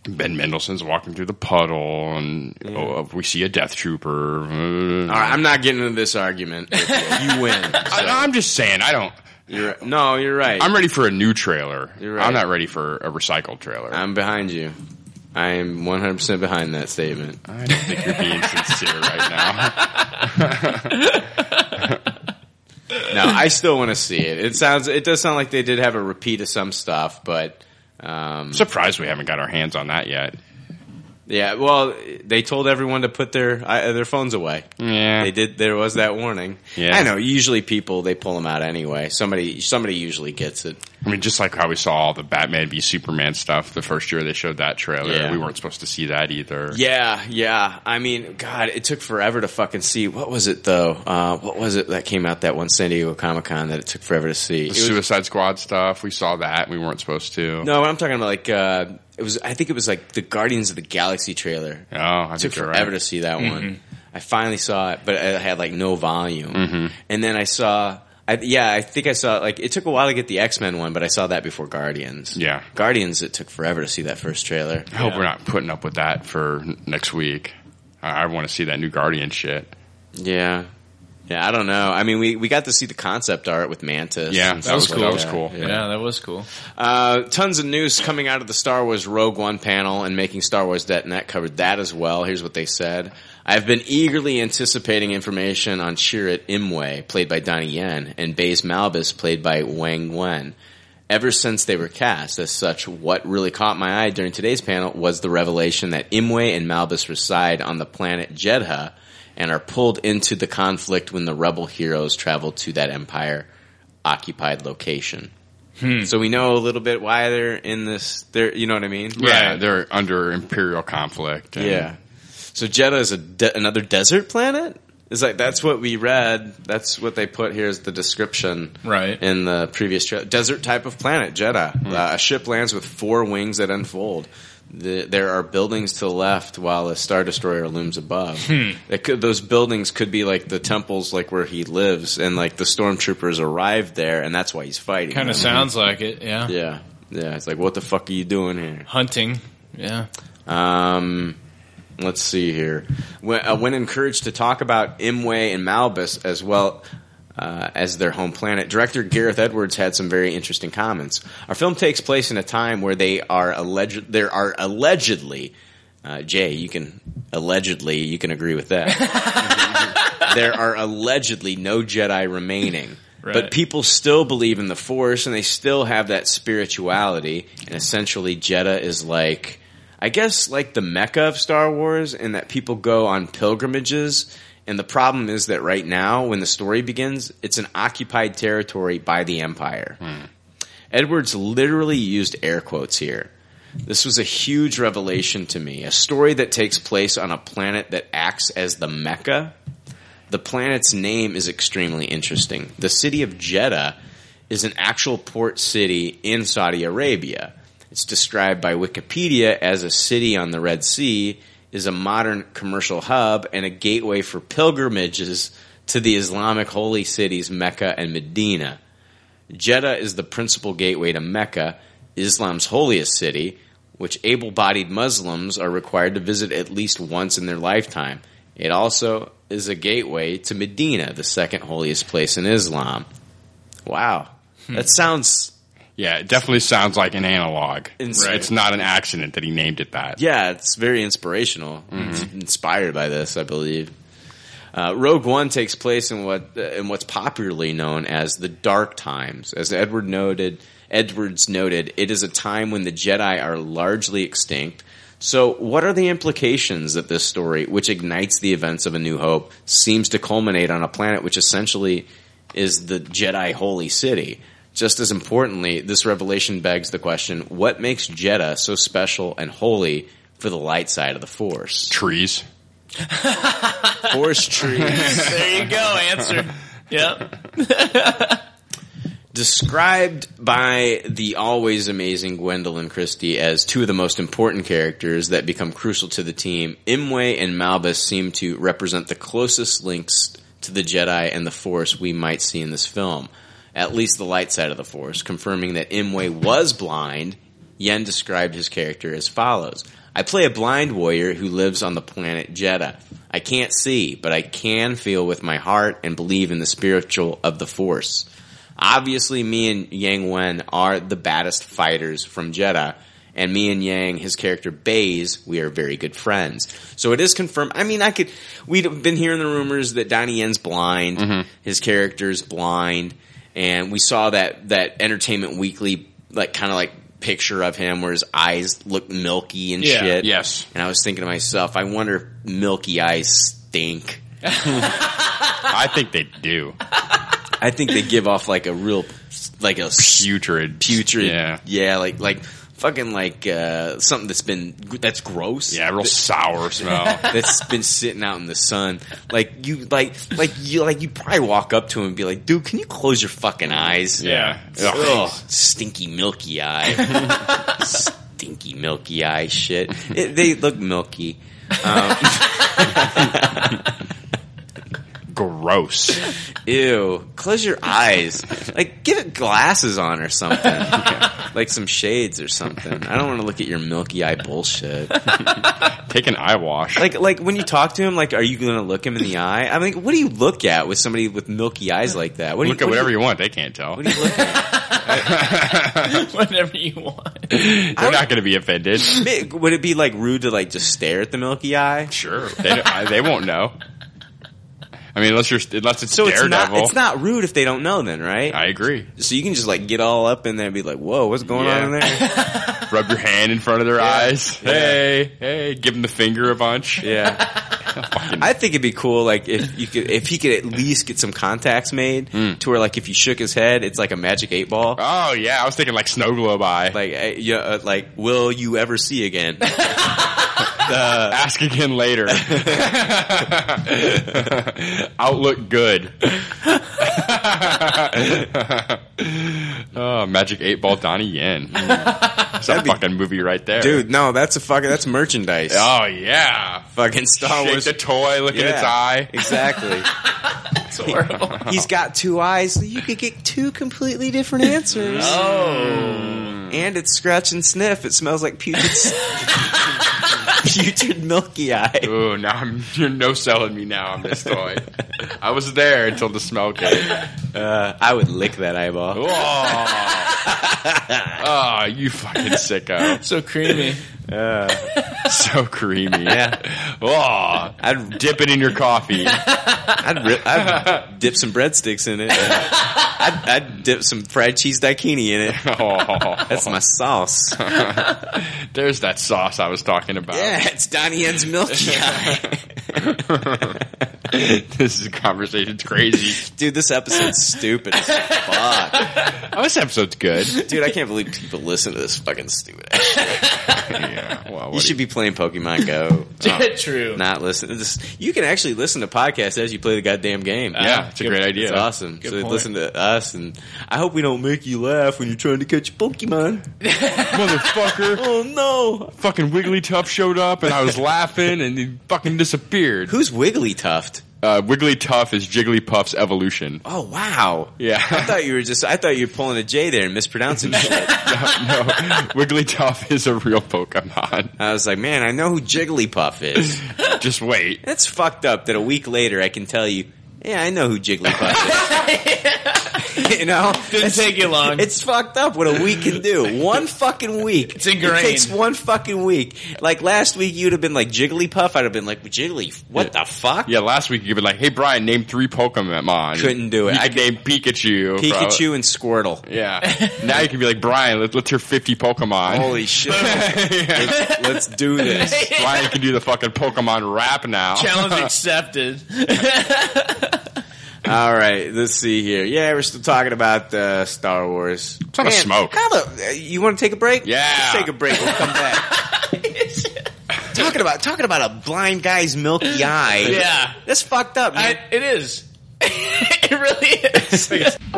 [SPEAKER 8] Ben Mendelsohn's walking through the puddle, and oh, we see a Death Trooper. All
[SPEAKER 6] right, I'm not getting into this argument. with you. You win.
[SPEAKER 8] I, am just saying, I don't.
[SPEAKER 6] You're, no, you're right.
[SPEAKER 8] I'm ready for a new trailer.
[SPEAKER 6] You're right.
[SPEAKER 8] I'm not ready for a recycled trailer.
[SPEAKER 6] I'm behind you. I am 100 percent behind that statement.
[SPEAKER 8] I don't think you're being sincere right now.
[SPEAKER 6] no, I still want to see it. It sounds. It does sound like they did have a repeat of some stuff, but um,
[SPEAKER 8] surprised we haven't got our hands on that yet.
[SPEAKER 6] Yeah, well, they told everyone to put their uh, their phones away.
[SPEAKER 8] Yeah,
[SPEAKER 6] they did. There was that warning.
[SPEAKER 8] Yeah.
[SPEAKER 6] I know. Usually, people they pull them out anyway. Somebody somebody usually gets it.
[SPEAKER 8] I mean, just like how we saw all the Batman v Superman stuff the first year they showed that trailer,
[SPEAKER 6] Yeah.
[SPEAKER 8] we weren't supposed to see that either.
[SPEAKER 6] Yeah, yeah. I mean, God, it took forever to fucking see. What was it though? Uh, what was it that came out that one San Diego Comic Con that it took forever to see?
[SPEAKER 8] The
[SPEAKER 6] It was-
[SPEAKER 8] Suicide Squad stuff, we saw that. We weren't supposed to.
[SPEAKER 6] No, I'm talking about like uh, it was. I think it was like the Guardians of the Galaxy trailer.
[SPEAKER 8] Oh, I
[SPEAKER 6] took
[SPEAKER 8] think you're
[SPEAKER 6] forever to
[SPEAKER 8] right.
[SPEAKER 6] see that
[SPEAKER 8] Mhm.
[SPEAKER 6] one. I finally saw it, but it had like no volume.
[SPEAKER 8] Mhm.
[SPEAKER 6] And then I saw, I, yeah, I think I saw like it took a while to get the X Men one, but I saw that before Guardians.
[SPEAKER 8] Yeah.
[SPEAKER 6] Guardians. It took forever to see that first trailer.
[SPEAKER 8] I hope we're not putting up with that for n- next week. I, I want to see that new Guardian shit.
[SPEAKER 6] Yeah. Yeah, I don't know. I mean, we, we got to see the concept art with Mantis.
[SPEAKER 8] Yeah,
[SPEAKER 6] and
[SPEAKER 8] that was
[SPEAKER 6] stuff
[SPEAKER 8] cool.
[SPEAKER 6] like
[SPEAKER 8] That was cool.
[SPEAKER 4] Yeah, that was cool.
[SPEAKER 6] Uh, tons of news coming out of the Star Wars Rogue One panel and making Star Wars Net covered that as well. Here's what they said. I've been eagerly anticipating information on Chirrut Imwe, played by Donnie Yen, and Baze Malbus, played by Wang Wen. Ever since they were cast, as such, what really caught my eye during today's panel was the revelation that Imwe and Malbus reside on the planet Jedha and are pulled into the conflict when the rebel heroes travel to that empire occupied location. So we know a little bit why they're in this. They're, you know what I mean?
[SPEAKER 8] Yeah, they're under Imperial conflict. and-
[SPEAKER 6] Yeah. So Jeddah is a de- another desert planet. Is like that's what we read. That's what they put here as the description, right? In the previous tra- desert type of planet, Jeddah. Uh, a ship lands with four wings that unfold. The, there are buildings to the left, while a star destroyer looms above.
[SPEAKER 4] Hmm.
[SPEAKER 6] It could, those buildings could be like the temples, like where he lives, and like the stormtroopers arrived there, and that's why he's fighting.
[SPEAKER 4] Kind of
[SPEAKER 6] them.
[SPEAKER 4] sounds like it. Yeah.
[SPEAKER 6] Yeah, yeah. It's like, what the fuck are you doing here?
[SPEAKER 4] Hunting. Yeah.
[SPEAKER 6] Um, Let's see here. When, uh, when encouraged to talk about Imwe and Malbus as well uh, as their home planet, director Gareth Edwards had some very interesting comments. Our film takes place in a time where they are alleged. There are allegedly, uh, Jay, you can allegedly you can agree with that. there are allegedly no Jedi remaining.
[SPEAKER 4] Right.
[SPEAKER 6] But people still believe in the Force, and they still have that spirituality. And essentially, Jeddah is like I guess like the mecca of Star Wars, in that people go on pilgrimages. And the problem is that right now, when the story begins, it's an occupied territory by the Empire. Edwards literally used air quotes here. This was a huge revelation to me. A story that takes place on a planet that acts as the Mecca. The planet's name is extremely interesting. The city of Jeddah is an actual port city in Saudi Arabia. It's described by Wikipedia as a city on the Red Sea, is a modern commercial hub and a gateway for pilgrimages to the Islamic holy cities Mecca and Medina. Jeddah is the principal gateway to Mecca, Islam's holiest city, which able bodied Muslims are required to visit at least once in their lifetime. It also is a gateway to Medina, the second holiest place in Islam. Wow. That sounds.
[SPEAKER 8] Yeah, it definitely sounds like an analog.
[SPEAKER 6] Ins-
[SPEAKER 8] It's not an accident that he named it that.
[SPEAKER 6] Yeah, it's very inspirational. It's inspired by this, I believe. Uh, Rogue One takes place in what uh, in what's popularly known as the Dark Times, as Edward noted. Edwards noted, it is a time when the Jedi are largely extinct. So, what are the implications that this story, which ignites the events of A New Hope, seems to culminate on a planet which essentially is the Jedi holy city? Just as importantly, this revelation begs the question what makes Jeddah so special and holy for the light side of the Force?
[SPEAKER 8] Trees.
[SPEAKER 6] Force trees.
[SPEAKER 4] there you go. Answer. Yep.
[SPEAKER 6] Described by the always amazing Gwendolyn Christie as two of the most important characters that become crucial to the team, Imwe and Malbus seem to represent the closest links to the Jedi and the Force we might see in this film. At least the light side of the Force, confirming that Imwe was blind Yen described his character as follows I play a blind warrior who lives on the planet Jeddah. I can't see, but I can feel with my heart and believe in the spiritual of the Force. Obviously, me and Yang Wen are the baddest fighters from Jeddah. And me and Yang, his character Baze, we are very good friends. So it is confirmed. I mean, I could. We've been hearing the rumors that Donnie Yen's blind, his character's blind, and we saw that that Entertainment Weekly like kind of like picture of him where his eyes look milky and
[SPEAKER 8] Yeah,
[SPEAKER 6] shit.
[SPEAKER 8] yes.
[SPEAKER 6] And I was thinking to myself, I wonder if milky eyes stink.
[SPEAKER 8] I think they do.
[SPEAKER 6] I think they give off like a real, like a
[SPEAKER 8] putrid,
[SPEAKER 6] putrid,
[SPEAKER 8] yeah.
[SPEAKER 6] like like fucking like uh, something that's been that's gross, yeah,
[SPEAKER 8] real sour smell
[SPEAKER 6] that's been sitting out in the sun. Like you, like like you, like you probably walk up to him and be like, "Dude, can you close your fucking eyes?"
[SPEAKER 8] Yeah.
[SPEAKER 6] Ugh,
[SPEAKER 8] Ugh.
[SPEAKER 6] stinky milky eye, stinky milky eye shit. It, they look milky. Um,
[SPEAKER 8] Gross.
[SPEAKER 6] Ew. Close your eyes. Like, give it glasses on or something. Like some shades or something. I don't want to look at your milky eye bullshit.
[SPEAKER 8] Take an eye wash.
[SPEAKER 6] Like, like when you talk to him, like, are you going to look him in the eye? I mean, what do you look at with somebody with milky eyes like that? What do
[SPEAKER 8] Look at
[SPEAKER 6] what do
[SPEAKER 8] whatever you, want. They can't tell.
[SPEAKER 6] What do you look
[SPEAKER 4] Whatever you want.
[SPEAKER 8] They're not going to be offended.
[SPEAKER 6] Mick, Would it be like rude to like just stare at the Milky Eye?
[SPEAKER 8] Sure, they, don't- I- they won't know. I mean, unless you're unless it's
[SPEAKER 6] So it's
[SPEAKER 8] Daredevil.
[SPEAKER 6] not, it's not rude if they don't know then, right?
[SPEAKER 8] I agree.
[SPEAKER 6] So you can just like get all up in there and be like, whoa, what's going
[SPEAKER 8] Yeah.
[SPEAKER 6] on in there?
[SPEAKER 8] Rub your hand in front of their eyes. Hey, hey, give them the finger a bunch.
[SPEAKER 6] Yeah. I think it'd be cool, like if you could, if he could at least get some contacts made to where, like, if you shook his head, it's like a magic eight ball.
[SPEAKER 8] Hmm. Oh yeah, I was thinking like snow globe eye.
[SPEAKER 6] Like, eh, yeah, uh, like, will you ever see again? uh,
[SPEAKER 8] Ask again later. Outlook good. oh, Magic Eight Ball Donnie Yen. It's a fucking movie right there,
[SPEAKER 6] Dude, no, that's a fucking that's merchandise.
[SPEAKER 8] Oh yeah,
[SPEAKER 6] Fucking Star
[SPEAKER 8] Shake
[SPEAKER 6] Wars.
[SPEAKER 8] the toy, look at
[SPEAKER 6] Yeah,
[SPEAKER 8] its eye.
[SPEAKER 6] Exactly.
[SPEAKER 4] It's horrible.
[SPEAKER 6] He's got two eyes, so you could get two completely different answers.
[SPEAKER 4] Oh.
[SPEAKER 6] Mm. And it's scratch and sniff. It smells like putrid. s- Putrid Milky Eye.
[SPEAKER 8] Ooh, now I'm, you're no selling me now on this toy. I was there until the smell came.
[SPEAKER 6] Uh, I would lick that eyeball.
[SPEAKER 8] oh, you fucking sicko.
[SPEAKER 4] So creamy.
[SPEAKER 8] so creamy. Yeah. Oh, I'd dip it in your coffee.
[SPEAKER 6] I'd, ri- I'd dip some breadsticks in it. Uh, I'd, I'd dip some fried cheese daiquiri in it. That's my sauce.
[SPEAKER 8] There's that sauce I was talking about.
[SPEAKER 6] Yeah, it's Donnie Yen's Milky Eye.
[SPEAKER 8] this is a conversation. It's crazy.
[SPEAKER 6] Dude, this episode's stupid as fuck.
[SPEAKER 8] Oh, this episode's good.
[SPEAKER 6] Dude, I can't believe people listen to this fucking stupid ass
[SPEAKER 8] yeah. Well,
[SPEAKER 6] you should be playing Pokemon Go.
[SPEAKER 4] True.
[SPEAKER 6] Not listen. This, you can actually listen to podcasts as you play the goddamn game.
[SPEAKER 8] Yeah, it's a great idea.
[SPEAKER 6] It's awesome.
[SPEAKER 8] Good
[SPEAKER 6] so
[SPEAKER 8] point.
[SPEAKER 6] listen to us, and I hope we don't make you laugh when you're trying to catch Pokemon.
[SPEAKER 8] Motherfucker.
[SPEAKER 6] Oh no.
[SPEAKER 8] Fucking Wigglytuff showed up and I was laughing and he fucking disappeared.
[SPEAKER 6] Who's Wigglytuffed?
[SPEAKER 8] Uh, Wigglytuff is Jigglypuff's evolution.
[SPEAKER 6] Oh wow.
[SPEAKER 8] Yeah.
[SPEAKER 6] I thought you were just. I thought you were pulling a J there and mispronouncing shit.
[SPEAKER 8] no, Wigglytuff is a real Pokemon.
[SPEAKER 6] I was like, man, I know who Jigglypuff is.
[SPEAKER 8] Just wait.
[SPEAKER 6] That's fucked up. That a week later I can tell you. Yeah, I know who Jigglypuff is. you know,
[SPEAKER 4] Didn't take you long.
[SPEAKER 6] It's fucked up what a week can do. One fucking week.
[SPEAKER 4] It's ingrained.
[SPEAKER 6] It takes one fucking week. Like last week, you'd have been like Jigglypuff. I'd have been like Jiggly. What the fuck?
[SPEAKER 8] Yeah, last week you've been like, "Hey Brian, name three Pokemon."
[SPEAKER 6] Couldn't do it.
[SPEAKER 8] You
[SPEAKER 6] I
[SPEAKER 8] could name Pikachu.
[SPEAKER 6] Pikachu
[SPEAKER 8] bro.
[SPEAKER 6] and Squirtle.
[SPEAKER 8] Yeah. now you can be like, "Brian, let, let's hear fifty Pokemon."
[SPEAKER 6] Holy shit!
[SPEAKER 8] yeah.
[SPEAKER 6] let's, let's do this.
[SPEAKER 8] Brian can do the fucking Pokemon rap now.
[SPEAKER 4] Challenge accepted.
[SPEAKER 6] All right, let's see here. Yeah, we're still talking about uh, Star Wars. It's
[SPEAKER 8] not a smoke.
[SPEAKER 6] How the, uh, you want to take a break?
[SPEAKER 8] Yeah.
[SPEAKER 6] Let's take a break. We'll come back. talking about talking about a blind guy's milky eye.
[SPEAKER 4] Yeah.
[SPEAKER 6] that's fucked up, man.
[SPEAKER 4] I, it is. it really is.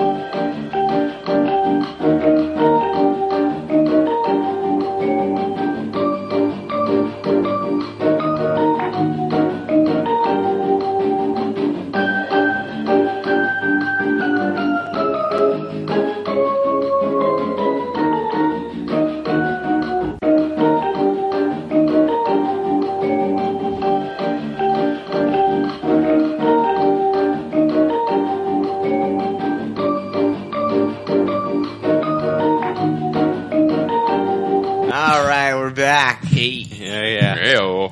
[SPEAKER 6] All right, we're back. Hey. Yeah, yeah.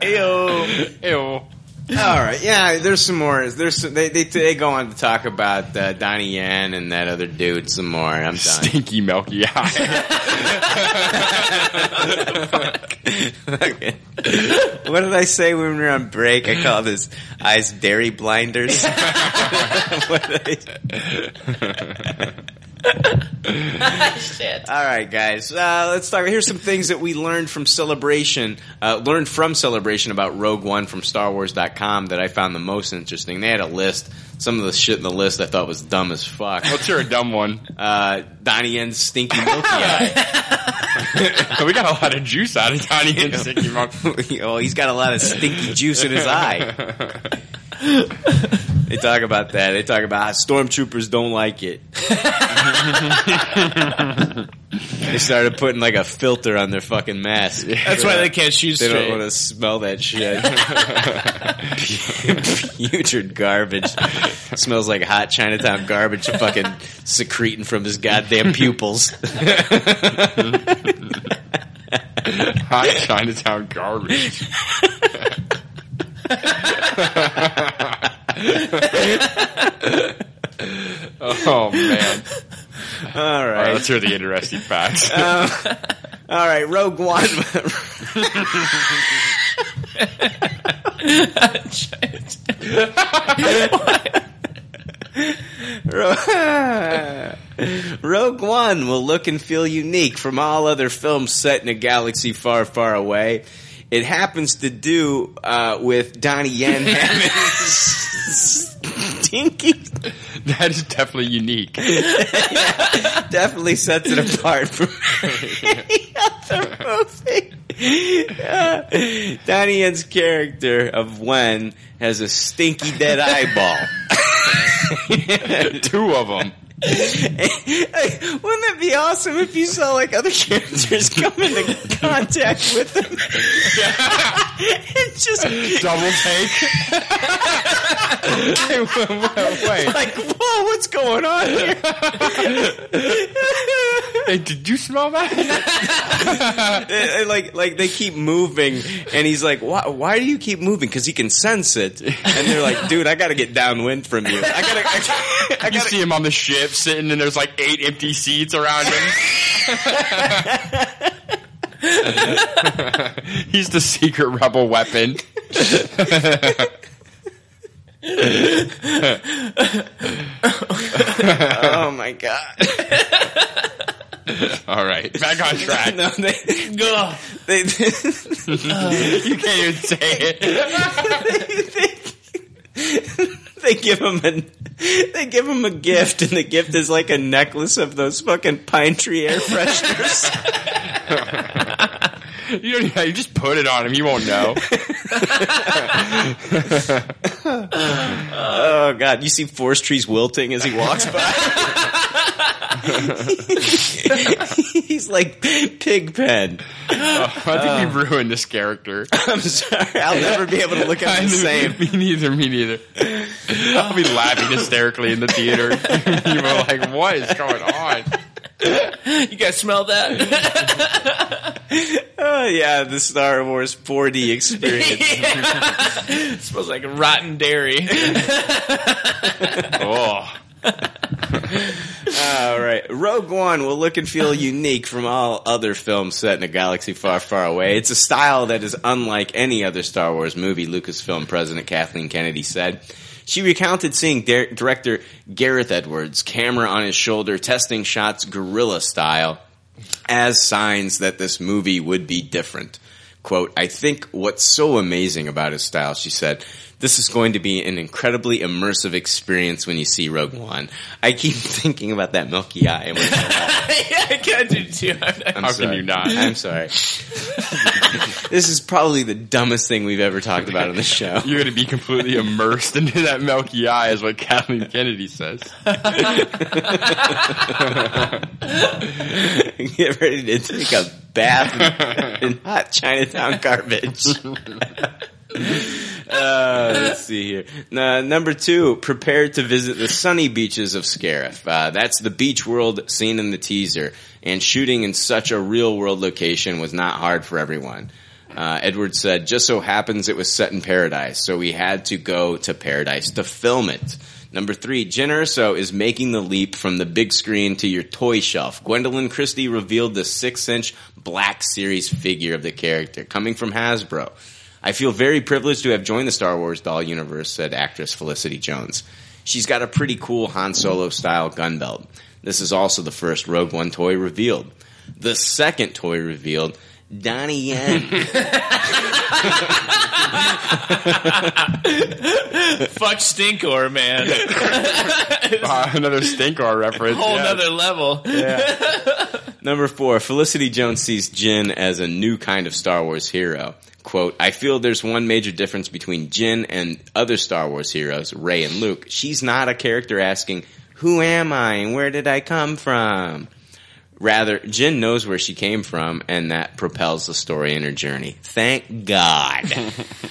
[SPEAKER 8] Ew.
[SPEAKER 6] Ew.
[SPEAKER 8] Ew.
[SPEAKER 6] All right, yeah. There's some more. There's some, they, they they go on to talk about uh, Donnie Yen and that other dude some more. I'm done.
[SPEAKER 8] Stinky milky eye.
[SPEAKER 6] Okay. what did I say when we were on break? I call this eyes dairy blinders. What did I- All right, guys. Uh, let's talk. Here's some things that we learned from Celebration, uh, learned from Celebration about Rogue One from StarWars.com that I found the most interesting. They had a list. Some of the shit in the list I thought was dumb as fuck.
[SPEAKER 8] let's hear a dumb one.
[SPEAKER 6] Uh, Donnie Yen's stinky milky eye.
[SPEAKER 8] we got a lot of juice out of Donnie and Stinky Milky.
[SPEAKER 6] oh, he's got a lot of stinky juice in his eye. they talk about that. They talk about how stormtroopers don't like it. they started putting like a filter on their fucking mask.
[SPEAKER 4] That's why they can't shoot
[SPEAKER 6] They don't
[SPEAKER 4] straight.
[SPEAKER 6] want to smell that shit. Putrid garbage. Smells like hot Chinatown garbage fucking secreting from his goddamn pupils.
[SPEAKER 8] Hot Chinatown garbage. oh man!
[SPEAKER 6] All
[SPEAKER 8] All right, Um,
[SPEAKER 6] right.
[SPEAKER 8] let's hear the interesting facts.
[SPEAKER 6] All right, Rogue One. Ro- Rogue One will look and feel unique from all other films set in a galaxy far, far away. It happens to do uh, with Donnie Yen having stinky.
[SPEAKER 8] that is definitely unique.
[SPEAKER 6] Definitely sets it apart from any other movie. Yeah. Donnie Yen's character of Wen has a stinky dead eyeball.
[SPEAKER 8] Two of them.
[SPEAKER 6] Wouldn't that be awesome if you saw like other characters come into contact with them? and just
[SPEAKER 8] double take. wait.
[SPEAKER 6] Like, whoa, what's going on here?
[SPEAKER 8] Hey, did you smell that?
[SPEAKER 6] And- and, Eh, like, like they keep moving, and he's like, "Why? Why do you keep moving?" Because he can sense it, and they're like, "Dude, I got to get downwind from you. I gotta, I gotta, I
[SPEAKER 8] you
[SPEAKER 6] gotta
[SPEAKER 8] see him on the ship sitting, and there's like eight empty seats around him. He's the secret rebel weapon.
[SPEAKER 6] oh my god.
[SPEAKER 8] All right, back on track.
[SPEAKER 6] No, they, they,
[SPEAKER 8] you can't even say
[SPEAKER 6] it. they, give him a they give him a gift, and the gift is like a necklace of those fucking pine tree air fresheners.
[SPEAKER 8] You don't. even- You just put it on him. You won't know.
[SPEAKER 6] oh god, you see forest trees wilting as he walks by. He's like pig pen.
[SPEAKER 8] Oh, I think we ruined this character.
[SPEAKER 6] I'm sorry. I'll never be able to look at him the same.
[SPEAKER 8] Me neither. Me neither. I'll be laughing hysterically in the theater. People are like, "What is going on?"
[SPEAKER 19] you guys smell that?
[SPEAKER 6] Oh yeah, the Star Wars 4D experience.
[SPEAKER 19] smells like rotten dairy.
[SPEAKER 8] oh.
[SPEAKER 6] all right. Rogue One will look and feel unique from all other films set in a galaxy far, far away. It's a style that is unlike any other Star Wars movie, Lucasfilm president Kathleen Kennedy said. She recounted seeing dir- director Gareth Edwards, camera on his shoulder, testing shots guerrilla style as signs that this movie would be different. Quote, I think what's so amazing about his style, she said, this is going to be an incredibly immersive experience when you see Rogue One. I keep thinking about that milky eye. When
[SPEAKER 19] yeah, I can do too. I'm not-
[SPEAKER 6] I'm
[SPEAKER 8] How can
[SPEAKER 6] sorry.
[SPEAKER 8] you not?
[SPEAKER 6] I'm sorry. this is probably the dumbest thing we've ever talked about on the show.
[SPEAKER 8] You're going to be completely immersed into that milky eye, is what Kathleen Kennedy says.
[SPEAKER 6] Get ready to take a bath in hot Chinatown garbage. Uh, let's see here. Uh, number two, prepare to visit the sunny beaches of Scarif. Uh, that's the beach world seen in the teaser, and shooting in such a real world location was not hard for everyone. Uh, Edward said, just so happens it was set in paradise, so we had to go to paradise to film it. Number three, Jen Erso is making the leap from the big screen to your toy shelf. Gwendolyn Christie revealed the six inch black series figure of the character, coming from Hasbro. I feel very privileged to have joined the Star Wars doll universe, said actress Felicity Jones. She's got a pretty cool Han Solo style gun belt. This is also the first Rogue One toy revealed. The second toy revealed, Donnie Yen.
[SPEAKER 19] Fuck Stinkor, man.
[SPEAKER 8] Uh, another Stinkar reference.
[SPEAKER 19] Whole
[SPEAKER 8] yeah.
[SPEAKER 19] nother level.
[SPEAKER 6] Number four, Felicity Jones sees Jin as a new kind of Star Wars hero. Quote, I feel there's one major difference between Jin and other Star Wars heroes, Ray and Luke. She's not a character asking, who am I and where did I come from? Rather, Jin knows where she came from, and that propels the story in her journey. Thank God.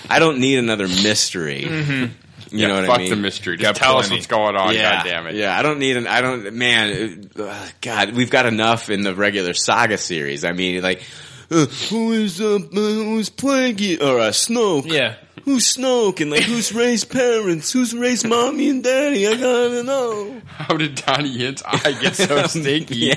[SPEAKER 6] I don't need another mystery.
[SPEAKER 8] Mhm.
[SPEAKER 6] You
[SPEAKER 8] Yeah,
[SPEAKER 6] know what
[SPEAKER 8] fuck
[SPEAKER 6] I mean?
[SPEAKER 8] the mystery. Just tell us
[SPEAKER 6] plenty.
[SPEAKER 8] what's going on,
[SPEAKER 6] Yeah.
[SPEAKER 8] goddammit.
[SPEAKER 6] Yeah, I don't need an. I don't. Man, uh, God, we've got enough in the regular saga series. I mean, like, uh, who is uh, who's Plaguey or uh, Snoke?
[SPEAKER 19] Yeah.
[SPEAKER 6] Who's Snoke and like who's Ray's parents? Who's Ray's mommy and daddy? I gotta know.
[SPEAKER 8] How did Donnie Yen's eye get so stinky?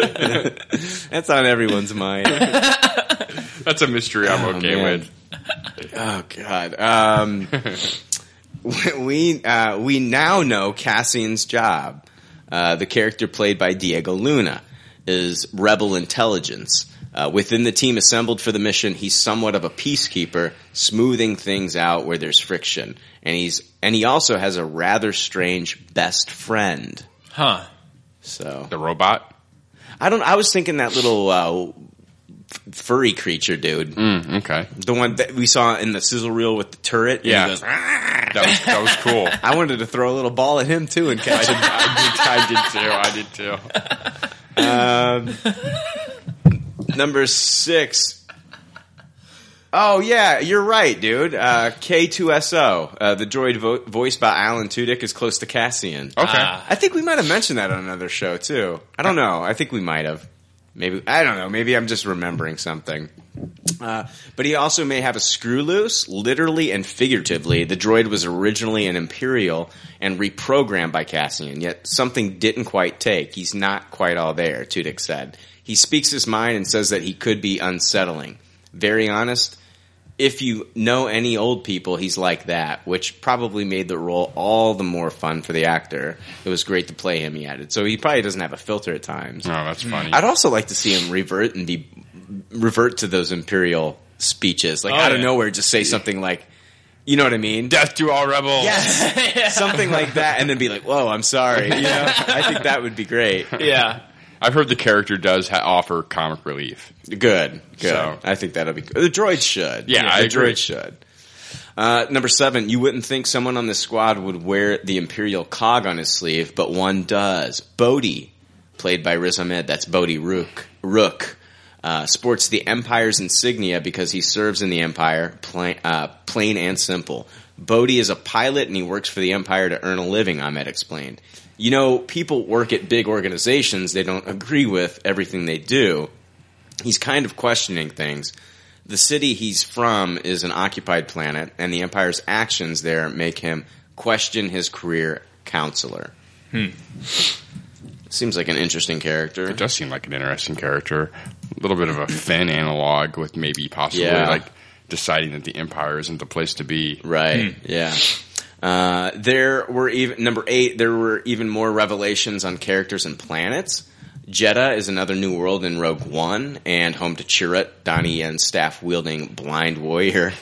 [SPEAKER 6] That's on everyone's mind.
[SPEAKER 8] That's a mystery I'm okay
[SPEAKER 6] man.
[SPEAKER 8] with.
[SPEAKER 6] Oh God. Um, we uh, we now know Cassian's job. Uh, the character played by Diego Luna is rebel intelligence. Uh, within the team assembled for the mission, he's somewhat of a peacekeeper, smoothing things out where there's friction. And he's and he also has a rather strange best friend.
[SPEAKER 19] Huh.
[SPEAKER 6] So
[SPEAKER 8] The robot?
[SPEAKER 6] I don't. I was thinking that little uh, f- furry creature dude. Mm, okay, the one that we saw in the sizzle reel with the turret.
[SPEAKER 8] Yeah.
[SPEAKER 6] and he goes, that, was, that was cool. I wanted to throw a little ball at him too and catch him.
[SPEAKER 8] I did, I did too. I did too.
[SPEAKER 6] Um, number six. Oh yeah, you're right, dude. Uh, K2SO, uh, the droid vo- voiced by Alan Tudyk, is close to Cassian. Okay,
[SPEAKER 8] Ah.
[SPEAKER 6] I think we might have mentioned that on another show too. I don't know. I think we might have. Maybe I don't know. Maybe I'm just remembering something. Uh, but he also may have a screw loose, literally and figuratively. The droid was originally an Imperial and reprogrammed by Cassian, yet something didn't quite take. He's not quite all there, Tudyk said. He speaks his mind and says that he could be unsettling. Very honest. If you know any old people, he's like that, which probably made the role all the more fun for the actor. It was great to play him, he added. So he probably doesn't have a filter at times.
[SPEAKER 8] Oh, that's funny.
[SPEAKER 6] I'd also like to see him revert and be revert to those imperial speeches, like
[SPEAKER 8] Oh,
[SPEAKER 6] out of
[SPEAKER 8] yeah.
[SPEAKER 6] nowhere, just say something like, you know what I mean?
[SPEAKER 8] Death to all rebels.
[SPEAKER 6] Yes, something like that, and then be like, "Whoa, I'm sorry." You know, I think that would be great.
[SPEAKER 19] Yeah.
[SPEAKER 8] I've heard the character does ha- offer comic relief.
[SPEAKER 6] Good, good. I think that'll be the droid should.
[SPEAKER 8] Yeah, I
[SPEAKER 6] the
[SPEAKER 8] agree.
[SPEAKER 6] droid should. Uh, number seven, you wouldn't think someone on this squad would wear the Imperial cog on his sleeve, but one does. Bodhi, played by Riz Ahmed, that's Bodhi Rook, Rook uh, sports the Empire's insignia because he serves in the Empire, plain, uh, plain and simple. Bodhi is a pilot and he works for the Empire to earn a living, Ahmed explained. You know, people work at big organizations, they don't agree with everything they do. He's kind of questioning things. The city he's from is an occupied planet, and the Empire's actions there make him question his career counselor.
[SPEAKER 8] Hmm.
[SPEAKER 6] Seems like an interesting character.
[SPEAKER 8] It does seem like an interesting character. A little bit of a Finn analog with maybe possibly
[SPEAKER 6] Yeah.
[SPEAKER 8] like deciding that the Empire isn't the place to be.
[SPEAKER 6] Right. Yeah. Uh, there were even number eight. There were even more revelations on characters and planets. Jeddah is another new world in Rogue One, and home to Chirrut, Donnie Yen's staff-wielding blind warrior.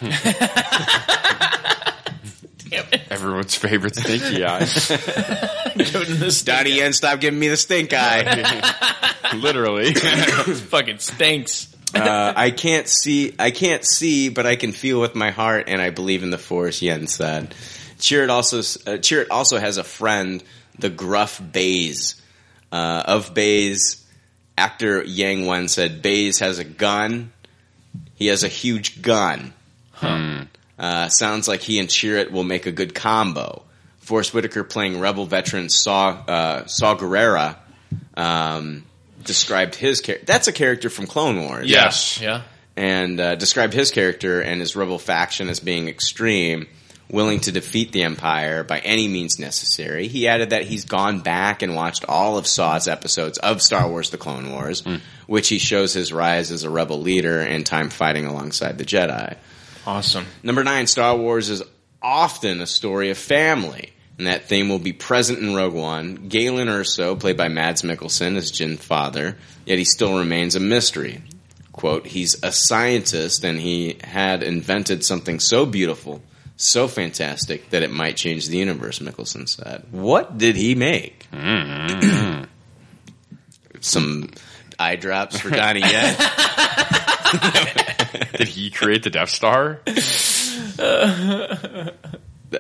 [SPEAKER 8] Everyone's favorite stinky eye.
[SPEAKER 6] Donnie Yen, stop giving me the stink eye.
[SPEAKER 8] Literally,
[SPEAKER 19] fucking stinks.
[SPEAKER 6] uh, I can't see. I can't see, but I can feel with my heart, and I believe in the force. Yen said. Chirrut also uh, Chirrut also has a friend, the gruff Baze. Uh, of Baze, actor Yang Wen said Baze has a gun. He has a huge gun. Uh, sounds like he and Chirrut will make a good combo. Forrest Whitaker playing Rebel veteran Saw uh, Saw Gerrera um, described his character. That's a character from Clone Wars.
[SPEAKER 19] Yeah.
[SPEAKER 6] And uh, described his character and his rebel faction as being extreme, willing to defeat the Empire by any means necessary. He added that he's gone back and watched all of Saw's episodes of Star Wars The Clone Wars, which he shows his rise as a rebel leader and time fighting alongside the Jedi.
[SPEAKER 19] Awesome.
[SPEAKER 6] Number nine, Star Wars is often a story of family, and that theme will be present in Rogue One. Galen Erso, played by Mads Mikkelsen, is Jin's father, yet he still remains a mystery. Quote, he's a scientist and he had invented something so beautiful, so fantastic, that it might change the universe, Mickelson said. What did he make?
[SPEAKER 8] Mm-hmm.
[SPEAKER 6] Some eye drops for Donnie Yen.
[SPEAKER 8] Did he create the Death Star?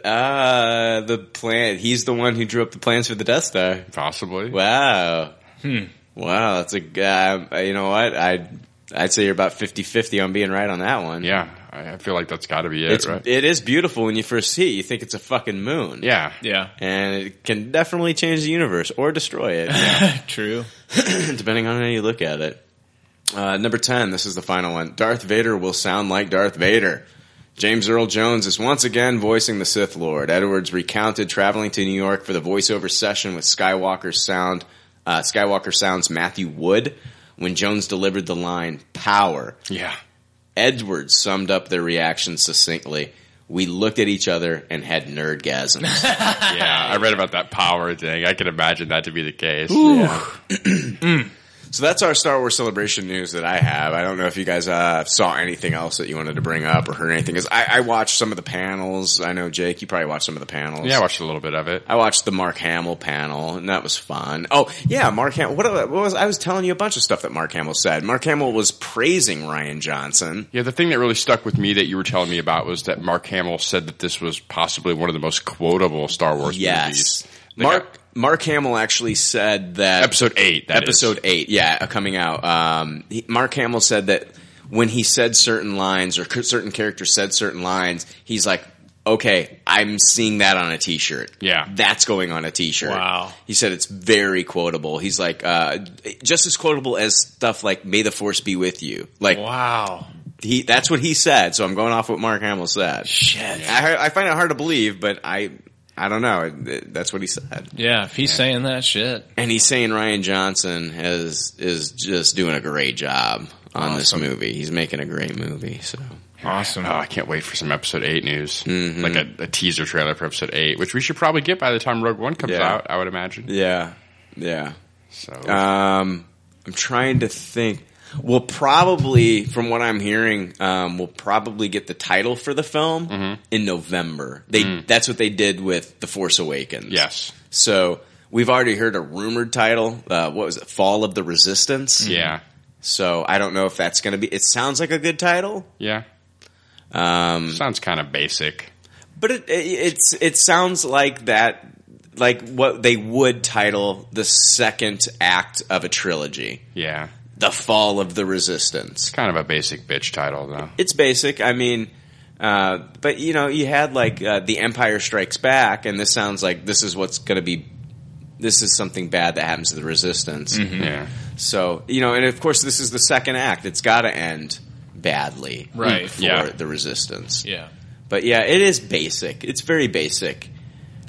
[SPEAKER 6] Uh, the plan. He's the one who drew up the plans for the Death Star.
[SPEAKER 8] Possibly.
[SPEAKER 6] Wow.
[SPEAKER 19] Hmm.
[SPEAKER 6] Wow. That's a. Uh, you know what? I. I'd say you're about 50-50 on being right on that one.
[SPEAKER 8] Yeah, I I feel like that's got to be it,
[SPEAKER 6] It's,
[SPEAKER 8] right?
[SPEAKER 6] It is beautiful when you first see it. You think it's a fucking moon.
[SPEAKER 8] Yeah.
[SPEAKER 19] Yeah.
[SPEAKER 6] And it can definitely change the universe or destroy it.
[SPEAKER 19] True.
[SPEAKER 6] depending on how you look at it. Uh, number 10, this is the final one. Darth Vader will sound like Darth Vader. James Earl Jones is once again voicing the Sith Lord. Edwards recounted traveling to New York for the voiceover session with Skywalker Sound, uh, Skywalker Sound's Matthew Wood when Jones delivered the line, power.
[SPEAKER 8] Yeah.
[SPEAKER 6] Edwards summed up their reaction succinctly. We looked at each other and had nerdgasms.
[SPEAKER 8] yeah, I read about that power thing. I can imagine that to be the case.
[SPEAKER 6] Ooh.
[SPEAKER 8] Yeah.
[SPEAKER 6] So that's our Star Wars celebration news that I have. I don't know if you guys uh, saw anything else that you wanted to bring up or heard anything. Because I, I watched some of the panels. I know Jake, you probably watched some of the panels.
[SPEAKER 8] Yeah, I watched a little bit of it.
[SPEAKER 6] I watched the Mark Hamill panel, and that was fun. Oh yeah, Mark Hamill. What, what was I was telling you a bunch of stuff that Mark Hamill said. Mark Hamill was praising Ryan Johnson.
[SPEAKER 8] Yeah, the thing that really stuck with me that you were telling me about was that Mark Hamill said that this was possibly one of the most quotable Star Wars
[SPEAKER 6] Yes.
[SPEAKER 8] movies.
[SPEAKER 6] Mark Mark Hamill actually said that
[SPEAKER 8] episode eight. that
[SPEAKER 6] episode eight, yeah, uh, coming out. Um, he, Mark Hamill said that when he said certain lines or c- certain characters said certain lines, he's like, "Okay, I'm seeing that on a T-shirt. Yeah, that's going on a T-shirt." Wow. He said it's very quotable. He's like, uh, just as quotable as stuff like "May the Force be with you." Like, wow. He that's what he said. So I'm going off what Mark Hamill said. Shit, I, I find it hard to believe, but I. I don't know. It- it- That's what he said.
[SPEAKER 4] Yeah, if he's saying that shit.
[SPEAKER 6] And he's saying Ryan Johnson is is just doing a great job on this movie. He's making a great movie. So
[SPEAKER 8] Awesome. Oh, I can't wait for some episode eight news.
[SPEAKER 6] Mm-hmm.
[SPEAKER 8] Like a, a teaser trailer for episode eight, which we should probably get by the time Rogue One comes
[SPEAKER 6] Yeah.
[SPEAKER 8] out, I would imagine.
[SPEAKER 6] yeah, yeah.
[SPEAKER 8] So
[SPEAKER 6] Um, I'm trying to think. We'll probably, from what I'm hearing, um, we'll probably get the title for the film in November. They that's what they did with The Force Awakens. Mm. Yes. So we've already heard a rumored title. Uh, what was it? Fall of the Resistance.
[SPEAKER 8] Yeah.
[SPEAKER 6] So I don't know if that's going to be. It sounds like a good title.
[SPEAKER 8] Yeah.
[SPEAKER 6] Um,
[SPEAKER 8] Sounds kind of basic.
[SPEAKER 6] But it, it it's it sounds like that like what they would title the second act of a trilogy.
[SPEAKER 8] Yeah.
[SPEAKER 6] The Fall of the Resistance. It's
[SPEAKER 8] kind of a basic bitch title though.
[SPEAKER 6] It's basic. I mean, uh, but you know, you had like uh, The Empire Strikes Back, and this sounds like this is what's going to be. This is something bad that happens to the Resistance.
[SPEAKER 8] Mhm. Yeah.
[SPEAKER 6] So you know, and of course, this is the second act. It's got to end badly,
[SPEAKER 4] Right.
[SPEAKER 6] For
[SPEAKER 4] Yeah.
[SPEAKER 6] the Resistance.
[SPEAKER 4] Yeah.
[SPEAKER 6] But yeah, it is basic. It's very basic,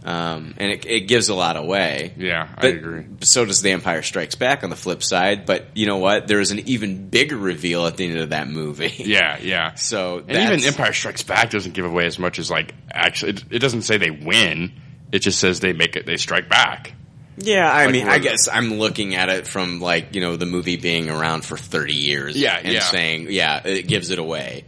[SPEAKER 6] um, and it, it gives a lot away.
[SPEAKER 8] Yeah,
[SPEAKER 6] I agree. So does The Empire Strikes Back on the flip side. But you know what? There is an even bigger reveal at the end of that movie.
[SPEAKER 8] Yeah, yeah.
[SPEAKER 6] So
[SPEAKER 8] And even
[SPEAKER 6] that's-
[SPEAKER 8] Empire Strikes Back doesn't give away as much as like actually. It, it doesn't say they win. It just says they make it. They strike back.
[SPEAKER 6] Yeah, I
[SPEAKER 8] Like,
[SPEAKER 6] mean,
[SPEAKER 8] we're-
[SPEAKER 6] I guess I'm looking at it from like you know the movie being around for 30 years.
[SPEAKER 8] Yeah,
[SPEAKER 6] and
[SPEAKER 8] yeah. Mm-hmm.
[SPEAKER 6] saying yeah, it gives it away.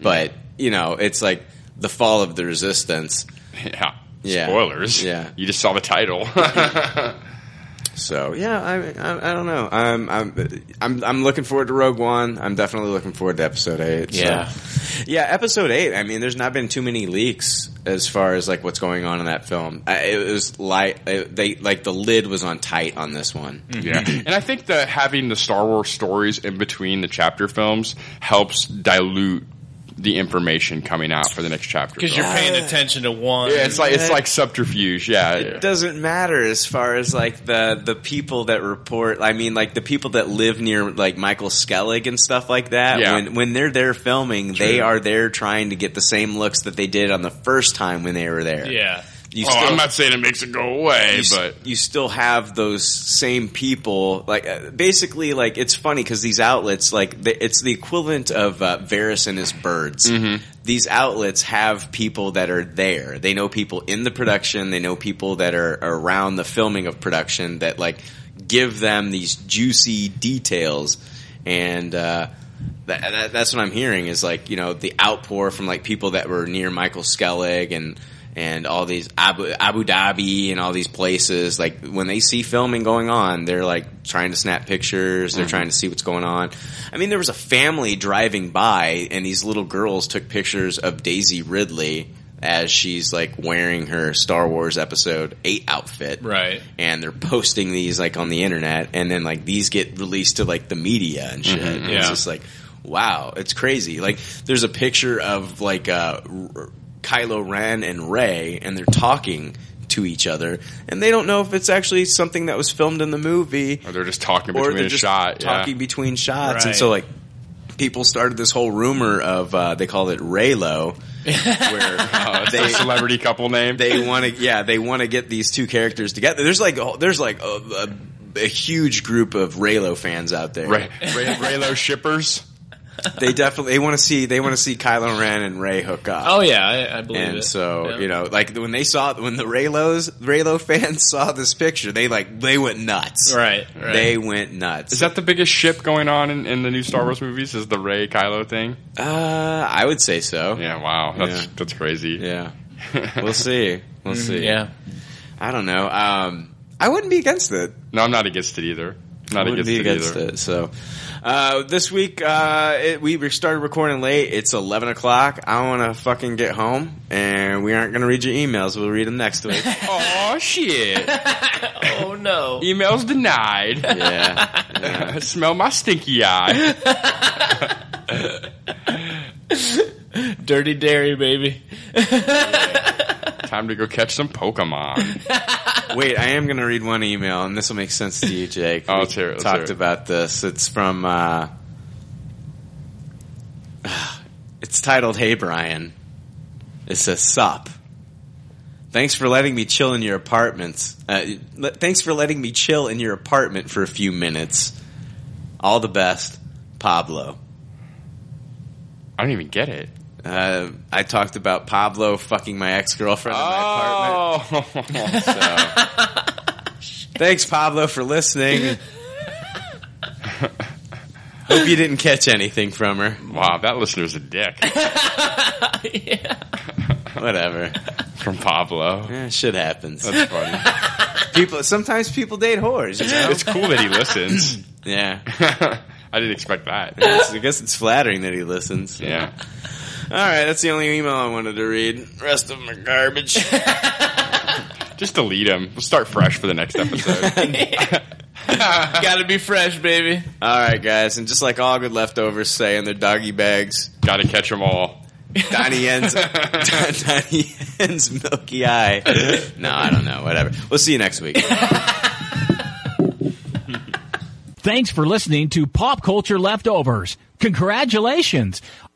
[SPEAKER 6] But you know, it's like the fall of the resistance.
[SPEAKER 8] Yeah,
[SPEAKER 6] yeah.
[SPEAKER 8] Spoilers.
[SPEAKER 6] Yeah,
[SPEAKER 8] you just saw the title.
[SPEAKER 6] so yeah, I, I I don't know. I'm I'm I'm I'm looking forward to Rogue One. I'm definitely looking forward to Episode Eight. so-
[SPEAKER 8] Yeah.
[SPEAKER 6] yeah, Episode Eight. I mean, there's not been too many leaks as far as like what's going on in that film. I, it was light. it- They like the lid was on tight on this one.
[SPEAKER 8] Yeah, and I think that having the Star Wars stories in between the chapter films helps dilute the information coming out for the next chapter.
[SPEAKER 4] Because you're
[SPEAKER 8] film.
[SPEAKER 4] paying attention to one.
[SPEAKER 8] Yeah, it's like it's like subterfuge. Yeah,
[SPEAKER 6] it doesn't matter as far as like the the people that report i mean like the people that live near like michael skellig and stuff like that
[SPEAKER 8] Yeah.
[SPEAKER 6] when when they're there filming they
[SPEAKER 8] True.
[SPEAKER 6] are there trying to get the same looks that they did on the first time when they were there
[SPEAKER 8] yeah.
[SPEAKER 6] You
[SPEAKER 8] oh,
[SPEAKER 6] still-
[SPEAKER 8] I'm not saying it makes it go away,
[SPEAKER 6] you s-
[SPEAKER 8] but
[SPEAKER 6] you still have those same people like uh, basically like it's funny because these outlets like the, it's the equivalent of uh, Varys and his birds these outlets have people that are there they know people in the production they know people that are around the filming of production that like give them these juicy details and uh that, that, that's what I'm hearing is like you know the outpour from like people that were near Michael Skellig and and all these Abu, Abu Dhabi and all these places like when they see filming going on they're like trying to snap pictures they're
[SPEAKER 8] Mhm.
[SPEAKER 6] trying to see what's going on I mean there was a family driving by and these little girls took pictures of Daisy Ridley as she's like wearing her Star Wars episode 8 outfit
[SPEAKER 4] Right.
[SPEAKER 6] and they're posting these like on the internet and then like these get released to like the media and shit
[SPEAKER 4] Mhm,
[SPEAKER 8] Mm-hmm.
[SPEAKER 6] And
[SPEAKER 4] yeah.
[SPEAKER 6] it's just like wow it's crazy like there's a picture of like uh R- Kylo Ren and Rey and they're talking to each other and they don't know if it's actually something that was filmed in the movie
[SPEAKER 8] or they're just talking
[SPEAKER 6] or
[SPEAKER 8] between
[SPEAKER 6] they're
[SPEAKER 8] a
[SPEAKER 6] just
[SPEAKER 8] shot, yeah.
[SPEAKER 6] talking between shots and
[SPEAKER 8] Right.
[SPEAKER 6] so like people started this whole rumor of uh they called it Raylo
[SPEAKER 8] Uh, it's their celebrity couple name.
[SPEAKER 6] They want to, yeah, they want to get these two characters together. There's like, a, there's like a, a, a huge group of Raylo fans out there.
[SPEAKER 8] Ray, Ray, Raylo shippers.
[SPEAKER 6] they definitely they want to see they want to see Kylo Ren and Ray hook up.
[SPEAKER 19] Oh, yeah, I- I believe
[SPEAKER 6] And
[SPEAKER 19] it.
[SPEAKER 6] so
[SPEAKER 19] Yeah.
[SPEAKER 6] you know, like when they saw when the Raylos Raylo fans saw this picture, they like they went nuts.
[SPEAKER 19] Right, right.
[SPEAKER 6] They went nuts.
[SPEAKER 8] Is that the biggest ship going on in, in the new Star Wars movies? Is the Ray Kylo thing?
[SPEAKER 6] Uh, I would say so.
[SPEAKER 8] Yeah. Wow. That's that's crazy.
[SPEAKER 6] Yeah. we'll see. We'll
[SPEAKER 19] Mm-hmm.
[SPEAKER 8] Mhm,
[SPEAKER 6] see.
[SPEAKER 8] yeah.
[SPEAKER 6] I don't know. Um, I wouldn't be against it.
[SPEAKER 8] No, I'm not against it either. Not
[SPEAKER 6] I wouldn't
[SPEAKER 8] against
[SPEAKER 6] be
[SPEAKER 8] it
[SPEAKER 6] against
[SPEAKER 8] either.
[SPEAKER 6] it. So uh, this week uh, it, we re- started recording late. It's eleven o'clock. I want to fucking get home, and we aren't going to read your emails. We'll read them next week.
[SPEAKER 8] Oh shit!
[SPEAKER 19] oh no!
[SPEAKER 8] Emails denied.
[SPEAKER 6] Yeah.
[SPEAKER 8] Smell my stinky eye.
[SPEAKER 19] Dirty dairy, baby.
[SPEAKER 8] Time to go catch some Pokemon.
[SPEAKER 6] Wait, I am going to read one email, and this will make sense to you, Jake.
[SPEAKER 8] Oh,
[SPEAKER 6] We
[SPEAKER 8] let's hear it, let's
[SPEAKER 6] talked
[SPEAKER 8] hear it.
[SPEAKER 6] about this. It's from. Uh, it's titled "Hey Brian." It says "Sup." Thanks for letting me chill in your apartments. Uh, le- thanks for letting me chill in your apartment for a few minutes. All the best, Pablo.
[SPEAKER 8] I don't even get it.
[SPEAKER 6] Uh, I talked about Pablo fucking my ex girlfriend in my
[SPEAKER 8] Oh,
[SPEAKER 6] apartment. Thanks, Pablo, for listening. Hope you didn't catch anything from her.
[SPEAKER 8] Wow, that listener's a dick.
[SPEAKER 6] Whatever.
[SPEAKER 8] From Pablo.
[SPEAKER 6] Yeah, shit happens.
[SPEAKER 8] That's funny.
[SPEAKER 6] people sometimes people date whores. You know?
[SPEAKER 8] It's cool that he listens.
[SPEAKER 6] Yeah.
[SPEAKER 8] I didn't expect that.
[SPEAKER 6] I guess it's flattering that he listens.
[SPEAKER 8] Yeah.
[SPEAKER 6] All right, that's the only email I wanted to read. Rest of them are garbage.
[SPEAKER 8] Just delete him. We'll start fresh for the next episode.
[SPEAKER 19] Gotta be fresh, baby.
[SPEAKER 6] All right, guys, and just like all good leftovers say in their doggy bags,
[SPEAKER 8] gotta catch them all.
[SPEAKER 6] Donnie ends, Donnie ends Milky Eye. No, I don't know. Whatever. We'll see you next week.
[SPEAKER 5] Thanks for listening to Pop Culture Leftovers. Congratulations!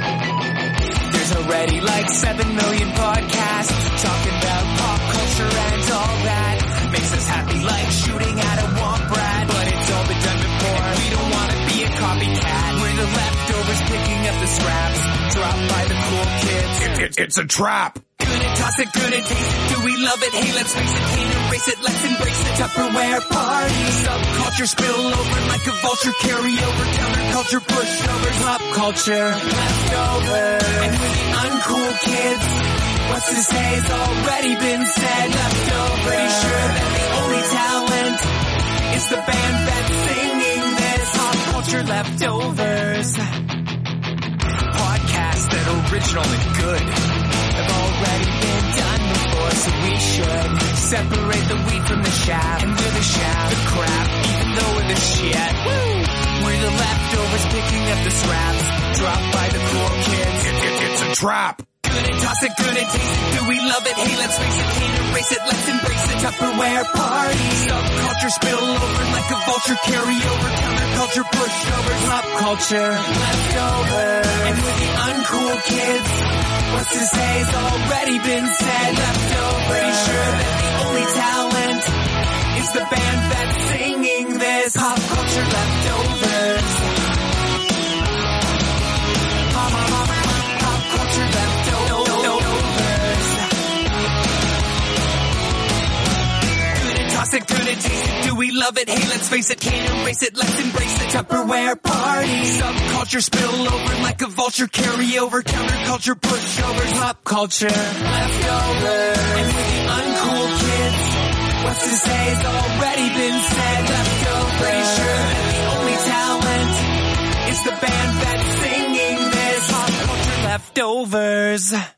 [SPEAKER 2] There's already like 7 million podcasts talking about pop culture and all that. Makes us happy like shooting at a womp rat. But it's all been done before. and we don't want to be a copycat. We're the leftovers picking up the scraps dropped by the cool kids.
[SPEAKER 18] it's a trap.
[SPEAKER 2] Gonna toss it, gonna taste it. Do we love it? Hey, let's face it, can't erase it. Let's embrace the Tupperware party. Subculture spill over like a vulture. Carry over counterculture, pushovers, pop culture, leftovers. And we're the uncool kids. What's to say has already been said. Leftovers. Pretty sure that the only talent is the band that's singing this. Pop culture leftovers podcasts that are original and good have already been done before, so we should separate the wheat from the chaff. And we're the chaff, the crap, even though we're the shit. Woo! We're the leftovers picking up the scraps dropped by the cool kids.
[SPEAKER 18] It's a trap.
[SPEAKER 2] Good and toss it, good and taste it. Do we love it? Hey, let's face it, can't erase it. Let's embrace the Tupperware party. Subculture spill over like a vulture. Carry over counterculture, pushovers, pop culture, leftovers. And we're the uncool kids. What's to say has already been said. Leftovers. Pretty sure that the only talent is the band that's singing this. Pop culture leftovers. Pop culture leftovers. Gonna toss it, gonna taste it. Do we love it? Hey, let's face it, can't erase it. Let's embrace the Tupperware party. Subculture spill over like a vulture. Carry over counterculture, pushovers, pop culture leftovers. And we're the uncool kids. What's to say has already been said. Leftovers. Pretty sure that the only talent is the band that's singing this. Pop culture leftovers.